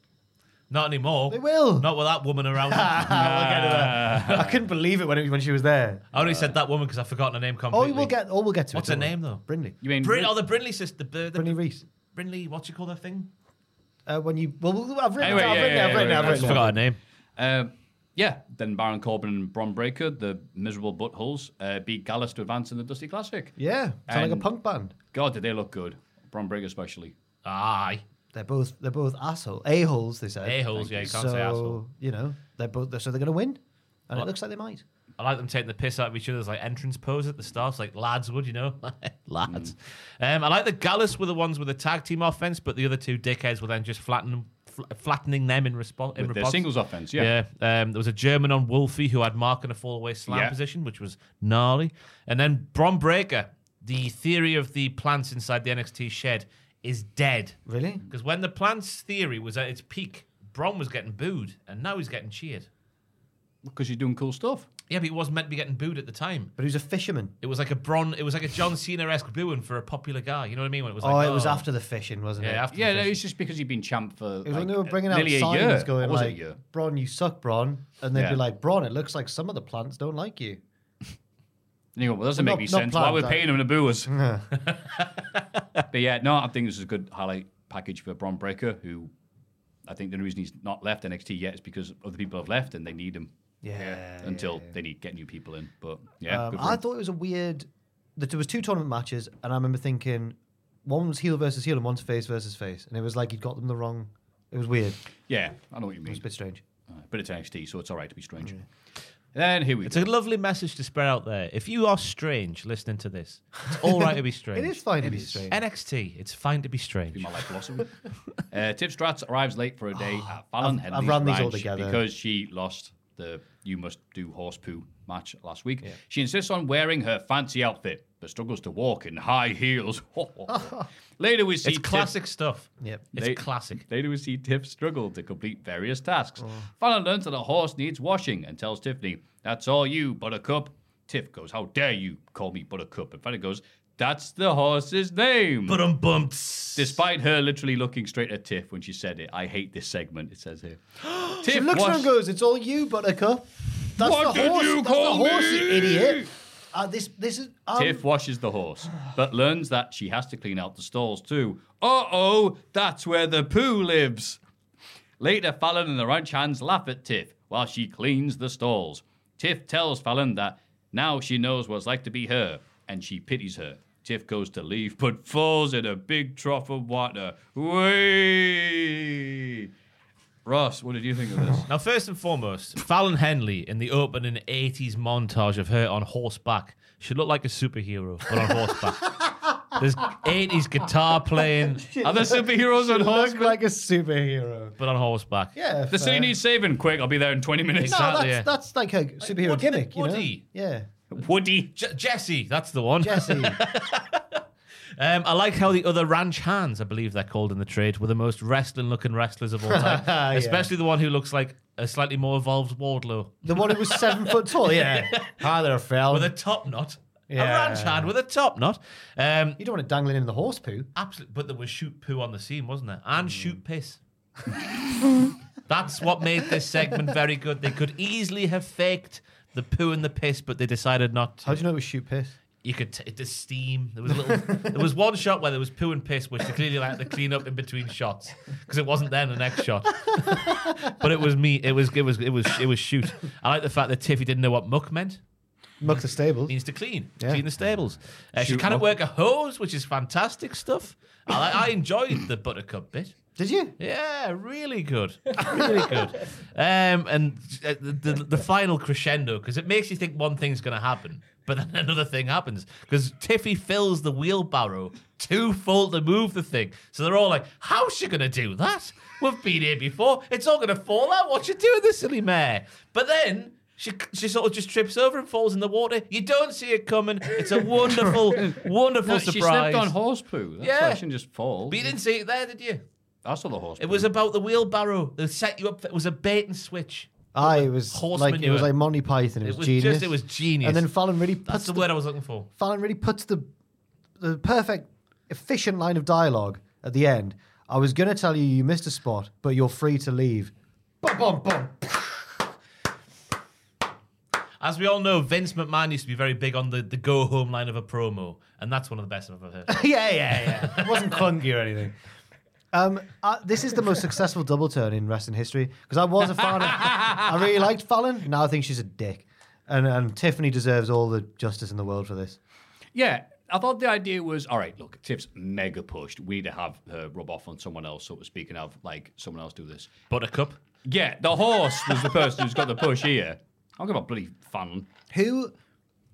[SPEAKER 5] Not anymore.
[SPEAKER 4] They will.
[SPEAKER 5] Not with that woman around. I
[SPEAKER 4] I couldn't believe it when it, when she was there.
[SPEAKER 5] only said that woman because I've forgotten her name
[SPEAKER 4] Oh,
[SPEAKER 5] completely.
[SPEAKER 4] we will get. Oh, we'll get to
[SPEAKER 5] What's
[SPEAKER 4] it.
[SPEAKER 5] her
[SPEAKER 4] don't
[SPEAKER 5] name,
[SPEAKER 4] worry.
[SPEAKER 5] though?
[SPEAKER 4] Brinley.
[SPEAKER 3] You mean
[SPEAKER 5] Brin- oh, the Brinley sister. The, the,
[SPEAKER 4] Brinley
[SPEAKER 5] the
[SPEAKER 4] Reese.
[SPEAKER 5] Brinley, what you call that thing?
[SPEAKER 4] Uh, when you well, well, I've written
[SPEAKER 3] Anyway,
[SPEAKER 4] it. I've
[SPEAKER 3] yeah,
[SPEAKER 4] written
[SPEAKER 3] yeah,
[SPEAKER 4] it. I've written
[SPEAKER 3] yeah,
[SPEAKER 4] it. I've
[SPEAKER 3] yeah,
[SPEAKER 4] written
[SPEAKER 3] yeah.
[SPEAKER 4] it.
[SPEAKER 5] Forgot her name.
[SPEAKER 3] Um, yeah, then Baron Corbin and Bron Breaker, the miserable buttholes, uh, beat Gallus to advance in the Dusty Classic.
[SPEAKER 4] Yeah, sound like a
[SPEAKER 3] And-
[SPEAKER 4] punk band.
[SPEAKER 3] God, did they look good. Bron Breaker especially.
[SPEAKER 5] Aye.
[SPEAKER 4] They're both they're both asshole a holes. They said
[SPEAKER 5] A-holes, yeah, you can't say asshole.
[SPEAKER 4] You know they're both so they're going to win, and
[SPEAKER 5] Well-
[SPEAKER 4] it looks like they might.
[SPEAKER 5] I like them taking the piss out of each other's like entrance pose at the start, like lads would, you know, lads. Um, I like the Gallus were the ones with the tag team offense, but the other two dickheads were then just flatten, fl- flattening them in response. In
[SPEAKER 3] With their
[SPEAKER 5] response.
[SPEAKER 3] singles offense, yeah.
[SPEAKER 5] Yeah. Um, there was a German on Wolfie who had Mark in a fallaway slam
[SPEAKER 3] Yeah.
[SPEAKER 5] position, which was gnarly, and then Bron Breaker. The theory of the plants inside the NXT shed is dead.
[SPEAKER 4] Really?
[SPEAKER 5] Because when the plants theory was at its peak, Bron was getting booed, and now he's getting cheered.
[SPEAKER 3] Because you're doing cool stuff.
[SPEAKER 5] Yeah, but he wasn't meant to be getting booed at the time.
[SPEAKER 4] But he was a fisherman.
[SPEAKER 5] It was like a Bron. It was like a John Cena esque booing for a popular guy. You know what I mean? When it was like,
[SPEAKER 4] oh, it was after the fishing, wasn't it?
[SPEAKER 5] Yeah, after the
[SPEAKER 3] Yeah, no, it's just because you've been champ for
[SPEAKER 4] It was
[SPEAKER 3] like, uh,
[SPEAKER 4] when they were bringing out
[SPEAKER 3] nearly a
[SPEAKER 4] signs
[SPEAKER 3] year.
[SPEAKER 4] going
[SPEAKER 3] Or was it a
[SPEAKER 4] like,
[SPEAKER 3] year?
[SPEAKER 4] "Bron, you suck, Bron," and they'd
[SPEAKER 3] Yeah.
[SPEAKER 4] be like, "Bron, it looks like some of the plants don't like you."
[SPEAKER 3] And you go, well, that doesn't
[SPEAKER 4] Not-
[SPEAKER 3] make any
[SPEAKER 4] not
[SPEAKER 3] sense. Why
[SPEAKER 4] planned,
[SPEAKER 3] we're
[SPEAKER 4] though.
[SPEAKER 3] paying them to boo us? but yeah, no, I think this is a good highlight package for Bron Breaker, who I think the reason he's not left NXT yet is because other people have left and they need him.
[SPEAKER 4] Yeah,
[SPEAKER 3] Until they need get new people in. But yeah,
[SPEAKER 4] Um,
[SPEAKER 3] good for
[SPEAKER 4] I
[SPEAKER 3] him.
[SPEAKER 4] thought it was a weird. That there was two tournament matches, and I remember thinking, one was heel versus heel, and one's face versus face, and it was like you got them the wrong. It was weird.
[SPEAKER 3] yeah, I know what you mean. It's a
[SPEAKER 4] bit strange.
[SPEAKER 3] but it's NXT, so it's all right to be strange. Then here we
[SPEAKER 5] it's
[SPEAKER 3] go.
[SPEAKER 5] a lovely message to spread out there. If you are strange listening to this, it's all right to be strange.
[SPEAKER 4] It is fine to be strange.
[SPEAKER 5] NXT, it's fine to be strange.
[SPEAKER 3] be my life philosophy. uh, Tip Strats arrives late for a day at Fallon
[SPEAKER 4] I've- I've
[SPEAKER 3] Henley's
[SPEAKER 4] run these all
[SPEAKER 3] ranch
[SPEAKER 4] together.
[SPEAKER 3] because she lost the You Must Do Horse Poo match last week. She insists on wearing her fancy outfit, but struggles to walk in high heels. Later we see
[SPEAKER 5] It's
[SPEAKER 3] Tip-
[SPEAKER 5] classic stuff.
[SPEAKER 4] Yep.
[SPEAKER 5] It's
[SPEAKER 3] They-
[SPEAKER 5] classic.
[SPEAKER 3] Later, we see Tiff struggle to complete various
[SPEAKER 4] Oh.
[SPEAKER 3] tasks. Fallon learns that a horse needs washing and tells Tiffany, That's all you, Buttercup. Tiff goes, How dare you call me Buttercup? And Fallon goes, That's the horse's name.
[SPEAKER 5] But I'm bumped.
[SPEAKER 3] Despite her literally looking straight at Tiff when she said it, I hate this segment, it says here.
[SPEAKER 4] She
[SPEAKER 3] Tiff
[SPEAKER 4] looks at him
[SPEAKER 3] was-
[SPEAKER 4] and goes, "It's all you, Buttercup." That's
[SPEAKER 3] What
[SPEAKER 4] the
[SPEAKER 3] did
[SPEAKER 4] horse.
[SPEAKER 3] you
[SPEAKER 4] That's
[SPEAKER 3] call
[SPEAKER 4] the horse, you
[SPEAKER 3] me?"
[SPEAKER 4] idiot. Uh, this, this is. Um,
[SPEAKER 3] Tiff washes the horse, but learns that she has to clean out the stalls too. Uh oh, that's where the poo lives. Later, Fallon and the ranch hands laugh at Tiff while she cleans the stalls. Tiff tells Fallon that now she knows what it's like to be her, and she pities her. Tiff goes to leave, but falls in a big trough of water. Whee! Ross, what did you think of this?
[SPEAKER 5] Now, first and foremost, Fallon Henley in the opening 80s montage of her on horseback should look like a superhero, but on horseback. There's 80s guitar playing,
[SPEAKER 3] Are there superheroes on horse?
[SPEAKER 4] Looks like a superhero.
[SPEAKER 5] but on horseback.
[SPEAKER 4] Yeah.
[SPEAKER 3] The city
[SPEAKER 4] fair.
[SPEAKER 3] needs saving. Quick, I'll be there in 20 minutes.
[SPEAKER 4] No,
[SPEAKER 5] Exactly,
[SPEAKER 4] that's
[SPEAKER 5] yeah.
[SPEAKER 4] that's like a superhero
[SPEAKER 5] Woody the-
[SPEAKER 4] gimmick. You know?
[SPEAKER 5] Woody.
[SPEAKER 4] Yeah.
[SPEAKER 3] Woody.
[SPEAKER 5] J- Jesse, that's the one.
[SPEAKER 4] Jesse.
[SPEAKER 5] Um, I like how the other ranch hands, I believe they're called in the trade, were the most wrestling looking wrestlers of all time.
[SPEAKER 4] Yeah.
[SPEAKER 5] Especially the one who looks like a slightly more evolved Wardlow.
[SPEAKER 4] the one who was seven foot tall. Yeah. Hi there, Phil.
[SPEAKER 5] With a top knot. A
[SPEAKER 4] Yeah.
[SPEAKER 5] ranch hand with a top knot. Um,
[SPEAKER 4] you don't want it dangling in the horse poo.
[SPEAKER 5] absolutely, but there was shoot poo on the scene, wasn't there? And shoot piss. That's what made this segment very good. They could easily have faked the poo and the piss, but they decided not to.
[SPEAKER 4] How do you know it was shoot piss?
[SPEAKER 5] you could t- the steam. There was a little. there was one shot where there was poo and piss, which they clearly had to clean up in between shots because it wasn't then the next shot. but it was me. It was it was it was it was shoot. I like the fact that Tiffy didn't know what muck meant.
[SPEAKER 4] Muck the stables.
[SPEAKER 5] Means to clean,
[SPEAKER 4] Yeah.
[SPEAKER 5] clean the stables. Uh, she
[SPEAKER 3] Shoot
[SPEAKER 5] cannot
[SPEAKER 3] muck.
[SPEAKER 5] work a hose, which is fantastic stuff. I, like- I enjoyed the buttercup bit.
[SPEAKER 4] Did you?
[SPEAKER 5] Yeah, really good, really good. Um, and uh, the, the the final crescendo because it makes you think one thing's going to happen, but then another thing happens because Tiffy fills the wheelbarrow too full to move the thing. So they're all like, "How's she going to do that? We've been here before. It's all going to fall out. What you doing, this silly mare?" But then. She, she sort of just trips over and falls in the water. You don't see it coming. It's a wonderful, wonderful
[SPEAKER 3] No,
[SPEAKER 5] surprise.
[SPEAKER 3] She slipped on horse poo. That's
[SPEAKER 5] Yeah.
[SPEAKER 3] why she didn't just fall.
[SPEAKER 5] But you didn't see it there, did you?
[SPEAKER 3] I saw the horse.
[SPEAKER 5] It was about the wheelbarrow. They set you up. It was a bait and switch.
[SPEAKER 4] I Ah, it was
[SPEAKER 5] Horse
[SPEAKER 4] like it
[SPEAKER 5] manure.
[SPEAKER 4] was like Monty Python. It was,
[SPEAKER 5] It was
[SPEAKER 4] genius.
[SPEAKER 5] just- it was genius.
[SPEAKER 4] And then Fallon really puts
[SPEAKER 5] That's the word I was looking for.
[SPEAKER 4] Fallon really puts the the perfect, efficient line of dialogue at the end. I was going to tell you you missed a spot, but you're free to leave. Bum, bum, bum.
[SPEAKER 5] As we all know, Vince McMahon used to be very big on the, the go home line of a promo, and that's one of the best I've ever heard.
[SPEAKER 4] yeah, yeah, yeah. It wasn't clunky or anything. Um, uh, this is the most successful double turn in wrestling history because I was a fan. Of, I really liked Fallon. Now I think she's a dick, and and Tiffany deserves all the justice in the world for this.
[SPEAKER 3] Yeah, I thought the idea was all right. Look, Tiff's mega pushed. We need to have her rub off on someone else, so to speak, and have like someone else do this.
[SPEAKER 5] Buttercup.
[SPEAKER 3] Yeah, the horse was the person who's got the push here. I'll give a bloody fan.
[SPEAKER 4] Who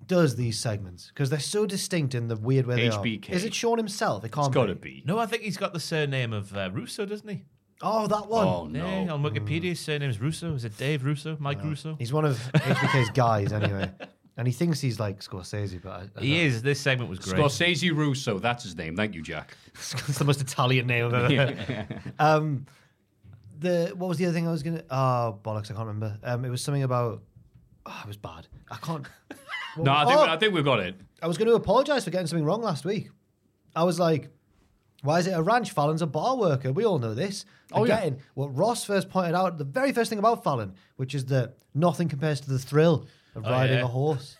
[SPEAKER 4] does these segments? Because they're so distinct in the weird way they
[SPEAKER 3] HBK.
[SPEAKER 4] are. Is it Sean himself? It can't
[SPEAKER 5] It's
[SPEAKER 4] gotta
[SPEAKER 3] be.
[SPEAKER 5] No, I think he's got the surname of uh, Russo, doesn't he?
[SPEAKER 4] Oh, that one.
[SPEAKER 5] Yeah, on Wikipedia, his surname's Russo. Is it Dave Russo? Mike Russo?
[SPEAKER 4] He's one of HBK's guys, anyway. And he thinks he's like Scorsese, but uh, I, I
[SPEAKER 5] He
[SPEAKER 4] don't-
[SPEAKER 5] is. This segment was great.
[SPEAKER 3] Scorsese Russo, that's his name. Thank you, Jack.
[SPEAKER 4] It's the most Italian name I've ever heard. um, the what was the other thing I was gonna? Oh bollocks, I can't remember. Um, it was something about. Oh, it was bad. I can't.
[SPEAKER 3] No, I think
[SPEAKER 4] Oh!
[SPEAKER 3] I think we've got it.
[SPEAKER 4] I was going to apologise for getting something wrong last week. I was like, why is it a ranch? Fallon's a bar worker. We all know this.
[SPEAKER 3] Oh, yeah.
[SPEAKER 4] Again, what Ross first pointed out, the very first thing about Fallon, which is that nothing compares to the thrill of
[SPEAKER 5] Oh,
[SPEAKER 4] riding
[SPEAKER 5] yeah.
[SPEAKER 4] a horse.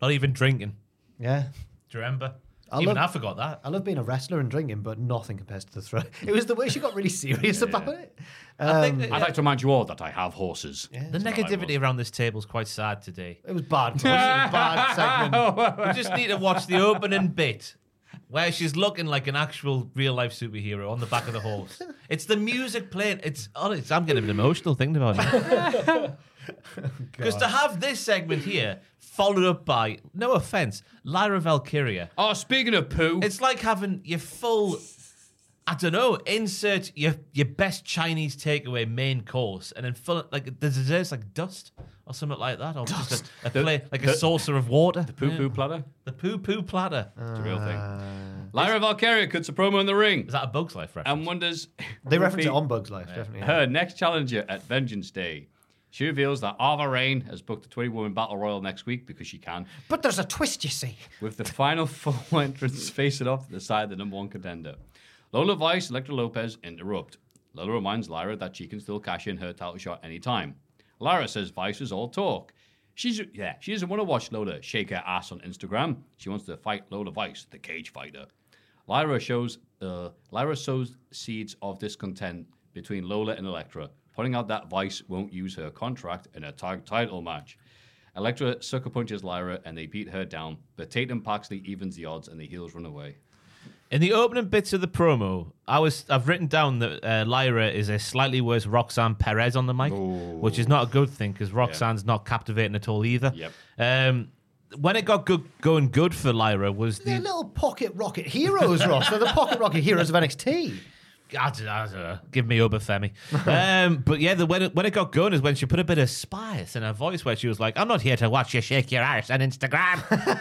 [SPEAKER 5] Not even drinking.
[SPEAKER 4] Yeah.
[SPEAKER 5] Do you remember?
[SPEAKER 4] I
[SPEAKER 5] even
[SPEAKER 4] love-
[SPEAKER 5] I forgot that.
[SPEAKER 4] I love being a wrestler and drinking, but nothing compares to the thrill. It was the way she got really serious about it.
[SPEAKER 5] Um, I think that-
[SPEAKER 3] I'd like to remind you all that I have horses.
[SPEAKER 5] The negativity around this table is quite sad today.
[SPEAKER 4] It was bad. Ross. It was a bad segment.
[SPEAKER 5] we just need to watch the opening bit where she's looking like an actual real life superhero on the back of the horse. It's the music playing. It's honest. I'm getting a bit emotional thinking about it. Because to have this segment here followed up by, no offense, Lyra Valkyria.
[SPEAKER 3] Oh, speaking of poo,
[SPEAKER 5] It's like having your full. I don't know. Insert your your best Chinese takeaway main course, and then fill it like the desserts like dust or something like that, or just a, a plate like a
[SPEAKER 3] the-
[SPEAKER 5] saucer of water.
[SPEAKER 3] the Uh. poo poo platter.
[SPEAKER 5] The poo poo platter.
[SPEAKER 3] It's a real
[SPEAKER 4] Uh,
[SPEAKER 3] thing. Lyra Valkyria cuts a promo in the ring
[SPEAKER 5] Is that a Bugs Life reference?
[SPEAKER 3] and wonders.
[SPEAKER 4] They
[SPEAKER 3] who will
[SPEAKER 4] reference
[SPEAKER 3] be
[SPEAKER 4] it on Bugs Life, definitely. yeah.
[SPEAKER 3] Her next challenger at Vengeance Day. She reveals that Arva Rain has booked a 20 woman battle royal next week because she can,
[SPEAKER 4] But there's a twist, you see.
[SPEAKER 3] with the final four entrants facing off to decide the number one contender. Lola Vice and Electra Lopez interrupt. Lola reminds Lyra that she can still cash in her title shot anytime. Lyra says Vice is all talk. She's yeah, she doesn't want to watch Lola shake her ass on Instagram. She wants to fight Lola Vice, the cage fighter. Lyra shows uh, Lyra sows seeds of discontent between Lola and Electra, pointing out that Vice won't use her contract in a tag title match. Electra sucker punches Lyra and they beat her down, but Tatum Paxley evens the odds and the heels run away.
[SPEAKER 5] In the opening bits of the promo, I was I've written down that uh, Lyra is a slightly worse Roxanne Perez on the mic,
[SPEAKER 3] Oh.
[SPEAKER 5] which is not a good thing because Roxanne's not captivating at all either.
[SPEAKER 3] Yep.
[SPEAKER 5] Um, when it got good, going good for Lyra was the
[SPEAKER 4] They're little pocket rocket heroes, Ross. They're the pocket rocket heroes of NXT.
[SPEAKER 5] I don't, I don't know. Give me Obafemi. um, but yeah, the, when, it, when it got going is when she put a bit of spice in her voice where she was like, I'm not here to watch you shake your ass on Instagram.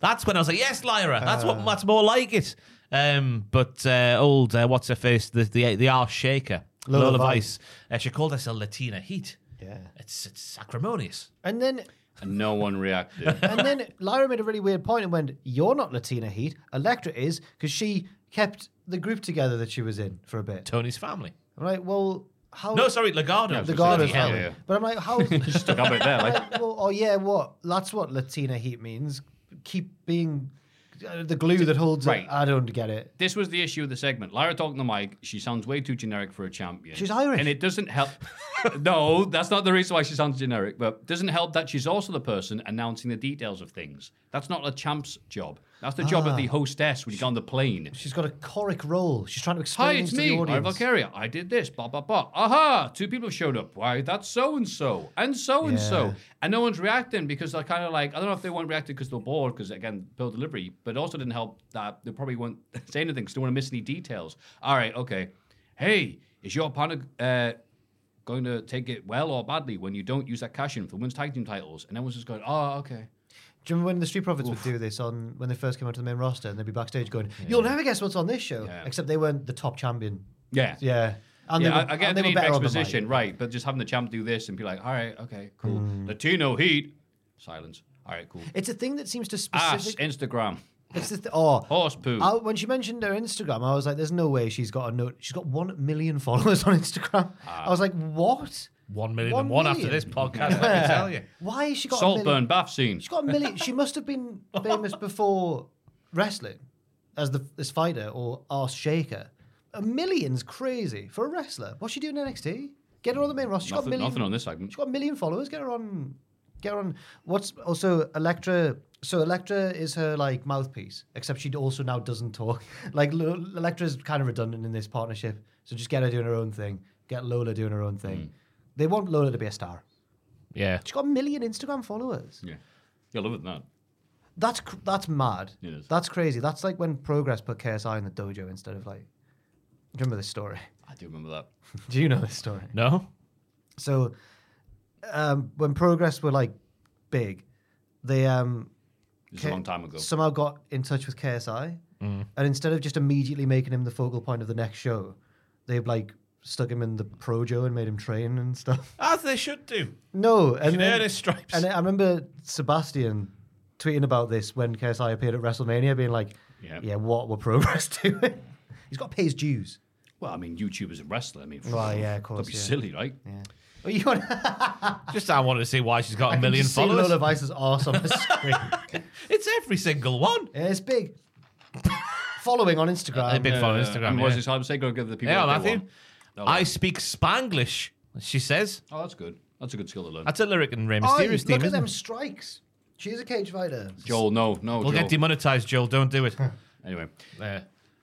[SPEAKER 5] that's when I was like, yes, Lyra, that's what that's more like it. Um, but uh, old, uh, what's her face, the, the, the arse shaker,
[SPEAKER 4] Lola
[SPEAKER 5] Lola,
[SPEAKER 4] Vice.
[SPEAKER 5] Vice, uh, she called herself Latina Heat.
[SPEAKER 4] Yeah.
[SPEAKER 5] It's, it's sacrimonious.
[SPEAKER 4] And then
[SPEAKER 3] And no one reacted.
[SPEAKER 4] and then Lyra made a really weird point and went, You're not Latina Heat. Electra is, because she kept the group together that she was in for a bit.
[SPEAKER 5] Tony's family.
[SPEAKER 4] I'm like, Well, how.
[SPEAKER 5] No, sorry, Legardo.
[SPEAKER 4] The Garda's
[SPEAKER 5] Bloody hell.
[SPEAKER 4] Oh. family.
[SPEAKER 3] yeah.
[SPEAKER 4] But I'm like, How.
[SPEAKER 3] Stuck up it there, like.
[SPEAKER 4] like, well, oh, yeah, what? That's what Latina Heat means. Keep being uh, the glue that holds
[SPEAKER 3] Right.
[SPEAKER 4] it. I don't get it.
[SPEAKER 3] This was the issue of the segment. Lyra talking to Mike, she sounds way too generic for a champion.
[SPEAKER 4] She's Irish.
[SPEAKER 3] And it doesn't help. no, that's not the reason why she sounds generic, but doesn't help that she's also the person announcing the details of things. That's not a champ's job. That's the
[SPEAKER 4] Ah.
[SPEAKER 3] job of the hostess when you get on the plane.
[SPEAKER 4] She's got a choric role. She's trying to explain
[SPEAKER 3] Hi,
[SPEAKER 4] things
[SPEAKER 3] it's
[SPEAKER 4] to
[SPEAKER 3] me,
[SPEAKER 4] the
[SPEAKER 3] Lyra
[SPEAKER 4] audience.
[SPEAKER 3] Valkyria. I did this, blah, blah, blah. Aha, two people have showed up. Why, that's so and so, and so and
[SPEAKER 4] Yeah.
[SPEAKER 3] so. And no one's reacting because they're kind of like, I don't know if they weren't reacting because they're bored, because again, poor delivery, but also didn't help that they probably won't say anything because they want to miss any details. All right, okay. Hey, is your partner uh, going to take it well or badly when you don't use that cash in for the women's tag team titles? And everyone's just going, oh, okay.
[SPEAKER 4] Do you remember when the Street Profits would do this on when they first came onto the main roster and they'd be backstage going, "You'll never guess what's on this show,"
[SPEAKER 3] Yeah.
[SPEAKER 4] except they weren't the top champion.
[SPEAKER 3] Yeah.
[SPEAKER 4] Yeah, and
[SPEAKER 3] yeah,
[SPEAKER 4] were-
[SPEAKER 3] I, I get
[SPEAKER 4] and
[SPEAKER 3] the need for
[SPEAKER 4] on the mic.
[SPEAKER 3] exposition, right? But just having the champ do this and be like, all right, okay, cool.
[SPEAKER 4] Mm.
[SPEAKER 3] Latino heat, silence. All right, cool.
[SPEAKER 4] It's a thing that seems to
[SPEAKER 3] Ass,
[SPEAKER 4] specific.
[SPEAKER 3] Instagram,
[SPEAKER 4] It's the th- oh.
[SPEAKER 3] horse poo.
[SPEAKER 4] I- when she mentioned her Instagram, I was like, "There's no way she's got a note. She's got one million followers on Instagram."
[SPEAKER 3] Ah.
[SPEAKER 4] I was like, "What?
[SPEAKER 5] One million
[SPEAKER 4] One
[SPEAKER 5] and one after
[SPEAKER 4] million.
[SPEAKER 5] this podcast, I can tell you.
[SPEAKER 4] Why has she got a million?
[SPEAKER 3] Saltburn bath scene.
[SPEAKER 4] She's got a million. she must have been famous before wrestling as the as fighter or ass shaker. A million's crazy for a wrestler. What's she doing in NXT? Get her on the main roster. She's got a
[SPEAKER 3] nothing,
[SPEAKER 4] million.
[SPEAKER 3] nothing on this segment.
[SPEAKER 4] She's got a million followers. Get her on get on. What's also Electra? So Electra is her like mouthpiece, except she also now doesn't talk. Like Lo- Electra's kind of redundant in this partnership. So just get her doing her own thing. Get Lola doing her own thing.
[SPEAKER 3] Hmm.
[SPEAKER 4] They want Lola to be a star.
[SPEAKER 5] Yeah.
[SPEAKER 4] She's got a million Instagram followers.
[SPEAKER 3] Yeah. You'll love it than that.
[SPEAKER 4] That's cr- that's mad.
[SPEAKER 3] It is.
[SPEAKER 4] That's crazy. That's like when Progress put KSI in the dojo instead of like. Do you remember this story?
[SPEAKER 3] I do remember that.
[SPEAKER 4] Do you know this story?
[SPEAKER 5] No.
[SPEAKER 4] So, um, when Progress were like big, they um,
[SPEAKER 3] This is a long time ago.
[SPEAKER 4] somehow got in touch with KSI,
[SPEAKER 3] Mm.
[SPEAKER 4] and instead of just immediately making him the focal point of the next show, they like stuck him in the projo and made him train and stuff.
[SPEAKER 5] As they should do.
[SPEAKER 4] No,
[SPEAKER 5] Should
[SPEAKER 4] and
[SPEAKER 5] earn his stripes.
[SPEAKER 4] And I remember Sebastian tweeting about this when KSI appeared at WrestleMania, being like, "Yeah, what were Progress doing? He's got to pay his dues."
[SPEAKER 3] Well, I mean, YouTubers and wrestler. I mean,
[SPEAKER 4] Right, yeah, of course,
[SPEAKER 3] That'd be
[SPEAKER 4] yeah.
[SPEAKER 3] silly, right?
[SPEAKER 4] Yeah.
[SPEAKER 5] Just I wanted to see why she's got
[SPEAKER 4] I
[SPEAKER 5] a
[SPEAKER 4] can
[SPEAKER 5] million
[SPEAKER 4] just see
[SPEAKER 5] followers.
[SPEAKER 4] Lola Vice's arse on the screen.
[SPEAKER 5] it's every single one.
[SPEAKER 4] Yeah, it's big. Following on Instagram.
[SPEAKER 5] A big follow on Oh, Instagram.
[SPEAKER 3] and what
[SPEAKER 5] yeah.
[SPEAKER 3] does it say? Go give the people
[SPEAKER 5] Yeah,
[SPEAKER 3] what they
[SPEAKER 5] Matthew.
[SPEAKER 3] want. They'll
[SPEAKER 5] I
[SPEAKER 3] learn.
[SPEAKER 5] speak Spanglish. She says.
[SPEAKER 3] Oh, that's good. That's a good skill to learn.
[SPEAKER 5] That's a lyric in Rey
[SPEAKER 4] Oi,
[SPEAKER 5] Mysterio's theme,
[SPEAKER 4] Oh, look at
[SPEAKER 5] isn't
[SPEAKER 4] them
[SPEAKER 5] it?
[SPEAKER 4] strikes. She's a cage fighter.
[SPEAKER 3] Joel, no, no.
[SPEAKER 5] We'll
[SPEAKER 3] Joel.
[SPEAKER 5] get demonetized, Joel. Don't do it.
[SPEAKER 3] Anyway,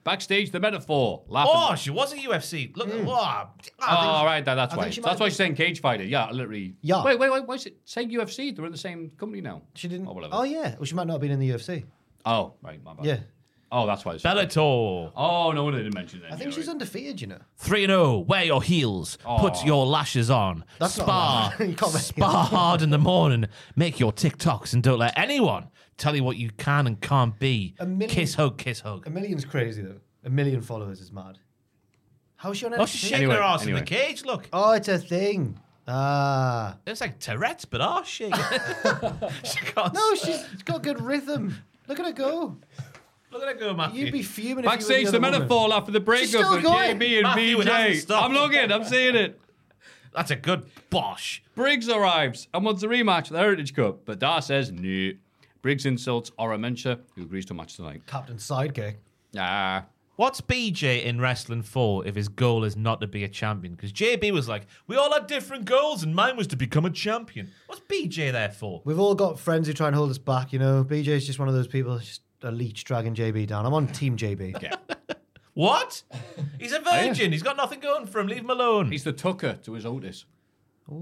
[SPEAKER 3] backstage, the metaphor. Laughing.
[SPEAKER 5] Oh, she was a UFC. Look
[SPEAKER 4] Mm.
[SPEAKER 5] at what. Ah,
[SPEAKER 3] Oh, all right, that, that's
[SPEAKER 5] I
[SPEAKER 3] why.
[SPEAKER 5] think she
[SPEAKER 3] That's
[SPEAKER 5] might
[SPEAKER 3] why she's saying cage fighter. Yeah, literally.
[SPEAKER 4] Yeah.
[SPEAKER 3] Wait, wait, wait. Why is it saying UFC? They're in the same company now.
[SPEAKER 4] She didn't.
[SPEAKER 3] Or whatever.
[SPEAKER 4] Oh yeah. Well, she might not have been in the UFC.
[SPEAKER 3] Oh, right, my bad.
[SPEAKER 4] Yeah.
[SPEAKER 3] Oh, that's why. It's
[SPEAKER 5] Bellator.
[SPEAKER 3] Oh no, they didn't mention that.
[SPEAKER 4] I think she's undefeated. You know.
[SPEAKER 5] 3 and 0, wear your heels, put
[SPEAKER 3] Aw.
[SPEAKER 5] your lashes on,
[SPEAKER 4] Oh. That's not
[SPEAKER 5] spar,
[SPEAKER 4] allowed. You can't wear
[SPEAKER 5] spar
[SPEAKER 4] heels.
[SPEAKER 5] hard in the morning, make your TikToks, and don't let anyone tell you what you can and can't be.
[SPEAKER 4] A million-
[SPEAKER 5] Kiss hug, kiss hug.
[SPEAKER 4] A million's crazy though. A million followers is mad. How's she on
[SPEAKER 5] Oh, she's
[SPEAKER 4] NXT?
[SPEAKER 5] shaking her ass in the cage. Look,
[SPEAKER 4] Oh, it's a thing. Ah.
[SPEAKER 5] it's like Tourette's, but ass shaking. she can't.
[SPEAKER 4] No, she's got good rhythm. Look at her go.
[SPEAKER 5] Look at her go, Matthew.
[SPEAKER 4] You'd be fuming
[SPEAKER 3] Backstage,
[SPEAKER 4] if you were
[SPEAKER 3] the
[SPEAKER 4] the other woman.
[SPEAKER 3] metaphor after the breakup
[SPEAKER 4] still
[SPEAKER 3] with
[SPEAKER 4] going.
[SPEAKER 3] JB and
[SPEAKER 5] Matthew, it hasn't
[SPEAKER 3] BJ.
[SPEAKER 5] stopped.
[SPEAKER 3] I'm looking. I'm seeing it.
[SPEAKER 5] That's a good bosh.
[SPEAKER 3] Briggs arrives and wants a rematch at the Heritage Cup, but Dar says no. Briggs insults Ora Mensah, who agrees to a match tonight.
[SPEAKER 4] Captain Sidekick.
[SPEAKER 3] Ah,
[SPEAKER 5] What's BJ in wrestling for if his goal is not to be a champion? Because JB was like, we all had different goals, and mine was to become a champion. What's BJ there for?
[SPEAKER 4] We've all got friends who try and hold us back, you know. BJ's just one of those people, just a leech dragging JB down. I'm on Team JB.
[SPEAKER 3] yeah.
[SPEAKER 5] What? He's a virgin. He's got nothing going for him. Leave him alone.
[SPEAKER 3] Oh, He's the Tucker to his Otis.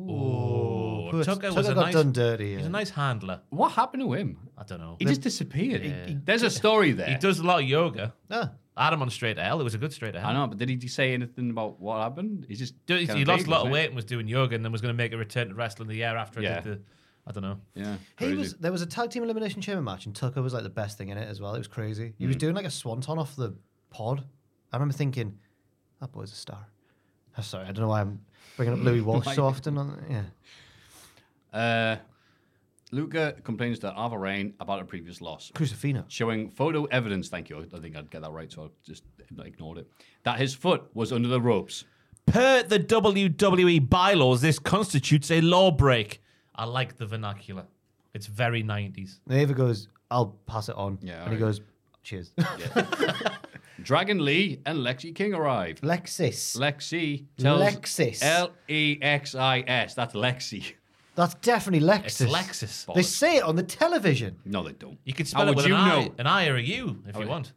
[SPEAKER 5] oh,
[SPEAKER 4] Poor
[SPEAKER 5] Tucker,
[SPEAKER 4] Tucker
[SPEAKER 5] was a
[SPEAKER 4] got
[SPEAKER 5] nice.
[SPEAKER 4] done dirty.
[SPEAKER 5] He's
[SPEAKER 4] yeah.
[SPEAKER 5] a nice handler.
[SPEAKER 3] What happened to him?
[SPEAKER 5] I don't know.
[SPEAKER 3] He just disappeared. He- he- there's a story there.
[SPEAKER 5] He does a lot of yoga.
[SPEAKER 4] Ah.
[SPEAKER 5] Adam on straight to hell. It was a good straight to hell.
[SPEAKER 3] I know, but did he say anything about what happened? He just
[SPEAKER 5] He,
[SPEAKER 3] kinda
[SPEAKER 5] he lost a
[SPEAKER 3] vague,
[SPEAKER 5] lot of
[SPEAKER 3] wasn't
[SPEAKER 5] weight and was doing yoga, and then was going to make a return to wrestling the year after.
[SPEAKER 3] Yeah.
[SPEAKER 5] I did the, I don't know.
[SPEAKER 3] he? Yeah,
[SPEAKER 4] He
[SPEAKER 3] crazy.
[SPEAKER 4] was there was a tag team elimination chamber match and Tucker was like the best thing in it as well. It was crazy. He was
[SPEAKER 3] Mm.
[SPEAKER 4] doing like a swanton off the pod. I remember thinking, that boy's a star. I'm sorry, I don't know why I'm bringing up Louis Walsh so often. On, yeah,
[SPEAKER 3] Uh, Luca complains to Ava Rain about a previous loss,
[SPEAKER 4] Crucifino.
[SPEAKER 3] showing photo evidence. Thank you. I think I'd get that right, so I just ignored it. That his foot was under the ropes.
[SPEAKER 5] Per the WWE bylaws, this constitutes a law break. I like the vernacular. It's very 90s.
[SPEAKER 4] Ava goes, I'll pass it on.
[SPEAKER 3] Yeah,
[SPEAKER 4] and he
[SPEAKER 3] alright.
[SPEAKER 4] goes, cheers.
[SPEAKER 3] Dragon Lee and Lexi King arrive.
[SPEAKER 4] Lexis.
[SPEAKER 3] Lexi tells
[SPEAKER 4] Lexis.
[SPEAKER 3] L E X I S. That's Lexi.
[SPEAKER 4] That's definitely Lexis.
[SPEAKER 5] It's Lexus.
[SPEAKER 4] They say it on the television.
[SPEAKER 3] No, they don't.
[SPEAKER 5] You could
[SPEAKER 3] How
[SPEAKER 5] spell it
[SPEAKER 3] would
[SPEAKER 5] with
[SPEAKER 3] you
[SPEAKER 5] an I,
[SPEAKER 3] know?
[SPEAKER 5] an I or a U if you want.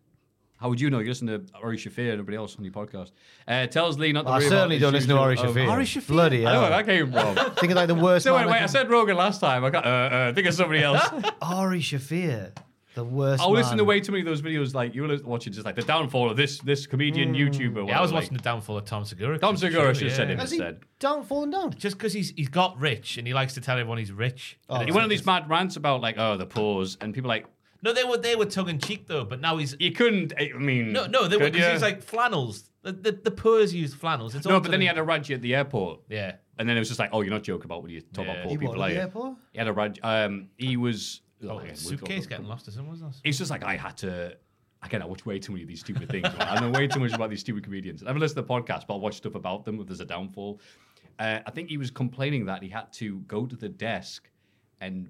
[SPEAKER 3] How would you know? You listen to Ari Shaffir and everybody else on your podcast. Uh, tells Lee not to
[SPEAKER 4] I
[SPEAKER 3] worry about
[SPEAKER 4] certainly
[SPEAKER 3] his
[SPEAKER 4] don't listen to
[SPEAKER 3] usual-
[SPEAKER 4] Ari
[SPEAKER 3] oh,
[SPEAKER 4] Shaffir.
[SPEAKER 5] Ari Shaffir?
[SPEAKER 4] Bloody
[SPEAKER 3] I don't know
[SPEAKER 4] hell.
[SPEAKER 3] where that came from.
[SPEAKER 4] Thinking like the worst
[SPEAKER 3] So
[SPEAKER 4] man
[SPEAKER 3] wait, wait, I
[SPEAKER 4] can-
[SPEAKER 3] said Rogan last time. I got uh, uh, think of somebody else.
[SPEAKER 4] Ari Shafir. The worst
[SPEAKER 3] I'll listen
[SPEAKER 4] man.
[SPEAKER 3] to way too many of those videos. Like you were watching, just like the downfall of this this comedian YouTuber.
[SPEAKER 5] Hmm. Yeah, I was
[SPEAKER 3] whatever, like,
[SPEAKER 5] watching the downfall of Tom Segura.
[SPEAKER 3] Tom Segura should have said
[SPEAKER 5] yeah.
[SPEAKER 3] him
[SPEAKER 4] Has he
[SPEAKER 3] instead.
[SPEAKER 4] down, fallen down?
[SPEAKER 5] Just because he's he's got rich and he likes to tell everyone he's rich. And
[SPEAKER 3] He
[SPEAKER 5] it's
[SPEAKER 3] went on
[SPEAKER 5] like-
[SPEAKER 3] these mad rants about like oh the pause and people like
[SPEAKER 5] No, they were they were tongue in cheek though, but now he's
[SPEAKER 3] you couldn't. I mean,
[SPEAKER 5] no no they were
[SPEAKER 3] could
[SPEAKER 5] because
[SPEAKER 3] ya?
[SPEAKER 5] he's like flannels. The the, the poors use flannels. It's
[SPEAKER 3] no,
[SPEAKER 5] all
[SPEAKER 3] but then he had
[SPEAKER 5] tongue
[SPEAKER 3] a rant at the airport.
[SPEAKER 5] in- yeah.
[SPEAKER 3] And then it was just like, oh, you're not joking about when you talk
[SPEAKER 5] Yeah.
[SPEAKER 3] about poor
[SPEAKER 4] He
[SPEAKER 3] people.
[SPEAKER 4] what, at
[SPEAKER 3] are
[SPEAKER 4] the
[SPEAKER 3] you?
[SPEAKER 4] airport?
[SPEAKER 3] He had a rant. Um, he was
[SPEAKER 5] Oh,
[SPEAKER 3] okay,
[SPEAKER 5] suitcase
[SPEAKER 3] we'll-
[SPEAKER 5] getting lost or something wasn't it?
[SPEAKER 3] it's just like I had to. Again, I watch way too many of these stupid things. right? I know way too much about these stupid comedians. I haven't listened to the podcast, but I watch stuff about them if there's a downfall. Uh, I think he was complaining that he had to go to the desk and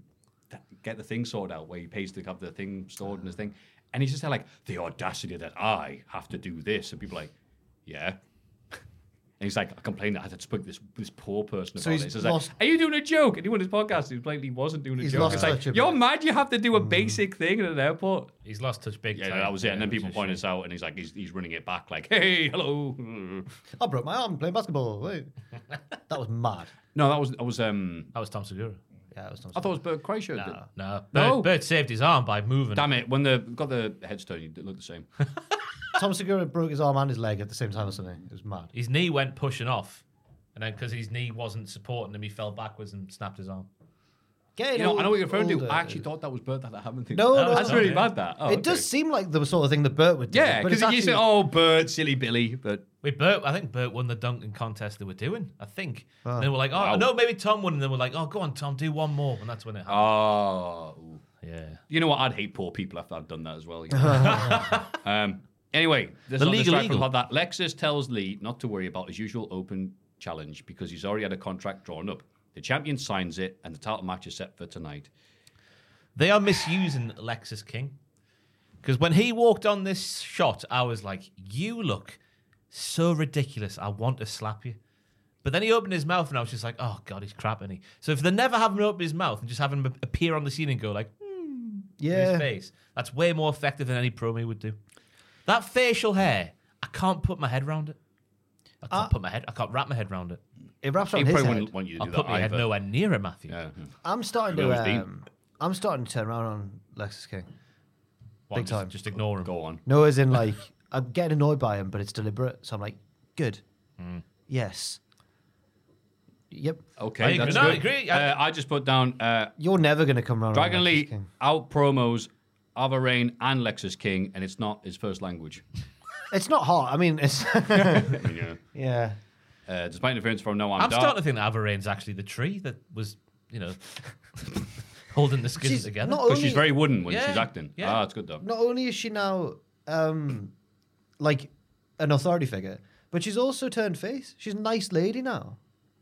[SPEAKER 3] th- get the thing sorted out where he pays to have the thing stored in his thing. And he's just there like, the audacity that I have to do this. And people are like, yeah. And he's like, I complained that I had to speak to this this poor person
[SPEAKER 4] So
[SPEAKER 3] about
[SPEAKER 4] he's
[SPEAKER 3] this. It's
[SPEAKER 4] lost-
[SPEAKER 3] like, are you doing a joke? And he went on his podcast. He blatantly wasn't doing a
[SPEAKER 4] He's
[SPEAKER 3] joke.
[SPEAKER 4] lost
[SPEAKER 3] it's like,
[SPEAKER 4] touch a bit. Mm.
[SPEAKER 3] you're mad. You have to do a basic thing at an airport.
[SPEAKER 5] He's lost touch big
[SPEAKER 3] Yeah,
[SPEAKER 5] time.
[SPEAKER 3] that was it. And
[SPEAKER 5] Yeah,
[SPEAKER 3] then
[SPEAKER 5] which
[SPEAKER 3] people
[SPEAKER 5] is
[SPEAKER 3] point us out, and he's like, he's, he's running it back, like, hey, hello.
[SPEAKER 4] I broke my arm playing basketball. Wait. that was mad.
[SPEAKER 3] No, that was that was um
[SPEAKER 5] that was Tom Segura.
[SPEAKER 4] Yeah, that was Tom
[SPEAKER 3] I thought it was Bert Kreischer.
[SPEAKER 5] No,
[SPEAKER 3] that-
[SPEAKER 5] no. Bert,
[SPEAKER 3] No.
[SPEAKER 5] Bert saved his arm by moving.
[SPEAKER 3] Damn it! When the got the headstone, you looked the same.
[SPEAKER 4] Tom Segura broke his arm and his leg at the same time or something. It was mad.
[SPEAKER 5] His knee went pushing off, and then because his knee wasn't supporting him, he fell backwards and snapped his arm.
[SPEAKER 4] Getting
[SPEAKER 3] you know, I know what you're referring to.
[SPEAKER 4] older.
[SPEAKER 3] I actually thought that was Bert that happened. to you.
[SPEAKER 4] No, no,
[SPEAKER 3] that's
[SPEAKER 4] no.
[SPEAKER 3] really bad. That oh,
[SPEAKER 4] it does seem like the sort of thing that Bert would do.
[SPEAKER 3] Yeah,
[SPEAKER 4] but
[SPEAKER 3] because
[SPEAKER 4] it's
[SPEAKER 3] you
[SPEAKER 4] actually,
[SPEAKER 3] say, "Oh, Bert, silly Billy," but
[SPEAKER 5] Wait, Bert, I think Bert won the dunking contest they were doing. I think. And they were like, oh
[SPEAKER 3] Wow.
[SPEAKER 5] no, maybe Tom won. And they were like, oh, go on, Tom, do one more, and that's when it happened.
[SPEAKER 3] oh,
[SPEAKER 5] yeah.
[SPEAKER 3] You know what? I'd hate poor people after I've done that as well. you know. um, anyway, this
[SPEAKER 5] The
[SPEAKER 3] is not
[SPEAKER 5] legal
[SPEAKER 3] distract from
[SPEAKER 5] eagle.
[SPEAKER 3] that. Lexus tells Lee not to worry about his usual open challenge because he's already had a contract drawn up. The champion signs it, and the title match is set for tonight.
[SPEAKER 5] They are misusing Lexus King. Because when he walked on this shot, I was like, you look so ridiculous. I want to slap you. But then he opened his mouth and I was just like, oh, God, he's crap, isn't he? So if they never have him open his mouth and just have him appear on the scene and go like, hmm, in
[SPEAKER 4] Yeah.
[SPEAKER 5] his face, that's way more effective than any promo he would do. That facial hair, I can't put my head around it. I can't put my head, I can't wrap my head around it.
[SPEAKER 4] it wraps
[SPEAKER 3] He
[SPEAKER 4] around his
[SPEAKER 3] probably
[SPEAKER 4] head.
[SPEAKER 3] wouldn't want Uh, you to
[SPEAKER 5] I'll
[SPEAKER 3] do
[SPEAKER 5] put
[SPEAKER 3] that
[SPEAKER 5] my head
[SPEAKER 3] either.
[SPEAKER 5] nowhere near it, Matthew.
[SPEAKER 3] Yeah.
[SPEAKER 4] I'm starting
[SPEAKER 3] It
[SPEAKER 4] to.
[SPEAKER 3] was deep.
[SPEAKER 4] Um, I'm starting to turn around on Lexus King.
[SPEAKER 5] Well,
[SPEAKER 4] Big
[SPEAKER 5] just,
[SPEAKER 4] time.
[SPEAKER 5] Just ignore him.
[SPEAKER 3] Go on.
[SPEAKER 4] No, as in like I'm getting annoyed by him, but it's deliberate. So I'm like, good.
[SPEAKER 3] Hmm.
[SPEAKER 4] Yes. Yep.
[SPEAKER 3] Okay,
[SPEAKER 5] I agree.
[SPEAKER 3] that's
[SPEAKER 5] No, I Oh,
[SPEAKER 3] good.
[SPEAKER 5] agree.
[SPEAKER 3] Uh, I just put down uh,
[SPEAKER 4] You're never gonna come around.
[SPEAKER 3] Dragon
[SPEAKER 4] on Lexus
[SPEAKER 3] Lee
[SPEAKER 4] King.
[SPEAKER 3] out promos Ava Rain and Lexus King, and it's not his first language.
[SPEAKER 4] It's not hard. I mean, it's
[SPEAKER 3] yeah.
[SPEAKER 4] yeah.
[SPEAKER 3] uh, despite interference from No I'm,
[SPEAKER 5] I'm
[SPEAKER 3] Dark.
[SPEAKER 5] starting to think that Avarain's actually the tree that was, you know, holding the skins
[SPEAKER 4] She's
[SPEAKER 5] together.
[SPEAKER 4] not
[SPEAKER 3] But
[SPEAKER 4] only-
[SPEAKER 3] she's very wooden when
[SPEAKER 5] Yeah,
[SPEAKER 3] she's acting.
[SPEAKER 5] yeah.
[SPEAKER 3] Ah, it's good though.
[SPEAKER 4] Not only is she now um like an authority figure, but she's also turned face. She's a nice lady now.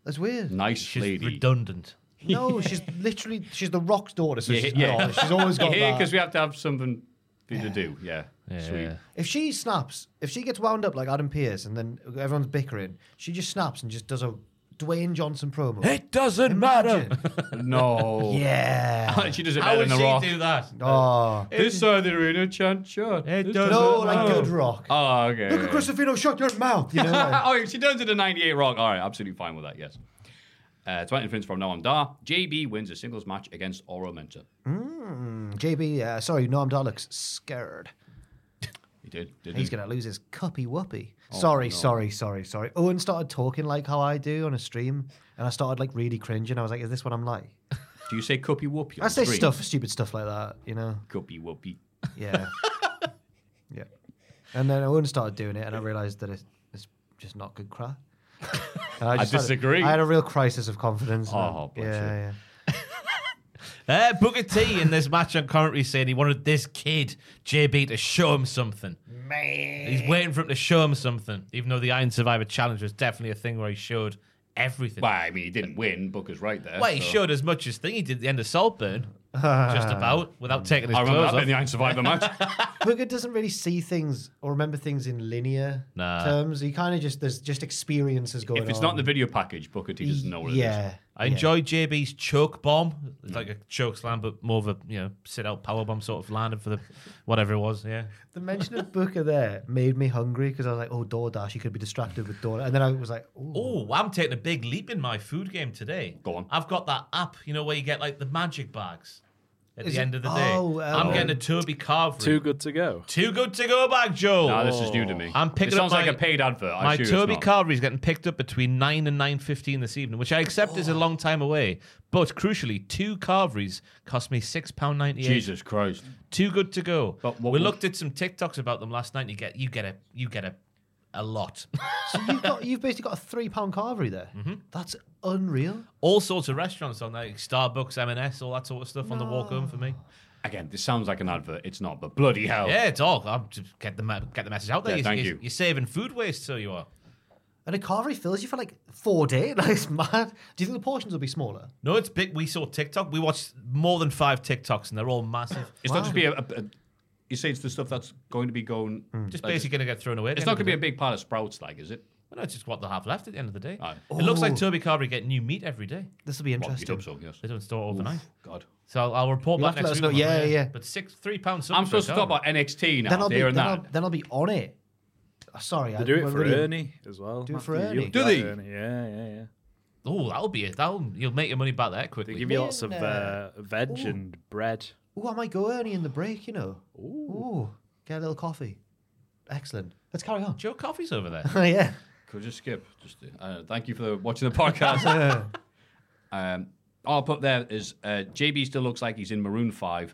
[SPEAKER 4] That's weird.
[SPEAKER 3] Nice
[SPEAKER 5] She's
[SPEAKER 3] lady.
[SPEAKER 5] redundant.
[SPEAKER 4] No, she's literally she's the rock's daughter, so she's,
[SPEAKER 3] yeah.
[SPEAKER 4] not. Oh, she's always got
[SPEAKER 3] Yeah,
[SPEAKER 4] that.
[SPEAKER 3] because we have to have something for you to do. Yeah,
[SPEAKER 5] Yeah.
[SPEAKER 3] sweet.
[SPEAKER 4] If she snaps, if she gets wound up like Adam Pearce and then everyone's bickering, she just snaps and just does a Dwayne Johnson promo.
[SPEAKER 5] It doesn't matter.
[SPEAKER 3] No.
[SPEAKER 4] Yeah.
[SPEAKER 3] she does it
[SPEAKER 5] How
[SPEAKER 3] better
[SPEAKER 5] would
[SPEAKER 3] than
[SPEAKER 5] she
[SPEAKER 3] The Rock.
[SPEAKER 5] do that?
[SPEAKER 4] Oh.
[SPEAKER 3] This side of the arena, chant shot.
[SPEAKER 5] It
[SPEAKER 3] This
[SPEAKER 5] doesn't
[SPEAKER 3] side of
[SPEAKER 4] No,
[SPEAKER 3] the
[SPEAKER 4] like
[SPEAKER 3] arena.
[SPEAKER 4] good rock.
[SPEAKER 3] Oh, okay.
[SPEAKER 4] Look at Christofino shut your mouth. You know, like-
[SPEAKER 3] oh, she does it a 98 Rock. All right, absolutely fine with that, yes. Uh, 20 influence from Noam Dar. JB wins a singles match against Oro Mentor.
[SPEAKER 4] JB, uh, sorry, Noam Dar looks scared.
[SPEAKER 3] He did, didn't
[SPEAKER 4] He's
[SPEAKER 3] he?
[SPEAKER 4] going to lose his cuppy whoopee.
[SPEAKER 3] Oh,
[SPEAKER 4] sorry, sorry, sorry, sorry. Owen started talking like how I do on a stream, and I started like really cringing. I was like, is this what I'm like?
[SPEAKER 3] Do you say cuppy whoopee?
[SPEAKER 4] I
[SPEAKER 3] on
[SPEAKER 4] say
[SPEAKER 3] screen?
[SPEAKER 4] stuff, stupid stuff like that, you know?
[SPEAKER 3] Cuppy whoopee.
[SPEAKER 4] Yeah. yeah. And then Owen started doing it, and I realized that it's, it's just not good crap. And I, just had a-
[SPEAKER 3] disagree.
[SPEAKER 4] I had a real crisis of confidence. and-
[SPEAKER 3] Oh, bless
[SPEAKER 4] yeah,
[SPEAKER 3] you.
[SPEAKER 4] yeah.
[SPEAKER 5] Uh, Booker T in this match on commentary saying he wanted this kid, JB, to show him something. Man. He's waiting for him to show him something, even though the Iron Survivor Challenge was definitely a thing where he showed everything.
[SPEAKER 3] Well, I mean, he didn't win. Booker's right there.
[SPEAKER 5] Well, he
[SPEAKER 3] so-
[SPEAKER 5] showed as much as thing he did at the end of Saltburn, just about, without taking his
[SPEAKER 3] I remember
[SPEAKER 5] clothes
[SPEAKER 3] that
[SPEAKER 5] off.
[SPEAKER 3] in the Iron Survivor match.
[SPEAKER 4] Booger doesn't really see things or remember things in linear
[SPEAKER 5] Nah.
[SPEAKER 4] terms. He kind of just there's just experiences going on.
[SPEAKER 3] if it's not in the video package, Booker T doesn't know what it is.
[SPEAKER 4] um, yeah,
[SPEAKER 5] I enjoyed JB's choke bomb, It's like a choke slam, but more of a you know sit out power bomb sort of landing for the whatever it was. Yeah,
[SPEAKER 4] the mention of Booker there made me hungry because I was like, oh, DoorDash, you could be distracted with DoorDash, and then I was like, oh,
[SPEAKER 5] Oh, I'm taking a big leap in my food game today.
[SPEAKER 3] Go on.
[SPEAKER 5] I've got that app, you know, where you get like the magic bags at
[SPEAKER 4] Is
[SPEAKER 5] the
[SPEAKER 4] it-
[SPEAKER 5] end of the day.
[SPEAKER 4] Oh, um,
[SPEAKER 5] I'm getting a Toby Carvery.
[SPEAKER 6] Too good to go.
[SPEAKER 5] Too good to go bag, Joe.
[SPEAKER 3] Nah, this is new to me.
[SPEAKER 5] I'm picking
[SPEAKER 3] It sounds
[SPEAKER 5] up my-
[SPEAKER 3] like a paid advert. I
[SPEAKER 5] my
[SPEAKER 3] assure it's
[SPEAKER 5] Toby
[SPEAKER 3] not.
[SPEAKER 5] Carvery is getting picked up between nine and nine fifteen this evening, which I accept is a long time away. But crucially, two Carveries cost me six pound ninety eight.
[SPEAKER 3] Jesus Christ.
[SPEAKER 5] Too good to go.
[SPEAKER 3] But what
[SPEAKER 5] we
[SPEAKER 3] was-
[SPEAKER 5] looked at some TikToks about them last night. And you get you get a you get a a lot.
[SPEAKER 4] so you've got you've basically got a three pound carvery there. That's unreal.
[SPEAKER 5] all sorts of restaurants on there, like Starbucks, M&S, all that sort of stuff on the walk home for me.
[SPEAKER 3] Again, this sounds like an advert. It's not, but bloody hell.
[SPEAKER 5] Yeah, it's all. I'm just get the me- get the message out there.
[SPEAKER 3] Yeah,
[SPEAKER 5] You-
[SPEAKER 3] thank
[SPEAKER 5] you-
[SPEAKER 3] you.
[SPEAKER 5] You're saving food waste, so you are.
[SPEAKER 4] And a carvery fills you for like four days. Like it's mad. Do you think the portions will be smaller?
[SPEAKER 5] No, it's big. We saw TikTok. We watched more than five TikToks, and they're all massive.
[SPEAKER 3] It's not just be a, a, a- You say it's the stuff that's going to be going.
[SPEAKER 5] Hmm. just basically going to get thrown away. at
[SPEAKER 3] It's
[SPEAKER 5] the
[SPEAKER 3] not
[SPEAKER 5] end
[SPEAKER 3] going to
[SPEAKER 5] of the
[SPEAKER 3] be a big part of Sprouts, like, is it?
[SPEAKER 5] Well, that's just what they'll have left at the end of the day. It looks like
[SPEAKER 4] Ooh.
[SPEAKER 5] Toby Carvery get new meat every day.
[SPEAKER 4] This will be Well, you'd interesting.
[SPEAKER 3] hope so, yes.
[SPEAKER 5] They don't store overnight.
[SPEAKER 3] God.
[SPEAKER 5] So I'll, I'll report
[SPEAKER 4] You'll
[SPEAKER 5] back
[SPEAKER 4] have to
[SPEAKER 5] next
[SPEAKER 4] let us
[SPEAKER 5] week.
[SPEAKER 4] know.
[SPEAKER 5] on
[SPEAKER 4] Yeah,
[SPEAKER 5] that,
[SPEAKER 4] yeah.
[SPEAKER 5] But six three pounds.
[SPEAKER 3] I'm supposed to talk about NXT now.
[SPEAKER 4] then I'll be
[SPEAKER 3] there
[SPEAKER 4] then
[SPEAKER 3] and
[SPEAKER 4] I'll,
[SPEAKER 3] that.
[SPEAKER 4] then I'll be on it. Uh, Sorry,
[SPEAKER 6] They
[SPEAKER 4] I-
[SPEAKER 6] do it
[SPEAKER 4] well,
[SPEAKER 6] for
[SPEAKER 4] really-
[SPEAKER 6] Ernie as well.
[SPEAKER 4] Do it for
[SPEAKER 6] Matthew, you
[SPEAKER 4] Ernie.
[SPEAKER 6] got
[SPEAKER 5] Do they?
[SPEAKER 6] Ernie, Yeah, yeah, yeah.
[SPEAKER 5] Oh, that'll be it. That'll you'll make your money back there quickly.
[SPEAKER 6] They give you lots of uh, veg
[SPEAKER 4] Ooh.
[SPEAKER 6] and bread.
[SPEAKER 4] Ooh, I might go Ernie in the break. You know. Ooh. get a little coffee. Excellent. Let's carry on.
[SPEAKER 5] Joe Coffee's over there.
[SPEAKER 4] Oh yeah.
[SPEAKER 3] Could we just skip. Just uh, thank you for watching the podcast. um, all I'll put there is uh, JB still looks like he's in Maroon Five,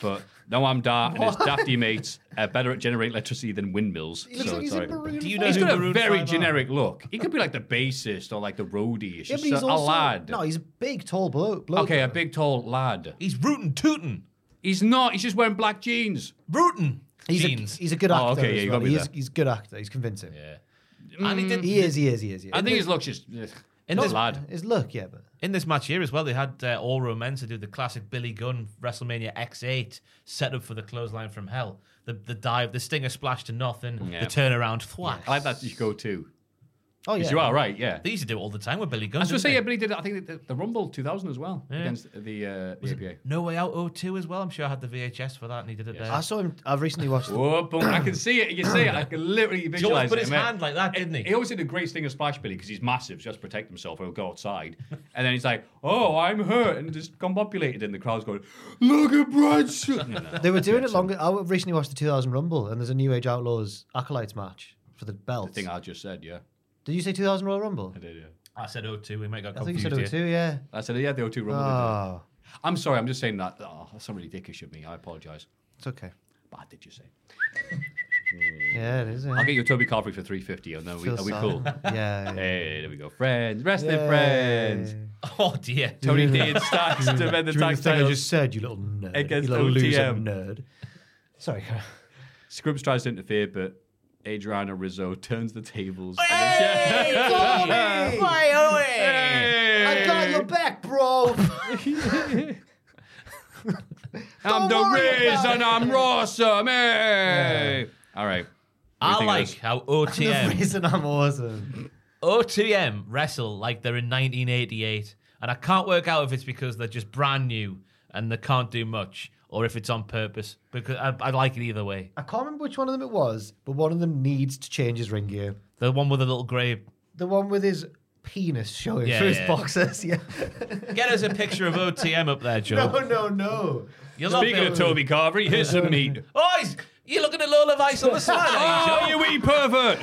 [SPEAKER 3] but no, I'm Dart and his dafty mates are better at generating electricity than windmills.
[SPEAKER 4] looks like
[SPEAKER 3] it's
[SPEAKER 4] he's
[SPEAKER 3] all
[SPEAKER 4] in Maroon
[SPEAKER 5] Do you know
[SPEAKER 3] he's
[SPEAKER 5] who
[SPEAKER 3] got a
[SPEAKER 5] Maroon
[SPEAKER 3] very
[SPEAKER 5] 5 are?
[SPEAKER 3] generic look. He could be like the bassist or like the roadie. It's
[SPEAKER 4] Yeah,
[SPEAKER 3] just
[SPEAKER 4] but he's
[SPEAKER 3] a, a
[SPEAKER 4] also
[SPEAKER 3] lad.
[SPEAKER 4] no, he's a big, tall blo- bloke.
[SPEAKER 3] okay, a big tall lad.
[SPEAKER 5] He's rootin' tootin'.
[SPEAKER 3] He's not. He's just wearing black jeans.
[SPEAKER 5] Rootin'
[SPEAKER 4] He's a,
[SPEAKER 5] jeans.
[SPEAKER 4] he's a good
[SPEAKER 3] Oh,
[SPEAKER 4] actor.
[SPEAKER 3] okay,
[SPEAKER 4] as
[SPEAKER 3] yeah, you
[SPEAKER 4] well.
[SPEAKER 3] got me
[SPEAKER 4] He is-
[SPEAKER 3] there.
[SPEAKER 4] He's a good actor. He's convincing.
[SPEAKER 5] yeah. And he did,
[SPEAKER 4] He is. He is. He is. He is.
[SPEAKER 3] I think his looks just. ugh,
[SPEAKER 5] In
[SPEAKER 3] not
[SPEAKER 5] this-
[SPEAKER 3] lad.
[SPEAKER 4] His look, yeah, but
[SPEAKER 5] In this match here as well, they had uh, all row men to do the classic Billy Gunn WrestleMania X8 setup for the clothesline from hell. The the dive, the stinger splash to nothing,
[SPEAKER 3] Yeah.
[SPEAKER 5] the turnaround thwack.
[SPEAKER 3] I like that you go to.
[SPEAKER 4] oh yeah,
[SPEAKER 3] Because you are right, yeah.
[SPEAKER 5] They used to do it all the time with Billy Gunn.
[SPEAKER 3] I was going to
[SPEAKER 5] didn't
[SPEAKER 3] say,
[SPEAKER 5] they?
[SPEAKER 3] yeah, but he did, it, I think, the, the Rumble 2000 as well
[SPEAKER 5] Yeah.
[SPEAKER 3] against the, uh, the APA.
[SPEAKER 5] No Way Out 02 as well. I'm sure I had the VHS for that and he did it there.
[SPEAKER 4] I saw him. I've recently watched. the-
[SPEAKER 3] Whoa, boom. I can see it. You see it. I can literally
[SPEAKER 5] He always
[SPEAKER 3] visualize
[SPEAKER 5] put
[SPEAKER 3] it.
[SPEAKER 5] his
[SPEAKER 3] man.
[SPEAKER 5] hand like that, didn't he?
[SPEAKER 3] He always did a great thing of Splash Billy because he's massive, so he has to protect himself or he'll go outside. And then he's like, oh, I'm hurt. And just combobulated. And the crowd's going, look at Brad. Sutton." No, no.
[SPEAKER 4] They were doing it longer. I recently watched the 2000 Rumble, and there's a New Age Outlaws acolytes match for the belt.
[SPEAKER 3] The thing I just said, yeah.
[SPEAKER 4] Did you say 2000 Royal Rumble?
[SPEAKER 3] I did, yeah.
[SPEAKER 5] I said 02. We might got
[SPEAKER 4] I think you
[SPEAKER 5] confused.
[SPEAKER 4] said
[SPEAKER 5] here.
[SPEAKER 4] 02, yeah.
[SPEAKER 3] I said, yeah, the O2 Rumble. they did it.
[SPEAKER 4] Oh,
[SPEAKER 3] I'm sorry. I'm just saying that. Oh, that's not really dickish of me. I apologize.
[SPEAKER 4] it's okay.
[SPEAKER 3] But I did just say it.
[SPEAKER 4] Yeah, it is. Yeah.
[SPEAKER 3] I'll get you a Toby Carvery for 350 and then are we,
[SPEAKER 4] Feel
[SPEAKER 3] are we
[SPEAKER 4] sorry.
[SPEAKER 3] cool?
[SPEAKER 4] yeah. yeah.
[SPEAKER 3] Hey, there we go. Friends, wrestling
[SPEAKER 4] Yay.
[SPEAKER 3] friends.
[SPEAKER 5] Oh, dear.
[SPEAKER 3] Tony D and Stacks to win the
[SPEAKER 4] Do you remember
[SPEAKER 3] tag
[SPEAKER 4] the thing I
[SPEAKER 3] titles.
[SPEAKER 4] just said, you little nerd.
[SPEAKER 3] Against
[SPEAKER 4] you little loser
[SPEAKER 3] OTM.
[SPEAKER 4] nerd. Sorry, Karen.
[SPEAKER 3] Scribbs tries to interfere, but Adriana Rizzo turns the tables.
[SPEAKER 4] I got your back, bro. Don't
[SPEAKER 3] I'm the
[SPEAKER 4] worry about
[SPEAKER 3] Riz and
[SPEAKER 4] it.
[SPEAKER 3] I'm awesome. Hey! All right.
[SPEAKER 5] I
[SPEAKER 3] think of
[SPEAKER 5] like
[SPEAKER 3] this?
[SPEAKER 5] how
[SPEAKER 4] the
[SPEAKER 5] OTM,
[SPEAKER 4] reason I'm awesome.
[SPEAKER 5] OTM E wrestle like they're in 1988. And I can't work out if it's because they're just brand new and they can't do much or if it's on purpose. Because I, I like it either way.
[SPEAKER 4] I can't remember which one of them it was, but one of them needs to change his ring gear.
[SPEAKER 5] The one with the little grey.
[SPEAKER 4] The one with his penis showing
[SPEAKER 5] Yeah,
[SPEAKER 4] through his
[SPEAKER 5] yeah.
[SPEAKER 4] boxes. Yeah.
[SPEAKER 5] Get us a picture of OTM up there, Joe.
[SPEAKER 4] no, no, no.
[SPEAKER 5] You'll not
[SPEAKER 3] Speaking
[SPEAKER 5] be
[SPEAKER 3] of
[SPEAKER 5] able
[SPEAKER 3] Toby Carvery, here's some meat.
[SPEAKER 5] Oh, he's, you're looking at Lola Vice on the side, are
[SPEAKER 3] Oh,
[SPEAKER 5] you, Joe?
[SPEAKER 3] you wee pervert!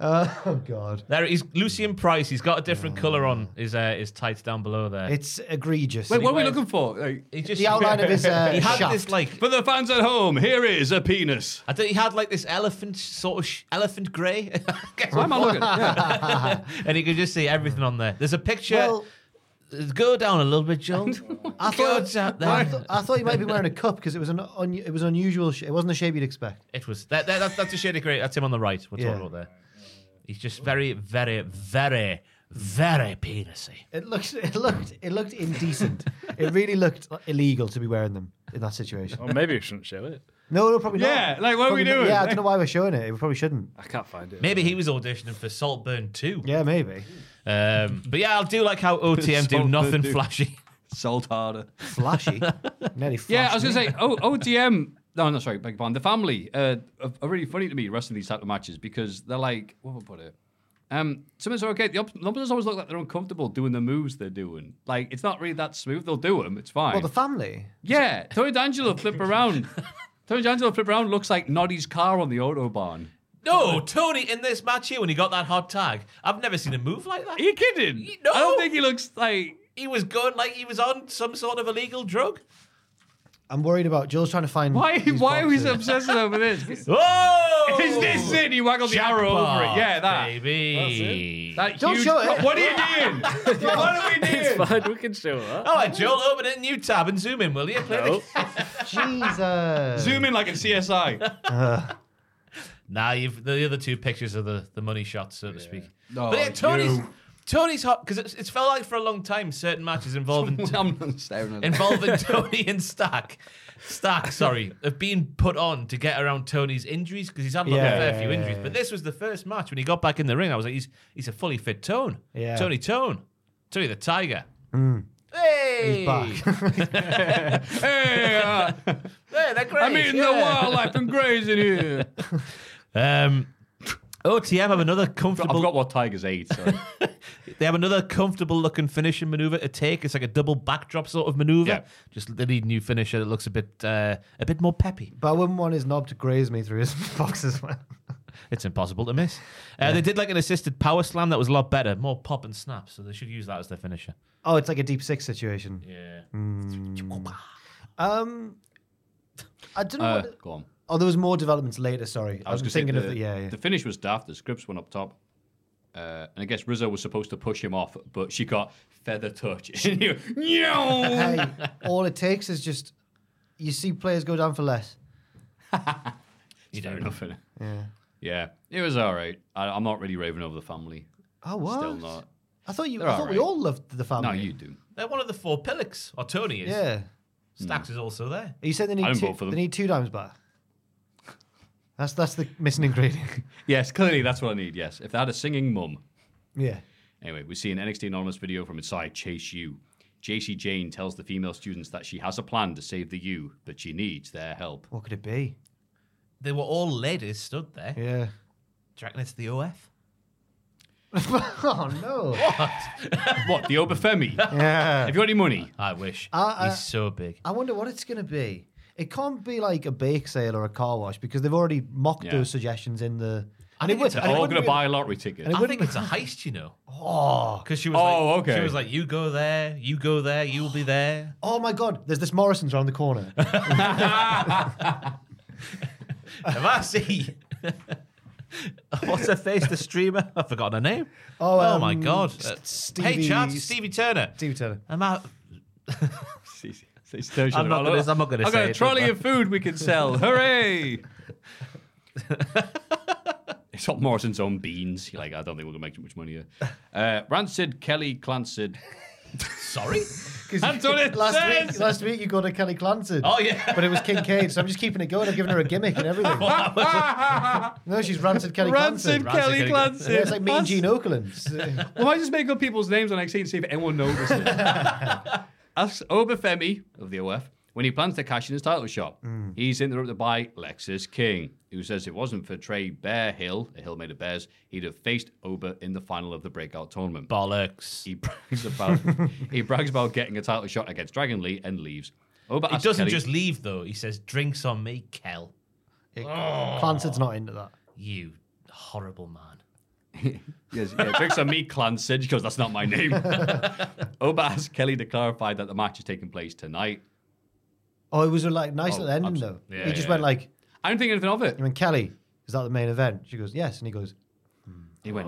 [SPEAKER 4] Oh God.
[SPEAKER 5] There he's Lucian Price. He's got a different colour on his uh, his tights down below there.
[SPEAKER 4] It's egregious.
[SPEAKER 3] Wait, what are we looking for? Like,
[SPEAKER 5] he just
[SPEAKER 4] the outline of his uh,
[SPEAKER 5] he had
[SPEAKER 4] shaft.
[SPEAKER 5] this like
[SPEAKER 3] for the fans at home, here is a penis.
[SPEAKER 5] I think he had like this elephant sort of sh- elephant grey.
[SPEAKER 3] Why am I looking? Yeah.
[SPEAKER 5] and you could just see everything on there. There's a picture. Uh,
[SPEAKER 4] Well-
[SPEAKER 5] Go down a little bit, Joe.
[SPEAKER 4] I
[SPEAKER 5] Go
[SPEAKER 4] thought,
[SPEAKER 5] down there.
[SPEAKER 4] I, thought, I thought he might be wearing a cup because it was an un, it was unusual. Sh- it wasn't a shape you'd expect.
[SPEAKER 5] It was that, that, that- that's a shade of grey. That's him on the right. We're
[SPEAKER 4] Yeah.
[SPEAKER 5] talking about there. He's just very, very, very, very penisy.
[SPEAKER 4] It looked it looked it looked indecent. it really looked illegal to be wearing them in that situation.
[SPEAKER 6] Or maybe we shouldn't show it.
[SPEAKER 4] No, no, probably not.
[SPEAKER 3] Um, Yeah, like, what are we
[SPEAKER 4] Probably not.
[SPEAKER 3] doing?
[SPEAKER 4] Yeah, I don't know why we're showing it. We probably shouldn't.
[SPEAKER 6] I can't find it.
[SPEAKER 5] Maybe he was auditioning for Saltburn too.
[SPEAKER 4] Yeah, maybe.
[SPEAKER 5] Um, but yeah, I'll do like how OTM do
[SPEAKER 3] Saltburn
[SPEAKER 5] nothing
[SPEAKER 3] do.
[SPEAKER 5] flashy.
[SPEAKER 3] Salt harder.
[SPEAKER 4] Flashy. Nearly flashed
[SPEAKER 3] Yeah, I was
[SPEAKER 4] me.
[SPEAKER 3] going to say, oh, OTM. No, no, sorry, beg your pardon. The family uh, are, are really funny to me wrestling these type of matches because they're like, what would I put it? Um, sometimes they're okay. The op- the opponents always look like they're uncomfortable doing the moves they're doing. Like, it's not really that smooth. They'll do them. It's fine.
[SPEAKER 4] Well, the family.
[SPEAKER 3] yeah, Tony D'Angelo flip around. Tony D'Angelo flip around looks like Noddy's car on the Autobahn.
[SPEAKER 5] No, Tony in this match here when he got that hot tag, I've never seen a move like that.
[SPEAKER 3] Are you kidding?
[SPEAKER 5] No.
[SPEAKER 3] I don't think he looks like.
[SPEAKER 5] He was going like he was on some sort of illegal drug.
[SPEAKER 4] I'm worried about Joel's trying to find.
[SPEAKER 3] Why,
[SPEAKER 4] these
[SPEAKER 3] why are we
[SPEAKER 4] boxes.
[SPEAKER 3] so obsessed over this?
[SPEAKER 5] Oh,
[SPEAKER 3] Is this it? He waggled the arrow over it. Yeah, that.
[SPEAKER 5] baby.
[SPEAKER 3] That
[SPEAKER 4] Don't
[SPEAKER 3] huge
[SPEAKER 4] show it.
[SPEAKER 3] What are you doing? what are we doing?
[SPEAKER 6] It's fine, we can show that.
[SPEAKER 5] All right, Joel, open a new tab and zoom in, will you? Play the-
[SPEAKER 6] No.
[SPEAKER 4] Jesus.
[SPEAKER 3] Zoom in like in CSI.
[SPEAKER 5] Nah, you've the other two pictures are the, the money shots, so to speak.
[SPEAKER 3] No,
[SPEAKER 5] but yeah, Tony's
[SPEAKER 3] you.
[SPEAKER 5] Tony's hot because it's, it's felt like for a long time certain matches involving
[SPEAKER 3] I'm staring at it.
[SPEAKER 5] involving Tony and Stack, Stack, sorry, have been put on to get around Tony's injuries because he's had like,
[SPEAKER 4] Yeah,
[SPEAKER 5] a fair
[SPEAKER 4] yeah,
[SPEAKER 5] few
[SPEAKER 4] yeah,
[SPEAKER 5] injuries.
[SPEAKER 4] yeah.
[SPEAKER 5] But this was the first match when he got back in the ring. I was like, he's he's a fully fit Tone.
[SPEAKER 4] Yeah.
[SPEAKER 5] Tony Tone, Tony the Tiger.
[SPEAKER 4] Mm.
[SPEAKER 5] Hey,
[SPEAKER 4] He's back.
[SPEAKER 5] hey, uh, hey, they're great.
[SPEAKER 3] I'm eating the
[SPEAKER 5] yeah.
[SPEAKER 3] wildlife and grazing here.
[SPEAKER 5] Um, OTM have another comfortable.
[SPEAKER 3] I've got what Tigers ate. Sorry.
[SPEAKER 5] They have another comfortable looking finishing maneuver to take. It's like a double backdrop sort of maneuver.
[SPEAKER 3] Yeah.
[SPEAKER 5] Just they need a new finisher that looks a bit uh, a bit more peppy.
[SPEAKER 4] but I wouldn't want his knob to graze me through his box as well.
[SPEAKER 5] It's impossible to miss. Uh, They did like an assisted power slam that was a lot better, more pop and snap. So they should use that as their finisher.
[SPEAKER 4] Oh, it's like a deep six situation. Hmm.
[SPEAKER 5] Yeah.
[SPEAKER 4] Um, I don't know.
[SPEAKER 3] Uh,
[SPEAKER 4] what-
[SPEAKER 3] go on.
[SPEAKER 4] oh, there was more developments later. Sorry, I was,
[SPEAKER 3] gonna say
[SPEAKER 4] thinking
[SPEAKER 3] the-
[SPEAKER 4] of the yeah. yeah.
[SPEAKER 3] The finish was daft. The scripts went up top, uh, and I guess Rizzo was supposed to push him off, but she got feather touch. And you, no.
[SPEAKER 4] hey, all it takes is just you see players go down for less.
[SPEAKER 5] You
[SPEAKER 3] Fair
[SPEAKER 5] don't
[SPEAKER 3] enough. innit?
[SPEAKER 4] Yeah.
[SPEAKER 3] Yeah, it was all right. I, I'm not really raving over the family.
[SPEAKER 4] Oh, what?
[SPEAKER 3] Still not.
[SPEAKER 4] I thought you.
[SPEAKER 3] They're
[SPEAKER 4] I thought we
[SPEAKER 3] alright.
[SPEAKER 4] all loved the family.
[SPEAKER 3] No, you do.
[SPEAKER 5] They're one of the four pillars, or Tony is.
[SPEAKER 4] Yeah. Mm.
[SPEAKER 5] Stacks is also there.
[SPEAKER 4] Are you saying they need
[SPEAKER 3] don't
[SPEAKER 4] two,
[SPEAKER 3] vote for them.
[SPEAKER 4] they need two dimes back? That's that's the missing ingredient.
[SPEAKER 3] Yes, clearly that's what I need. Yes, if they had a singing mum.
[SPEAKER 4] yeah.
[SPEAKER 3] Anyway, we see an NXT Anonymous video from inside Chase U. JC Jane tells the female students that she has a plan to save the U, but she needs their help.
[SPEAKER 4] What could it be?
[SPEAKER 5] They were all ladies stood there. Do
[SPEAKER 4] Yeah.
[SPEAKER 5] you reckon it's the OF?
[SPEAKER 4] oh no.
[SPEAKER 3] What, the Obafemi?
[SPEAKER 4] Yeah.
[SPEAKER 3] Have you got any money?
[SPEAKER 5] I wish.
[SPEAKER 4] I- I-
[SPEAKER 5] He's so big.
[SPEAKER 4] I wonder what it's going to be. It can't be like a bake sale or a car wash because they've already mocked
[SPEAKER 3] Yeah.
[SPEAKER 4] those suggestions in the. And it
[SPEAKER 5] think
[SPEAKER 4] would.
[SPEAKER 5] it's
[SPEAKER 4] and
[SPEAKER 3] They're
[SPEAKER 4] it
[SPEAKER 3] all
[SPEAKER 4] wouldn't
[SPEAKER 3] going to
[SPEAKER 4] be-
[SPEAKER 3] buy lottery tickets.
[SPEAKER 4] And it
[SPEAKER 5] I
[SPEAKER 4] wouldn't.
[SPEAKER 5] think it's a heist, you know.
[SPEAKER 4] Oh,
[SPEAKER 5] Because she was
[SPEAKER 3] Oh,
[SPEAKER 5] like,
[SPEAKER 3] okay.
[SPEAKER 5] she was like, you go there, you go there, you'll be there.
[SPEAKER 4] oh my God! There's this Morrison's around the corner.
[SPEAKER 5] Have I seen? What's her face? The streamer? I've forgotten her name.
[SPEAKER 4] Oh,
[SPEAKER 5] my
[SPEAKER 4] um,
[SPEAKER 5] God.
[SPEAKER 4] S-
[SPEAKER 5] Uh, hey,
[SPEAKER 4] Stevie-
[SPEAKER 5] chat, Stevie Turner.
[SPEAKER 4] Steve Turner.
[SPEAKER 5] Am I?
[SPEAKER 3] I'm
[SPEAKER 5] I'm not gonna- I'm not gonna
[SPEAKER 3] I've
[SPEAKER 5] say
[SPEAKER 3] got a
[SPEAKER 5] it,
[SPEAKER 3] trolley
[SPEAKER 5] don't
[SPEAKER 3] of food we can sell. Hooray! it's not Morrison's own beans. You're like, I don't think we're going to make too much money here. Uh, Rancid, Kelly, Clancid.
[SPEAKER 5] Sorry.
[SPEAKER 4] 'Cause
[SPEAKER 3] That's what it
[SPEAKER 4] last
[SPEAKER 3] says.
[SPEAKER 4] Week, last week you got a Kelly Clanton.
[SPEAKER 5] Oh yeah.
[SPEAKER 4] But it was Kincaid, so I'm just keeping it going. I've given her a gimmick and everything. no, she's rancid Kelly
[SPEAKER 3] Rancid,
[SPEAKER 4] Clanton.
[SPEAKER 3] Kelly,
[SPEAKER 5] Kelly,
[SPEAKER 3] Clancid.
[SPEAKER 4] Yeah, it's like me and Gene Oakland. So-
[SPEAKER 3] Well, I just make up people's names on XC and see if anyone notices. Asks Obafemi of the OF when he plans to cash in his title shot.
[SPEAKER 5] Mm.
[SPEAKER 3] He's interrupted by Lexus King, who says if it wasn't for Trey Bear Hill, a hill made of bears, he'd have faced Oba in the final of the breakout tournament.
[SPEAKER 5] Bollocks.
[SPEAKER 3] he brags about he brags about getting a title shot against Dragon Lee and leaves. Oba
[SPEAKER 5] He
[SPEAKER 3] asks
[SPEAKER 5] doesn't
[SPEAKER 3] Kelly-
[SPEAKER 5] just leave though. He says, "Drinks on me, Kel.
[SPEAKER 3] Oh.
[SPEAKER 4] Clanton's not into that.
[SPEAKER 5] You horrible man."
[SPEAKER 3] Yes, yeah, drinks on me, Clan Sid. She goes, that's not my name. Oba asks Kelly to clarify that the match is taking place tonight.
[SPEAKER 4] Oh, it was a like nice
[SPEAKER 3] Oh,
[SPEAKER 4] little ending
[SPEAKER 3] abs-
[SPEAKER 4] though.
[SPEAKER 3] yeah,
[SPEAKER 4] he just
[SPEAKER 3] yeah,
[SPEAKER 4] went
[SPEAKER 3] yeah.
[SPEAKER 4] like,
[SPEAKER 3] I don't think anything of it.
[SPEAKER 4] "You went Kelly? Is that the main event?" She goes, "Yes," and he goes,
[SPEAKER 3] He went,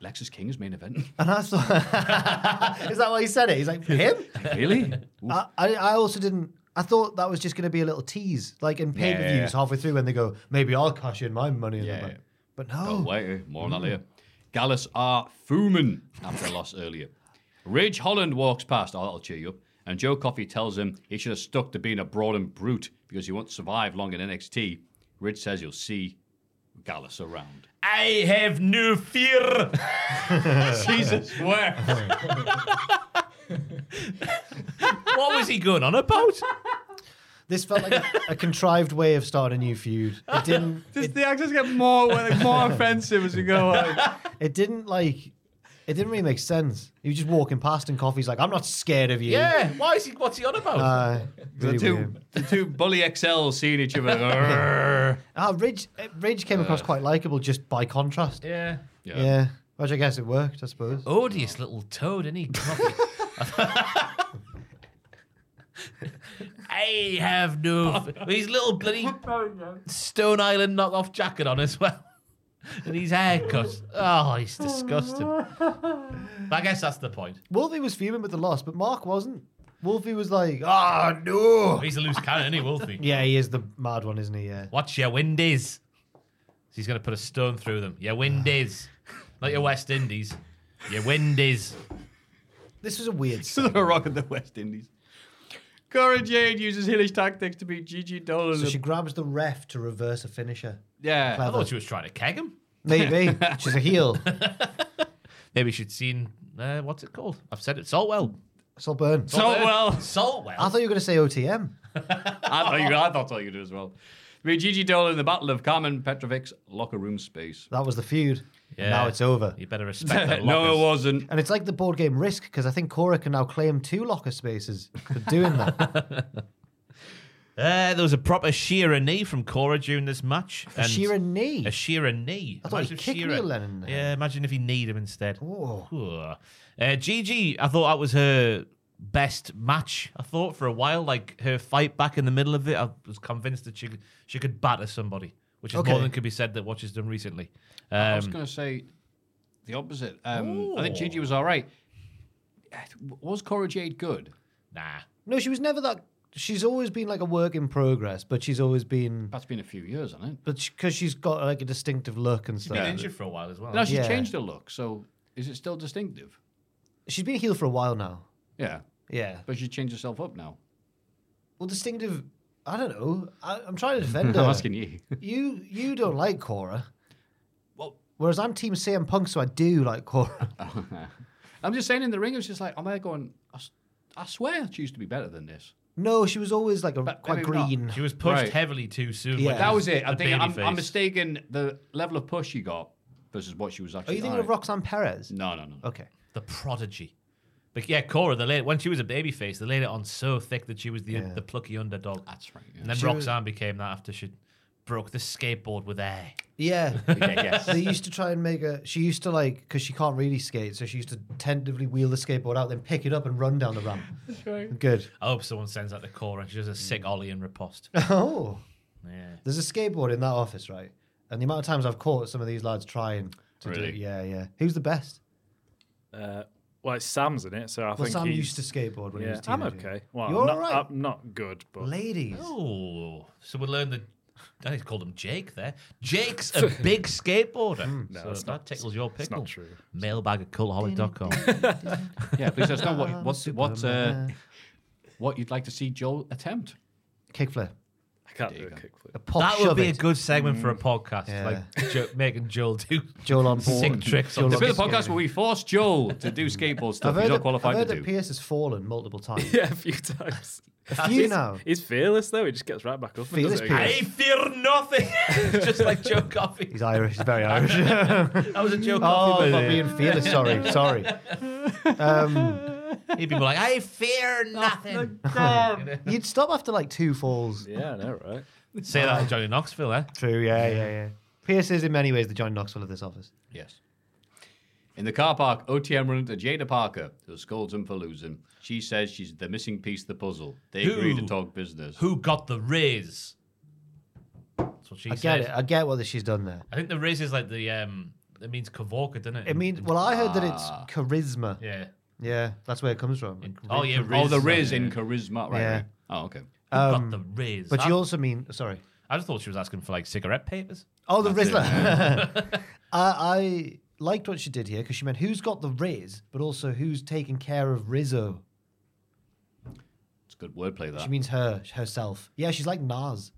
[SPEAKER 3] Lexus King is main event.
[SPEAKER 4] "And I thought, is that why he said it?" He's like, "Him?"
[SPEAKER 3] really?
[SPEAKER 4] I, I I also didn't. I thought that was just going to be a little tease, like in pay per views
[SPEAKER 3] yeah.
[SPEAKER 4] halfway through when they go, "Maybe I'll cash in my money." in the
[SPEAKER 3] Yeah,
[SPEAKER 4] bank."
[SPEAKER 3] yeah.
[SPEAKER 4] But
[SPEAKER 3] Oh,
[SPEAKER 4] no,
[SPEAKER 3] wait, eh, more on that later. Mm-hmm. Gallus R. Fuman after a loss earlier. Ridge Holland walks past. Oh, that'll cheer you up. And Joe Coffey tells him he should have stuck to being a broad and brute because he won't survive long in NXT. Ridge says you'll see Gallus around.
[SPEAKER 5] I have no fear.
[SPEAKER 3] Jesus, where?
[SPEAKER 5] what was he going on about?
[SPEAKER 4] this felt like a, a contrived way of starting a new feud. It didn't.
[SPEAKER 3] Does the accents get more more offensive as we go on?
[SPEAKER 4] It didn't like. It didn't really make sense. He was just walking past, and Coffee's like, "I'm not scared of you."
[SPEAKER 5] Yeah. Why is he? What's he on about?
[SPEAKER 4] Uh, really
[SPEAKER 3] The two,
[SPEAKER 4] weird.
[SPEAKER 3] the two bully XLs seeing each other. "Arr."
[SPEAKER 4] Ah, Ridge. eh, Ridge came across quite likable just by contrast.
[SPEAKER 5] yeah.
[SPEAKER 4] Yeah. Which I guess it worked, I suppose.
[SPEAKER 5] Odious little toad, isn't he? Cocky. I have no. F- with his little bloody Stone Island knockoff jacket on as well. And his haircut. Oh, he's disgusting. But I guess that's the point.
[SPEAKER 4] Wolfie was fuming with the loss, but Mark wasn't. Wolfie was like, "Ah,
[SPEAKER 3] Oh.
[SPEAKER 4] no."
[SPEAKER 5] He's a loose cannon, isn't he, Wolfie?
[SPEAKER 4] Yeah, he is the mad one, isn't he? Yeah.
[SPEAKER 5] Watch your windies. He's going to put a stone through them. Your windies. Not your West Indies. Your Wendy's.
[SPEAKER 4] This was a weird.
[SPEAKER 3] a rock of the West Indies. Cora Jade uses Hillish tactics to beat Gigi Dolan.
[SPEAKER 4] So she grabs the ref to reverse a finisher.
[SPEAKER 3] yeah,
[SPEAKER 4] Clever.
[SPEAKER 5] was trying to keg him.
[SPEAKER 4] Maybe. She's a heel.
[SPEAKER 5] Maybe she'd seen uh, what's it called? I've said it. Saltwell.
[SPEAKER 4] Saltburn.
[SPEAKER 5] Saltwell. Saltwell.
[SPEAKER 4] I thought you were going to say OTM.
[SPEAKER 3] I thought you. I thought I could do as well. Beat Gigi Dolan in the Battle of Carmen Petrovic's locker room space.
[SPEAKER 4] That was the feud.
[SPEAKER 5] Yeah.
[SPEAKER 4] And now it's over.
[SPEAKER 5] You better respect that.
[SPEAKER 3] no, it
[SPEAKER 5] lockers.
[SPEAKER 3] wasn't.
[SPEAKER 4] And it's like the board game Risk because I think Cora can now claim two locker spaces for doing that.
[SPEAKER 5] Uh, there was a proper shearer knee from Cora during this match.
[SPEAKER 4] A shearer knee.
[SPEAKER 5] A shearer knee.
[SPEAKER 4] I thought
[SPEAKER 5] Imagine
[SPEAKER 4] he
[SPEAKER 5] if
[SPEAKER 4] kicked
[SPEAKER 5] Shearer-
[SPEAKER 4] Neil Lennon there.
[SPEAKER 5] Yeah, imagine if he kneed him instead.
[SPEAKER 4] Whoa.
[SPEAKER 5] Ugh. Uh, Gigi, I thought that was her best match. I thought for a while, like her fight back in the middle of it, I was convinced that she could, she could batter somebody, which is
[SPEAKER 4] Okay.
[SPEAKER 5] more than could be said that what she's done recently.
[SPEAKER 3] I was
[SPEAKER 5] Um,
[SPEAKER 3] going to say the opposite. Um, I think Gigi was all right. Was Cora Jade good?
[SPEAKER 5] nah,
[SPEAKER 4] No, she was never that. She's always been like a work in progress, but she's always been.
[SPEAKER 3] That's been a few years, hasn't it?
[SPEAKER 4] But because she, has got like a distinctive look and
[SPEAKER 5] been
[SPEAKER 4] stuff.
[SPEAKER 5] injured for a while as well.
[SPEAKER 3] Now she's
[SPEAKER 4] Yeah.
[SPEAKER 3] changed her look, so is it still distinctive?
[SPEAKER 4] She's been a heel for a while now.
[SPEAKER 3] Yeah,
[SPEAKER 4] Yeah.
[SPEAKER 3] but she changed herself up now.
[SPEAKER 4] Well, distinctive. I don't know. I, I'm trying to defend her.
[SPEAKER 3] I'm asking you.
[SPEAKER 4] You you don't like Cora.
[SPEAKER 3] Well-
[SPEAKER 4] whereas I'm Team CM Punk, so I do like Cora.
[SPEAKER 3] I'm just saying in the ring, I was just like, am I going? I, s- I swear she used to be better than this.
[SPEAKER 4] no, she was always like a
[SPEAKER 3] But
[SPEAKER 4] quite
[SPEAKER 3] maybe not.
[SPEAKER 4] green.
[SPEAKER 5] She was pushed
[SPEAKER 3] Right.
[SPEAKER 5] heavily too soon.
[SPEAKER 4] Yeah.
[SPEAKER 5] when
[SPEAKER 3] That was it.
[SPEAKER 5] a
[SPEAKER 3] I think I'm,
[SPEAKER 5] babyface.
[SPEAKER 3] I'm mistaken the level of push she got versus what she was
[SPEAKER 4] Are
[SPEAKER 3] actually.
[SPEAKER 4] you thinking of
[SPEAKER 3] like.
[SPEAKER 4] Roxanne Perez?
[SPEAKER 3] No, no, no. no.
[SPEAKER 4] Okay.
[SPEAKER 5] the prodigy. But yeah, Cora, they laid, when she was a babyface, they laid it on so thick that she was the the plucky underdog.
[SPEAKER 3] That's right. Yeah.
[SPEAKER 5] And then
[SPEAKER 4] She was-
[SPEAKER 5] Roxanne became that after she broke the skateboard with air.
[SPEAKER 4] Yeah.
[SPEAKER 3] yes.
[SPEAKER 4] they used to try and make a. She used to like because she can't really skate, so she used to tentatively wheel the skateboard out, then pick it up and run down the ramp. That's right. Good.
[SPEAKER 5] I hope someone sends that to Cora and she does a
[SPEAKER 6] Mm.
[SPEAKER 5] sick ollie and riposte.
[SPEAKER 4] Oh,
[SPEAKER 5] yeah.
[SPEAKER 4] there's a skateboard in that office, right? And the amount of times I've caught some of these lads trying to do it.
[SPEAKER 3] Really?
[SPEAKER 4] Yeah, yeah. Who's the best?
[SPEAKER 6] Uh, well, it's Sam's in it, so I
[SPEAKER 4] well,
[SPEAKER 6] think
[SPEAKER 4] Sam
[SPEAKER 6] he's-
[SPEAKER 4] used to skateboard when he
[SPEAKER 6] Yeah,
[SPEAKER 4] was a
[SPEAKER 6] I'm
[SPEAKER 4] teenager.
[SPEAKER 6] okay. Well,
[SPEAKER 4] You're
[SPEAKER 6] I'm not,
[SPEAKER 4] all right.
[SPEAKER 6] I'm not good, but
[SPEAKER 4] Ladies.
[SPEAKER 5] Oh, so we learned that. I think it's called him Jake there. Jake's a big skateboarder.
[SPEAKER 6] Hmm. No,
[SPEAKER 5] so
[SPEAKER 6] it's
[SPEAKER 5] that
[SPEAKER 6] not-
[SPEAKER 5] tickles your
[SPEAKER 6] it's
[SPEAKER 5] pickle.
[SPEAKER 6] not true.
[SPEAKER 5] Mailbag at cultaholic.com.
[SPEAKER 3] yeah, please let us know what what what uh, what you'd like to see Joel attempt.
[SPEAKER 4] Kickflip.
[SPEAKER 6] I can't do a kickflip.
[SPEAKER 4] A pop
[SPEAKER 5] that
[SPEAKER 4] shove
[SPEAKER 5] would be
[SPEAKER 4] it.
[SPEAKER 5] a good segment
[SPEAKER 6] Mm.
[SPEAKER 5] for a podcast.
[SPEAKER 4] Yeah.
[SPEAKER 5] Like jo- making Joel do
[SPEAKER 4] Joel on board.
[SPEAKER 5] sick tricks on
[SPEAKER 4] Joel
[SPEAKER 3] It's
[SPEAKER 4] on
[SPEAKER 3] been a
[SPEAKER 4] board.
[SPEAKER 3] podcast where we force Joel to do skateboard stuff
[SPEAKER 4] I've
[SPEAKER 3] he's
[SPEAKER 4] heard,
[SPEAKER 3] not
[SPEAKER 4] that, I've
[SPEAKER 3] qualified
[SPEAKER 4] heard
[SPEAKER 3] to
[SPEAKER 4] that
[SPEAKER 3] do.
[SPEAKER 4] Pierce has fallen multiple times.
[SPEAKER 6] Yeah, a few times.
[SPEAKER 4] A few now.
[SPEAKER 6] He's fearless though. He just gets right back up. and
[SPEAKER 4] Fearless
[SPEAKER 6] does it again.
[SPEAKER 5] I fear nothing. Just like Joe Coffee.
[SPEAKER 4] He's Irish. He's very Irish.
[SPEAKER 5] That was a Joe
[SPEAKER 4] oh,
[SPEAKER 5] Coffee.
[SPEAKER 4] for
[SPEAKER 5] bit.
[SPEAKER 4] being fearless. Sorry, sorry.
[SPEAKER 5] He'd be like, I fear nothing.
[SPEAKER 4] You'd stop after like two falls.
[SPEAKER 6] Yeah, I know, right?
[SPEAKER 5] Say that to Johnny Knoxville, eh?
[SPEAKER 4] True. Yeah, yeah, yeah. Pierce is in many ways the John Knoxville of this office.
[SPEAKER 3] Yes. In the car park, OTM run into Jada Parker, who scolds him for losing. She says she's the missing piece of the puzzle. They agree to
[SPEAKER 5] Who?
[SPEAKER 3] talk business.
[SPEAKER 5] Who got the raise? That's what she
[SPEAKER 4] I
[SPEAKER 5] said.
[SPEAKER 4] get it. I get what she's done there.
[SPEAKER 5] I think the raise is like the um. It means Kavorka, doesn't it?
[SPEAKER 4] It means. Well, I heard that it's charisma. Ah. Yeah,
[SPEAKER 5] yeah.
[SPEAKER 4] that's where it comes from.
[SPEAKER 5] Oh yeah. Riz,
[SPEAKER 3] Oh, the Riz
[SPEAKER 5] yeah.
[SPEAKER 3] in
[SPEAKER 5] Who
[SPEAKER 3] charisma, right?
[SPEAKER 4] Yeah.
[SPEAKER 3] right. Oh, okay.
[SPEAKER 5] got the raise.
[SPEAKER 4] Um, But
[SPEAKER 5] I,
[SPEAKER 4] you also mean sorry.
[SPEAKER 5] I just thought she was asking for like cigarette papers.
[SPEAKER 4] Oh, the
[SPEAKER 3] That's it.
[SPEAKER 4] Rizzler. I, I liked what she did here because she meant who's got the Riz, but also who's taking care of Rizzo.
[SPEAKER 3] It's good wordplay
[SPEAKER 4] She
[SPEAKER 3] that.
[SPEAKER 4] means her herself. Yeah, she's like Nas.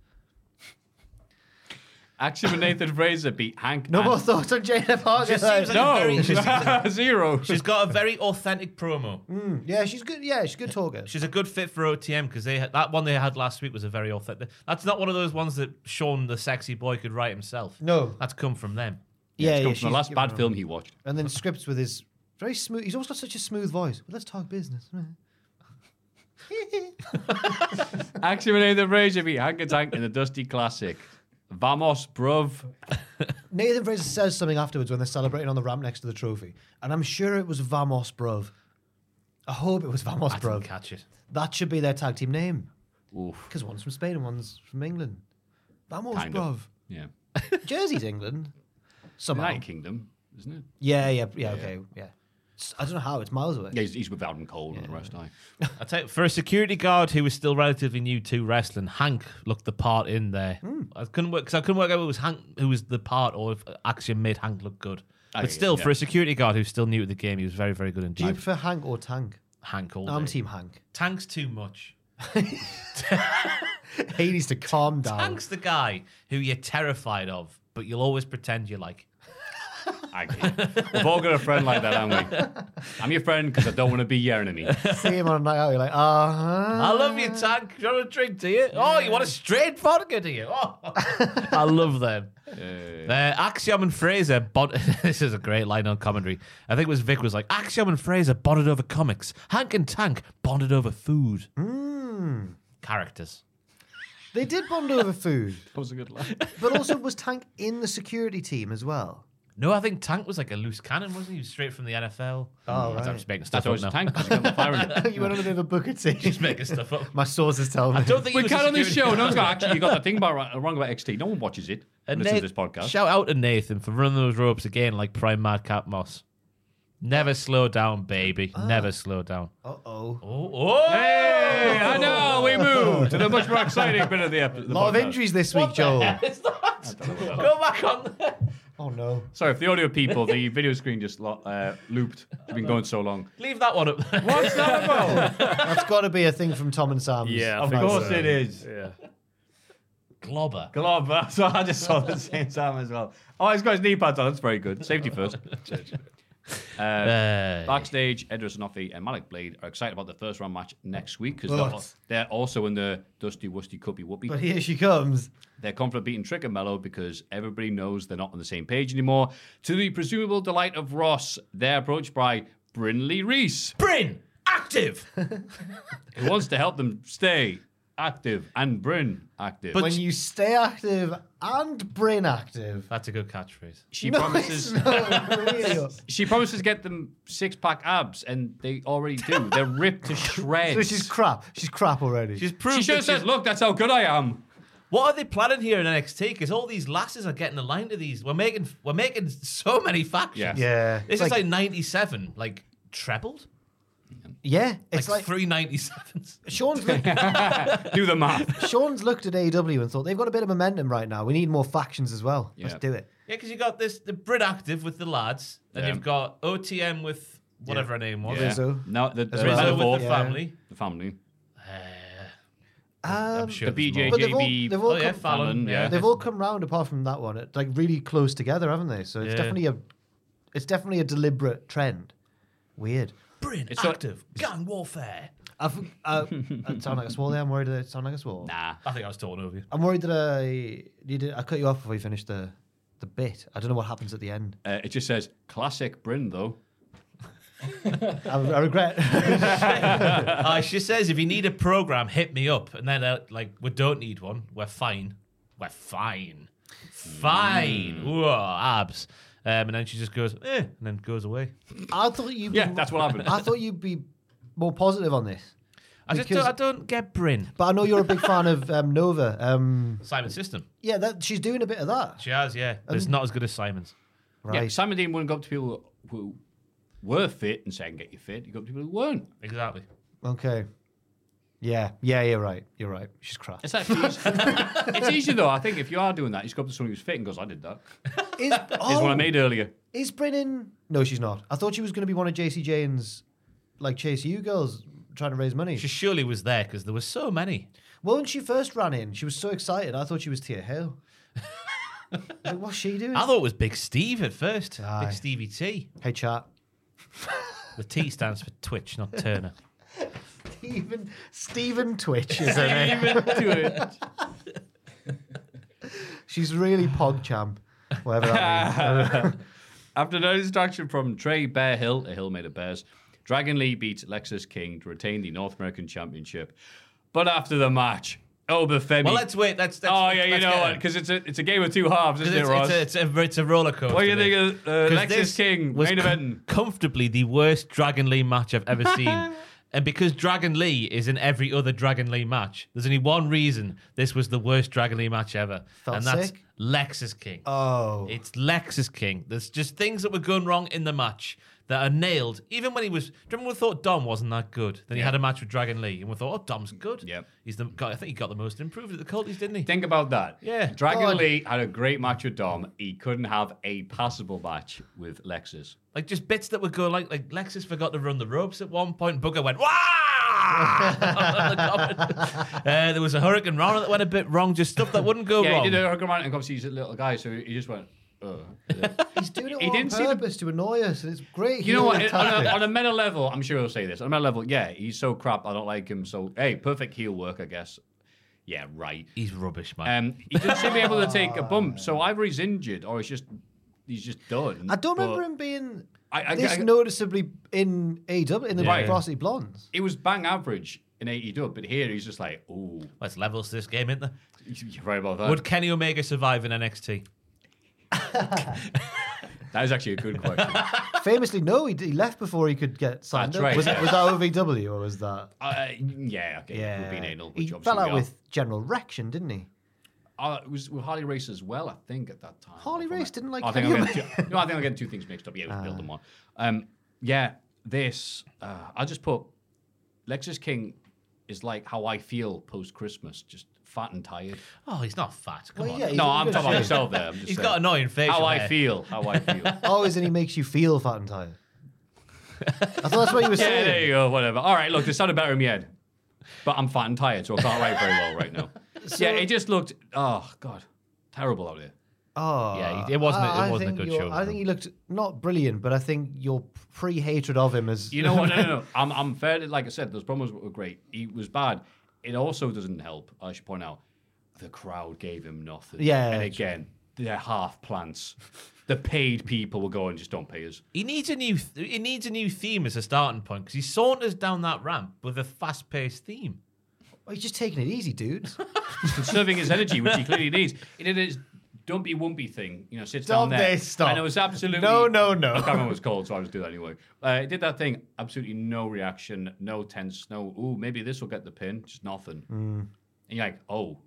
[SPEAKER 3] Action with Nathan Fraser beat Hank.
[SPEAKER 4] No
[SPEAKER 3] and-
[SPEAKER 4] more thoughts on Jada Parker.
[SPEAKER 5] Just seems like a very- she's-
[SPEAKER 3] No, zero.
[SPEAKER 5] She's got a very authentic promo.
[SPEAKER 4] yeah, she's good. Yeah, she's a good talker.
[SPEAKER 5] She's a good fit for OTM because they had, that one they had last week was a very authentic. That's not one of those ones that Sean the sexy boy could write himself.
[SPEAKER 4] No.
[SPEAKER 5] that's come from them.
[SPEAKER 4] yeah, yeah,
[SPEAKER 3] It's come from
[SPEAKER 4] she's
[SPEAKER 3] the last
[SPEAKER 4] given
[SPEAKER 3] bad
[SPEAKER 4] her-
[SPEAKER 3] film he watched.
[SPEAKER 4] And then scripts with his very smooth. He's always got such a smooth voice. Well, let's talk business.
[SPEAKER 3] Action with Nathan Fraser beat Hank and Tank in the Dusty Classic. Vamos, bruv.
[SPEAKER 4] Nathan Fraser says something afterwards when they're celebrating on the ramp next to the trophy, and I'm sure it was Vamos, bruv. I hope it was Vamos,
[SPEAKER 5] I
[SPEAKER 4] bruv.
[SPEAKER 5] didn't catch it.
[SPEAKER 4] That should be their tag team name.
[SPEAKER 3] Oof.
[SPEAKER 4] Because one's from Spain and one's from England. Vamos,
[SPEAKER 3] Kind
[SPEAKER 4] bruv.
[SPEAKER 3] of. Yeah.
[SPEAKER 4] Jersey's England. Somehow.
[SPEAKER 3] United Kingdom, isn't it?
[SPEAKER 4] Yeah, yeah, yeah, okay, yeah. S- I don't know how, it's miles away.
[SPEAKER 3] Yeah, he's, he's with Adam Cole and the rest. I.
[SPEAKER 5] I tell you, for a security guard who was still relatively new to wrestling, Hank looked the part
[SPEAKER 4] Hmm.
[SPEAKER 5] in there. I couldn't work because I couldn't work out if it was Hank who was the part or if Action made Hank look good. But still, for a security guard who's still new to the game, he was very, very good
[SPEAKER 4] Ah, Do you
[SPEAKER 5] indeed.
[SPEAKER 4] prefer Hank or Tank?
[SPEAKER 5] Hank all
[SPEAKER 4] I'm
[SPEAKER 5] day.
[SPEAKER 4] Team Hank.
[SPEAKER 5] Tank's too much.
[SPEAKER 4] He needs to calm down.
[SPEAKER 5] Tank's the guy who you're terrified of, but you'll always pretend you like.
[SPEAKER 3] We've all got a friend like that, haven't we? I'm your friend because I don't want to be your enemy.
[SPEAKER 4] See him on a night out, you're like, uh huh.
[SPEAKER 5] I love
[SPEAKER 3] Uh.
[SPEAKER 5] you, Tank. You want a drink, do you? Oh, you want a straight vodka, do you? Oh. I love them. Uh, Axiom and Fraser bond- This is a great line on commentary. I think it was Vic was like, Axiom and Fraser bonded over comics. Hank and Tank bonded over food.
[SPEAKER 3] Hmm.
[SPEAKER 5] Characters.
[SPEAKER 4] They did bond over food.
[SPEAKER 3] That was a good line.
[SPEAKER 4] But also, was Tank in the security team as well?
[SPEAKER 5] No, I think Tank was like a loose cannon, wasn't he? He was straight from the NFL.
[SPEAKER 4] Oh,
[SPEAKER 5] That's- I'm
[SPEAKER 4] right.
[SPEAKER 5] just making stuff
[SPEAKER 3] That's always
[SPEAKER 5] up now.
[SPEAKER 3] Tank because you got the firing.
[SPEAKER 4] you went on a bit of a booker team.
[SPEAKER 5] just making stuff up.
[SPEAKER 4] My sources tell me.
[SPEAKER 5] I don't think
[SPEAKER 3] We
[SPEAKER 5] he was a
[SPEAKER 3] can't on this show.
[SPEAKER 5] security
[SPEAKER 3] No one's got
[SPEAKER 5] guard.
[SPEAKER 3] actually you got that thing about, wrong about XT. No one watches
[SPEAKER 4] Uh,
[SPEAKER 3] it. And listens to this
[SPEAKER 5] Nate-
[SPEAKER 3] podcast.
[SPEAKER 5] Shout out to Nathan for running those ropes again like prime madcap Moss. Never slow down, baby. Never slow down.
[SPEAKER 4] Uh oh.
[SPEAKER 5] Ah. Oh, oh.
[SPEAKER 3] Hey, I know we moved to the much more exciting bit of the episode.
[SPEAKER 4] A lot of injuries this week, Joel.
[SPEAKER 5] Go back on. there.
[SPEAKER 4] Oh no.
[SPEAKER 3] Sorry, if the audio people, the video screen just lo- uh, looped. It's been going so long.
[SPEAKER 5] Leave that one up. there.
[SPEAKER 3] What's that about?
[SPEAKER 4] That's got to be a thing from Tom and Sam's. Oh,
[SPEAKER 6] Yeah, I
[SPEAKER 3] of
[SPEAKER 6] think
[SPEAKER 3] course
[SPEAKER 6] so.
[SPEAKER 3] it is.
[SPEAKER 6] Yeah.
[SPEAKER 5] Globber.
[SPEAKER 3] Glob. So I just saw the same time as well. Oh, he's got his knee pads on. That's very good. Safety first. Uh,
[SPEAKER 5] Hey.
[SPEAKER 3] backstage, Edward Sanofi and Malik Blade are excited about the first round match next week because they're,
[SPEAKER 4] But-
[SPEAKER 3] they're also in the Dusty Wusty Cuppy Whoopie.
[SPEAKER 4] But here she comes.
[SPEAKER 3] They're confident beating Trick and Mello because everybody knows they're not on the same page anymore. To the presumable delight of Ross, they're approached by Brinley Reese,
[SPEAKER 5] Bryn, active.
[SPEAKER 3] who wants to help them stay active and Bryn active.
[SPEAKER 5] But-
[SPEAKER 4] when you stay active and brain active. Oh,
[SPEAKER 5] That's a good catchphrase.
[SPEAKER 3] she
[SPEAKER 4] No,
[SPEAKER 3] promises
[SPEAKER 4] it's not real.
[SPEAKER 3] she promises to get them six pack abs, and they already do. They're ripped to shreds.
[SPEAKER 4] So she's crap. She's crap already.
[SPEAKER 5] She's
[SPEAKER 3] she
[SPEAKER 5] proved.
[SPEAKER 3] should
[SPEAKER 5] that
[SPEAKER 3] have
[SPEAKER 5] she's-
[SPEAKER 3] said, "Look, that's how good I am."
[SPEAKER 5] What are they planning here in NXT? Because all these lasses are getting aligned to these. We're making. We're making so many factions.
[SPEAKER 4] yeah.
[SPEAKER 5] This is like '97, like trebled,
[SPEAKER 4] yeah. It's
[SPEAKER 5] like,
[SPEAKER 4] like,
[SPEAKER 5] three '97s.
[SPEAKER 4] Sean's looked,
[SPEAKER 3] Do the math.
[SPEAKER 4] Sean's looked at AEW and thought they've got a bit of momentum right now. We need more factions as well. Let's
[SPEAKER 3] Yeah.
[SPEAKER 4] do it.
[SPEAKER 5] Yeah, because you got this the Brit active with the lads, and
[SPEAKER 3] Yeah.
[SPEAKER 5] you've got OTM with whatever her name was.
[SPEAKER 3] Yeah.
[SPEAKER 4] Rizzo.
[SPEAKER 3] No, the, the,
[SPEAKER 4] Rizzo
[SPEAKER 5] Rizzo
[SPEAKER 4] Yeah.
[SPEAKER 3] the,
[SPEAKER 5] with the
[SPEAKER 3] fourth-
[SPEAKER 4] Yeah.
[SPEAKER 5] family.
[SPEAKER 3] the family.
[SPEAKER 4] Um,
[SPEAKER 5] I'm sure
[SPEAKER 3] the
[SPEAKER 5] there's more.
[SPEAKER 4] but
[SPEAKER 3] BJJ.
[SPEAKER 4] they've all,
[SPEAKER 3] JB.
[SPEAKER 4] they've all
[SPEAKER 5] Oh, yeah,
[SPEAKER 4] come,
[SPEAKER 5] Fallon,
[SPEAKER 3] Fallon,
[SPEAKER 5] yeah.
[SPEAKER 3] yeah.
[SPEAKER 4] they've all come round apart from that one. It's like really close together, haven't they? So it's
[SPEAKER 5] Yeah.
[SPEAKER 4] definitely a it's definitely a deliberate trend. Weird.
[SPEAKER 5] Bryn
[SPEAKER 3] It's so-
[SPEAKER 5] active gang warfare.
[SPEAKER 4] I've, uh, I sound like a swore there. I'm worried that I sound like a swore.
[SPEAKER 3] Nah.
[SPEAKER 5] I think I was talking over you.
[SPEAKER 4] I'm worried that I you did, I cut you off before you finished the the bit. I don't know what happens at the end.
[SPEAKER 3] Uh, it just says classic Bryn though.
[SPEAKER 4] I, I regret.
[SPEAKER 5] Uh, she says, if you need a program, hit me up. And then, uh, like, we don't need one. We're fine. We're fine. Fine.
[SPEAKER 4] Hmm.
[SPEAKER 5] Whoa, abs. Um, and then she just goes, eh, and then goes away.
[SPEAKER 4] I thought you.
[SPEAKER 3] Yeah, that's what happened.
[SPEAKER 4] I thought you'd be more positive on this,
[SPEAKER 5] I just
[SPEAKER 4] Because-
[SPEAKER 5] don't, I don't get Bryn.
[SPEAKER 4] but I know you're a big fan of um, Nova. Um,
[SPEAKER 5] Simon's system.
[SPEAKER 4] yeah, that she's doing a bit of that,
[SPEAKER 5] She has, yeah. But it's not as good as Simon's.
[SPEAKER 3] Yeah,
[SPEAKER 4] right?
[SPEAKER 3] Simon Dean wouldn't go up to people who were fit and say, I can get you fit. You go up to people who weren't.
[SPEAKER 5] Exactly.
[SPEAKER 4] Okay. Yeah, yeah, you're right. You're right. She's crap.
[SPEAKER 3] It's actually easy. it's easier though. I think if you are doing that, you just go up to someone who's fit and goes, I did that.
[SPEAKER 4] Is,
[SPEAKER 3] Here's
[SPEAKER 4] oh,
[SPEAKER 3] what I made earlier.
[SPEAKER 4] is Bryn in? No, she's not. I thought she was going to be one of JC Jane's, like Chase U girls trying to raise money.
[SPEAKER 5] She surely was there because there were so many.
[SPEAKER 4] well, when she first ran in, she was so excited. I thought she was Tia Hill. like, what's she doing?
[SPEAKER 5] I thought it was Big Steve at first.
[SPEAKER 4] Hmm. Aye.
[SPEAKER 5] Big Stevie T.
[SPEAKER 4] hey, chat.
[SPEAKER 5] The T stands for Twitch, not Turner.
[SPEAKER 4] Even Stephen Twitch is her name. She's really pog champ, whatever that means.
[SPEAKER 3] After no distraction from Trey Bear Hill, a hill made of bears, Dragon Lee beats Lexus King to retain the North American Championship. But after the match, Obafemi.
[SPEAKER 5] Well, let's wait. Let's,
[SPEAKER 3] oh, yeah, you
[SPEAKER 5] let's
[SPEAKER 3] know
[SPEAKER 5] get
[SPEAKER 3] what?
[SPEAKER 5] her.
[SPEAKER 3] Because it's a, it's a game of two halves, isn't it,
[SPEAKER 5] It's,
[SPEAKER 3] Ross?
[SPEAKER 5] it's, a, it's, a, it's a roller coaster.
[SPEAKER 3] what do you
[SPEAKER 5] mate.
[SPEAKER 3] think of uh,
[SPEAKER 5] 'Cause
[SPEAKER 3] Lexus
[SPEAKER 5] this
[SPEAKER 3] King,
[SPEAKER 5] was
[SPEAKER 3] main
[SPEAKER 5] com-
[SPEAKER 3] event?
[SPEAKER 5] Comfortably the worst Dragon Lee match I've ever seen. and because Dragon Lee is in every other Dragon Lee match, there's only one reason this was the worst Dragon Lee match ever.
[SPEAKER 4] Felt
[SPEAKER 5] and that's
[SPEAKER 4] sick?
[SPEAKER 5] Lexus King.
[SPEAKER 4] Oh.
[SPEAKER 5] It's Lexus King. There's just things that were going wrong in the match that are nailed. Even when he was, do you remember when we thought Dom wasn't that good? Then he
[SPEAKER 3] Yeah.
[SPEAKER 5] had a match with Dragon Lee, and we thought, oh, Dom's good. Yeah, he's the guy. I think he got the most improved at the Colties, didn't he?
[SPEAKER 3] Think about that.
[SPEAKER 5] Yeah,
[SPEAKER 3] Dragon
[SPEAKER 5] God.
[SPEAKER 3] Lee had a great match with Dom. He couldn't have a passable match with Lexus.
[SPEAKER 5] Like just bits that would go like like Lexus forgot to run the ropes at one point. Booger went wow. uh, there was a Hurricane Rana that went a bit wrong. Just stuff that wouldn't go
[SPEAKER 3] yeah,
[SPEAKER 5] wrong.
[SPEAKER 3] he did a hooker and obviously he's a little guy, so he just went. Ugh.
[SPEAKER 4] He's doing it
[SPEAKER 3] He
[SPEAKER 4] all
[SPEAKER 3] didn't see
[SPEAKER 4] on
[SPEAKER 3] the-
[SPEAKER 4] purpose to annoy us, and it's great.
[SPEAKER 3] You know what?
[SPEAKER 4] healing
[SPEAKER 3] On a,
[SPEAKER 4] tactic.
[SPEAKER 3] on a meta level, I'm sure he'll say this. On a meta level, yeah, he's so crap. I don't like him. So hey, perfect heel work, I guess. Yeah, right.
[SPEAKER 5] He's rubbish, man.
[SPEAKER 3] Um, he doesn't seem to be able to take a bump. So either he's injured or he's just he's just done.
[SPEAKER 4] I don't
[SPEAKER 3] but-
[SPEAKER 4] remember him being
[SPEAKER 3] I- I-
[SPEAKER 4] this
[SPEAKER 3] I-
[SPEAKER 4] noticeably in AW in the
[SPEAKER 3] Right.
[SPEAKER 4] Varsity Blondes.
[SPEAKER 3] It was bang average in AEW, but here he's just like, oh,
[SPEAKER 5] Let's levels to this game, isn't there?
[SPEAKER 3] You're right about that.
[SPEAKER 5] Would Kenny Omega survive in NXT?
[SPEAKER 3] that is actually a good question.
[SPEAKER 4] Famously, no, he, d- he left before he could get signed.
[SPEAKER 3] That's
[SPEAKER 4] up.
[SPEAKER 3] right,
[SPEAKER 4] Was,
[SPEAKER 3] yeah.
[SPEAKER 4] that, was that OVW or was that?
[SPEAKER 3] Uh, yeah, okay, it would be an anal,
[SPEAKER 4] he
[SPEAKER 3] which obviously
[SPEAKER 4] fell out
[SPEAKER 3] we are.
[SPEAKER 4] with General Rection, didn't he?
[SPEAKER 3] Uh, it was with Harley Race as well, I think, at that time.
[SPEAKER 4] Harley Ah. Race didn't like.
[SPEAKER 3] I think
[SPEAKER 4] Kenny
[SPEAKER 3] I'm
[SPEAKER 4] Omega.
[SPEAKER 3] getting two, no, I think I'm getting two things mixed up. Yeah, it was build them on. Um, yeah, this uh, I just put Lexus King is like how I feel post Christmas, just fat and tired.
[SPEAKER 5] Oh, he's not fat. Come
[SPEAKER 4] Well,
[SPEAKER 5] on.
[SPEAKER 4] yeah, he's
[SPEAKER 3] no,
[SPEAKER 4] a
[SPEAKER 3] I'm
[SPEAKER 4] good
[SPEAKER 3] talking about
[SPEAKER 4] shape.
[SPEAKER 3] myself there. I'm just
[SPEAKER 5] He's
[SPEAKER 3] saying.
[SPEAKER 5] got annoying facial
[SPEAKER 3] How I
[SPEAKER 5] hair.
[SPEAKER 3] feel. How I feel.
[SPEAKER 4] Always, and he makes you feel fat and tired. I thought that's what you were
[SPEAKER 3] yeah,
[SPEAKER 4] saying.
[SPEAKER 3] there you go. Whatever. All right, look, this sounded better in my head, but I'm fat and tired, so I can't write very well right now. yeah, it just looked. Oh God, terrible out there.
[SPEAKER 4] Oh,
[SPEAKER 5] Yeah, he- it wasn't a- it
[SPEAKER 4] I- I
[SPEAKER 5] wasn't a
[SPEAKER 4] think
[SPEAKER 5] good
[SPEAKER 4] you're-
[SPEAKER 5] show
[SPEAKER 4] I
[SPEAKER 5] with
[SPEAKER 4] think he looked not brilliant, but I think your pre-hatred of him is.
[SPEAKER 3] You know what? No, no, no. I'm, I'm fair. to- Like I said, those promos were great. He was bad. It also doesn't help. I should point out the crowd gave him nothing.
[SPEAKER 4] Yeah,
[SPEAKER 3] And
[SPEAKER 4] true.
[SPEAKER 3] again, they're half plants. The paid people were going, just don't pay us.
[SPEAKER 5] He needs a new th- he needs a new theme as a starting point because he saunters down that ramp with a fast paced theme.
[SPEAKER 4] Oh, he's just taking it easy, dudes.
[SPEAKER 3] Conserving his energy, which he clearly needs. He did his dumpy wumpy thing. You know, sits
[SPEAKER 4] Stop
[SPEAKER 3] down there.
[SPEAKER 4] this, stop.
[SPEAKER 3] And it was absolutely
[SPEAKER 4] No, no, no.
[SPEAKER 3] I can't remember what it's called, so I'll just do that anyway. Uh, he did that thing. Absolutely no reaction, no tense, no. Ooh, maybe this will get the pin. Just nothing. And you're like, oh,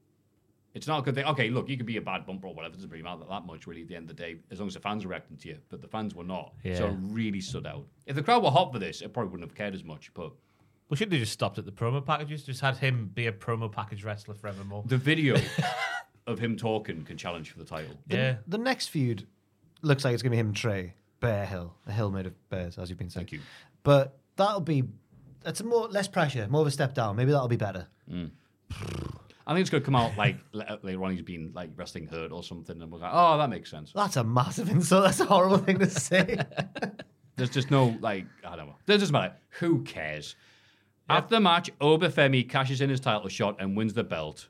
[SPEAKER 3] it's not a good thing. Okay, look, you could be a bad bumper or whatever. It doesn't really matter that much, really, at the end of the day, as long as the fans are reacting to you. But the fans were not. So
[SPEAKER 5] Yeah.
[SPEAKER 3] it really stood out. If the crowd were hot for this, it probably wouldn't have cared as much. But
[SPEAKER 5] We should have just stopped at the promo packages. Just had him be a promo package wrestler forevermore.
[SPEAKER 3] the video of him talking can challenge for the title.
[SPEAKER 5] yeah.
[SPEAKER 4] the next feud looks like it's going to be him and Trey Bear Hill, a hill made of bears, as you've been saying.
[SPEAKER 3] Thank you.
[SPEAKER 4] But that'll be that's a more less pressure, more of a step down. Maybe that'll be better.
[SPEAKER 3] I think it's going to come out like la- later on. He's been like wrestling hurt or something, and we're like, oh, that makes sense.
[SPEAKER 4] That's a massive insult. That's a horrible thing to say.
[SPEAKER 3] There's just no like, I don't know. It doesn't matter. Who cares? After the match, Obafemi cashes in his title shot and wins the belt.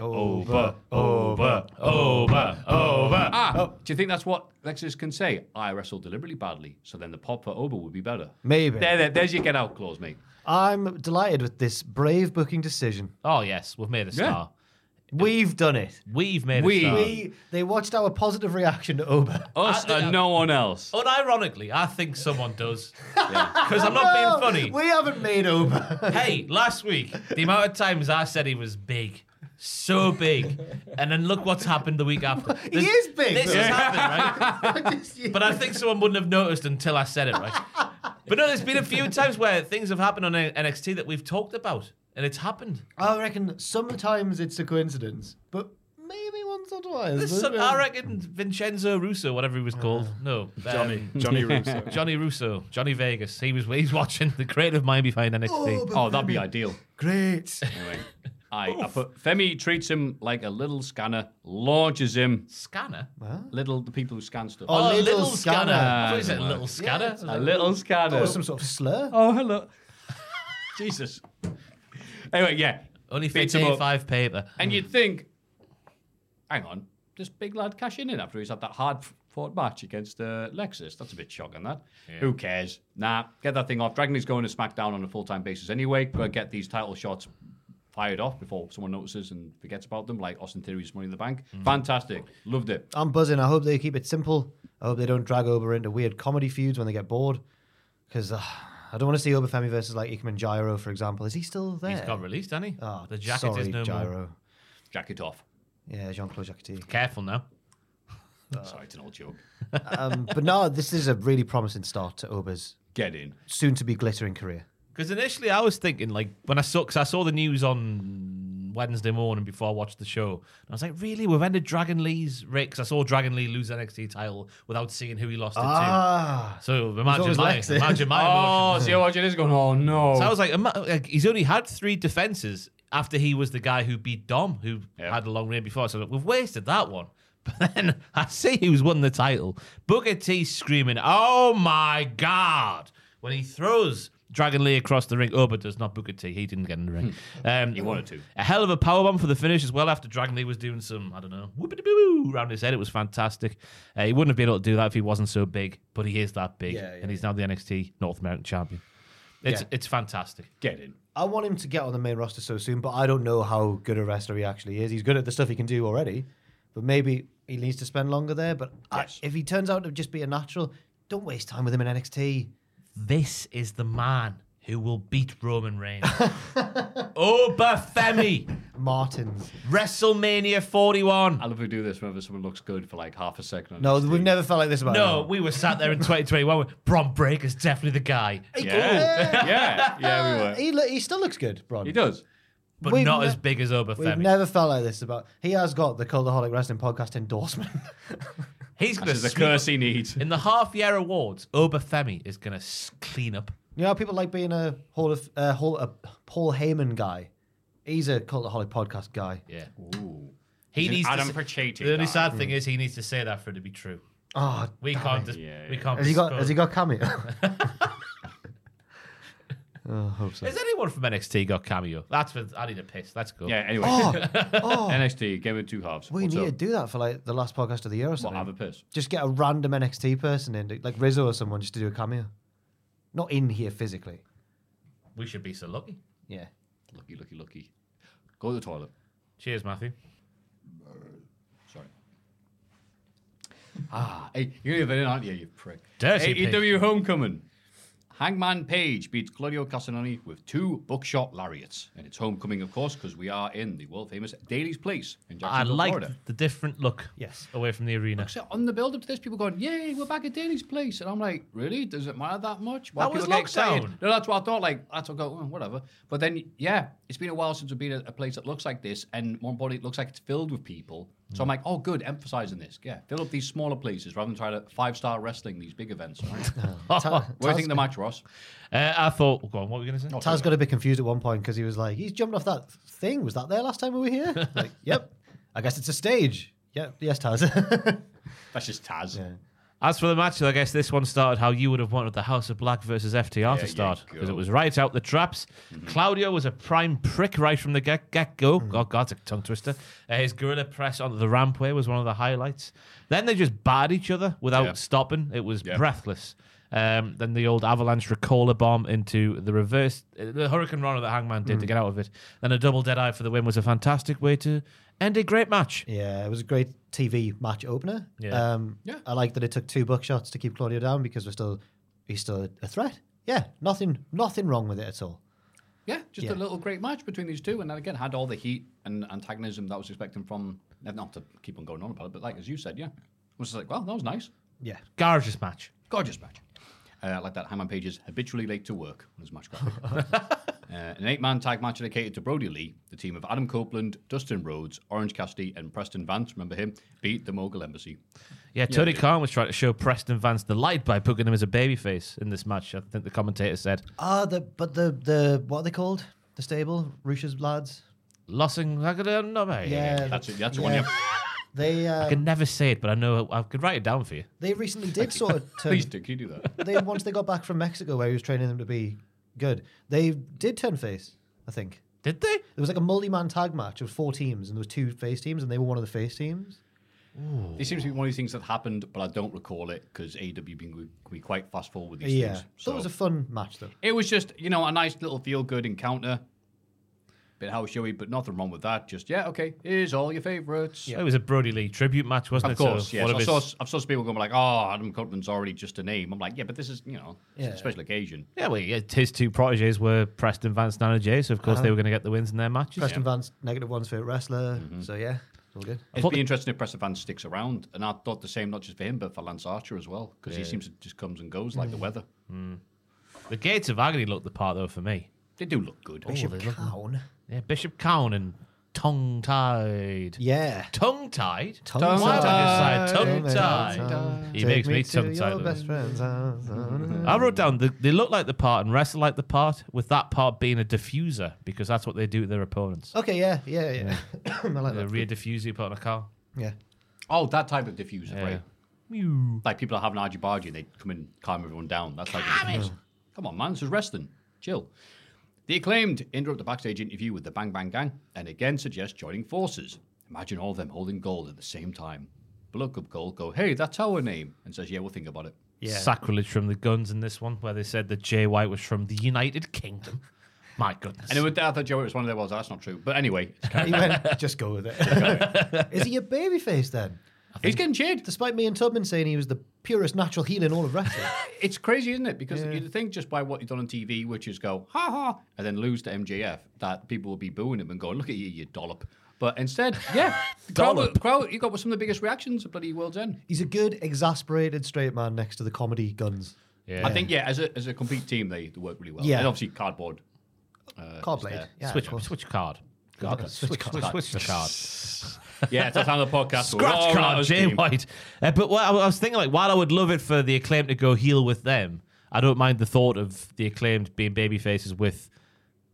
[SPEAKER 5] Oh,
[SPEAKER 4] Oh,
[SPEAKER 3] Over, over, over, over. Ah,
[SPEAKER 4] Oh.
[SPEAKER 3] do you think that's what Lexus can say? I wrestled deliberately badly, so then the pop for Oba would be better.
[SPEAKER 4] Maybe.
[SPEAKER 3] There, there, there's your get out clause, mate.
[SPEAKER 4] I'm delighted with this brave booking decision.
[SPEAKER 5] Oh yes, we've made a star.
[SPEAKER 4] We've done it.
[SPEAKER 5] We've made
[SPEAKER 3] We-
[SPEAKER 5] a star.
[SPEAKER 4] We they watched our positive reaction to Oba.
[SPEAKER 5] Oh,
[SPEAKER 3] Us and no one else.
[SPEAKER 5] Unironically, I think someone does. Because I'm not being funny.
[SPEAKER 4] We haven't made Oba.
[SPEAKER 5] Hey, last week, the amount of times I said he was big, so big, and then look what's happened the week after. This,
[SPEAKER 4] is big,
[SPEAKER 5] This
[SPEAKER 4] though.
[SPEAKER 5] has happened, right? But I think someone wouldn't have noticed until I said it, right? But no, there's been a few times where things have happened on NXT that we've talked about, and it's happened.
[SPEAKER 4] I reckon sometimes it's a coincidence, but maybe once or twice.
[SPEAKER 5] There's some, I reckon Vincenzo Russo, whatever he was called. No,
[SPEAKER 6] Johnny,
[SPEAKER 5] um,
[SPEAKER 6] Johnny Russo.
[SPEAKER 5] Johnny Russo, Johnny Vegas. He was he's watching the creative mind behind NXT.
[SPEAKER 3] Oh, that'd be ideal.
[SPEAKER 4] Great.
[SPEAKER 3] Anyway, I, I put Femi treats him like a little scanner, launches him.
[SPEAKER 5] Scanner.
[SPEAKER 3] Little the people who scan stuff.
[SPEAKER 4] Oh,
[SPEAKER 5] Oh,
[SPEAKER 4] little
[SPEAKER 5] little, scanner.
[SPEAKER 4] scanner.
[SPEAKER 5] I thought you said
[SPEAKER 3] Doesn't
[SPEAKER 5] little
[SPEAKER 3] work.
[SPEAKER 5] scanner. I was
[SPEAKER 3] a
[SPEAKER 5] like,
[SPEAKER 3] little scanner.
[SPEAKER 4] Or some sort of slur.
[SPEAKER 3] Oh, hello. Jesus. Anyway, yeah.
[SPEAKER 5] Only
[SPEAKER 3] Beats him up.
[SPEAKER 5] 55 paper.
[SPEAKER 3] And you'd think, hang on, this big lad cashing in after he's had that hard fought match against uh, Lexus. That's a bit shocking, that. Who cares? Nah, get that thing off. Dragon Lee's going to SmackDown on a full time basis anyway. Gotta get these title shots fired off before someone notices and forgets about them, like Austin Theory's Money in the Bank. Fantastic. Loved it.
[SPEAKER 4] I'm buzzing. I hope they keep it simple. I hope they don't drag Oba into weird comedy feuds when they get bored. Because uh, I don't want to see Obafemi versus like Ikeman Gyro, for example. Is he still there?
[SPEAKER 5] He's got released, hasn't he?
[SPEAKER 4] Oh,
[SPEAKER 5] the jacket
[SPEAKER 4] sorry,
[SPEAKER 5] is no
[SPEAKER 4] Gyro.
[SPEAKER 5] more.
[SPEAKER 3] Jacket off.
[SPEAKER 4] Yeah, Jean Claude Jacquet.
[SPEAKER 5] Careful now.
[SPEAKER 3] Sorry, it's an old joke.
[SPEAKER 4] um, but no, this is a really promising start to Oba's
[SPEAKER 3] get in
[SPEAKER 4] soon to be glittering career.
[SPEAKER 5] Because initially I was thinking, like, when I saw, cause I saw the news on Wednesday morning before I watched the show, and I was like, really? We've ended Dragon Lee's Rick? Because I saw Dragon Lee lose the NXT title without seeing who he lost it
[SPEAKER 3] Ah.
[SPEAKER 5] to. So
[SPEAKER 3] always
[SPEAKER 5] imagine my,
[SPEAKER 3] Lexi.
[SPEAKER 5] imagine my
[SPEAKER 3] Oh,
[SPEAKER 5] emotion.
[SPEAKER 3] so you're watching this going, oh, no.
[SPEAKER 5] So I was like, ima- like, he's only had three defenses after he was the guy who beat Dom, who had a long reign before. So we've wasted that one. But then I see who's won the title. Booker T screaming, "Oh my god!" when he throws Dragon Lee across the ring. Oba does not Booker T. He didn't get in the ring. Um, he
[SPEAKER 3] Hmm. wanted to.
[SPEAKER 5] A hell of a powerbomb for the finish as well. After Dragon Lee was doing some, I don't know, whoopity boo around his head. It was fantastic. Uh, he wouldn't have been able to do that if he wasn't so big, but he is that big,
[SPEAKER 4] Yeah, yeah,
[SPEAKER 5] and he's now the NXT North American champion. It's
[SPEAKER 4] Yeah.
[SPEAKER 5] it's fantastic.
[SPEAKER 3] Get in.
[SPEAKER 4] I want him to get on the main roster so soon, but I don't know how good a wrestler he actually is. He's good at the stuff he can do already, but maybe he needs to spend longer there. But I- if he turns out to just be a natural, don't waste time with him in NXT.
[SPEAKER 5] This is the man who will beat Roman Reigns. Obafemi
[SPEAKER 4] Martins.
[SPEAKER 5] WrestleMania 41.
[SPEAKER 3] I love we do this whenever someone looks good for like half a second.
[SPEAKER 4] No, we've never felt like this about
[SPEAKER 5] No,
[SPEAKER 4] him.
[SPEAKER 5] we were sat there in 2021. with, Bron Breaker's definitely the guy.
[SPEAKER 3] Yeah. yeah, yeah, we were.
[SPEAKER 4] He, lo- he still looks good, Bron.
[SPEAKER 3] He does.
[SPEAKER 5] But
[SPEAKER 4] We've
[SPEAKER 5] not
[SPEAKER 4] ne-
[SPEAKER 5] as big as
[SPEAKER 4] We've
[SPEAKER 5] Obafemi.
[SPEAKER 4] never felt like this about. He has got the Coldaholic Wrestling Podcast endorsement.
[SPEAKER 5] He's going
[SPEAKER 3] This is
[SPEAKER 5] to
[SPEAKER 3] the curse he needs.
[SPEAKER 5] In the half year awards, Obafemi is going to clean up.
[SPEAKER 4] You know, how people like being a Hall of uh, Hall a Paul Heyman guy. He's a Cultaholic podcast guy.
[SPEAKER 5] Yeah.
[SPEAKER 3] Ooh.
[SPEAKER 5] He
[SPEAKER 3] He's an
[SPEAKER 5] needs
[SPEAKER 3] Adam
[SPEAKER 5] to,
[SPEAKER 3] Pachetti
[SPEAKER 5] The only
[SPEAKER 3] guy.
[SPEAKER 5] sad
[SPEAKER 4] Mm.
[SPEAKER 5] thing is he needs to say that for it to be true.
[SPEAKER 4] Oh,
[SPEAKER 5] we
[SPEAKER 4] damn
[SPEAKER 5] can't.
[SPEAKER 4] it.
[SPEAKER 5] Dis- We can't.
[SPEAKER 4] Has he got?
[SPEAKER 5] disclose.
[SPEAKER 4] Has he got cameo? oh, hope so.
[SPEAKER 5] Has anyone from NXT got cameo? That's for. I need a piss. Let's go.
[SPEAKER 3] Yeah, anyway. oh. NXT, game in two halves.
[SPEAKER 4] We
[SPEAKER 3] What's
[SPEAKER 4] need
[SPEAKER 3] up?
[SPEAKER 4] to do that for like the last podcast of the year or something.
[SPEAKER 3] have a piss.
[SPEAKER 4] Just get a random NXT person in, like Rizzo or someone, just to do a cameo. Not in here physically.
[SPEAKER 5] We should be so lucky.
[SPEAKER 4] Yeah.
[SPEAKER 3] Lucky, lucky, lucky. Go to the toilet.
[SPEAKER 5] Cheers, Matthew.
[SPEAKER 3] Sorry. Ah, hey, you're even in, aren't you, you prick?
[SPEAKER 5] Dirty pig.
[SPEAKER 3] AEW E Homecoming. Hangman Page beats Claudio Castagnoli with two buckshot lariats. And it's homecoming, of course, because we are in the world famous Daly's Place in
[SPEAKER 5] I
[SPEAKER 3] Jacksonville,
[SPEAKER 5] like
[SPEAKER 3] Florida.
[SPEAKER 5] the different look.
[SPEAKER 4] Yes.
[SPEAKER 5] Away from the arena.
[SPEAKER 3] So on the build up to this, people going, "Yay, we're back at Daly's Place," and I'm like, "Really? Does it matter that much?" Why
[SPEAKER 5] That
[SPEAKER 3] do
[SPEAKER 5] was
[SPEAKER 3] people get excited?
[SPEAKER 5] lockdown.
[SPEAKER 3] No, that's what I thought. Like, that's what I go, "Oh, whatever. But then, yeah, it's been a while since we've been at a place that looks like this, and more importantly, it looks like it's filled with people. So I'm like, "Oh, good, emphasizing this. Yeah, fill up these smaller places rather than try to five star wrestling these big events." all right? What do you think of the match, Ross?
[SPEAKER 5] Uh, I thought, go on, what were you going to say?
[SPEAKER 4] Taz got a bit confused at one point because he was like, he's jumped off that thing. Was that there last time we were here? like, yep. I guess it's a stage. Yeah. Yes, Taz.
[SPEAKER 3] That's just Taz.
[SPEAKER 5] As for the match, I guess this one started how you would have wanted the House of Black versus FTR
[SPEAKER 3] There
[SPEAKER 5] to
[SPEAKER 3] you
[SPEAKER 5] start
[SPEAKER 3] go. Mm-hmm.
[SPEAKER 5] because it was right out the traps. Claudio was a prime prick right from the get get go. Oh God, it's a tongue twister. Uh, his gorilla press onto the rampway was one of the highlights. Then they just barred each other without
[SPEAKER 3] Yeah.
[SPEAKER 5] stopping. It was
[SPEAKER 3] Yeah.
[SPEAKER 5] breathless. Um, then the old avalanche recaller bomb into the reverse, uh, the hurricane runner that Hangman did to get out of it. Then a double dead eye for the win was a fantastic way to end a great match.
[SPEAKER 4] yeah. It was a great TV match opener.
[SPEAKER 5] Yeah.
[SPEAKER 4] Um,
[SPEAKER 3] Yeah.
[SPEAKER 4] I like that it took two buckshots to keep Claudio down because we're still, he's still a threat. Yeah. Nothing, nothing wrong with it at all.
[SPEAKER 3] Yeah, just
[SPEAKER 4] Yeah.
[SPEAKER 3] a little great match between these two, and then again had all the heat and antagonism that I was expecting from. Not to keep on going on about it, but like as you said, yeah, I was just like, "Well, that was nice."
[SPEAKER 4] Yeah.
[SPEAKER 5] Gorgeous match.
[SPEAKER 3] Gorgeous match. Uh, like that, Hammond Page is habitually late to work on his match graphic. Uh, an eight-man tag match dedicated to Brody Lee, the team of Adam Copeland, Dustin Rhodes, Orange Cassidy, and Preston Vance. Remember him? Beat the Mogul Embassy.
[SPEAKER 5] Yeah, Tony Khan was trying to show Preston Vance the light by booking him as a babyface in this match. I think the commentator said
[SPEAKER 4] Ah, the, but the, the, what are they called? The stable? Rush's lads?
[SPEAKER 5] Lossing. I could, uh, no, mate.
[SPEAKER 4] Yeah.
[SPEAKER 3] That's it. That's the one. Yeah.
[SPEAKER 4] They,
[SPEAKER 5] I
[SPEAKER 4] uh,
[SPEAKER 5] can never say it, but I know I could write it down for you.
[SPEAKER 4] they recently did sort of turn.
[SPEAKER 3] Please do. Can you do that?
[SPEAKER 4] they once they got back from Mexico where he was training them to be good, they did turn face, I think.
[SPEAKER 5] Did they?
[SPEAKER 4] There was like a multi-man tag match of four teams, and there was two face teams, and they were one of the face teams. Oh.
[SPEAKER 3] It seems to be one of these things that happened, but I don't recall it because AW can be quite fast forward with these
[SPEAKER 4] yeah,
[SPEAKER 3] things.
[SPEAKER 4] so it was a fun match though.
[SPEAKER 3] It was just, you know, a nice little feel good encounter. Bit house showy, but nothing wrong with that. Just, yeah, okay, here's all your favourites.
[SPEAKER 5] It was a Brody Lee tribute match, wasn't
[SPEAKER 3] Of
[SPEAKER 5] it? So
[SPEAKER 3] course, yes.
[SPEAKER 5] one of
[SPEAKER 3] I
[SPEAKER 5] his-
[SPEAKER 3] saw, I've saw people going like, "Oh, Adam Copeland's already just a name." I'm like, "Yeah, but this is, you know, it's
[SPEAKER 4] Yeah.
[SPEAKER 3] a special occasion."
[SPEAKER 5] yeah, well, yeah, his two proteges were
[SPEAKER 4] Uh-huh.
[SPEAKER 5] Preston Vance and Anna Jay, so of course they were going to get the wins in their matches.
[SPEAKER 4] Preston Vance, negative one's favorite wrestler. So yeah, All good.
[SPEAKER 3] It'd be interesting if Preston Van sticks around, and I thought the same not just for him but for Lance Archer as well, because he
[SPEAKER 5] Yeah.
[SPEAKER 3] seems to just comes and goes like the
[SPEAKER 5] Mm.
[SPEAKER 3] weather.
[SPEAKER 5] Mm. The Gates of Agony look the part though for me.
[SPEAKER 3] Oh, They do look good.
[SPEAKER 5] Bishop Cowan. Yeah, Bishop Cowan and tongue tied.
[SPEAKER 4] Yeah.
[SPEAKER 5] Tongue tied.
[SPEAKER 4] Tongue-tied.
[SPEAKER 5] Tongue
[SPEAKER 4] Tongue-tied.
[SPEAKER 5] tied. He
[SPEAKER 4] Take
[SPEAKER 5] makes
[SPEAKER 4] me
[SPEAKER 5] me
[SPEAKER 4] to
[SPEAKER 5] tongue
[SPEAKER 4] your best
[SPEAKER 5] tied.
[SPEAKER 4] friend's Ah, house.
[SPEAKER 5] I
[SPEAKER 3] Mm.
[SPEAKER 5] wrote down the, they look like the part and wrestle like the part, with that part being a diffuser because that's what they do to their opponents.
[SPEAKER 3] Oh,
[SPEAKER 4] Okay, yeah, yeah, yeah. I like
[SPEAKER 5] they
[SPEAKER 4] that.
[SPEAKER 5] rear diffuse you upon a car.
[SPEAKER 4] Yeah.
[SPEAKER 3] Oh, that type of diffuser, right?
[SPEAKER 5] Mew.
[SPEAKER 3] Like people are having argy bargy and they come and calm everyone down. That's like come on, man, this is wrestling. Chill. The acclaimed interrupt the backstage interview with the Bang Bang Gang and again suggest joining forces. Imagine all of them holding gold at the same time. But look up gold, go, hey, that's our name, and says, yeah, we'll think about it.
[SPEAKER 5] Sacrilege from the guns in this one, where they said that Jay White was from the United Kingdom. My goodness.
[SPEAKER 3] And it would, I thought Joe was one of their was. That's not true. But anyway, it's
[SPEAKER 4] He
[SPEAKER 3] carried on.
[SPEAKER 4] went, just go with it. Is he your baby face then?
[SPEAKER 3] He's getting cheered.
[SPEAKER 4] Despite me and Tubman saying he was the purest natural heel in all of wrestling.
[SPEAKER 3] it's crazy, isn't it? Because you'd think just by what you've done on TV, which is go ha ha, and then lose to MJF, that people will be booing him and going, "Look at you, you dollop." But instead, yeah, the crowd, the crowd, you got some of the biggest reactions at bloody World's End.
[SPEAKER 4] He's a good, exasperated straight man next to the comedy guns.
[SPEAKER 3] I think yeah, as a, as a complete team, they, they work really well.
[SPEAKER 4] Yeah.
[SPEAKER 3] and obviously cardboard, uh,
[SPEAKER 4] Card
[SPEAKER 3] is
[SPEAKER 4] blade,
[SPEAKER 3] there.
[SPEAKER 4] yeah, Switch- of course.
[SPEAKER 5] switch card.
[SPEAKER 3] Card,
[SPEAKER 5] God,
[SPEAKER 3] switch
[SPEAKER 5] switch,
[SPEAKER 3] card.
[SPEAKER 5] switch, switch the card.
[SPEAKER 3] Yeah, that's how the podcast
[SPEAKER 5] Scratch
[SPEAKER 3] works.
[SPEAKER 5] card, Jay
[SPEAKER 3] Team.
[SPEAKER 5] White. Uh, but what I I was thinking, like, while I would love it for the acclaimed to go heel with them, I don't mind the thought of the acclaimed being baby faces with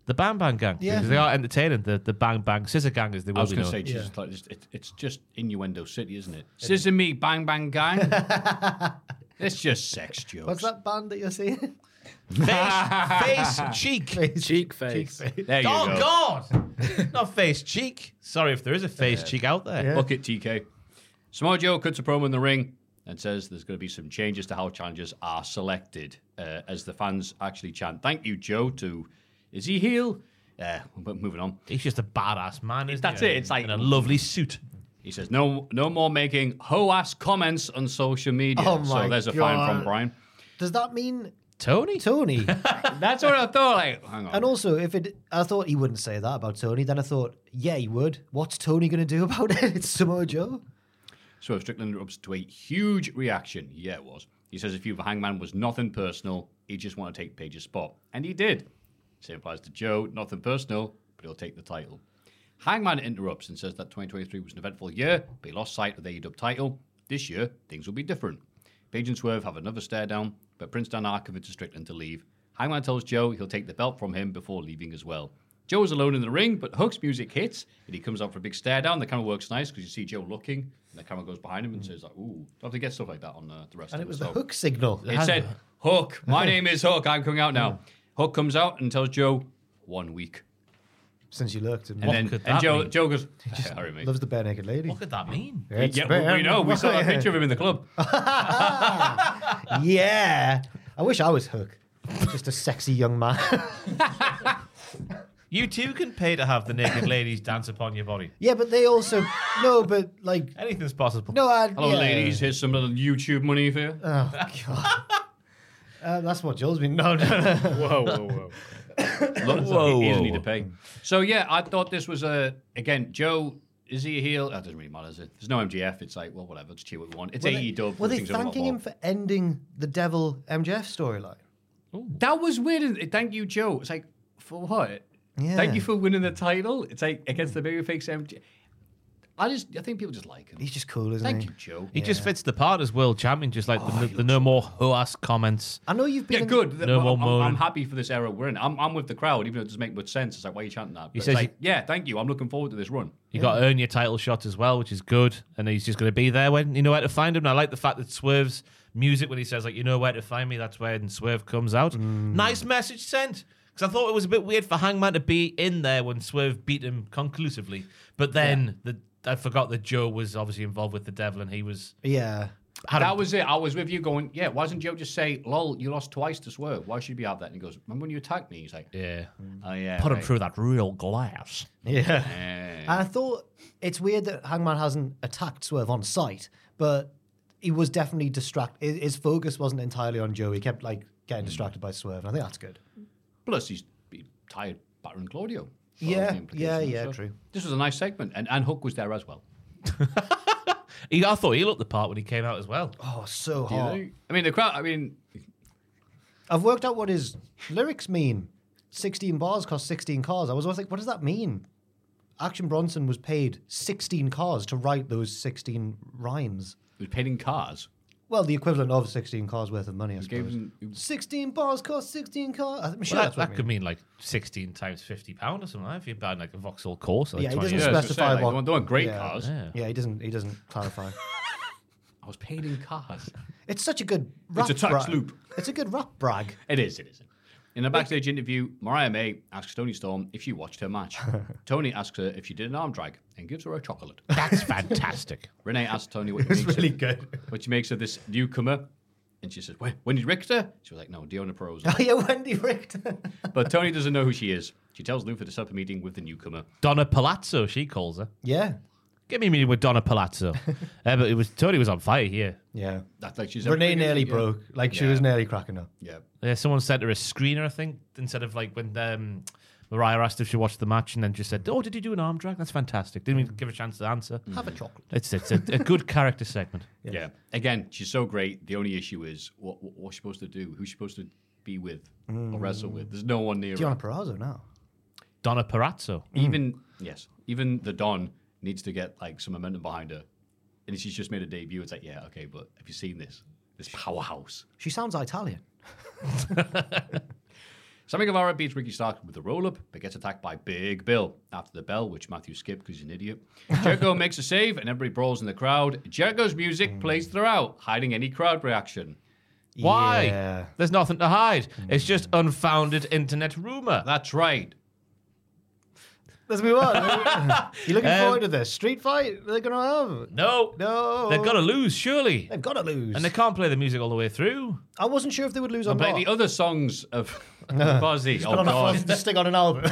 [SPEAKER 5] the Bang Bang Gang.
[SPEAKER 3] Yeah.
[SPEAKER 5] Because they are entertaining. The, the Bang Bang Scissor Gang, as they will
[SPEAKER 3] I was
[SPEAKER 5] be
[SPEAKER 3] going to
[SPEAKER 5] known.
[SPEAKER 3] say, Jesus, like, it's, it, it's just innuendo city, isn't it? Scissor me, bang bang gang. it's just sex jokes.
[SPEAKER 4] What's that band that you're saying?
[SPEAKER 5] face, face, cheek.
[SPEAKER 6] Cheek face.
[SPEAKER 3] There you
[SPEAKER 5] oh,
[SPEAKER 3] go.
[SPEAKER 5] God. Not face, cheek. Sorry if there is a face, cheek out there.
[SPEAKER 3] Look at TK. Samoa Joe cuts a promo in the ring and says there's going to be some changes to how challengers are selected uh, as the fans actually chant, Thank you, Joe, to is he heel? Uh, but moving on.
[SPEAKER 5] He's just a badass man. Isn't
[SPEAKER 3] That's
[SPEAKER 5] he?
[SPEAKER 3] it. It's like
[SPEAKER 5] In a lovely suit.
[SPEAKER 3] He says, No no more making ho ass comments on social media.
[SPEAKER 4] Oh my
[SPEAKER 3] so there's a fine
[SPEAKER 4] God.
[SPEAKER 3] from Brian.
[SPEAKER 4] Does that mean
[SPEAKER 5] Tony?
[SPEAKER 4] Tony?
[SPEAKER 3] That's what I thought. Like, hang on.
[SPEAKER 4] and also, if it, I thought he wouldn't say that about Tony. Then I thought, yeah, he would. What's Tony going to do about it? It's Samoa Joe.
[SPEAKER 3] So Strickland interrupts to a huge reaction. Yeah, it was. He says if you for Hangman was nothing personal, he just wanted to take Page's spot. And he did. Same applies to Joe, nothing personal, but he'll take the title. Hangman interrupts and says that 2023 was an eventful year, but he lost sight of the AEW title. This year, things will be different. Page and Swerve have another stare down, but Prince Danar convinces Strickland to leave. Hangman tells Joe he'll take the belt from him before leaving as well. Joe is alone in the ring, but Hook's music hits and he comes out for a big stare down. The camera works nice because you see Joe looking, and the camera goes behind him and says, like, "Ooh, do have to get stuff like that on uh, the rest
[SPEAKER 4] And
[SPEAKER 3] of
[SPEAKER 4] it was
[SPEAKER 3] the
[SPEAKER 4] the hook signal.
[SPEAKER 3] It said, "Hook, my name is Hook. I'm coming out now." Hook comes out and tells Joe, "One week,"
[SPEAKER 4] since you lurked, and,
[SPEAKER 3] and then and Joe Joe goes, "Sorry, mate."
[SPEAKER 4] loves the bare naked lady.
[SPEAKER 5] What could that mean?
[SPEAKER 4] It's
[SPEAKER 3] yeah, we, we
[SPEAKER 4] bare-
[SPEAKER 3] know. We saw that picture of him in the club.
[SPEAKER 4] yeah, I wish I was Hook. Just a sexy young man.
[SPEAKER 5] You too can pay to have the naked ladies dance upon your body.
[SPEAKER 4] yeah, but they also no, but like
[SPEAKER 5] Anything's possible.
[SPEAKER 4] no, I,
[SPEAKER 3] Hello,
[SPEAKER 4] yeah.
[SPEAKER 3] ladies. Here's some little YouTube money for you.
[SPEAKER 4] Oh god, uh, that's what Joel's been. No, no, no.
[SPEAKER 6] Whoa, whoa, whoa.
[SPEAKER 3] Lots
[SPEAKER 5] Whoa,
[SPEAKER 3] of he
[SPEAKER 5] whoa,
[SPEAKER 3] doesn't need e-, to
[SPEAKER 5] whoa.
[SPEAKER 3] pay. So yeah, I thought this was a again. Joe is he a heel? That doesn't really matter. Does it? There's no MGF. It's like well, whatever. Just cheer what we want. It's E
[SPEAKER 4] Were they-
[SPEAKER 3] AEW. Dub.
[SPEAKER 4] Were they thanking him for ending the Devil MJF storyline?
[SPEAKER 3] That was weird. isn't it? Thank you, Joe. It's like for what?
[SPEAKER 4] Yeah.
[SPEAKER 3] Thank you for winning the title. It's like against the babyface MGF. I just I think people just like him.
[SPEAKER 4] He's just cool, isn't
[SPEAKER 3] Thank
[SPEAKER 4] he?
[SPEAKER 3] you, Joe.
[SPEAKER 5] He just fits the part as world champion, just like the, the no more ho ass comments.
[SPEAKER 4] I know you've been.
[SPEAKER 3] Yeah,
[SPEAKER 4] in-
[SPEAKER 3] good.
[SPEAKER 5] No
[SPEAKER 3] I'm,
[SPEAKER 5] more
[SPEAKER 3] I'm- I'm
[SPEAKER 5] moaning.
[SPEAKER 3] happy for this era we're in. I'm, I'm with the crowd, even though it doesn't make much sense. It's like, why are you chanting that? But it's
[SPEAKER 5] says-
[SPEAKER 3] like, yeah, thank you. I'm looking forward to this run.
[SPEAKER 5] You got to earn your title shot as well, which is good. And he's just going to be there when you know where to find him. And I like the fact that Swerve's music when he says like, "You know where to find me," that's where and Swerve comes out. Nice message sent. Because I thought it was a bit weird for Hangman to be in there when Swerve beat him conclusively, but then the I forgot that Joe was obviously involved with the devil and he was
[SPEAKER 4] Yeah.
[SPEAKER 5] had a
[SPEAKER 3] that was it. I was with you going, yeah, why doesn't Joe just say, lol, you lost twice to Swerve. Why should you be out that? And he goes, remember when you attacked me? He's like,
[SPEAKER 5] yeah.
[SPEAKER 3] oh, yeah.
[SPEAKER 5] Put him
[SPEAKER 3] right.
[SPEAKER 5] through that real glass.
[SPEAKER 4] Yeah.
[SPEAKER 3] Yeah.
[SPEAKER 4] And I thought it's weird that Hangman hasn't attacked Swerve on sight, but he was definitely distracted. His, his focus wasn't entirely on Joe. He kept like getting distracted by Swerve, and I think that's good.
[SPEAKER 3] Plus, he's be- tired Baron Claudio. for all
[SPEAKER 4] Yeah,
[SPEAKER 3] the implications
[SPEAKER 4] yeah,
[SPEAKER 3] and
[SPEAKER 4] yeah,
[SPEAKER 3] stuff.
[SPEAKER 4] true.
[SPEAKER 3] This was a nice segment, and, and Hook was there as well.
[SPEAKER 5] He, I thought he looked the part when he came out as well.
[SPEAKER 4] Oh, so
[SPEAKER 5] Do
[SPEAKER 4] hot.
[SPEAKER 5] they?
[SPEAKER 3] I mean, the crowd. I mean,
[SPEAKER 4] I've worked out what his lyrics mean. 16 bars cost 16 cars. I was always like, what does that mean? Action Bronson was paid 16 cars to write those 16 rhymes.
[SPEAKER 3] He was paid in cars?
[SPEAKER 4] Well, the equivalent of 16 cars worth of money, I
[SPEAKER 3] gave
[SPEAKER 4] suppose.
[SPEAKER 3] him-
[SPEAKER 4] 16 bars cost 16 cars. I'm sure
[SPEAKER 5] Well,
[SPEAKER 4] that's
[SPEAKER 5] that,
[SPEAKER 4] what
[SPEAKER 5] that
[SPEAKER 4] it
[SPEAKER 5] could mean like 16 times 50 pound or something. Like that, if you're buying like a Vauxhall Corsa, like
[SPEAKER 4] yeah, he
[SPEAKER 5] 20
[SPEAKER 4] doesn't
[SPEAKER 5] years.
[SPEAKER 4] specify what.
[SPEAKER 5] Yeah.
[SPEAKER 4] yeah, Yeah. he doesn't. He doesn't clarify.
[SPEAKER 3] I was paid in cars.
[SPEAKER 4] It's such a good. Rap
[SPEAKER 3] It's a tax
[SPEAKER 4] brag.
[SPEAKER 3] loop.
[SPEAKER 4] It's a good rap brag.
[SPEAKER 3] It is, it is. In a backstage interview, Mariah May asks Tony Storm if she watched her match. Tony asks her if she did an arm drag and gives her a chocolate.
[SPEAKER 5] That's fantastic.
[SPEAKER 3] Renee asks Tony what she makes
[SPEAKER 5] really
[SPEAKER 3] of, good. What she makes of this newcomer, and she says, "When Wendy Richter?" She was like, "No, Deonna Pros."
[SPEAKER 4] Oh yeah, Wendy Richter.
[SPEAKER 3] but Tony doesn't know who she is. She tells Luther to set up a meeting with the newcomer.
[SPEAKER 5] Donna Palazzo, she calls her.
[SPEAKER 4] Yeah.
[SPEAKER 5] Get me a meeting with Donna Palazzo. Uh, but it was Tony was on fire here.
[SPEAKER 4] Yeah.
[SPEAKER 3] That's like she's
[SPEAKER 4] Renee
[SPEAKER 3] everything,
[SPEAKER 4] nearly
[SPEAKER 3] isn't it? Yeah.
[SPEAKER 4] broke. Like she
[SPEAKER 3] Yeah.
[SPEAKER 4] was nearly cracking up.
[SPEAKER 3] Yeah.
[SPEAKER 5] Yeah, someone sent her a screener, I think, instead of like when um, Mariah asked if she watched the match and then just said, "Oh, did you do an arm drag? That's fantastic." Didn't even give a chance to answer.
[SPEAKER 4] Have a chocolate.
[SPEAKER 5] It's it's a, a good character segment.
[SPEAKER 3] Yeah. Again, she's so great. The only issue is what what, what's she supposed to do? Who's she supposed to be with or wrestle with? There's no one near her.
[SPEAKER 4] Gianna Perazzo now.
[SPEAKER 5] Donna Parazzo.
[SPEAKER 3] Even yes, even the Don needs to get like some momentum behind her, and she's just made a debut. It's like, yeah, okay, but have you seen this? This powerhouse.
[SPEAKER 4] She sounds Italian.
[SPEAKER 3] Sammy Guevara beats Ricky Stark with a roll up, but gets attacked by Big Bill after the bell, which Matthew skipped because he's an idiot. Jericho makes a save, and everybody brawls in the crowd. Jericho's music plays throughout, hiding any crowd reaction.
[SPEAKER 5] Why?
[SPEAKER 4] Yeah. Mm.
[SPEAKER 5] There's nothing to hide. It's just unfounded internet rumor.
[SPEAKER 3] That's right.
[SPEAKER 4] Let's move on. you looking
[SPEAKER 5] Um,
[SPEAKER 4] forward to this street fight? They're gonna have.
[SPEAKER 5] No,
[SPEAKER 4] No.
[SPEAKER 5] they've got to lose, surely,
[SPEAKER 4] They've got to lose.
[SPEAKER 5] and they can't play the music all the way through.
[SPEAKER 4] I wasn't sure if they would lose or
[SPEAKER 3] I'm
[SPEAKER 4] not.
[SPEAKER 3] playing the other songs of Fozzy.
[SPEAKER 4] Put
[SPEAKER 3] Oh,
[SPEAKER 4] on a-
[SPEAKER 3] God.
[SPEAKER 4] just stick on an album.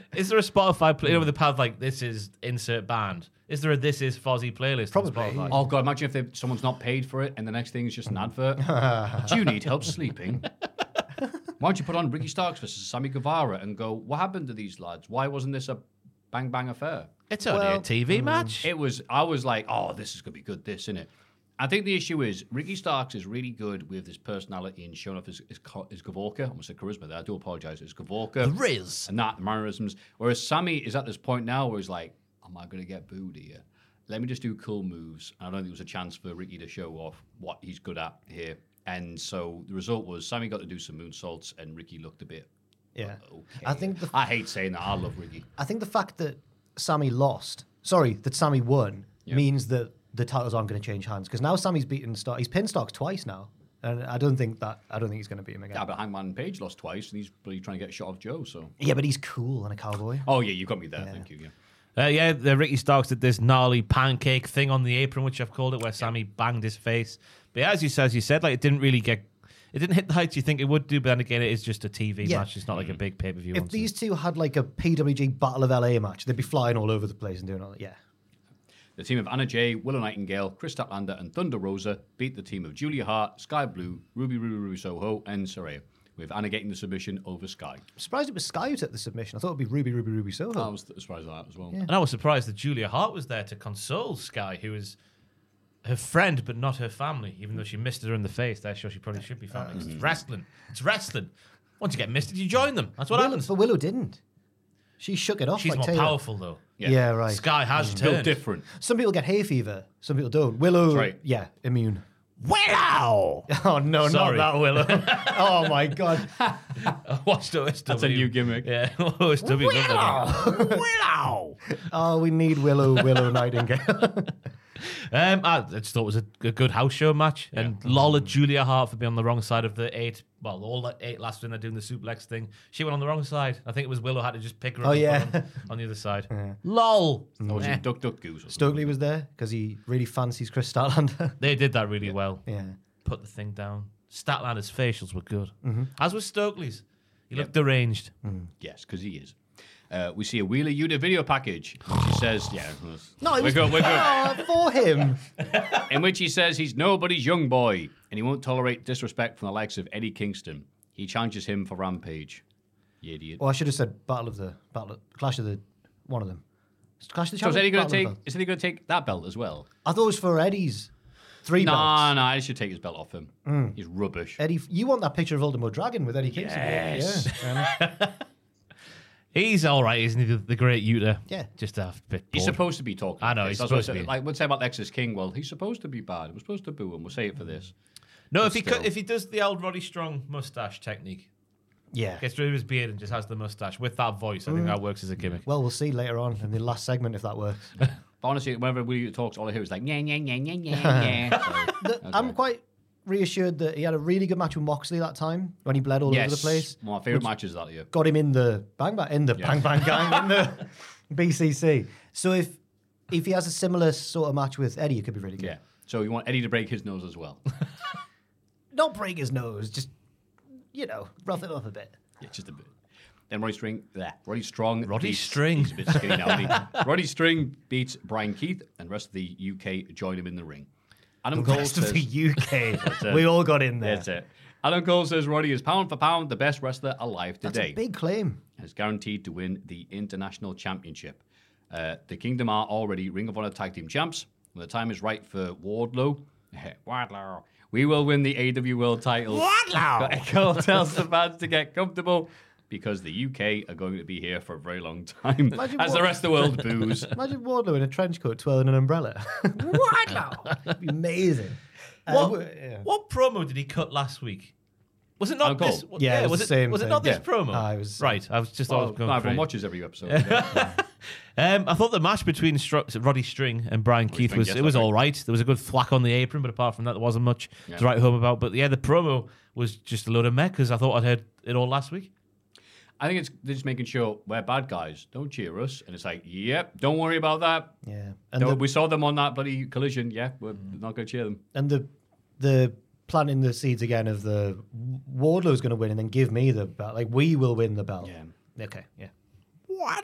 [SPEAKER 5] Is there a Spotify play over the path like this is insert band? Is there a this is Fozzy playlist? on
[SPEAKER 4] Probably.
[SPEAKER 5] Spotify?
[SPEAKER 3] Oh, God. Imagine if they, someone's not paid for it and the next thing is just an advert. Do you need help sleeping? Why don't you put on Ricky Starks versus Sammy Guevara and go, what happened to these lads? Why wasn't this a bang bang affair?
[SPEAKER 5] It's only a
[SPEAKER 4] Well, mm.
[SPEAKER 5] TV match.
[SPEAKER 3] It was. I was like, oh, this is gonna be good. This, isn't it? I think the issue is Ricky Starks is really good with his personality and showing off his his, co- his Gavorka. I almost said charisma there. I do apologize. His Gavorka,
[SPEAKER 5] The Riz.
[SPEAKER 3] and that mannerisms. Whereas Sammy is at this point now where he's like, am I gonna get booed here? Let me just do cool moves. And I don't think there was a chance for Ricky to show off what he's good at here. And so the result was Sammy got to do some moonsaults, and Ricky looked a bit.
[SPEAKER 4] yeah.
[SPEAKER 3] Okay.
[SPEAKER 4] I think the
[SPEAKER 3] I hate saying that. I love Ricky.
[SPEAKER 4] I think the fact that Sammy lost, sorry, that Sammy won, means that the titles aren't going to change hands because now Sammy's beaten Stark. He's pinned Starks twice now, and I don't think that I don't think he's going to beat him again.
[SPEAKER 3] Yeah,
[SPEAKER 4] Yeah,
[SPEAKER 3] but Hangman Page lost twice, and he's bloody trying to get a shot off Joe. So
[SPEAKER 4] but he's cool and a cowboy.
[SPEAKER 3] Oh yeah, you got me there. Thank you. Yeah.
[SPEAKER 5] Uh, yeah, the Ricky Starks did this gnarly pancake thing on the apron, which I've called it, where Sammy banged his face. But yeah, as you said, as you said, like it didn't really get, it didn't hit the heights you think it would do. But then again, it is just a TV
[SPEAKER 4] Yeah.
[SPEAKER 5] match. It's not like a big pay per view.
[SPEAKER 4] If these two had like a PWG Battle of LA match, they'd be flying all over the place and doing all that. Yeah,
[SPEAKER 3] The team of Anna Jay, Willow Nightingale, Chris Statlander, and Thunder Rosa beat the team of Julia Hart, Sky Blue, Ruby Ruby Ruby Soho, and Soraya, with Anna getting the submission over Sky.
[SPEAKER 4] I'm surprised it was Sky who took the submission. I thought it'd be Ruby Ruby Ruby Soho.
[SPEAKER 3] I was surprised at that as well.
[SPEAKER 5] and I was surprised that Julia Hart was there to console Sky, who is her friend but not her family, even though she missed her in the face. They're sure she probably should be
[SPEAKER 3] Uh,
[SPEAKER 5] family. 'cause
[SPEAKER 3] mm.
[SPEAKER 5] It's wrestling. It's wrestling. Once you get missed, you join them. That's what
[SPEAKER 4] Willow,
[SPEAKER 5] happens.
[SPEAKER 4] But Willow didn't. She shook it off.
[SPEAKER 5] She's
[SPEAKER 4] like
[SPEAKER 5] more
[SPEAKER 4] Taylor.
[SPEAKER 5] powerful though.
[SPEAKER 4] Yeah, right.
[SPEAKER 5] Sky has
[SPEAKER 3] Still
[SPEAKER 5] turned.
[SPEAKER 3] different.
[SPEAKER 4] Some people get hay fever. Some people don't. Willow,
[SPEAKER 3] right.
[SPEAKER 4] yeah, immune.
[SPEAKER 5] Willow.
[SPEAKER 4] Oh no,
[SPEAKER 5] Sorry.
[SPEAKER 4] not that Willow. oh my god.
[SPEAKER 5] Watch OSW.
[SPEAKER 3] That's a new gimmick.
[SPEAKER 5] Yeah, OSW. Willow. Willow.
[SPEAKER 4] Oh, we need Willow, Willow Nightingale.
[SPEAKER 5] Um, I just thought it was a, a good house show match, and Lola Julia Hart for being on the wrong side of the eight. Well, all the eight last when they're doing the suplex thing, she went on the wrong side. I think it was Willow had to just pick her
[SPEAKER 4] Oh,
[SPEAKER 5] up and
[SPEAKER 4] yeah. Oh,
[SPEAKER 5] put her on, on the other side. Lol.
[SPEAKER 3] Or was
[SPEAKER 5] Eh.
[SPEAKER 3] it Duck Duck Goose? or something?
[SPEAKER 4] Stokely was there because he really fancies Chris Statlander.
[SPEAKER 5] They did that really well.
[SPEAKER 4] yeah.
[SPEAKER 5] Put the thing down. Statlander's facials were good,
[SPEAKER 4] Mm-hmm.
[SPEAKER 5] as was Stokely's. He looked deranged.
[SPEAKER 3] Yes, because he is. Uh, we see a Wheeler Yuta video package. She says, "Yeah,
[SPEAKER 4] No, it
[SPEAKER 3] we're
[SPEAKER 4] was
[SPEAKER 3] good, we're good."
[SPEAKER 4] Oh, for him.
[SPEAKER 3] in which he says he's nobody's young boy and he won't tolerate disrespect from the likes of Eddie Kingston. He challenges him for Rampage. You idiot.
[SPEAKER 4] Well, I should have said Battle of the Battle of, Clash of the one of them. Clash of the
[SPEAKER 3] So is
[SPEAKER 4] Champions.
[SPEAKER 3] Eddie going
[SPEAKER 4] Battle of
[SPEAKER 3] to take?
[SPEAKER 4] the Belts.
[SPEAKER 3] Is Eddie going to take that belt as well?
[SPEAKER 4] I thought it was for Eddie's three
[SPEAKER 3] no,
[SPEAKER 4] belts.
[SPEAKER 3] no, I should take his belt off him.
[SPEAKER 4] Mm.
[SPEAKER 3] He's rubbish.
[SPEAKER 4] Eddie, you want that picture of Ultimo Dragon with Eddie Kingston? don't you?
[SPEAKER 3] Yes.
[SPEAKER 4] Yeah. Um,
[SPEAKER 5] He's all right, isn't he? The, the great Utah.
[SPEAKER 4] Yeah.
[SPEAKER 5] Just a bit.
[SPEAKER 3] He's
[SPEAKER 5] bored.
[SPEAKER 3] supposed to be talking.
[SPEAKER 5] I know,
[SPEAKER 3] like
[SPEAKER 5] he's
[SPEAKER 3] this. That's what I
[SPEAKER 5] supposed to
[SPEAKER 3] said.
[SPEAKER 5] be.
[SPEAKER 3] Like, we'll say about Lexus King. Well, he's supposed to be bad. We're supposed to boo him. We'll say it for this.
[SPEAKER 5] No,
[SPEAKER 3] But
[SPEAKER 5] if he
[SPEAKER 3] still.
[SPEAKER 5] could, if he does the old Roddy Strong mustache technique,
[SPEAKER 4] Yeah.
[SPEAKER 5] gets rid of his beard and just has the mustache with that voice, I think
[SPEAKER 4] Mm.
[SPEAKER 5] that works as a gimmick.
[SPEAKER 4] well, we'll see later on in the last segment if that works.
[SPEAKER 3] But honestly, whenever we talks, all I hear is like, yeah, yeah, yeah, yeah, yeah, yeah.
[SPEAKER 4] The- I'm quite reassured that he had a really good match with Moxley that time when he bled all
[SPEAKER 3] yes,
[SPEAKER 4] over the place.
[SPEAKER 3] My favorite
[SPEAKER 4] which
[SPEAKER 3] match is that year.
[SPEAKER 4] Got him in the bang bang in the
[SPEAKER 3] Yeah.
[SPEAKER 4] bang bang gang in the BCC. So if if he has a similar sort of match with Eddie, it could be really good.
[SPEAKER 3] Yeah. So you want Eddie to break his nose as well?
[SPEAKER 4] Not break his nose, just you know, rough him up a bit.
[SPEAKER 3] yeah, just a bit. Then Roddy String, there. Roddy Strong.
[SPEAKER 5] Roddy
[SPEAKER 3] beats-
[SPEAKER 5] String.
[SPEAKER 3] He's a bit skinny now. isn't he? Roddy String beats Brian Keith, and the rest of the UK join him in the ring. Adam
[SPEAKER 4] The
[SPEAKER 3] Cole
[SPEAKER 4] rest
[SPEAKER 3] says,
[SPEAKER 4] of the
[SPEAKER 3] That's
[SPEAKER 4] UK,
[SPEAKER 3] it.
[SPEAKER 4] we all got in there.
[SPEAKER 3] That's it. Adam Cole says Roddy is pound for pound the best wrestler alive
[SPEAKER 4] That's
[SPEAKER 3] today.
[SPEAKER 4] a big claim.
[SPEAKER 3] and is guaranteed to win the international championship. Uh, the Kingdom are already Ring of Honor tag team champs. When the time is right for Wardlow, Wardlow, we will win the AW World title. Wardlow. Cole tells the fans to get comfortable because the UK are going to be here for a very long time
[SPEAKER 4] Imagine
[SPEAKER 3] as
[SPEAKER 4] Ward-
[SPEAKER 3] the rest of the world boos.
[SPEAKER 4] Imagine Wardlow in a trench coat twirling an umbrella. Wardlow! Amazing. Uh,
[SPEAKER 5] What,
[SPEAKER 4] w- yeah.
[SPEAKER 5] what promo did he cut last week? Was it not
[SPEAKER 3] Adam Cole?
[SPEAKER 5] this?
[SPEAKER 4] Yeah, it was
[SPEAKER 5] was
[SPEAKER 4] the same
[SPEAKER 5] Was it
[SPEAKER 4] thing.
[SPEAKER 5] not this
[SPEAKER 4] Yeah.
[SPEAKER 5] promo?
[SPEAKER 4] Ah, it was-
[SPEAKER 5] right. I was just. I was
[SPEAKER 3] Well,
[SPEAKER 5] going
[SPEAKER 3] no,
[SPEAKER 5] for
[SPEAKER 3] everyone
[SPEAKER 5] it.
[SPEAKER 3] watches every episode. yeah.
[SPEAKER 5] Um, I thought the match between Str- Roddy String and Brian Keith
[SPEAKER 3] String,
[SPEAKER 5] was
[SPEAKER 3] yes,
[SPEAKER 5] it was
[SPEAKER 3] I think.
[SPEAKER 5] all right. There was a good flack on the apron, but apart from that, there wasn't much to
[SPEAKER 3] Yeah.
[SPEAKER 5] write home about. But yeah, the promo was just a load of mech because I thought I'd heard it all last week.
[SPEAKER 3] I think it's they're just making sure we're bad guys. Don't cheer us. And it's like, yep, don't worry about that.
[SPEAKER 4] yeah.
[SPEAKER 3] No, we saw them on that bloody collision. Yeah, we're not going to cheer them.
[SPEAKER 4] and the the planting the seeds again of the Wardlow's going to win and then give me the belt. Like we will win the belt.
[SPEAKER 3] Yeah.
[SPEAKER 4] Okay. Yeah.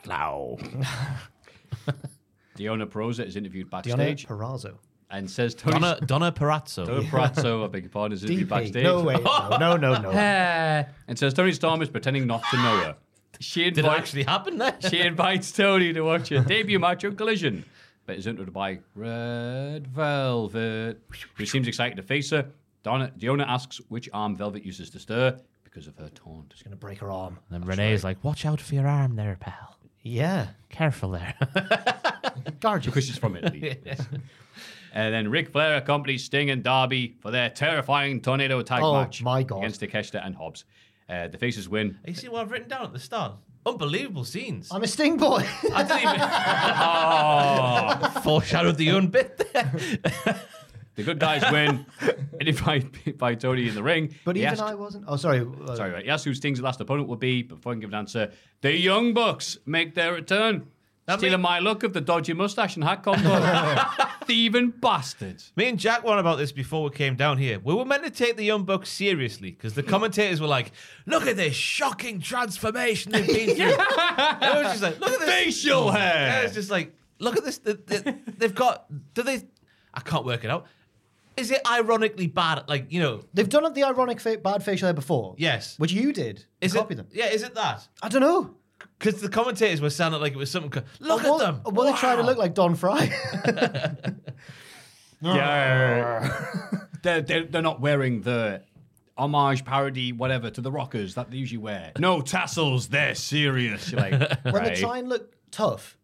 [SPEAKER 3] Diona Perosa is interviewed
[SPEAKER 4] Diana
[SPEAKER 3] backstage
[SPEAKER 4] Perrazzo.
[SPEAKER 3] and says Tony
[SPEAKER 5] Donna Donna Perazzo.
[SPEAKER 3] Donna Perazzo, I beg your pardon, is interviewed
[SPEAKER 4] DP.
[SPEAKER 3] backstage
[SPEAKER 4] No way. No. No. No. no.
[SPEAKER 5] Uh,
[SPEAKER 3] and says Tony Storm is pretending not to know her. She
[SPEAKER 5] did it
[SPEAKER 3] invites,
[SPEAKER 5] actually happen there?
[SPEAKER 3] she invites Tony to watch her debut match on Collision, but is interrupted by Red Velvet, who seems excited to face her. Donna, Diona asks which arm Velvet uses to stir because of her taunt.
[SPEAKER 4] She's going to break her arm.
[SPEAKER 5] And then Renee's like, "Watch out for your arm, there, pal.
[SPEAKER 4] Yeah.
[SPEAKER 5] Careful there."
[SPEAKER 4] Gorgeous.
[SPEAKER 3] Because she's from Italy. And then Ric Flair accompanies Sting and Darby for their terrifying tornado tag
[SPEAKER 4] Oh,
[SPEAKER 3] match
[SPEAKER 4] my God.
[SPEAKER 3] against Takeshita and Hobbs. Uh, the faces win.
[SPEAKER 5] you see what I've written down at the start? Unbelievable scenes.
[SPEAKER 4] I'm a Sting boy.
[SPEAKER 5] I didn't even. Foreshadowed the own bit there.
[SPEAKER 3] The good guys win. and if I by Tony in the ring,
[SPEAKER 4] but
[SPEAKER 3] he
[SPEAKER 4] even
[SPEAKER 3] asked,
[SPEAKER 4] I wasn't. Oh, sorry. uh,
[SPEAKER 3] sorry, right, he asked who Sting's last opponent will be. But before I can give an answer, the Young Bucks make their return, stealing my look of the dodgy mustache and hat combo. Thieving bastards.
[SPEAKER 5] Me and Jack won about this before we came down here. We were meant to take the Young Bucks seriously because the commentators were like, "Look at this shocking transformation they've been through." and I was just like, "Look at this
[SPEAKER 3] Facial hair.
[SPEAKER 5] And I was just like, "Look at this. th- th- They've got. Do they? I can't work it out. Is it ironically bad? Like you know,
[SPEAKER 4] They've done the ironic fa- bad facial hair before.
[SPEAKER 5] Yes.
[SPEAKER 4] Which you did.
[SPEAKER 5] is
[SPEAKER 4] Copy
[SPEAKER 5] it?
[SPEAKER 4] them.
[SPEAKER 5] Yeah, is it that?
[SPEAKER 4] I don't know.
[SPEAKER 5] Because the commentators were sounding like it was something. co- Look
[SPEAKER 4] Oh, well,
[SPEAKER 5] at them.
[SPEAKER 4] Well, they try to look like Don Fry.
[SPEAKER 3] Yeah. they're, they're, they're not wearing the homage parody, whatever, to the rockers that they usually wear. No tassels, they're serious. You're like,
[SPEAKER 4] when they
[SPEAKER 3] right.
[SPEAKER 4] try and look tough,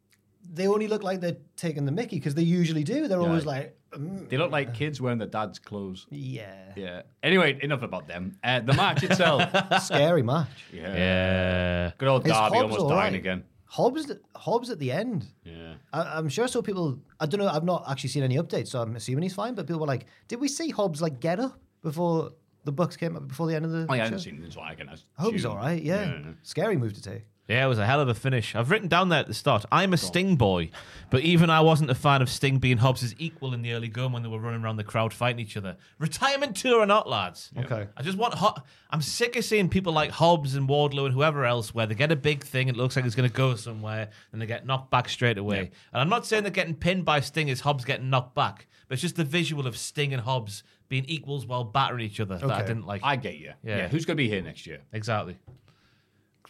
[SPEAKER 4] they only look like they're taking the Mickey because they usually do. They're always like, mm,
[SPEAKER 3] They look like kids wearing their dad's clothes.
[SPEAKER 4] yeah,
[SPEAKER 3] Yeah. Anyway, enough about them. Uh, the match itself.
[SPEAKER 4] scary match.
[SPEAKER 3] yeah.
[SPEAKER 5] Yeah.
[SPEAKER 3] Good old
[SPEAKER 4] Is
[SPEAKER 3] Darby
[SPEAKER 4] Hobbs
[SPEAKER 3] almost
[SPEAKER 4] all
[SPEAKER 3] dying
[SPEAKER 4] right?
[SPEAKER 3] again.
[SPEAKER 4] Hobbs, Hobbs at the end.
[SPEAKER 3] Yeah.
[SPEAKER 4] I, I'm sure so. People, I don't know. I've not actually seen any updates, so I'm assuming he's fine. But people were like, did we see Hobbs like get up before the Bucks came up before the end of the?
[SPEAKER 3] Oh, I
[SPEAKER 4] show?
[SPEAKER 3] haven't seen him, so I can ask.
[SPEAKER 4] I hope he's
[SPEAKER 3] you.
[SPEAKER 4] all right. Yeah. scary move to take.
[SPEAKER 5] Yeah, it was a hell of a finish. I've written down there at the start, I'm a Sting boy, but even I wasn't a fan of Sting being Hobbs' equal in the early going when they were running around the crowd fighting each other. Retirement tour or not, lads.
[SPEAKER 4] Okay.
[SPEAKER 5] I just want hot. I'm sick of seeing people like Hobbs and Wardlow and whoever else where they get a big thing, it looks like it's going to go somewhere, and they get knocked back straight away. And I'm not saying they're getting pinned by Sting is Hobbs getting knocked back, but it's just the visual of Sting and Hobbs being equals while battering each other that I
[SPEAKER 4] Okay.
[SPEAKER 5] didn't like.
[SPEAKER 3] I get you.
[SPEAKER 5] Yeah.
[SPEAKER 3] Yeah. Who's going to be here next year?
[SPEAKER 5] exactly.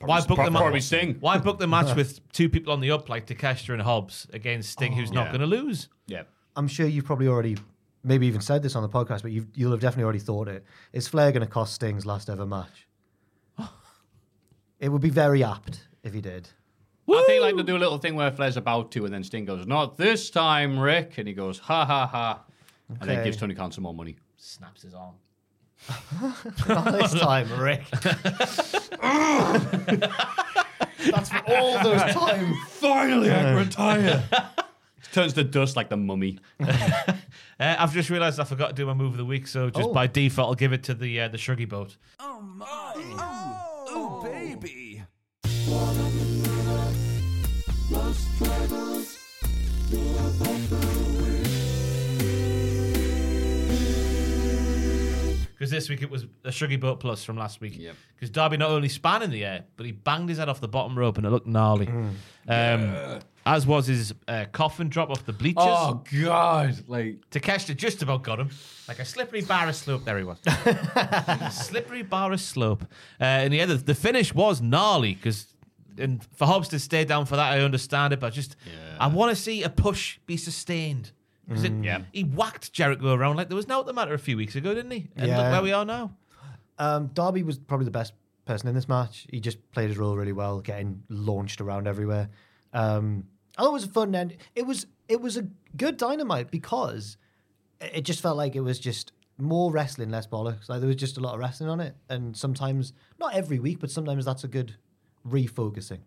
[SPEAKER 5] Why book the
[SPEAKER 3] Probably
[SPEAKER 5] match?
[SPEAKER 3] Sting.
[SPEAKER 5] Why book the match with two people on the up like Takeshita and Hobbs against Sting, who's not
[SPEAKER 4] Yeah.
[SPEAKER 5] going to lose?
[SPEAKER 3] Oh, Yeah.
[SPEAKER 4] I'm sure you've probably already maybe even said this on the podcast, but you've, you'll have definitely already thought it. Is Flair going to cost Sting's last ever match? it would be very apt if he did.
[SPEAKER 3] I think like to do a little thing where Flair's about to, and then Sting goes, "Not this time, Rick," and he goes, "Ha ha ha," and then
[SPEAKER 4] Okay.
[SPEAKER 3] gives Tony Khan some more money.
[SPEAKER 5] Snaps his arm.
[SPEAKER 4] Not this time, Rick. That's for all those time.
[SPEAKER 3] Finally, I can retire. Turns to dust like the mummy.
[SPEAKER 5] Uh, I've just realised I forgot to do my move of the week, so just
[SPEAKER 3] Oh.
[SPEAKER 5] by default, I'll give it to the uh, the Shruggy boat.
[SPEAKER 7] Oh, baby.
[SPEAKER 5] Because this week it was a Shruggy Boat Plus from last week. Because Darby not only span in the air, but he banged his head off the bottom rope and it looked gnarly.
[SPEAKER 7] Mm.
[SPEAKER 5] Um, As was his uh, coffin drop off the bleachers.
[SPEAKER 3] Oh, God. Like
[SPEAKER 5] Takeshita just about got him. Like a slippery bar of slope. There he was. slippery bar of slope. Uh, and yeah, the, the finish was gnarly because. And for Hobbs to stay down for that, I understand it, but just I want to see a push be sustained. 'Cause it-
[SPEAKER 4] Mm. Yeah.
[SPEAKER 5] he whacked Jericho around like there was no the matter a few weeks ago, didn't he? And look
[SPEAKER 4] Yeah.
[SPEAKER 5] where we are now.
[SPEAKER 4] Um, Darby was probably the best person in this match. He just played his role really well, getting launched around everywhere. Um, I thought it was a fun end. It was it was a good dynamite because it it just felt like it was just more wrestling, less bollocks. Like there was just a lot of wrestling on it, and sometimes not every week, but sometimes that's a good refocusing.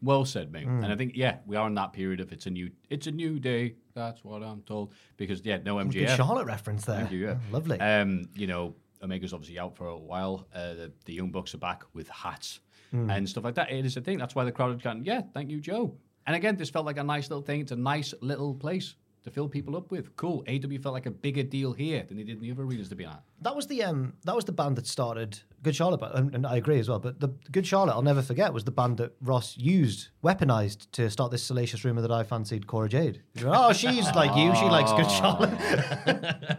[SPEAKER 3] Well said, mate.
[SPEAKER 4] Mm.
[SPEAKER 3] And I think yeah, we are in that period of it's a new it's a new day. That's what I'm told. Because yeah, no
[SPEAKER 4] Good
[SPEAKER 3] MGF.
[SPEAKER 4] Charlotte reference there.
[SPEAKER 3] Thank you, yeah.
[SPEAKER 4] Oh, lovely.
[SPEAKER 3] Um, you know, Omega's obviously out for a while. Uh, the, the young bucks are back with hats
[SPEAKER 4] Mm.
[SPEAKER 3] and stuff like that. It is a thing. That's why the crowd had gone. Yeah, thank you, Joe. And again, this felt like a nice little thing. It's a nice little place to fill people up with. Cool. AW felt like a bigger deal here than they did in the other arenas to be at.
[SPEAKER 4] That was the um, that was the band that started Good Charlotte, but- and, and I agree as well. But the Good Charlotte, I'll never forget, was the band that Ross used, weaponized to start this salacious rumor that I fancied Cora Jade. He went, oh, she's like you. She likes
[SPEAKER 3] Ah.
[SPEAKER 4] Good Charlotte.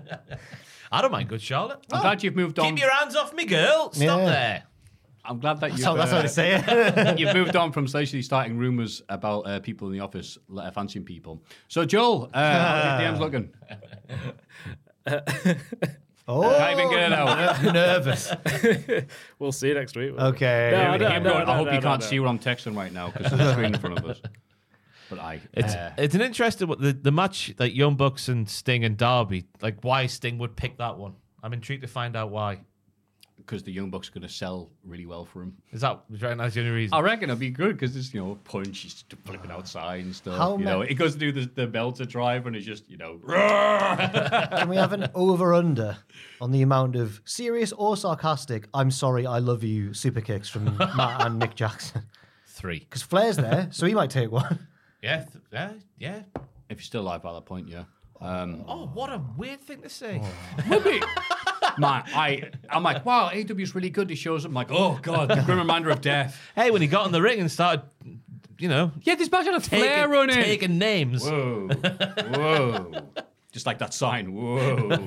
[SPEAKER 5] I don't mind Good Charlotte. Oh,
[SPEAKER 3] I'm glad you've moved on.
[SPEAKER 5] Keep your hands off me, girl. Stop
[SPEAKER 3] Yeah.
[SPEAKER 5] there.
[SPEAKER 3] I'm glad that
[SPEAKER 5] That's
[SPEAKER 3] you've, uh,
[SPEAKER 5] how- that's how they say it.
[SPEAKER 3] you've moved on from socially starting rumors about uh, people in the office uh, fancying people. So, Joel, uh, how's your DMs looking?
[SPEAKER 4] oh,
[SPEAKER 3] Can't even get it out.
[SPEAKER 4] ner- nervous.
[SPEAKER 6] we'll see you next week.
[SPEAKER 4] Okay.
[SPEAKER 6] No,
[SPEAKER 3] Here we
[SPEAKER 6] no,
[SPEAKER 3] keep
[SPEAKER 6] no,
[SPEAKER 3] going.
[SPEAKER 6] no,
[SPEAKER 3] I hope
[SPEAKER 6] no,
[SPEAKER 3] you
[SPEAKER 6] no,
[SPEAKER 3] can't
[SPEAKER 6] no.
[SPEAKER 3] see what I'm texting right now because there's a screen in front of us. But I,
[SPEAKER 5] It's
[SPEAKER 3] uh,
[SPEAKER 5] it's an interesting one. The, the match like Young Bucks and Sting and Darby. Like why Sting would pick that one. I'm intrigued to find out why.
[SPEAKER 3] Because the Young Bucks are going to sell really well for him.
[SPEAKER 5] Is that right? That's the only reason.
[SPEAKER 3] I reckon it'd be good because it's you know punch, he's just flipping outside and stuff.
[SPEAKER 4] How
[SPEAKER 3] you know,
[SPEAKER 4] ma-
[SPEAKER 3] it goes through the, the belter drive and it's just you know.
[SPEAKER 4] Can we have an over under on the amount of serious or sarcastic? I'm sorry, I love you. Super kicks from Matt and Nick Jackson.
[SPEAKER 5] Three.
[SPEAKER 4] Because Flair's there, so he might take one.
[SPEAKER 5] Yeah, th- yeah, yeah.
[SPEAKER 3] If you're still alive by that point, yeah. Um,
[SPEAKER 5] Oh, what a weird thing to say.
[SPEAKER 3] man, I I'm like, wow, AW's really good. He shows up, I'm like, oh god, the grim reminder of death.
[SPEAKER 5] Hey, when he got in the ring and started, you know,
[SPEAKER 3] Yeah, this match had a
[SPEAKER 5] Taking-
[SPEAKER 3] flare on it.
[SPEAKER 5] taking names.
[SPEAKER 3] Whoa, whoa, just like that sign. Whoa.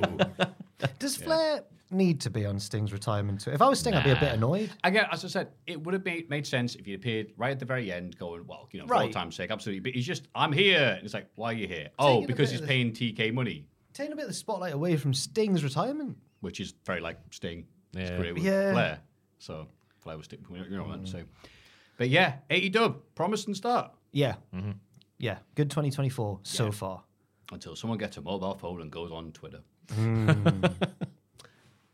[SPEAKER 4] Does Flair need to be on Sting's retirement tour? If I was Sting, I'd be a bit
[SPEAKER 3] Nah.
[SPEAKER 4] annoyed.
[SPEAKER 3] Again, as I said, it would have made, made sense if he appeared right at the very end, going, "Well, you know, for all
[SPEAKER 4] Right.
[SPEAKER 3] time's sake, absolutely." But he's just, "I'm here," and it's like, "Why are you here?" oh,
[SPEAKER 4] a
[SPEAKER 3] because
[SPEAKER 4] bit
[SPEAKER 3] he's
[SPEAKER 4] of
[SPEAKER 3] paying TK money,
[SPEAKER 4] taking a bit of the spotlight away from Sting's retirement.
[SPEAKER 3] which is very like Sting. His
[SPEAKER 5] Yeah.
[SPEAKER 3] career with
[SPEAKER 4] Yeah.
[SPEAKER 3] Flair. So Flair was sticking. You know what I'm saying? But yeah, 80 dub, promise and start
[SPEAKER 4] Yeah.
[SPEAKER 3] Mm-hmm.
[SPEAKER 4] Yeah. Good 2024 so far.
[SPEAKER 3] until someone gets a mobile phone and goes on Twitter.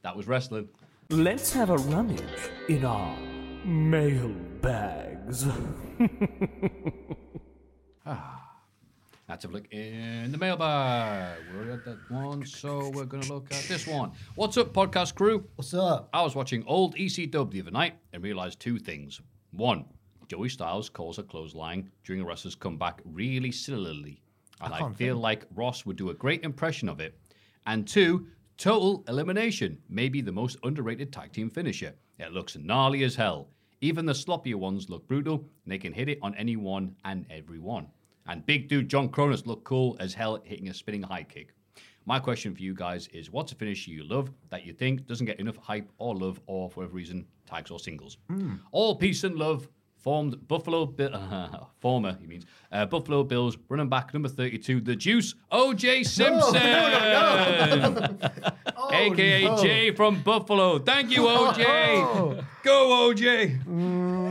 [SPEAKER 3] that was wrestling.
[SPEAKER 7] Let's have a rummage in our mail bags.
[SPEAKER 3] Let's have a look in the mailbag. We're at that one, so we're going to look at this one. What's up, podcast crew?
[SPEAKER 4] What's up?
[SPEAKER 3] I was watching old EC Dub the other night and realised two things. One, Joey Styles calls a clothesline during a wrestler's comeback really similarly, and I,
[SPEAKER 4] can't
[SPEAKER 3] feel like Ross would do a great impression of it. And two, Total Elimination, maybe the most underrated tag team finisher. It looks gnarly as hell. Even the sloppier ones look brutal, and they can hit it on anyone and everyone. And big dude John Cronus looked cool as hell hitting a spinning high kick. My question for you guys is what's a finish you love that you think doesn't get enough hype or love or, for whatever reason, tags or singles?
[SPEAKER 4] Hmm.
[SPEAKER 8] Mm.
[SPEAKER 3] All peace and love. Formed Buffalo Bill, former he means uh, Buffalo Bills running back number thirty-two, the Juice, O.J. Simpson, aka
[SPEAKER 4] Oh,
[SPEAKER 8] no.
[SPEAKER 3] Jay from Buffalo. Thank you, O.J. Go, OJ.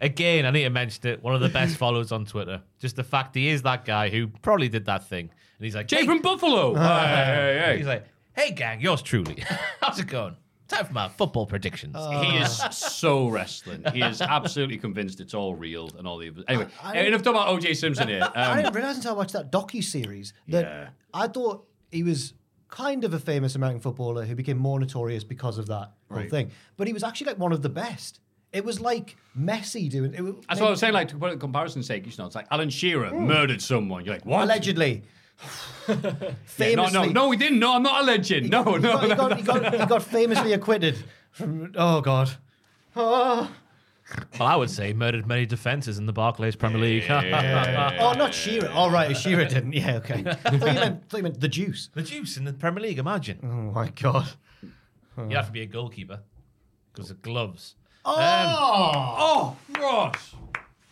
[SPEAKER 5] Again, I need to mention it. One of the best follows on Twitter. Just the fact he is that guy who probably did that thing, and he's like Jay
[SPEAKER 3] from Buffalo. Hey, hey, hey.
[SPEAKER 5] He's like, hey gang, yours truly. How's it going? Time for my football predictions.
[SPEAKER 4] Ah.
[SPEAKER 3] He is so wrestling. He is absolutely convinced it's all real and all the. Anyway,
[SPEAKER 4] I- I-
[SPEAKER 3] enough talking about O.J. Simpson here.
[SPEAKER 4] I
[SPEAKER 3] Um,
[SPEAKER 4] didn't realize until I watched that docu series that I thought he was kind of a famous American footballer who became more notorious because of that whole
[SPEAKER 3] Right.
[SPEAKER 4] thing. But he was actually like one of the best. It was like Messi doing. It was,
[SPEAKER 3] That's what I was saying. Like to put it in comparison's sake, you know, it's like Alan Shearer
[SPEAKER 4] Mm.
[SPEAKER 3] murdered someone. You're like, what?
[SPEAKER 4] Allegedly.
[SPEAKER 3] Yeah, no, no,
[SPEAKER 4] Famously.
[SPEAKER 3] no, we didn't. No, I'm not a legend. No, no,
[SPEAKER 4] he,
[SPEAKER 3] no,
[SPEAKER 4] got, he, got, he got famously acquitted from. Oh God. Oh,
[SPEAKER 5] Well, I would say murdered many defenses in the Barclays Premier League.
[SPEAKER 4] oh not Shearer. All right, oh, right, Shearer didn't. Yeah, okay. I thought you meant, thought you meant the juice.
[SPEAKER 5] The juice in the Premier League. Imagine.
[SPEAKER 4] Oh my God.
[SPEAKER 5] You'd have to be a goalkeeper because of gloves. Um,
[SPEAKER 4] Oh,
[SPEAKER 3] oh, Ross.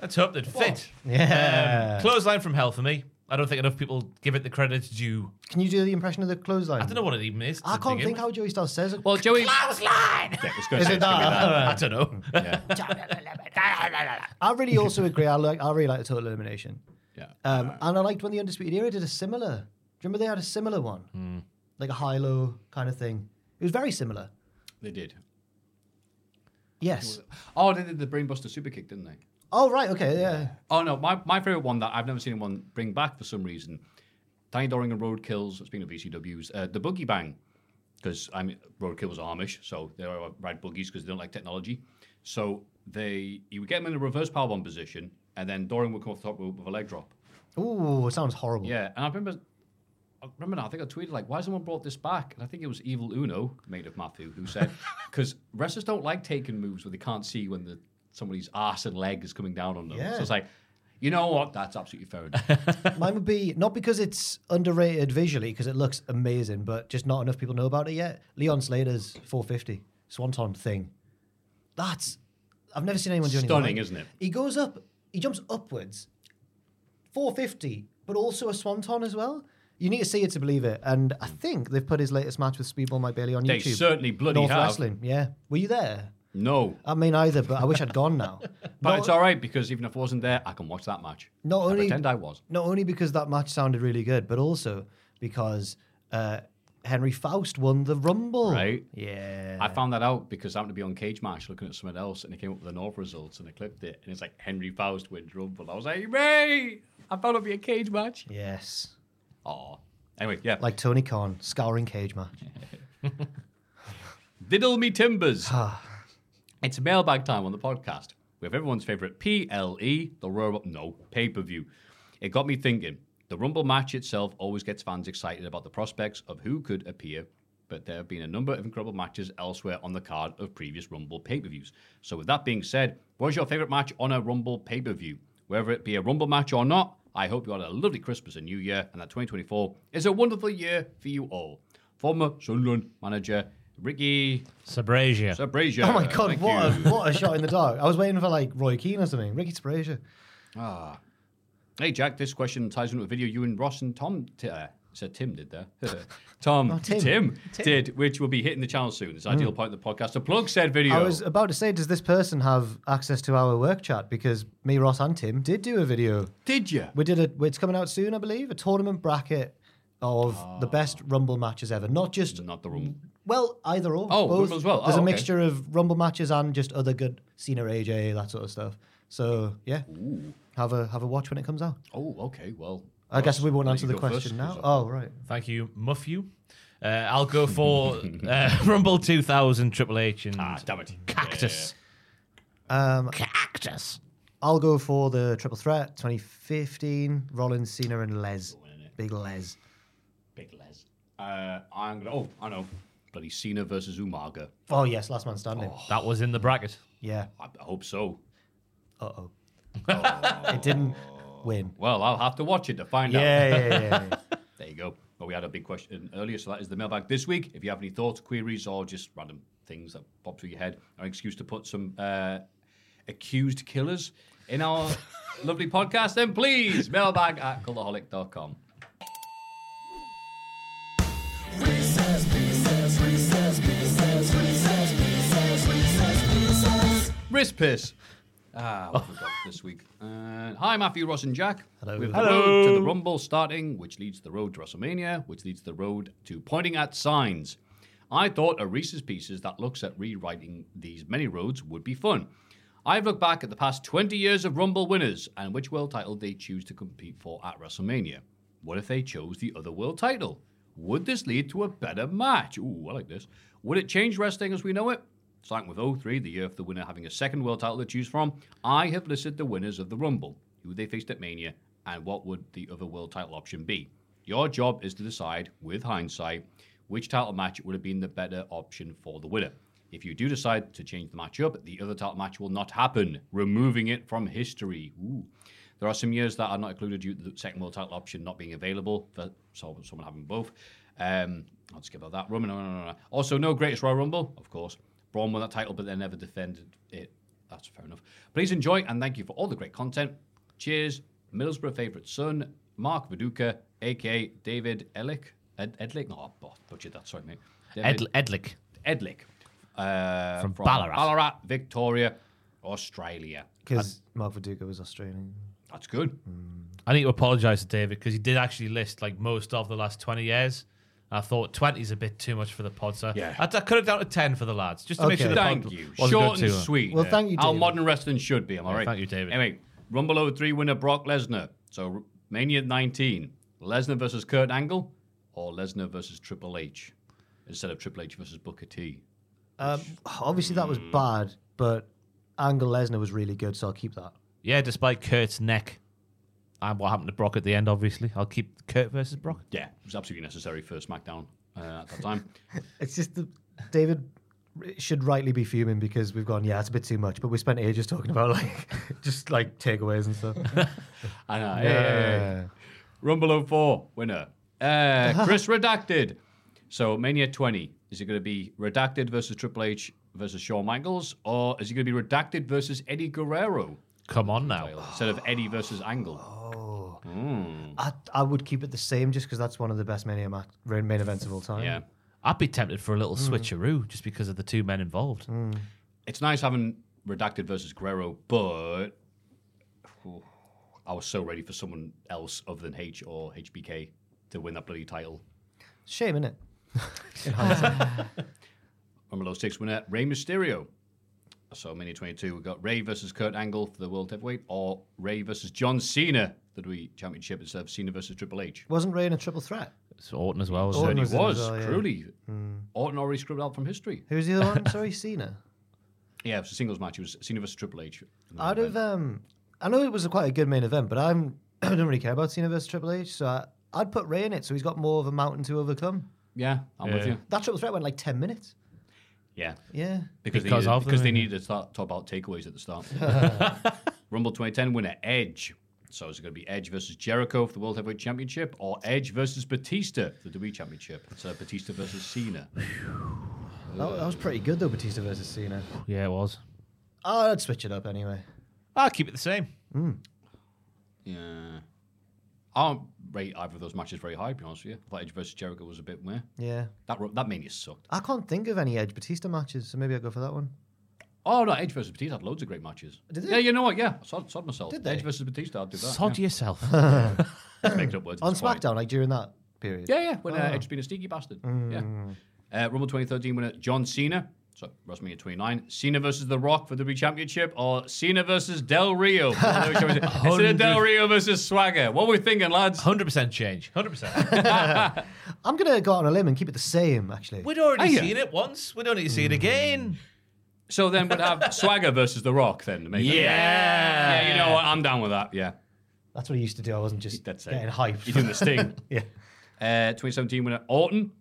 [SPEAKER 5] Let's hope that fit.
[SPEAKER 4] Yeah.
[SPEAKER 5] Um, clothesline from hell for me. I don't think enough people give it the credit due.
[SPEAKER 4] Can you do the impression of the clothesline?
[SPEAKER 5] I don't know what it even is.
[SPEAKER 4] I
[SPEAKER 5] to
[SPEAKER 4] can't
[SPEAKER 5] begin
[SPEAKER 4] think
[SPEAKER 5] with.
[SPEAKER 4] how Joey Styles says it.
[SPEAKER 3] Well, Joey.
[SPEAKER 4] Clothesline!
[SPEAKER 3] Yeah, it's
[SPEAKER 4] Is it that?
[SPEAKER 5] I don't know.
[SPEAKER 4] I really also agree. I like. I really like the total elimination.
[SPEAKER 3] Yeah.
[SPEAKER 4] Um, and I liked when the Undisputed Era did a similar. Do you remember they had a similar one,
[SPEAKER 5] Hmm.
[SPEAKER 4] like a high low kind of thing? It was very similar.
[SPEAKER 3] They did.
[SPEAKER 4] Yes.
[SPEAKER 3] Oh, they did the brainbuster super kick, didn't they?
[SPEAKER 4] Oh right. Okay. Yeah.
[SPEAKER 3] Oh no, my, my favorite one that I've never seen anyone bring back for some reason. Danny Doring and Roadkills. Speaking of VCWs, uh, the boogie bang, because I mean Roadkills are Amish, so they are- ride boogies because they don't like technology. So they you would get them in a reverse powerbomb position, and then Doring would come off the top rope with a leg drop.
[SPEAKER 4] Ooh, it sounds horrible.
[SPEAKER 3] Yeah, and I remember. I remember now, I think I tweeted, like, why has someone brought this back? And I think it was Evil Uno, mate of Matthew, who said, because wrestlers don't like taking moves where they can't see when the, somebody's arse and leg is coming down on them.
[SPEAKER 4] Yeah.
[SPEAKER 3] So it's like, you know what? That's absolutely fair enough.
[SPEAKER 4] Mine would be not because it's underrated visually because it looks amazing, but just not enough people know about it yet. Leon Slater's 450 Swanton thing. That's I've never seen anyone do anything.
[SPEAKER 3] Stunning,
[SPEAKER 4] like
[SPEAKER 3] isn't it?
[SPEAKER 4] He goes up, he jumps upwards, 450, but also a Swanton as well. You need to see it to believe it. And I think they've put his latest match with Speedball Mike Bailey on
[SPEAKER 3] They
[SPEAKER 4] YouTube.
[SPEAKER 3] certainly bloody
[SPEAKER 4] North
[SPEAKER 3] have.
[SPEAKER 4] Wrestling, yeah. Were you there?
[SPEAKER 3] No.
[SPEAKER 4] I mean either, but I wish I'd gone now.
[SPEAKER 3] But it's all right, because even if I wasn't there, I can watch that match.
[SPEAKER 4] Not
[SPEAKER 3] I
[SPEAKER 4] only
[SPEAKER 3] pretend I was.
[SPEAKER 4] Not only because that match sounded really good, but also because uh, Henry Faust won the Rumble.
[SPEAKER 3] Right?
[SPEAKER 4] Yeah.
[SPEAKER 3] I found that out because I happened to be on Cage Match looking at something else, and it came up with the North results, and I clipped it, and it's like, Henry Faust wins Rumble. I was like, Ray! I found it'd be a Cage Match.
[SPEAKER 4] Yes.
[SPEAKER 3] Aw. Anyway, yeah.
[SPEAKER 4] Like Tony Khan, scouring cage match.
[SPEAKER 3] Diddle Me Timbers. it's mailbag time on the podcast. We have everyone's favourite PLE, the Royal No, pay per view. It got me thinking. The Rumble match itself always gets fans excited about the prospects of who could appear, but there have been a number of incredible matches elsewhere on the card of previous Rumble pay per views. So, with that being said, what is your favourite match on a Rumble pay per view? Whether it be a Rumble match or not, I hope you had a lovely Christmas and New Year, and that 2024 is a wonderful year for you all. Former Sunderland manager Ricky
[SPEAKER 5] Sabrasia.
[SPEAKER 3] Sabrasia.
[SPEAKER 4] oh my god,
[SPEAKER 3] Thank
[SPEAKER 4] what a,
[SPEAKER 3] you.
[SPEAKER 4] what a shot in the dark. I was waiting for like Roy Keane or something. Ricky Sprazier.
[SPEAKER 3] Ah. Hey, Jack, this question ties in with a video you and Ross and Tom. T- uh, said Tim did there. Tom,
[SPEAKER 4] Oh, Tim.
[SPEAKER 3] Tim.
[SPEAKER 4] Tim.
[SPEAKER 3] did, which will be hitting the channel soon. It's the ideal
[SPEAKER 4] Mm.
[SPEAKER 3] point of the podcast to plug said video.
[SPEAKER 4] I was uh, about to say, does this person have access to our work chat? Because me, Ross, and Tim did do a video.
[SPEAKER 3] Did you?
[SPEAKER 4] We did a. It's coming out soon, I believe. A tournament bracket of
[SPEAKER 3] Ah.
[SPEAKER 4] the best Rumble matches ever, not just
[SPEAKER 3] not the Rumble.
[SPEAKER 4] Well, either or.
[SPEAKER 3] Oh, Rumble as well.
[SPEAKER 4] There's
[SPEAKER 3] Oh,
[SPEAKER 4] a
[SPEAKER 3] okay.
[SPEAKER 4] mixture of Rumble matches and just other good Cena, AJ, that sort of stuff. So yeah, have a have a watch when it comes out.
[SPEAKER 3] Oh, okay. Well,
[SPEAKER 4] I guess we won't
[SPEAKER 5] why don't
[SPEAKER 4] answer
[SPEAKER 5] you
[SPEAKER 4] the
[SPEAKER 5] go first,
[SPEAKER 4] question now.
[SPEAKER 5] 'cause
[SPEAKER 4] Oh right.
[SPEAKER 5] Thank you, Muffew. Uh, I'll go for uh, Rumble 2000, Triple H,
[SPEAKER 4] Ah,
[SPEAKER 5] and
[SPEAKER 3] Ah,
[SPEAKER 5] Cactus.
[SPEAKER 4] Um,
[SPEAKER 5] Cactus.
[SPEAKER 4] I'll go for the triple threat 2015: Rollins, Cena, and Les. Big Les.
[SPEAKER 3] Big Les. Uh, I'm going to. Oh, I know. Bloody Cena versus Umaga.
[SPEAKER 4] Oh yes, last man standing.
[SPEAKER 3] Oh.
[SPEAKER 5] That was in the bracket.
[SPEAKER 4] Yeah.
[SPEAKER 3] I, I hope so.
[SPEAKER 4] Uh oh. It didn't win.
[SPEAKER 3] Well, I'll have to watch it to find out.
[SPEAKER 4] Yeah, yeah, yeah,
[SPEAKER 3] there you go. But we had a big question earlier, so that is the mailbag this week. If you have any thoughts, queries, or just random things that pop through your head, our excuse to put some uh, accused killers in our lovely podcast, then please mailbag at cultaholic.com. Wrist piss. Ah, what have we got this week? Uh, hi, Matthew, Ross, and Jack. Hello. With
[SPEAKER 6] Hello.
[SPEAKER 3] the road to the Rumble starting, which leads the road to WrestleMania, which leads the road to pointing at signs. I thought a Reese's Pieces that looks at rewriting these many roads would be fun. I've looked back at the past 20 years of Rumble winners and which world title they choose to compete for at WrestleMania. What if they chose the other world title? Would this lead to a better match? Ooh, I like this. Would it change wrestling as we know it? Starting with 03, the year of the winner having a second world title to choose from, I have listed the winners of the Rumble, who they faced at Mania, and what would the other world title option be. Your job is to decide, with hindsight, which title match would have been the better option for the winner. If you do decide to change the match up, the other title match will not happen, removing it from history. Ooh. There are some years that are not included due to the second world title option not being available for so- someone having both. Um, I'll skip over that. Roman, no, no, no, no. Also, no greatest Royal Rumble, of course. Braun won that title, but they never defended it. That's fair enough. Please enjoy and thank you for all the great content. Cheers, Middlesbrough favourite son, Mark Viduka, aka David Ellick. Ed- Edlick? No, I butchered that, sorry, mate. David-
[SPEAKER 5] Ed- Edlick.
[SPEAKER 3] Edlick. Uh,
[SPEAKER 5] From Ballarat.
[SPEAKER 3] Ballarat, Victoria, Australia.
[SPEAKER 4] Because Mark Viduka was Australian.
[SPEAKER 3] That's good.
[SPEAKER 5] I need to apologise to David because he did actually list like most of the last 20 years. I thought 20 is a bit too much for the pod, so
[SPEAKER 3] Yeah.
[SPEAKER 5] I, I cut it down to 10 for the lads, just to make sure the
[SPEAKER 3] Thank
[SPEAKER 5] pod
[SPEAKER 3] you.
[SPEAKER 5] wasn't
[SPEAKER 3] Short
[SPEAKER 5] going
[SPEAKER 3] and
[SPEAKER 5] too-
[SPEAKER 3] sweet.
[SPEAKER 5] Well, thank you,
[SPEAKER 3] How
[SPEAKER 5] David.
[SPEAKER 3] modern wrestling should be, am I
[SPEAKER 5] Yeah,
[SPEAKER 3] right?
[SPEAKER 5] thank you, David.
[SPEAKER 3] Anyway, Rumble 03 winner Brock Lesnar. So Mania 19, Lesnar versus Kurt Angle or Lesnar versus Triple H instead of Triple H versus Booker T.
[SPEAKER 4] Um, obviously, that
[SPEAKER 3] Hmm.
[SPEAKER 4] was bad, but Angle Lesnar was really good, so I'll keep that.
[SPEAKER 5] Yeah, despite Kurt's neck and what happened to Brock at the end, obviously. I'll keep Kurt versus Brock.
[SPEAKER 3] Yeah, it was absolutely necessary for SmackDown uh, at that time.
[SPEAKER 4] It's just the David should rightly be fuming because we've gone, yeah, it's a bit too much, but we spent ages talking about like just like takeaways and stuff.
[SPEAKER 3] I know.
[SPEAKER 4] Yeah.
[SPEAKER 3] hey. uh, Rumble 04 winner. Uh, Chris Redacted. So Mania 20. Is it going to be Redacted versus Triple H versus Shawn Michaels, or is it going to be Redacted versus Eddie Guerrero?
[SPEAKER 5] Come on now.
[SPEAKER 3] Instead of Eddie versus Angle.
[SPEAKER 4] Oh. I, I would keep it the same just because that's one of the best main, ma- main events of all time.
[SPEAKER 3] Yeah.
[SPEAKER 5] I'd be tempted for a little
[SPEAKER 4] Mm.
[SPEAKER 5] switcheroo just because of the two men involved.
[SPEAKER 4] Hmm.
[SPEAKER 3] It's nice having Redacted versus Guerrero, but Ooh, I was so ready for someone else other than H or HBK to win that bloody title.
[SPEAKER 4] Shame, innit?
[SPEAKER 3] Rumble 06 winner, Rey Mysterio. So, Mania 22, we've got Rey versus Kurt Angle for the World Heavyweight, or Rey versus John Cena for the WWE Championship instead of Cena versus Triple H.
[SPEAKER 4] Wasn't Ray in a triple threat?
[SPEAKER 5] It's Orton as well.
[SPEAKER 3] So
[SPEAKER 5] wasn't
[SPEAKER 3] he
[SPEAKER 5] it?
[SPEAKER 3] was,
[SPEAKER 4] well, yeah.
[SPEAKER 3] truly.
[SPEAKER 4] Mm.
[SPEAKER 3] Orton already scribbled out from history.
[SPEAKER 4] Who's the other one? Sorry, Cena.
[SPEAKER 3] Yeah, it was a singles match. It was Cena versus Triple H.
[SPEAKER 4] Out of um, I know it was a quite a good main event, but I'm I don't really care about Cena versus Triple H, so I, I'd put Ray in it, so he's got more of a mountain to overcome.
[SPEAKER 3] Yeah, I'm with
[SPEAKER 5] Yeah.
[SPEAKER 3] you.
[SPEAKER 4] That triple threat went like ten minutes.
[SPEAKER 3] Yeah.
[SPEAKER 4] Yeah.
[SPEAKER 3] Because,
[SPEAKER 5] Because
[SPEAKER 3] they needed,
[SPEAKER 5] of them,
[SPEAKER 3] because they
[SPEAKER 5] yeah.
[SPEAKER 3] needed to start, talk about takeaways at the start. Rumble 2010 winner Edge. So is it going to be Edge versus Jericho for the World Heavyweight Championship or Edge versus Batista for the WWE Championship? So Batista versus Cena.
[SPEAKER 4] That, that was pretty good though, Batista versus Cena.
[SPEAKER 5] Yeah, it was.
[SPEAKER 4] Oh, I'd switch it up anyway.
[SPEAKER 5] I'll keep it the same.
[SPEAKER 3] Yeah. I don't rate either of those matches very high, to be honest with you. I thought Edge versus Jericho was a bit meh.
[SPEAKER 4] Yeah.
[SPEAKER 3] That, ru- that mania sucked.
[SPEAKER 4] I can't think of any Edge Batista matches, so maybe I'll go for that one.
[SPEAKER 3] Oh, no, Edge versus Batista had loads of great matches.
[SPEAKER 4] Did they?
[SPEAKER 3] Yeah, you know what? Yeah, I sod, sod myself.
[SPEAKER 4] Did they?
[SPEAKER 3] Edge versus Batista, I'd do that.
[SPEAKER 5] Sod
[SPEAKER 3] yeah.
[SPEAKER 5] yourself.
[SPEAKER 3] Just making up words. at
[SPEAKER 4] On
[SPEAKER 3] this point.
[SPEAKER 4] SmackDown, like during that period.
[SPEAKER 3] Yeah, yeah. When uh,
[SPEAKER 4] Oh.
[SPEAKER 3] Edge's been a sneaky bastard.
[SPEAKER 4] Mm.
[SPEAKER 3] Yeah. Uh, Rumble 2013 winner John Cena. So WrestleMania 29. Cena versus The Rock for the WWE Championship, or Cena versus Del Rio. Instead of Del Rio versus Swagger. What are we thinking, lads?
[SPEAKER 5] 100% change. 100%.
[SPEAKER 4] I'm gonna go out on a limb and keep it the same, actually.
[SPEAKER 5] We'd already
[SPEAKER 3] Hiya.
[SPEAKER 5] seen it once. We don't need to see it again.
[SPEAKER 3] So then we'd have Swagger versus The Rock then to make it-
[SPEAKER 5] Yeah.
[SPEAKER 3] Yeah, you know what? I'm down with that. Yeah.
[SPEAKER 4] That's what I used to do. I wasn't just
[SPEAKER 3] That's it.
[SPEAKER 4] getting hyped.
[SPEAKER 3] You're doing the sting.
[SPEAKER 4] yeah.
[SPEAKER 3] Uh, 2017 winner Orton.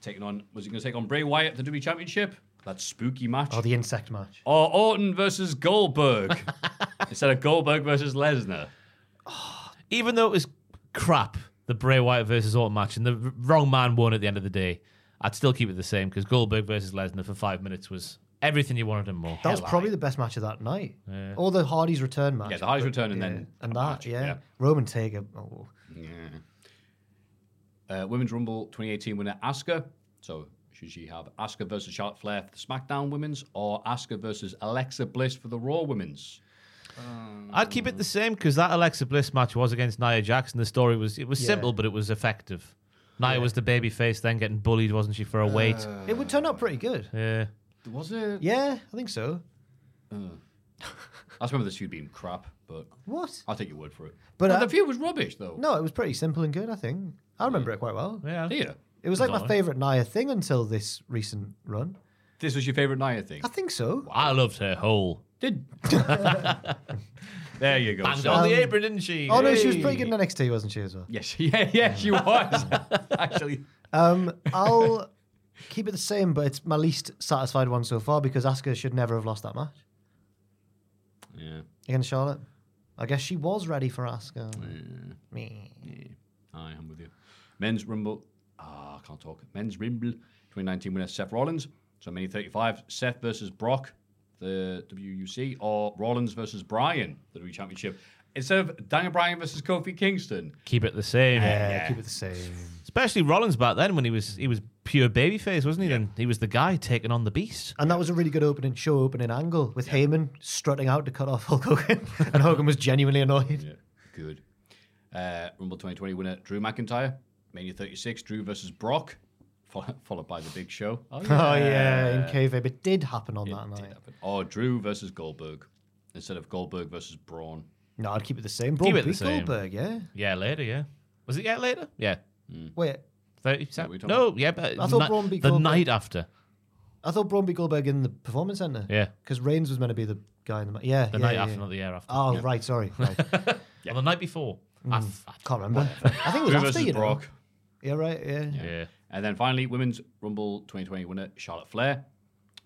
[SPEAKER 3] Taking on, was he going to take on Bray Wyatt at the WWE Championship? That spooky match.
[SPEAKER 4] Oh, the insect match.
[SPEAKER 3] Or Orton versus Goldberg instead of Goldberg versus Lesnar.
[SPEAKER 5] Even though it was crap, the Bray Wyatt versus Orton match, and the r- wrong man won at the end of the day, I'd still keep it the same because Goldberg versus Lesnar for five minutes was everything you wanted and more.
[SPEAKER 4] That was
[SPEAKER 5] Hell,
[SPEAKER 4] probably the best match of that night.
[SPEAKER 5] Yeah.
[SPEAKER 4] Or the Hardy's return match.
[SPEAKER 3] Yeah, the Hardy's
[SPEAKER 4] But-
[SPEAKER 3] return and
[SPEAKER 4] yeah.
[SPEAKER 3] then
[SPEAKER 4] and
[SPEAKER 3] a
[SPEAKER 4] that,
[SPEAKER 3] match,
[SPEAKER 4] yeah.
[SPEAKER 3] yeah.
[SPEAKER 4] Roman Taker. Oh.
[SPEAKER 3] Uh, Women's Rumble 2018 winner Asuka. So should she have Asuka versus Charlotte Flair for the SmackDown Women's or Asuka versus Alexa Bliss for the Raw Women's?
[SPEAKER 5] I'd keep it the same because that Alexa Bliss match was against Nia Jackson. The story was it was
[SPEAKER 4] Yeah.
[SPEAKER 5] simple, but it was effective. Nia
[SPEAKER 4] Yeah.
[SPEAKER 5] was the baby face, then getting bullied, wasn't she, for a weight?
[SPEAKER 4] It would
[SPEAKER 3] Uh,
[SPEAKER 4] turn out pretty good.
[SPEAKER 5] Yeah.
[SPEAKER 3] Was it?
[SPEAKER 4] Yeah, I think so.
[SPEAKER 3] I just remember the feud being crap, but
[SPEAKER 4] what?
[SPEAKER 3] I'll take your word for it.
[SPEAKER 4] But,
[SPEAKER 3] But
[SPEAKER 4] uh,
[SPEAKER 3] the feud was rubbish, though.
[SPEAKER 4] No, it was pretty simple and good, I think. I remember it quite well.
[SPEAKER 5] Yeah.
[SPEAKER 3] Yeah.
[SPEAKER 4] It was like my
[SPEAKER 3] Alright.
[SPEAKER 4] favourite Nia thing until this recent run.
[SPEAKER 3] This was your favourite Nia thing?
[SPEAKER 4] I think so.
[SPEAKER 5] I loved her whole.
[SPEAKER 3] Did there you go.
[SPEAKER 5] Banged
[SPEAKER 3] So-
[SPEAKER 5] on the apron, didn't Um, she?
[SPEAKER 4] Oh, no, she was pretty good in NXT, wasn't she, as well?
[SPEAKER 3] Yes, yeah, yeah, she was actually.
[SPEAKER 4] Um, I'll keep it the same, but it's my least satisfied one so far because Asuka should never have lost that match
[SPEAKER 3] Yeah.
[SPEAKER 4] against Charlotte. I guess she was ready for Asuka. Me.
[SPEAKER 3] Aye, I'm with you. Men's Rumble. Ah, I can't talk. Men's Rumble 2019 winner Seth Rollins. So many 35. Seth versus Brock, the WUC, or Rollins versus Bryan, the WWE Championship. Instead of Daniel Bryan versus Kofi Kingston.
[SPEAKER 5] Keep it the same.
[SPEAKER 3] Yeah, Yeah. keep
[SPEAKER 4] it the same.
[SPEAKER 5] Especially Rollins back then when he was he was pure babyface, wasn't he? Then he was the guy taking on the beast.
[SPEAKER 4] And that was a really good opening show opening angle with Heyman strutting out to cut off Hulk Hogan, and Hogan was genuinely annoyed.
[SPEAKER 3] Good. Uh, Rumble 2020 winner Drew McIntyre. Mania 36, Drew versus Brock, fo- followed by the Big Show.
[SPEAKER 4] Oh yeah, in kayfabe, it did happen on that night.
[SPEAKER 3] Or Drew versus Goldberg, instead of Goldberg versus Braun.
[SPEAKER 4] No, I'd keep it the same. Braun
[SPEAKER 5] Keep it the
[SPEAKER 4] beat
[SPEAKER 5] same.
[SPEAKER 4] Goldberg, yeah.
[SPEAKER 5] Yeah, later, yeah. Was it yet later? Yeah. Mm.
[SPEAKER 4] Wait,
[SPEAKER 5] Thirty
[SPEAKER 4] we
[SPEAKER 5] percent.
[SPEAKER 4] talking
[SPEAKER 5] No,
[SPEAKER 4] about-
[SPEAKER 5] yeah, but
[SPEAKER 4] I thought
[SPEAKER 5] ni-
[SPEAKER 4] Braun beat
[SPEAKER 5] the
[SPEAKER 4] Goldberg.
[SPEAKER 5] night after.
[SPEAKER 4] I thought Braun beat Goldberg in the performance center.
[SPEAKER 5] Yeah.
[SPEAKER 4] because Reigns was meant to be the guy in the ma- yeah
[SPEAKER 5] The
[SPEAKER 4] yeah,
[SPEAKER 5] night
[SPEAKER 4] yeah,
[SPEAKER 5] after,
[SPEAKER 4] yeah.
[SPEAKER 5] not the year after.
[SPEAKER 4] Oh
[SPEAKER 5] Yeah.
[SPEAKER 4] right, sorry. Right.
[SPEAKER 5] Or the night before. I f- I
[SPEAKER 4] can't remember. I think it was
[SPEAKER 3] Drew
[SPEAKER 4] after
[SPEAKER 3] versus
[SPEAKER 4] you know.
[SPEAKER 3] Brock.
[SPEAKER 4] Yeah right. Yeah.
[SPEAKER 5] Yeah.
[SPEAKER 3] And then finally, Women's Rumble 2020 winner Charlotte Flair.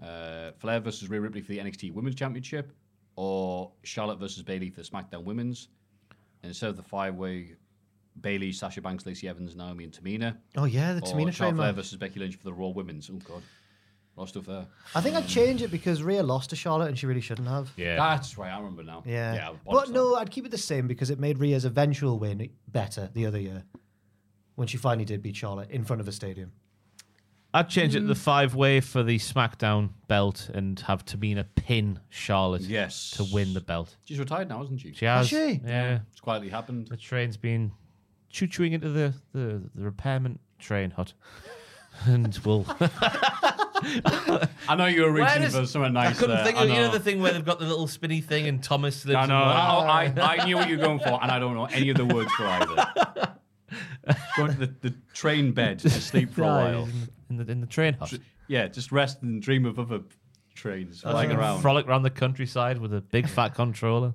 [SPEAKER 3] Uh, Flair versus Rhea Ripley for the NXT Women's Championship, or Charlotte versus Bailey for the SmackDown Women's. And instead of the five way Bailey, Sasha Banks, Lacey Evans, Naomi, and Tamina.
[SPEAKER 4] Oh, yeah, the
[SPEAKER 3] or
[SPEAKER 4] Tamina
[SPEAKER 3] Charlotte
[SPEAKER 4] train
[SPEAKER 3] Flair
[SPEAKER 4] match.
[SPEAKER 3] versus Becky Lynch for the Raw Women's. Oh, God. A lot of stuff there.
[SPEAKER 4] I think I'd change it because Rhea lost to Charlotte and she really shouldn't have.
[SPEAKER 3] That's right. I remember now.
[SPEAKER 4] Yeah.
[SPEAKER 3] Yeah. I
[SPEAKER 4] but
[SPEAKER 3] bollocks that.
[SPEAKER 4] no, I'd keep it the same because it made Rhea's eventual win better the other year when she finally did beat Charlotte in front of a stadium.
[SPEAKER 5] I'd change it to the
[SPEAKER 3] Mm.
[SPEAKER 5] five way for the SmackDown belt and have Tamina pin Charlotte
[SPEAKER 3] Yes.
[SPEAKER 5] to win the belt.
[SPEAKER 3] She's retired now, isn't she?
[SPEAKER 5] She has.
[SPEAKER 4] she?
[SPEAKER 5] Yeah.
[SPEAKER 3] It's quietly happened.
[SPEAKER 5] The train's been choo chooing into the, the, the repairment train hut. and we'll.
[SPEAKER 3] I know you were reaching for something nice.
[SPEAKER 5] I couldn't
[SPEAKER 3] there.
[SPEAKER 5] think
[SPEAKER 3] uh, I
[SPEAKER 5] of you know
[SPEAKER 3] know.
[SPEAKER 5] the thing where they've got the little spinny thing and Thomas lives.
[SPEAKER 3] I
[SPEAKER 5] in
[SPEAKER 3] know.
[SPEAKER 5] one-
[SPEAKER 3] I, I, I knew what you were going for, and I don't know any of the words for either. Go to the, the train bed to sleep for a
[SPEAKER 5] Yeah,
[SPEAKER 3] while.
[SPEAKER 5] in the in the train hut.
[SPEAKER 3] Tr- Yeah, just rest and dream of other trains flying
[SPEAKER 5] Just
[SPEAKER 3] around.
[SPEAKER 5] frolic around the countryside with a big fat controller.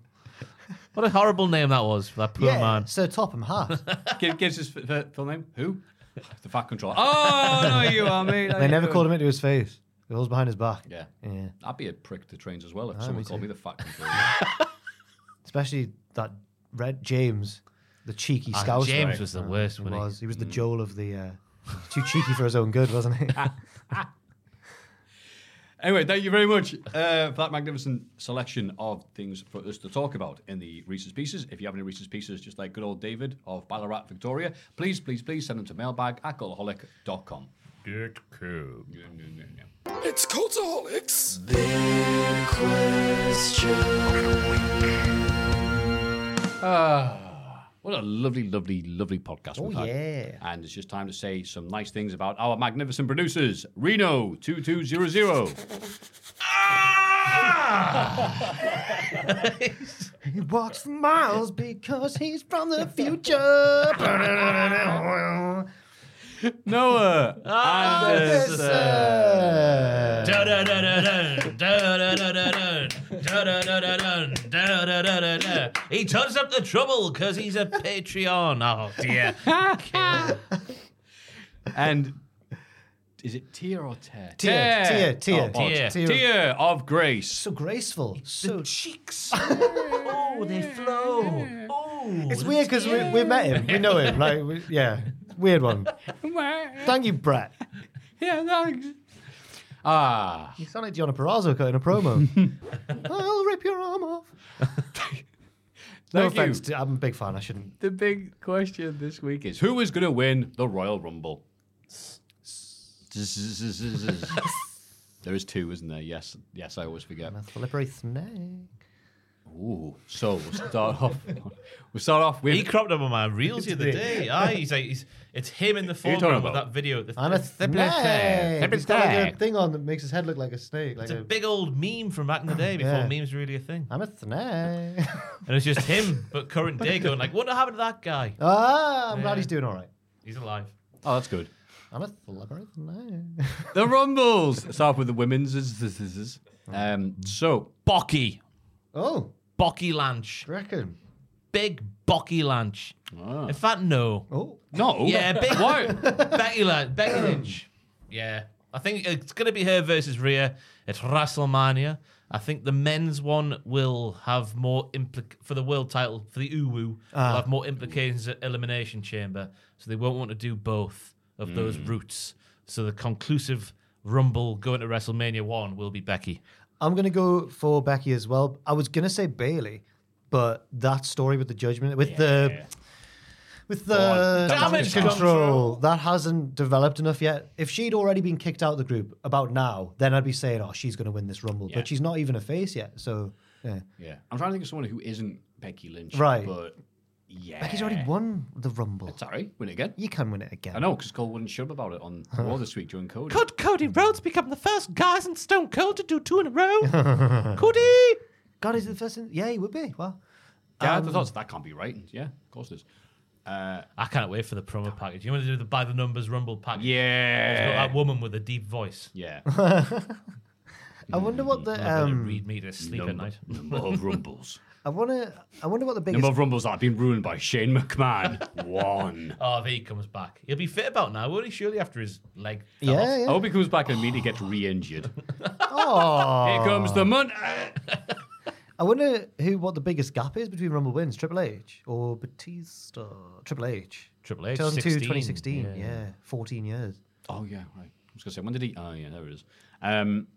[SPEAKER 5] What a horrible name that was for that poor
[SPEAKER 4] yeah,
[SPEAKER 5] man.
[SPEAKER 4] Sir Topham Hart.
[SPEAKER 3] Give, gives his f- f- full name. Who? The fat controller. Oh no, you are mate.
[SPEAKER 4] they never called him into his face. It was behind his back.
[SPEAKER 3] Yeah.
[SPEAKER 4] Yeah.
[SPEAKER 3] I'd be a prick to trains as well if
[SPEAKER 4] Ah,
[SPEAKER 3] someone
[SPEAKER 4] me
[SPEAKER 3] called
[SPEAKER 4] too.
[SPEAKER 3] me the fat controller.
[SPEAKER 4] Especially that Red James, the cheeky
[SPEAKER 5] Ah,
[SPEAKER 4] scout.
[SPEAKER 5] James was the worst,
[SPEAKER 4] He
[SPEAKER 5] wasn't he? Mm.
[SPEAKER 4] was. He was the Joel of the. Uh, too cheeky for his own good, wasn't he?
[SPEAKER 3] Anyway, thank you very much uh, for that magnificent selection of things for us to talk about in the Reese's Pieces. If you have any Reese's Pieces, just like good old David of Ballarat, Victoria, please, please, please send them to mailbag at cultaholic.com.
[SPEAKER 5] Get cool.
[SPEAKER 7] It's Cultaholics. Big question.
[SPEAKER 3] Ah, what a lovely, lovely, lovely podcast we've
[SPEAKER 4] Oh,
[SPEAKER 3] had.
[SPEAKER 4] yeah.
[SPEAKER 3] And it's just time to say some nice things about our magnificent producers, Reno 2200.
[SPEAKER 4] he walks miles because he's from the future.
[SPEAKER 3] Noah
[SPEAKER 4] Ah!
[SPEAKER 3] Anderson.
[SPEAKER 5] He turns up the trouble because he's a Patreon. Oh dear.
[SPEAKER 3] and is it Tier or Tear?
[SPEAKER 4] Tear, tear, tear,
[SPEAKER 3] Oh, apologies.
[SPEAKER 4] tear.
[SPEAKER 3] Tear of Grace.
[SPEAKER 4] So graceful. So
[SPEAKER 5] cheeks. oh, they flow. Oh,
[SPEAKER 4] It's weird because we, we met him. We know him. Like, we, yeah, weird one. Thank you, Brett.
[SPEAKER 3] Yeah, thanks. Ah.
[SPEAKER 4] You sound like Gianna Perazzo cutting a promo. I'll rip your arm off. no
[SPEAKER 3] Thank you.
[SPEAKER 4] offense. To, I'm a big fan. I shouldn't.
[SPEAKER 3] The big question this week is who is going to win the Royal Rumble? there is two, isn't there? Yes, yes, I always forget.
[SPEAKER 4] Slippery snake.
[SPEAKER 3] Ooh, so we'll start off. We'll start off with.
[SPEAKER 5] He cropped up on my reels the other day. Aye, he's like, he's, it's him in the
[SPEAKER 3] Who you talking
[SPEAKER 5] foreground with
[SPEAKER 3] about?
[SPEAKER 5] that video. The,
[SPEAKER 4] I'm a
[SPEAKER 5] the-
[SPEAKER 4] snake. He's got like a thing on that makes his head look like a snake. Like
[SPEAKER 5] It's a
[SPEAKER 4] a,
[SPEAKER 5] big old meme from back in the day before
[SPEAKER 4] Yeah.
[SPEAKER 5] memes were really a thing.
[SPEAKER 4] I'm a snake.
[SPEAKER 5] And it's just him, but current day, going like, what happened to that guy?
[SPEAKER 4] ah, I'm
[SPEAKER 5] Yeah.
[SPEAKER 4] glad he's doing all right.
[SPEAKER 5] He's alive.
[SPEAKER 3] Oh, that's good.
[SPEAKER 4] I'm a slippery snake.
[SPEAKER 3] The Rumbles. Let's Start off with the women's. Um, so
[SPEAKER 5] Bocky.
[SPEAKER 4] Oh,
[SPEAKER 5] Bocky Lanch.
[SPEAKER 4] reckon.
[SPEAKER 5] Big Bocky Lanch. In fact, no.
[SPEAKER 4] Oh,
[SPEAKER 3] no.
[SPEAKER 5] Yeah, big
[SPEAKER 3] Why?
[SPEAKER 5] Becky Lynch. Becky Lynch. Yeah. I think it's going to be her versus Rhea at WrestleMania. I think the men's one will have more implic for the world title for the Uwu.
[SPEAKER 4] Ah.
[SPEAKER 5] will have more implications at Elimination Chamber, so they won't want to do both of those routes. So the conclusive rumble going to WrestleMania one will be Becky.
[SPEAKER 4] I'm gonna go for Becky as well. I was gonna say Bailey, but that story with the judgment, with the, with the
[SPEAKER 5] Go on.
[SPEAKER 4] damage
[SPEAKER 5] Damage control.
[SPEAKER 4] control, that hasn't developed enough yet. If she'd already been kicked out of the group about now, then I'd be saying, "Oh, she's gonna win this rumble,"
[SPEAKER 3] Yeah.
[SPEAKER 4] but she's not even a face yet. So, yeah.
[SPEAKER 3] Yeah, I'm trying to think of someone who isn't Becky Lynch.
[SPEAKER 4] Right.
[SPEAKER 3] But yeah,
[SPEAKER 4] Becky's already won the rumble.
[SPEAKER 3] Sorry, win it again.
[SPEAKER 4] You can win it again.
[SPEAKER 3] I know because Cole wouldn't shut up about it on Raw this week during Cody.
[SPEAKER 5] Could Cody Rhodes become the first guy since Stone Cold to do two in a row? Cody.
[SPEAKER 4] God, is it the first? In- yeah, he would be. Well,
[SPEAKER 3] Yeah, I
[SPEAKER 4] Um,
[SPEAKER 3] thought that can't be right. Yeah, of course it is. Uh,
[SPEAKER 5] I can't wait for the promo package. You want to do the by the numbers rumble package? It's got
[SPEAKER 3] yeah,
[SPEAKER 5] that woman with a deep voice.
[SPEAKER 3] yeah.
[SPEAKER 4] I wonder what the
[SPEAKER 5] I better
[SPEAKER 4] um,
[SPEAKER 5] read me to sleep
[SPEAKER 3] number,
[SPEAKER 5] at night.
[SPEAKER 3] number of rumbles.
[SPEAKER 4] I wanna, I wonder what the biggest.
[SPEAKER 3] number of rumbles that have been ruined by Shane McMahon. One.
[SPEAKER 5] Oh, if he comes back, he'll be fit about now, won't he? Surely after his leg. fell off.
[SPEAKER 4] yeah,
[SPEAKER 3] I
[SPEAKER 4] yeah.
[SPEAKER 3] hope he comes back and immediately gets re-injured.
[SPEAKER 4] Oh,
[SPEAKER 3] Here comes the money.
[SPEAKER 4] I wonder who what the biggest gap is between Rumble wins, Triple H or Batista. Triple H.
[SPEAKER 5] Triple H.
[SPEAKER 4] 2002,
[SPEAKER 5] 16.
[SPEAKER 4] 2016. Yeah. 14 years.
[SPEAKER 3] Oh yeah, right. I was gonna say when did he? Oh yeah, there it is. Um,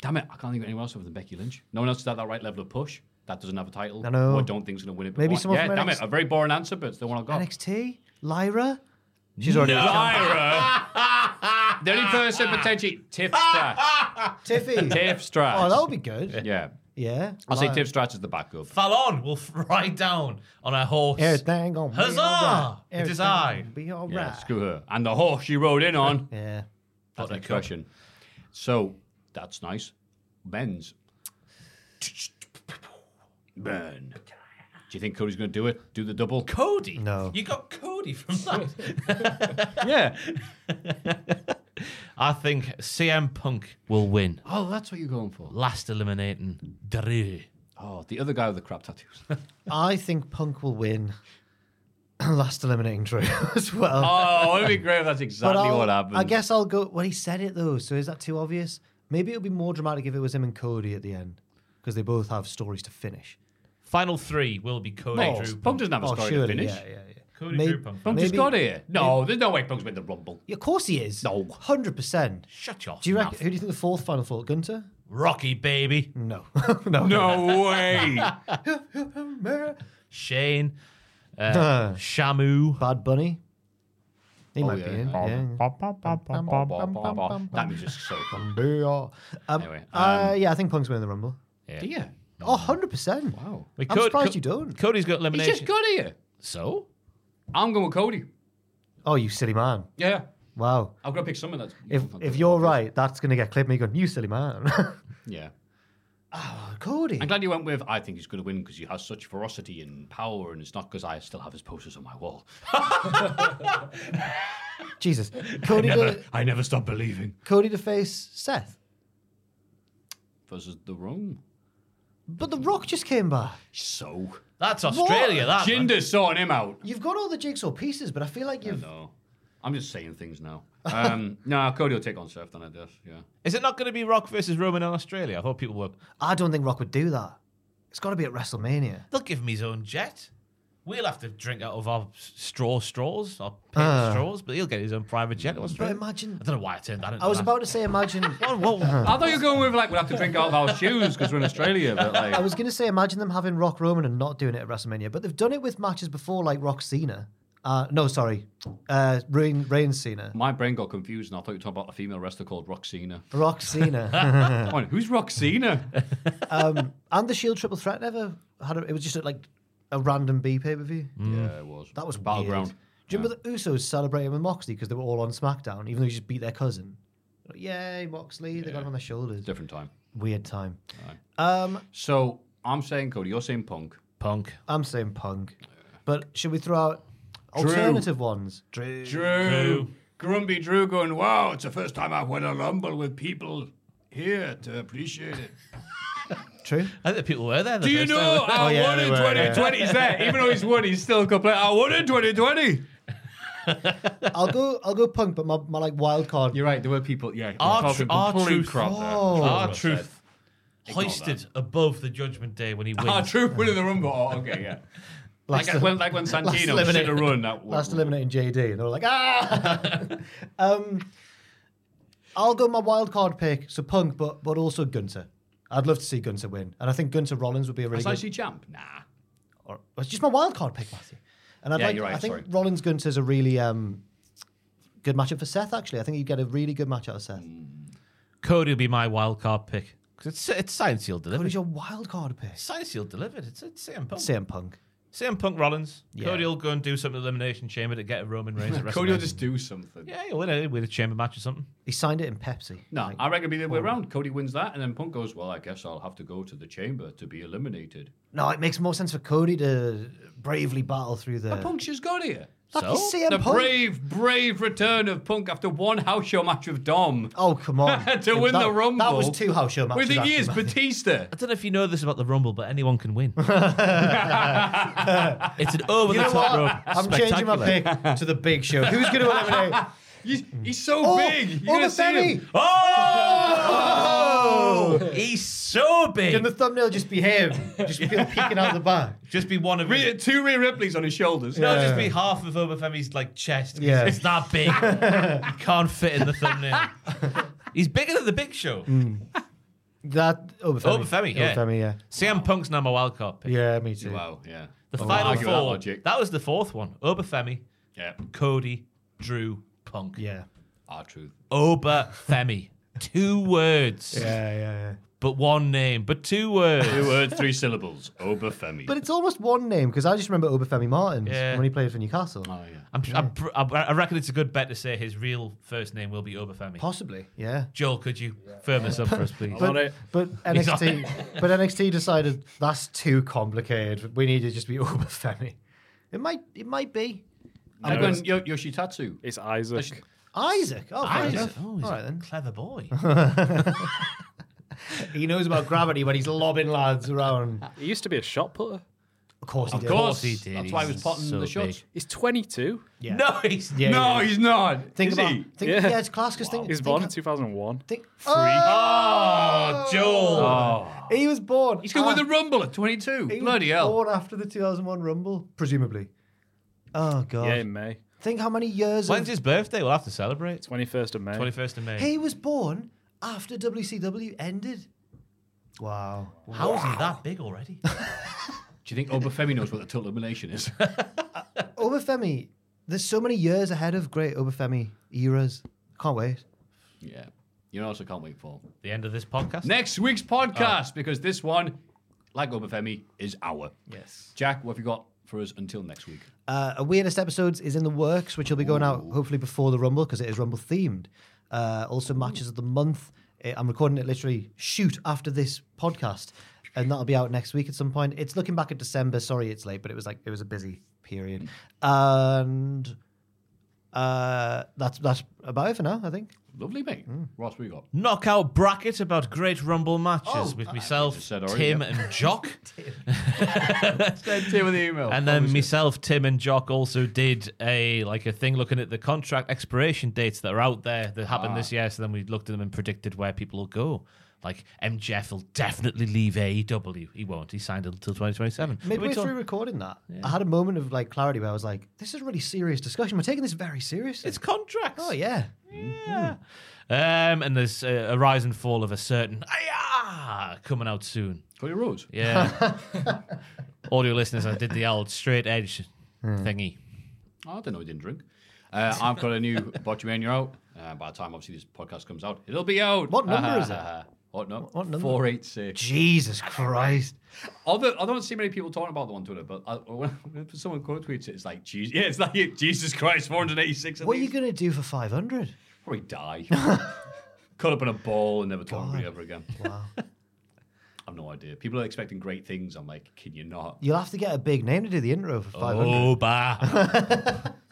[SPEAKER 3] damn it, I can't think of anyone else other than Becky Lynch. No one else is at that right level of push. That doesn't have a title.
[SPEAKER 4] I know.
[SPEAKER 3] Or don't think's gonna win it. but
[SPEAKER 4] Maybe
[SPEAKER 3] why-
[SPEAKER 4] someone
[SPEAKER 3] Yeah,
[SPEAKER 4] from
[SPEAKER 3] damn
[SPEAKER 4] NXT.
[SPEAKER 3] it. A very boring answer, but it's the one I got.
[SPEAKER 4] NXT? Lyra? She's already a champ.
[SPEAKER 3] Lyra. the only person potentially Tiff Strass.
[SPEAKER 4] Tiffy.
[SPEAKER 3] Tiff Strass.
[SPEAKER 4] Oh, that would be good.
[SPEAKER 3] Yeah.
[SPEAKER 4] Yeah.
[SPEAKER 3] I'll say
[SPEAKER 4] Lyra.
[SPEAKER 3] Tiff Strass is the backup.
[SPEAKER 5] Fallon will fly down on a horse.
[SPEAKER 4] Everything gonna be
[SPEAKER 5] Huzzah!
[SPEAKER 4] alright.
[SPEAKER 5] It is
[SPEAKER 4] Everything
[SPEAKER 5] I.
[SPEAKER 4] gonna Be all right.
[SPEAKER 3] Yeah, screw her. And the horse she rode in on.
[SPEAKER 4] Yeah.
[SPEAKER 3] That's the question. So that's nice. Men's. Burn. Do you think Cody's going to do it? Do the double?
[SPEAKER 5] Cody.
[SPEAKER 4] No.
[SPEAKER 5] You got Cody from that.
[SPEAKER 3] yeah.
[SPEAKER 5] I think CM Punk will win.
[SPEAKER 3] Oh, that's what you're going for.
[SPEAKER 5] Last eliminating Drew.
[SPEAKER 3] Oh, the other guy with the crap tattoos.
[SPEAKER 4] I think Punk will win. Last eliminating Drew as well.
[SPEAKER 3] oh, it'd be great if that's
[SPEAKER 4] But
[SPEAKER 3] exactly
[SPEAKER 4] I'll-
[SPEAKER 3] what happened.
[SPEAKER 4] I guess I'll go. Well, he said it though, so is that too obvious? Maybe it would be more dramatic if it was him and Cody at the end, because they both have stories to finish.
[SPEAKER 5] Final three will be Cody
[SPEAKER 3] No,
[SPEAKER 5] Drew.
[SPEAKER 3] Punk doesn't have a
[SPEAKER 4] Oh,
[SPEAKER 3] story
[SPEAKER 4] surely,
[SPEAKER 3] to finish.
[SPEAKER 4] yeah, yeah, yeah.
[SPEAKER 5] Cody
[SPEAKER 4] May-
[SPEAKER 5] Drew Punk.
[SPEAKER 3] Punk just
[SPEAKER 4] maybe-
[SPEAKER 3] got here. No, there's no way Punk's with the Rumble.
[SPEAKER 4] Yeah, of course he is.
[SPEAKER 3] No.
[SPEAKER 4] hundred percent.
[SPEAKER 5] Shut your
[SPEAKER 4] Do you reckon?
[SPEAKER 5] mouth.
[SPEAKER 4] Who do you think the fourth final four? Gunter?
[SPEAKER 5] Rocky baby.
[SPEAKER 4] No, no,
[SPEAKER 3] No way.
[SPEAKER 5] Shane. Uh, Shamu.
[SPEAKER 4] Bad Bunny. He
[SPEAKER 3] Oh,
[SPEAKER 4] might
[SPEAKER 3] yeah,
[SPEAKER 4] be in.
[SPEAKER 3] yeah.
[SPEAKER 4] Yeah.
[SPEAKER 3] that was just so
[SPEAKER 4] Oh,
[SPEAKER 3] cool.
[SPEAKER 4] Booyah. Um,
[SPEAKER 3] Oh. Anyway,
[SPEAKER 4] uh, yeah, I think Punk's winning the Rumble.
[SPEAKER 5] Yeah.
[SPEAKER 3] Yeah. Mm.
[SPEAKER 4] Oh, 100%.
[SPEAKER 3] Wow.
[SPEAKER 5] Wait,
[SPEAKER 4] I'm
[SPEAKER 5] Cody-
[SPEAKER 4] surprised
[SPEAKER 5] Co-
[SPEAKER 4] you don't.
[SPEAKER 5] Cody's got
[SPEAKER 3] He's
[SPEAKER 5] elimination.
[SPEAKER 3] just got here.
[SPEAKER 5] so?
[SPEAKER 3] I'm going with Cody.
[SPEAKER 4] Oh, you silly man.
[SPEAKER 3] Yeah.
[SPEAKER 4] Wow.
[SPEAKER 3] I've got to pick someone that's.
[SPEAKER 4] If if you're right, that's going to get clipped me going, you silly man.
[SPEAKER 3] Yeah. Oh,
[SPEAKER 4] Cody.
[SPEAKER 3] I'm glad you went with. I think he's going to win because he has such ferocity and power, and it's not because I still have his posters on my wall.
[SPEAKER 4] Jesus. Cody to,
[SPEAKER 3] I never stop believing.
[SPEAKER 4] Cody to face Seth.
[SPEAKER 3] Versus the room.
[SPEAKER 4] But The Rock just came back.
[SPEAKER 3] So.
[SPEAKER 5] That's Australia, that. man.
[SPEAKER 3] Jinder's sorting him out.
[SPEAKER 4] You've got all the jigsaw pieces, but I feel like you've.
[SPEAKER 3] No. I'm just saying things now. Um, no, Cody will take on Seth then, I guess. Yeah.
[SPEAKER 5] Is it not going to be Rock versus Roman in Australia? I thought people were.
[SPEAKER 4] I don't think Rock would do that. It's got to be at WrestleMania.
[SPEAKER 5] They'll give him his own jet. We'll have to drink out of our s- straw straws, our paper
[SPEAKER 4] Ah.
[SPEAKER 5] straws, but he'll get his own private jet. But
[SPEAKER 4] imagine.
[SPEAKER 5] I don't know why I turned that into
[SPEAKER 4] I was
[SPEAKER 5] that.
[SPEAKER 4] about to say, imagine.
[SPEAKER 3] I thought you were going with like we'd have to drink out of our shoes because we're in Australia, but like
[SPEAKER 4] I was going to say, imagine them having Rock Roman and not doing it at WrestleMania, but they've done it with matches before, like Rock Cena. Uh, no, sorry, uh, Rain, Rain Cena.
[SPEAKER 3] my brain got confused and I thought you were talking about a female wrestler called Roxina.
[SPEAKER 4] Rock Cena.
[SPEAKER 3] Come on, who's Roxina?
[SPEAKER 4] um, and the Shield Triple Threat never had a, it was just like a random B pay per view.
[SPEAKER 3] Yeah, it was.
[SPEAKER 4] That was
[SPEAKER 3] Mm. Battleground.
[SPEAKER 4] Weird. Do you remember the Usos celebrating with Moxley because they were all on SmackDown, even though he just beat their cousin? Like, Yay, Moxley! They got him on their shoulders.
[SPEAKER 3] Different time.
[SPEAKER 4] Weird time. Um,
[SPEAKER 3] so I'm saying Cody, you're saying Punk.
[SPEAKER 5] Punk.
[SPEAKER 4] I'm saying Punk, but should we throw out alternative ones?
[SPEAKER 3] Drew. Grumpy Drew going, wow, it's the first time I've won a rumble with people here to appreciate it.
[SPEAKER 4] True.
[SPEAKER 5] I think people were there. the
[SPEAKER 3] Do you
[SPEAKER 5] first
[SPEAKER 3] know
[SPEAKER 5] time.
[SPEAKER 4] Oh,
[SPEAKER 3] I won in 2020? He's there. Even though he's won, he's still complaining. I won "Oh, in 2020.
[SPEAKER 4] I'll go. I'll go Punk, but my, my like wild card.
[SPEAKER 3] You're right. There were people. Yeah.
[SPEAKER 5] Our, tr- our truth,
[SPEAKER 4] Oh.
[SPEAKER 5] our truth hoisted Ah, above the Judgment Day when he wins.
[SPEAKER 3] Our truth winning the rumble. Oh, okay, yeah. Like,
[SPEAKER 4] Last-
[SPEAKER 3] when, like when Santino
[SPEAKER 4] eliminate-
[SPEAKER 3] should have run that one.
[SPEAKER 4] Last eliminating JD, and they were like, ah. um, I'll go my wild card pick. So Punk, but but also Gunter. I'd love to see Gunter win, and I think Gunter Rollins would be a really
[SPEAKER 3] As I
[SPEAKER 4] good.
[SPEAKER 3] see champ? Nah.
[SPEAKER 4] or- it's just my wild card pick, Matthew. And I'd
[SPEAKER 3] Yeah,
[SPEAKER 4] like,
[SPEAKER 3] you're right,
[SPEAKER 4] I think
[SPEAKER 3] sorry.
[SPEAKER 4] Rollins Gunter's a really um, good matchup for Seth. Actually, I think you'd get a really good match out of Seth.
[SPEAKER 3] Mm.
[SPEAKER 5] Cody will be my wild card pick because it's it's science sealed delivered.
[SPEAKER 4] Cody's your wild card pick.
[SPEAKER 5] Science sealed delivered. It's it's CM Punk.
[SPEAKER 4] CM Punk.
[SPEAKER 5] CM Punk Rollins.
[SPEAKER 4] Yeah.
[SPEAKER 5] Cody will go and do some elimination chamber to get a Roman Reigns. at
[SPEAKER 3] Cody will
[SPEAKER 5] WrestleMania.
[SPEAKER 3] just do something.
[SPEAKER 5] yeah, he'll win a, win a chamber match or something.
[SPEAKER 4] He signed it in Pepsi.
[SPEAKER 3] No, I reckon it'd be the way around. Cody wins that, and then Punk goes, Well, I guess I'll have to go to the chamber to be eliminated.
[SPEAKER 4] No, it makes more sense for Cody to bravely battle through the.
[SPEAKER 3] But Punk's just got here.
[SPEAKER 4] Fuck, So? he's CM
[SPEAKER 3] the
[SPEAKER 4] Punk.
[SPEAKER 3] brave, brave return of Punk after one house show match with Dom
[SPEAKER 4] Oh come on!
[SPEAKER 3] to win
[SPEAKER 4] That-
[SPEAKER 3] the Rumble.
[SPEAKER 4] That was two house show matches.
[SPEAKER 3] Within
[SPEAKER 4] actually,
[SPEAKER 3] years,
[SPEAKER 4] Matthew.
[SPEAKER 3] Batista.
[SPEAKER 5] I don't know if you know this about the Rumble, but anyone can win. it's an over
[SPEAKER 4] You
[SPEAKER 5] the
[SPEAKER 4] know
[SPEAKER 5] top
[SPEAKER 4] what?
[SPEAKER 5] rope.
[SPEAKER 4] I'm changing my pick to the Big Show. Who's going to eliminate?
[SPEAKER 3] He's, he's so
[SPEAKER 4] Oh,
[SPEAKER 3] big. You're
[SPEAKER 4] oh,
[SPEAKER 3] gonna
[SPEAKER 4] the
[SPEAKER 3] see him.
[SPEAKER 4] Femi.
[SPEAKER 5] Oh! He's so big.
[SPEAKER 4] Can the thumbnail just be him? Just be peeking out the back.
[SPEAKER 5] just be one of his-
[SPEAKER 3] Rhea- two Rhea Ripley's on his shoulders.
[SPEAKER 5] No,
[SPEAKER 4] Yeah.
[SPEAKER 5] just be half of Obafemi's like chest. 'cause
[SPEAKER 4] Yeah.
[SPEAKER 5] It's that big. you can't fit in the thumbnail. He's bigger than the Big Show.
[SPEAKER 4] Mm. That oh,
[SPEAKER 3] Oh,
[SPEAKER 4] Obafemi.
[SPEAKER 5] Obafemi, yeah.
[SPEAKER 4] Obafemi, yeah.
[SPEAKER 5] CM Punk's now my wild card pick.
[SPEAKER 4] Yeah, me too.
[SPEAKER 3] Wow, yeah.
[SPEAKER 5] The
[SPEAKER 3] I won't
[SPEAKER 5] final
[SPEAKER 3] argue with
[SPEAKER 5] four.
[SPEAKER 3] that
[SPEAKER 5] That,
[SPEAKER 3] logic.
[SPEAKER 5] was the fourth one. Obafemi,
[SPEAKER 3] Yeah,
[SPEAKER 5] Cody, Drew, Punk.
[SPEAKER 4] Yeah.
[SPEAKER 3] our truth.
[SPEAKER 5] Obafemi. Two words,
[SPEAKER 4] Yeah, yeah, yeah.
[SPEAKER 5] but one name, but two words.
[SPEAKER 3] Two words, three syllables. Oberfemi.
[SPEAKER 4] But it's almost one name because I just remember Obafemi Martins
[SPEAKER 5] Yeah.
[SPEAKER 4] when he played for Newcastle.
[SPEAKER 3] oh, yeah.
[SPEAKER 5] I'm, I'm, pr- I'm, I reckon it's a good bet to say his real first name will be Obafemi.
[SPEAKER 4] Possibly, yeah.
[SPEAKER 5] Joel, could you firm this up for us, please?
[SPEAKER 6] on it.
[SPEAKER 4] But NXT, but NXT decided that's too complicated. We need to just be Obafemi. It might, it might be
[SPEAKER 3] I'm going Yo- Yoshitatsu.
[SPEAKER 6] It's Isaac.
[SPEAKER 4] Isaac. Oh, fair
[SPEAKER 5] Isaac.
[SPEAKER 4] enough.
[SPEAKER 5] Oh, he's
[SPEAKER 4] All
[SPEAKER 5] a
[SPEAKER 4] right then.
[SPEAKER 5] clever boy.
[SPEAKER 4] He knows about gravity, but he's lobbing lads around.
[SPEAKER 6] He used to be a shot putter.
[SPEAKER 4] Of course he
[SPEAKER 3] Of
[SPEAKER 4] did.
[SPEAKER 3] course
[SPEAKER 5] he did.
[SPEAKER 3] That's why he was
[SPEAKER 5] He's
[SPEAKER 3] potting
[SPEAKER 5] so
[SPEAKER 3] the shots.
[SPEAKER 6] He's 22.
[SPEAKER 4] Yeah.
[SPEAKER 5] No, he's
[SPEAKER 4] Yeah,
[SPEAKER 3] no,
[SPEAKER 4] yeah.
[SPEAKER 3] he's not.
[SPEAKER 4] Think
[SPEAKER 3] Is
[SPEAKER 4] about.
[SPEAKER 3] he?
[SPEAKER 4] Think, yeah.
[SPEAKER 6] Yeah.
[SPEAKER 4] it's class because think.
[SPEAKER 6] He was
[SPEAKER 4] think
[SPEAKER 6] born
[SPEAKER 4] how-
[SPEAKER 6] in 2001.
[SPEAKER 4] Think,
[SPEAKER 5] Oh, Joel.
[SPEAKER 4] He was born.
[SPEAKER 3] He's going with
[SPEAKER 4] ah,
[SPEAKER 3] the Rumble at 22.
[SPEAKER 4] he was
[SPEAKER 3] Bloody hell.
[SPEAKER 4] Born after the 2001 Rumble, presumably. Oh god.
[SPEAKER 6] Yeah, in May.
[SPEAKER 4] Think how many years.
[SPEAKER 5] When's
[SPEAKER 4] Of,
[SPEAKER 5] his birthday? We'll have to celebrate.
[SPEAKER 6] 21st of May.
[SPEAKER 5] 21st of May.
[SPEAKER 4] he was born after WCW ended. Wow.
[SPEAKER 5] How is he that big already?
[SPEAKER 3] Do you think Oberfemi knows what the total elimination is?
[SPEAKER 4] Obafemi. There's so many years ahead of great Obafemi eras. Can't wait.
[SPEAKER 3] yeah. You know, what else I can't wait for.
[SPEAKER 5] the end of this podcast?
[SPEAKER 3] Next week's podcast, because this one, like Oberfemi, is our.
[SPEAKER 4] Yes.
[SPEAKER 3] Jack, what have you got for us until next week?
[SPEAKER 4] Uh, a weirdest episodes is in the works, which will be going out hopefully before the Rumble because it is Rumble themed. Uh, also, matches of the month. Eh, I'm recording it literally shoot after this podcast, and that'll be out next week at some point. It's looking back at December. Sorry, it's late, but it was like it was a busy period, and uh, that's that's about it for now. I think.
[SPEAKER 3] Lovely, mate. Ross, what you got?
[SPEAKER 5] Knockout bracket about great Rumble matches
[SPEAKER 3] Oh,
[SPEAKER 5] with
[SPEAKER 3] I
[SPEAKER 5] myself,
[SPEAKER 3] just said already,
[SPEAKER 5] Tim,
[SPEAKER 3] yeah.
[SPEAKER 5] and Jock.
[SPEAKER 3] Send Tim with the email.
[SPEAKER 5] and then myself, Tim, and Jock also did a like a thing looking at the
[SPEAKER 3] Ah.
[SPEAKER 5] contract expiration dates that are out there that happened this year. So then we looked at them and predicted where people will go. like M. Jeff will definitely leave AEW. He won't. He signed until 2027. But we
[SPEAKER 4] Midway
[SPEAKER 5] talk-
[SPEAKER 4] through recording that, I had a moment of like clarity where I was like, "This is a really serious discussion. We're taking this very seriously." It's
[SPEAKER 5] contracts.
[SPEAKER 4] Oh yeah.
[SPEAKER 5] Yeah. Hmm. Um, and there's uh, a rise and fall of a certain ah coming out soon.
[SPEAKER 3] Cody Rhodes.
[SPEAKER 5] Yeah. Audio listeners, I did the old straight edge thingy.
[SPEAKER 3] Oh, I didn't know he didn't drink. Uh, I've got a new Botchmania out. Uh, by the time, obviously, this podcast comes out, it'll be out.
[SPEAKER 4] What number is it?
[SPEAKER 3] What, no?
[SPEAKER 4] What number?
[SPEAKER 3] 486.
[SPEAKER 4] Jesus Christ.
[SPEAKER 3] Although I don't see many people talking about the one Twitter, but I, when, when someone quote tweets it, it's like, Jesus, yeah, it's like it, Jesus Christ, 486. at
[SPEAKER 4] What are you
[SPEAKER 3] least.
[SPEAKER 4] gonna do for five hundred?
[SPEAKER 3] Probably die. Cut up in a ball and never talk to me ever again. Wow. I've no idea. People are expecting great things. I'm like, can you not?
[SPEAKER 4] You'll have to get a big name to do the intro for five hundred.
[SPEAKER 5] Oh, bah.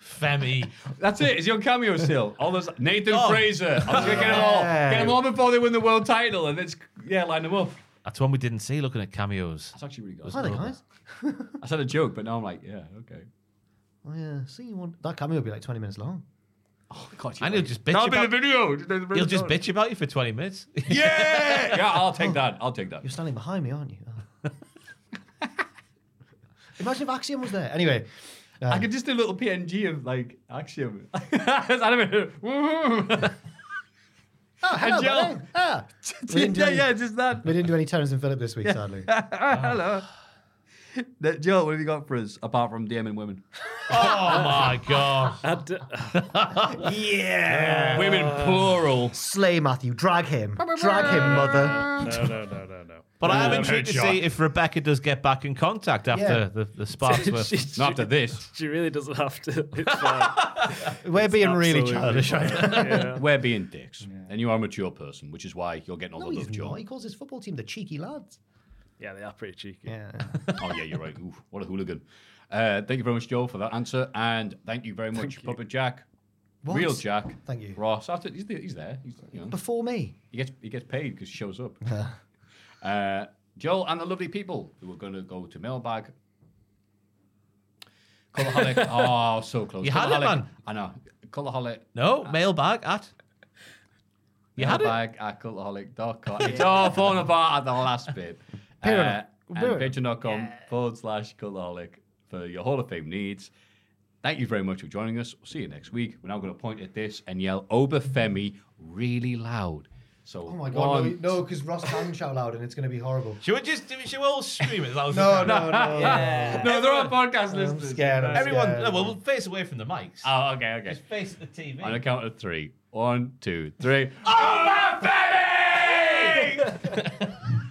[SPEAKER 5] Femi.
[SPEAKER 3] That's it. Is your cameo still? All those Nathan Fraser. I was gonna get them all.
[SPEAKER 5] Yeah.
[SPEAKER 3] Get them all before they win the world title, and it's yeah, line them up.
[SPEAKER 5] That's one we didn't see looking at cameos.
[SPEAKER 3] That's actually really good.
[SPEAKER 4] Hi there, guys.
[SPEAKER 3] I said a joke, but now I'm like, yeah, okay.
[SPEAKER 4] Oh yeah. See you want that cameo will be like twenty minutes long.
[SPEAKER 3] Oh God,
[SPEAKER 5] And he'll just bitch
[SPEAKER 3] That'll be
[SPEAKER 5] about
[SPEAKER 3] the video. Just- there's the
[SPEAKER 5] He'll
[SPEAKER 3] video.
[SPEAKER 5] just bitch about you for 20 minutes.
[SPEAKER 3] Yeah, yeah, I'll take that. I'll take that.
[SPEAKER 4] You're standing behind me, aren't you? Oh. Imagine if Axiom was there. Anyway. uh,
[SPEAKER 3] I could just do a little PNG of like Axiom. Animated. Woo.
[SPEAKER 4] Oh, hello,
[SPEAKER 3] And yell.
[SPEAKER 4] buddy. Ah. We didn't do
[SPEAKER 3] yeah,
[SPEAKER 4] any-
[SPEAKER 3] yeah, just that.
[SPEAKER 4] We didn't do any Terrence and Phillip this week, sadly.
[SPEAKER 3] Hello. Uh, Joel, what have you got for us apart from DMing women?
[SPEAKER 5] Oh my god.
[SPEAKER 3] yeah. Women plural.
[SPEAKER 4] Slay Matthew. Drag him. Drag him, mother.
[SPEAKER 6] No, no, no, no, no.
[SPEAKER 5] But I am
[SPEAKER 6] Um,
[SPEAKER 5] intrigued to
[SPEAKER 6] headshot.
[SPEAKER 5] see if Rebecca does get back in contact after
[SPEAKER 4] Yeah.
[SPEAKER 5] the, the sparks were.
[SPEAKER 6] She- she-
[SPEAKER 5] Not after this.
[SPEAKER 6] She really doesn't have to. It's fine.
[SPEAKER 4] We're being really
[SPEAKER 6] absolutely
[SPEAKER 4] childish.
[SPEAKER 6] fine.
[SPEAKER 4] right now.
[SPEAKER 3] We're being dicks. And you are a mature person, which is why you're getting all
[SPEAKER 4] No,
[SPEAKER 3] the
[SPEAKER 4] he's
[SPEAKER 3] love, Joel.
[SPEAKER 4] not. He calls his football team the cheeky lads.
[SPEAKER 6] yeah, they are pretty cheeky.
[SPEAKER 4] Yeah.
[SPEAKER 3] oh, yeah, you're right. Ooh, what a hooligan. Uh, thank you very much, Joel, for that answer. And thank you very much, Puppet Jack.
[SPEAKER 4] What?
[SPEAKER 3] Real Jack.
[SPEAKER 4] Thank you.
[SPEAKER 3] Ross. After, he's, he's there. He's, you know,
[SPEAKER 4] Before me.
[SPEAKER 3] he, gets, he gets paid because he shows up. uh, Joel and the lovely people who are going to go to mailbag. Colorholic. oh, so close.
[SPEAKER 5] You had it,
[SPEAKER 3] Colourholic-
[SPEAKER 5] man.
[SPEAKER 3] I know. Colorholic.
[SPEAKER 5] No, mailbag at. You had it.
[SPEAKER 3] mailbag at cultaholic.com. It's all falling apart at the last bit. Uh, and patreon.com forward slash cultaholic for your Hall of Fame needs. Thank you very much for joining us. We'll see you next week. We're now going to point at this and yell Oberfemi really loud. So,
[SPEAKER 4] Oh my god, no, because Ross can shout loud and it's going to be horrible.
[SPEAKER 5] Should we just should we all scream it? No,
[SPEAKER 4] No, no, no.
[SPEAKER 3] no, they're all podcast listeners.
[SPEAKER 4] scared, I'm
[SPEAKER 5] Everyone,
[SPEAKER 4] scared.
[SPEAKER 5] no, well, we'll face away from the mics.
[SPEAKER 3] Oh, okay, okay.
[SPEAKER 5] Just face at the TV.
[SPEAKER 3] On a count of three. One, two, three.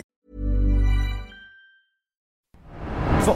[SPEAKER 9] For